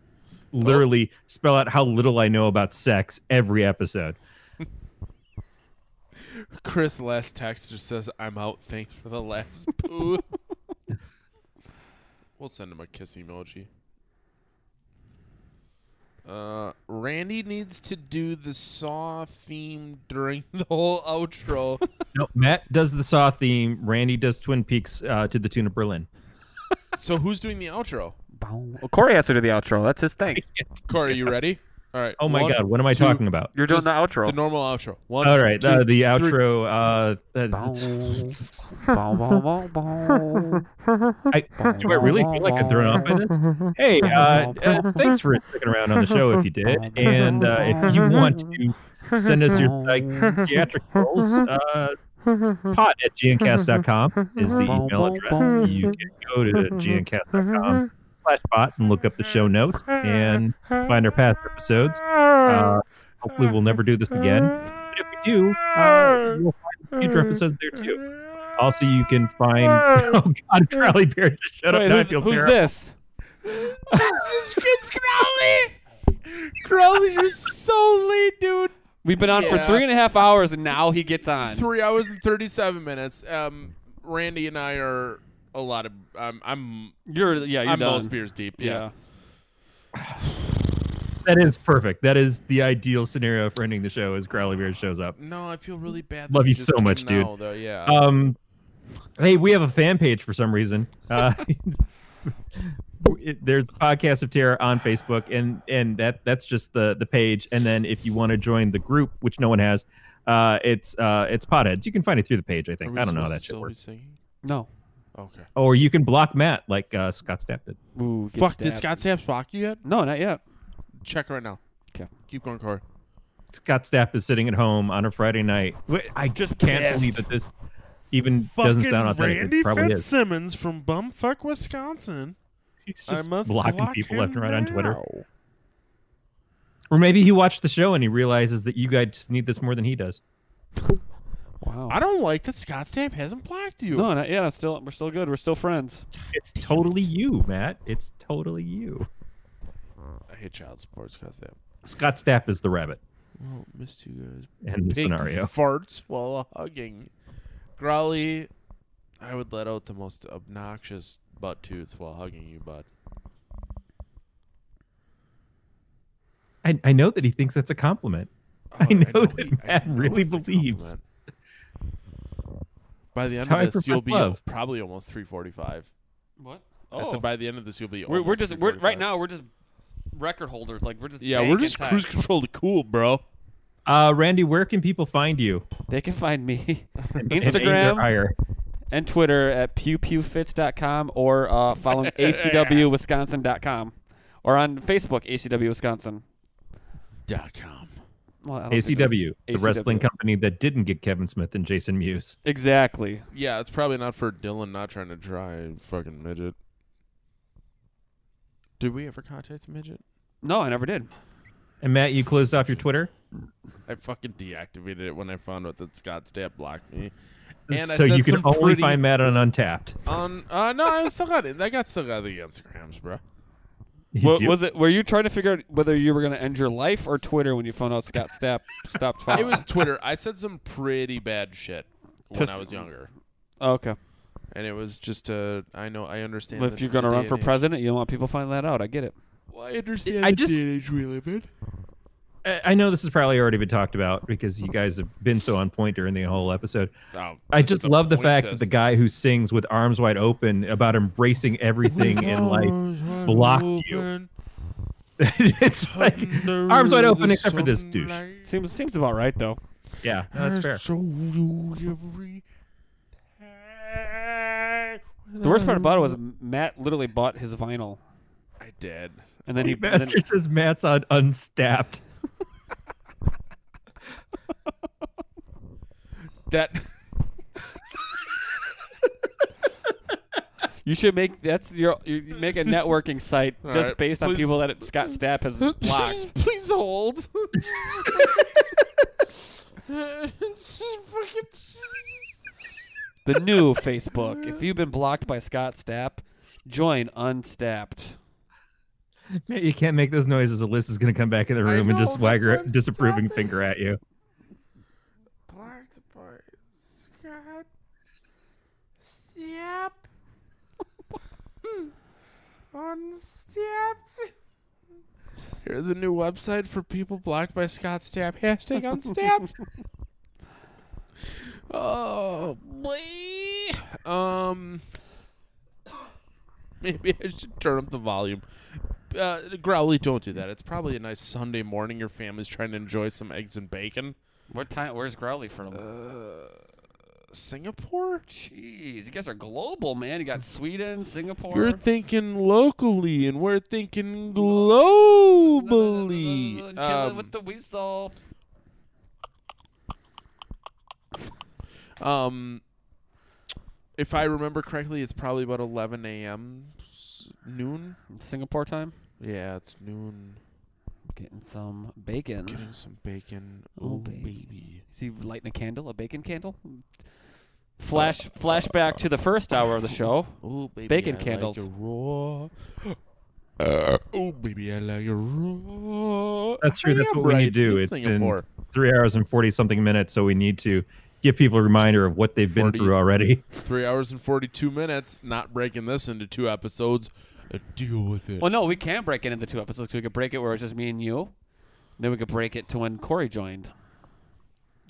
literally spell out how little I know about sex every episode.
Chris last texter says, "I'm out. Thanks for the last poo." we'll send him a kiss emoji. Uh, Randy needs to do the Saw theme during the whole outro.
No, Matt does the Saw theme. Randy does Twin Peaks uh, to the tune of Berlin.
so who's doing the outro?
Well, Corey has to do the outro. That's his thing.
Corey, you ready? All right.
Oh my
one,
God, what am I
two-
talking about?
You're
doing
doing
the
the outro.
The normal outro. One.
All right,
two,
uh, the
three.
outro. Uh, uh, I, do I really feel like I'm thrown off by this? Hey, uh, uh, thanks for sticking around on the show if you did. And uh, if you want to send us your psychiatric goals, uh, pot at gncast.com is the email address. You can go to gncast.com slash pot and look up the show notes and find our past episodes. Uh, hopefully, we'll never do this again. But if we do, uh, you'll find future episodes there too. Also, you can find. Oh, God, Crowley Bear just shut up.
Wait,
Now I
who's,
feel
who's
terrible.
this?
This is Chris Crowley. Crowley, you're so late, dude.
We've been on
Yeah.
for three and a half hours, and now he gets on.
Three hours and thirty-seven minutes. Um, Randy and I are a lot of. Um, I'm.
You're yeah. You're
I'm
done.
most beers deep. Yeah.
that is perfect. That is the ideal scenario for ending the show is Growly Bear shows up.
No, I feel really bad. that
Love
it
you
just
so
came
much, dude.
now, though, yeah.
Um, hey, we have a fan page for some reason. Uh, it- there's podcast of terror on Facebook, and and that that's just the the page. And then if you want to join the group, which no one has, uh, it's uh, it's Potheads. You can find it through the page. I
Are
think
we
I don't know how
supposed to
that should
still
work.
be singing?
No.
Okay.
Or you can block Matt like uh, Scott Stapp did.
Ooh, get
Fuck, did
stabbed.
Scott Sapp block you yet?
No, not yet.
Check right now.
'Kay.
Keep going, Corey.
Scott Stapp is sitting at home on a Friday night. Wait, I just can't
pissed.
believe that this even doesn't
Fucking
sound authentic. It
Randy
probably is.
Fitzsimmons from Bumfuck, Wisconsin.
He's
I
just
must
blocking
block
people left
him
and right on Twitter.
now.
Or maybe he watched the show and he realizes that you guys need this more than he does.
Wow.
I don't like that Scott Stapp hasn't blocked you.
No, not yet. I'm still, we're still good. We're still friends.
It's totally you, Matt. It's totally you.
I hate child support, Scott Stapp.
Scott Stapp is the rabbit
Well, missed you guys.
in the
Big
scenario.
farts while hugging. Growly, I would let out the most obnoxious butt tooth while hugging you, bud.
I, I know that he thinks that's a compliment.
Oh,
I know that
he-
Matt really
it's a
believes.
compliment. By the end
That's how I
of this, you'll
profess
be
love.
probably almost 345.
What? Oh.
I said by the end of this, you'll be.
we're, we're
almost
just we're, right
345.
now. We're just record holders. Like we're just
Yeah, we're
banking
just
time.
cruise control to cool, bro.
Uh, Randy, where can people find you?
They can find me
And aim your
Instagram
ire.
and Twitter at pewpewfits.com or uh, following acwwisconsin.com or on Facebook ACW Wisconsin.
Dot com.
Well, I don't think that's-
ACW, the
ACW.
wrestling company that didn't get Kevin Smith and Jason Mewes.
Exactly.
Yeah, it's probably not for Dylan not trying to try fucking midget. Did we ever contact the midget?
No, I never did.
And Matt, you closed off your Twitter,
I fucking deactivated it when I found out that Scott Stapp blocked me. I
so
said
you can
some
only
pretty-
find Matt on Untapped.
Um, uh, no, I still got it. I got still got the Instagrams, bro.
You
What,
do-
was it? Were you trying to figure out whether you were going to end your life or Twitter when you found out Scott Stapp stopped
It
following?
was Twitter. I said some pretty bad shit when
To
I
s-
was younger,
Oh, okay.
and it was just uh, I know I understand.
Well,
that
if you're
the
going to
day
run
and
for
age-
president, you don't want people finding that out. I get it.
well, I understand.
I
the
just-
day and age we live in.
Oh, I I know this has probably already been talked about because you guys have been so on point during the whole episode.
Oh,
I
this
just
is a
love the
point
fact that the
test.
guy who sings with arms wide open about embracing everything in life. blocked you. it's like arms wide open except for this douche.
Seems seems about right though.
Yeah, no, that's fair.
The worst part about it was
Mm-hmm.
Matt literally bought his vinyl,
I did.
and then he
He
then,
bastard says Matt's on unstapped.
That
you should make that's your you make a networking site
All
just
right,
based on
please.
people that it, Scott Stapp has blocked.
Please hold. Fucking.
the new Facebook. If you've been blocked by Scott Stapp, join Unstapped.
Matt, you can't make those noises. Alyssa is going to come back in the
I
room and
know,
just
that's
wag
why
her
I'm
disapproving
stopping.
finger at you.
Blocked by Scott. Step. On steps. Here's the new website for people blocked by Scott Stapp. Hashtag unstapped. oh, boy. Um, maybe I should turn up the volume. Uh, Growly, don't do that. It's probably a nice Sunday morning. Your family's trying to enjoy some eggs and bacon.
What time? Where's Growly from?
Singapore?
Jeez, you guys are global, man. You got Sweden, Singapore.
You're thinking locally, and we're thinking globally.
Chilling
Um,
with the weasel.
um, if I remember correctly, it's probably about 11 a.m. s- noon.
Singapore time.
Yeah, it's noon.
Getting some bacon.
Getting some bacon.
Oh,
Oh,
baby.
baby.
Is he lighting a candle, a bacon candle? Flash, flashback to the first hour of the show.
Oh, baby.
Bacon
I like
candles.
it raw. Uh, oh, baby, I like it raw.
That's true.
I
That's
am
what we
right.
need to do.
It's
It's
Singapore.
been three hours and 40 something minutes, so we need to give people a reminder of what they've been
40.
through already.
Three hours and 42 minutes. Not breaking this into two episodes. Uh, deal with it.
Well, Oh, no, we can break it into two episodes. We could break it where it's just me and you. Then we could break it to when Corey joined.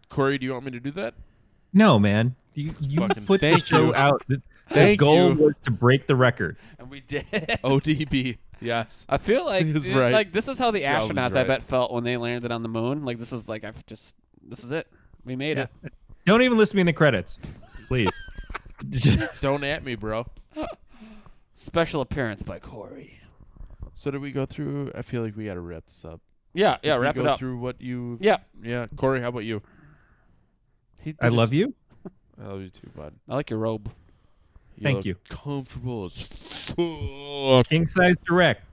Corey, do you want me to do that?
No, man. You, you
fucking-
put the
thank
show
you.
out. The, the
Thank
goal
you.
was to break the record.
And we did.
ODB. Yes.
I feel like
He's
dude,
right.
like this is how the
You're always
astronauts I
right.
bet felt when they landed on the moon. Like this is like I've just this is it. We made it.
Don't even list me in the credits, please.
Don't at me, bro.
Special appearance by Corey.
So did we go through? I feel like we got to wrap this up.
Yeah, yeah,
Did we
wrap it
go
up.
through what you.
Yeah.
Yeah. Corey, how about you?
He-
I
he
love
just-
you.
I love you too, bud.
I like your robe.
Thank
look
you.
Comfortable as fuck.
King size direct,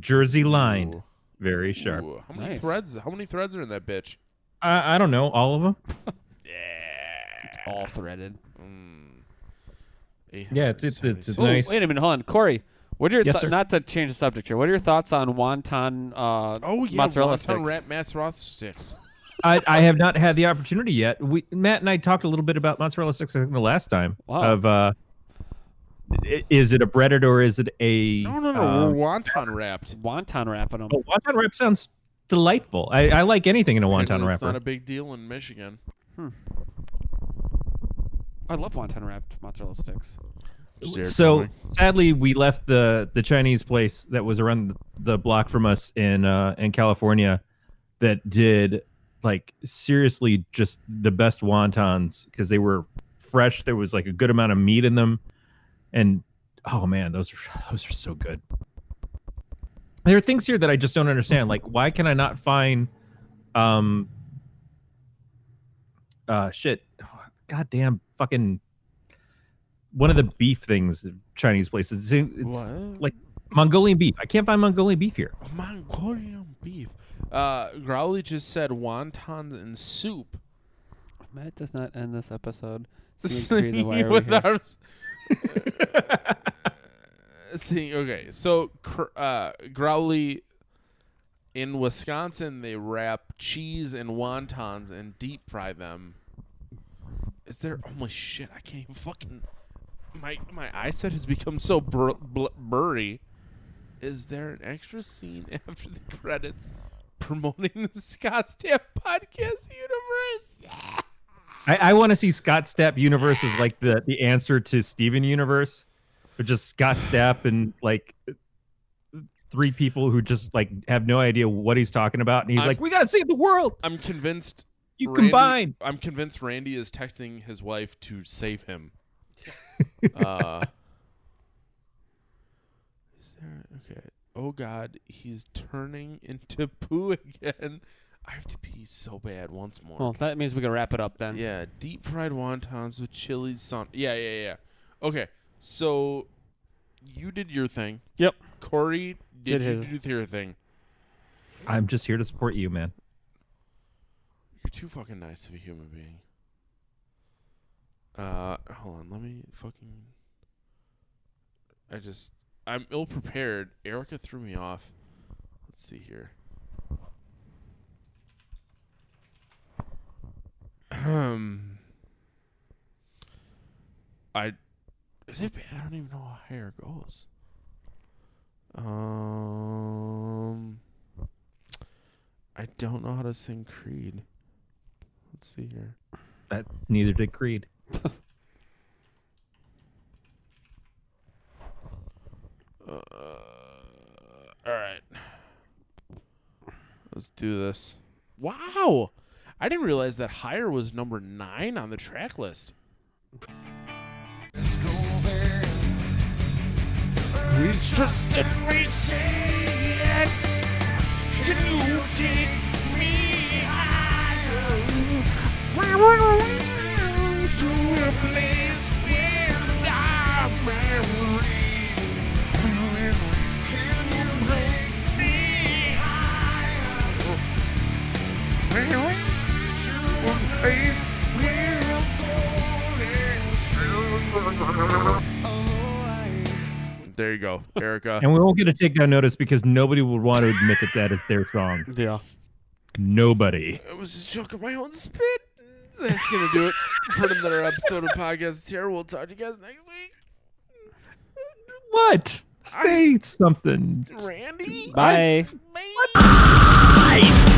jersey lined,
Ooh.
very sharp.
Ooh, How many
Nice.
threads? How many threads are in that bitch?
I, I don't know all of them.
It's all threaded.
Yeah, it's- it's- it's- it's
Ooh,
Nice.
Wait a minute, hold on, Corey. What are your
Yes,
thou-
sir.
not to change the subject here? What are your thoughts on wonton uh,
Oh yeah,
mozzarella
wonton
sticks?
wrap mozzarella sticks.
I, I have not had the opportunity yet. We Matt and I talked a little bit about mozzarella sticks. I think the last time
Wow.
of uh, i- is it a breaded or is it a
No, no, no.
um,
we're wonton wrapped.
Wonton wrapping them.
a wonton wrap sounds delightful. I, I like anything in a wonton
Apparently It's
wrapper.
not a big deal in Michigan.
I love wonton wrapped mozzarella sticks.
so sadly, we left the the Chinese place that was around the block from us in uh, in California that did like seriously just the best wontons because they were fresh. There was like a good amount of meat in them, and oh man, those are, those are so good. There are things here that I just don't understand. Like, why can I not find um uh shit goddamn fucking one of the beef things Chinese places. It's, it's
What?
like Mongolian beef. I can't find Mongolian beef here.
Mongolian beef. Uh, Growly just said wontons and soup.
Matt does not end this episode.
with arms. See, okay, so cr- uh, Growly in Wisconsin they wrap cheese and wontons and deep fry them. Is there? Oh my shit! I can't even fucking. My my eyesight has become so bur- bl- blurry. Is there an extra scene after the credits promoting the Scottsdale podcast universe?
I, I want to see Scott Stapp universe is like the, the answer to Steven universe, or just Scott Stapp and like three people who just like have no idea what he's talking about, and he's
I'm-
like, "We gotta save the world."
I'm convinced
You
Randy-
combine.
I'm convinced Randy is texting his wife to save him. uh, is there okay? Oh God, he's turning into poo again. I have to pee so bad once more.
Well, that means we can wrap it up then.
Yeah, deep fried wontons with chili sauce. Yeah, yeah, yeah. Okay, so you did your thing.
Yep.
Corey did,
Did
you
his.
do your thing.
I'm just here to support you, man.
You're too fucking nice of a human being. Uh, hold on. Let me fucking. I just. I'm ill prepared. Erica threw me off. Let's see here. Um. I. Is it bad? I don't even know how higher it goes. Um. I don't know how to sing Creed. Let's see here.
That neither did Creed.
All right. Let's do this. Wow. I didn't realize that Higher was number nine on the track list. We trust and we say it. You take me higher. We will rise to a place where our memory will can you take me higher? Maybe to a place where gold and silver. There you go, Erica.
And we won't get a takedown notice because nobody would want to admit that that is their song.
Yeah.
Nobody.
I was just choking my own spit. That's gonna do it for another episode of Podcast Terror. We'll talk to you guys next week.
What?
Say something.
Randy?
Bye.
Bye.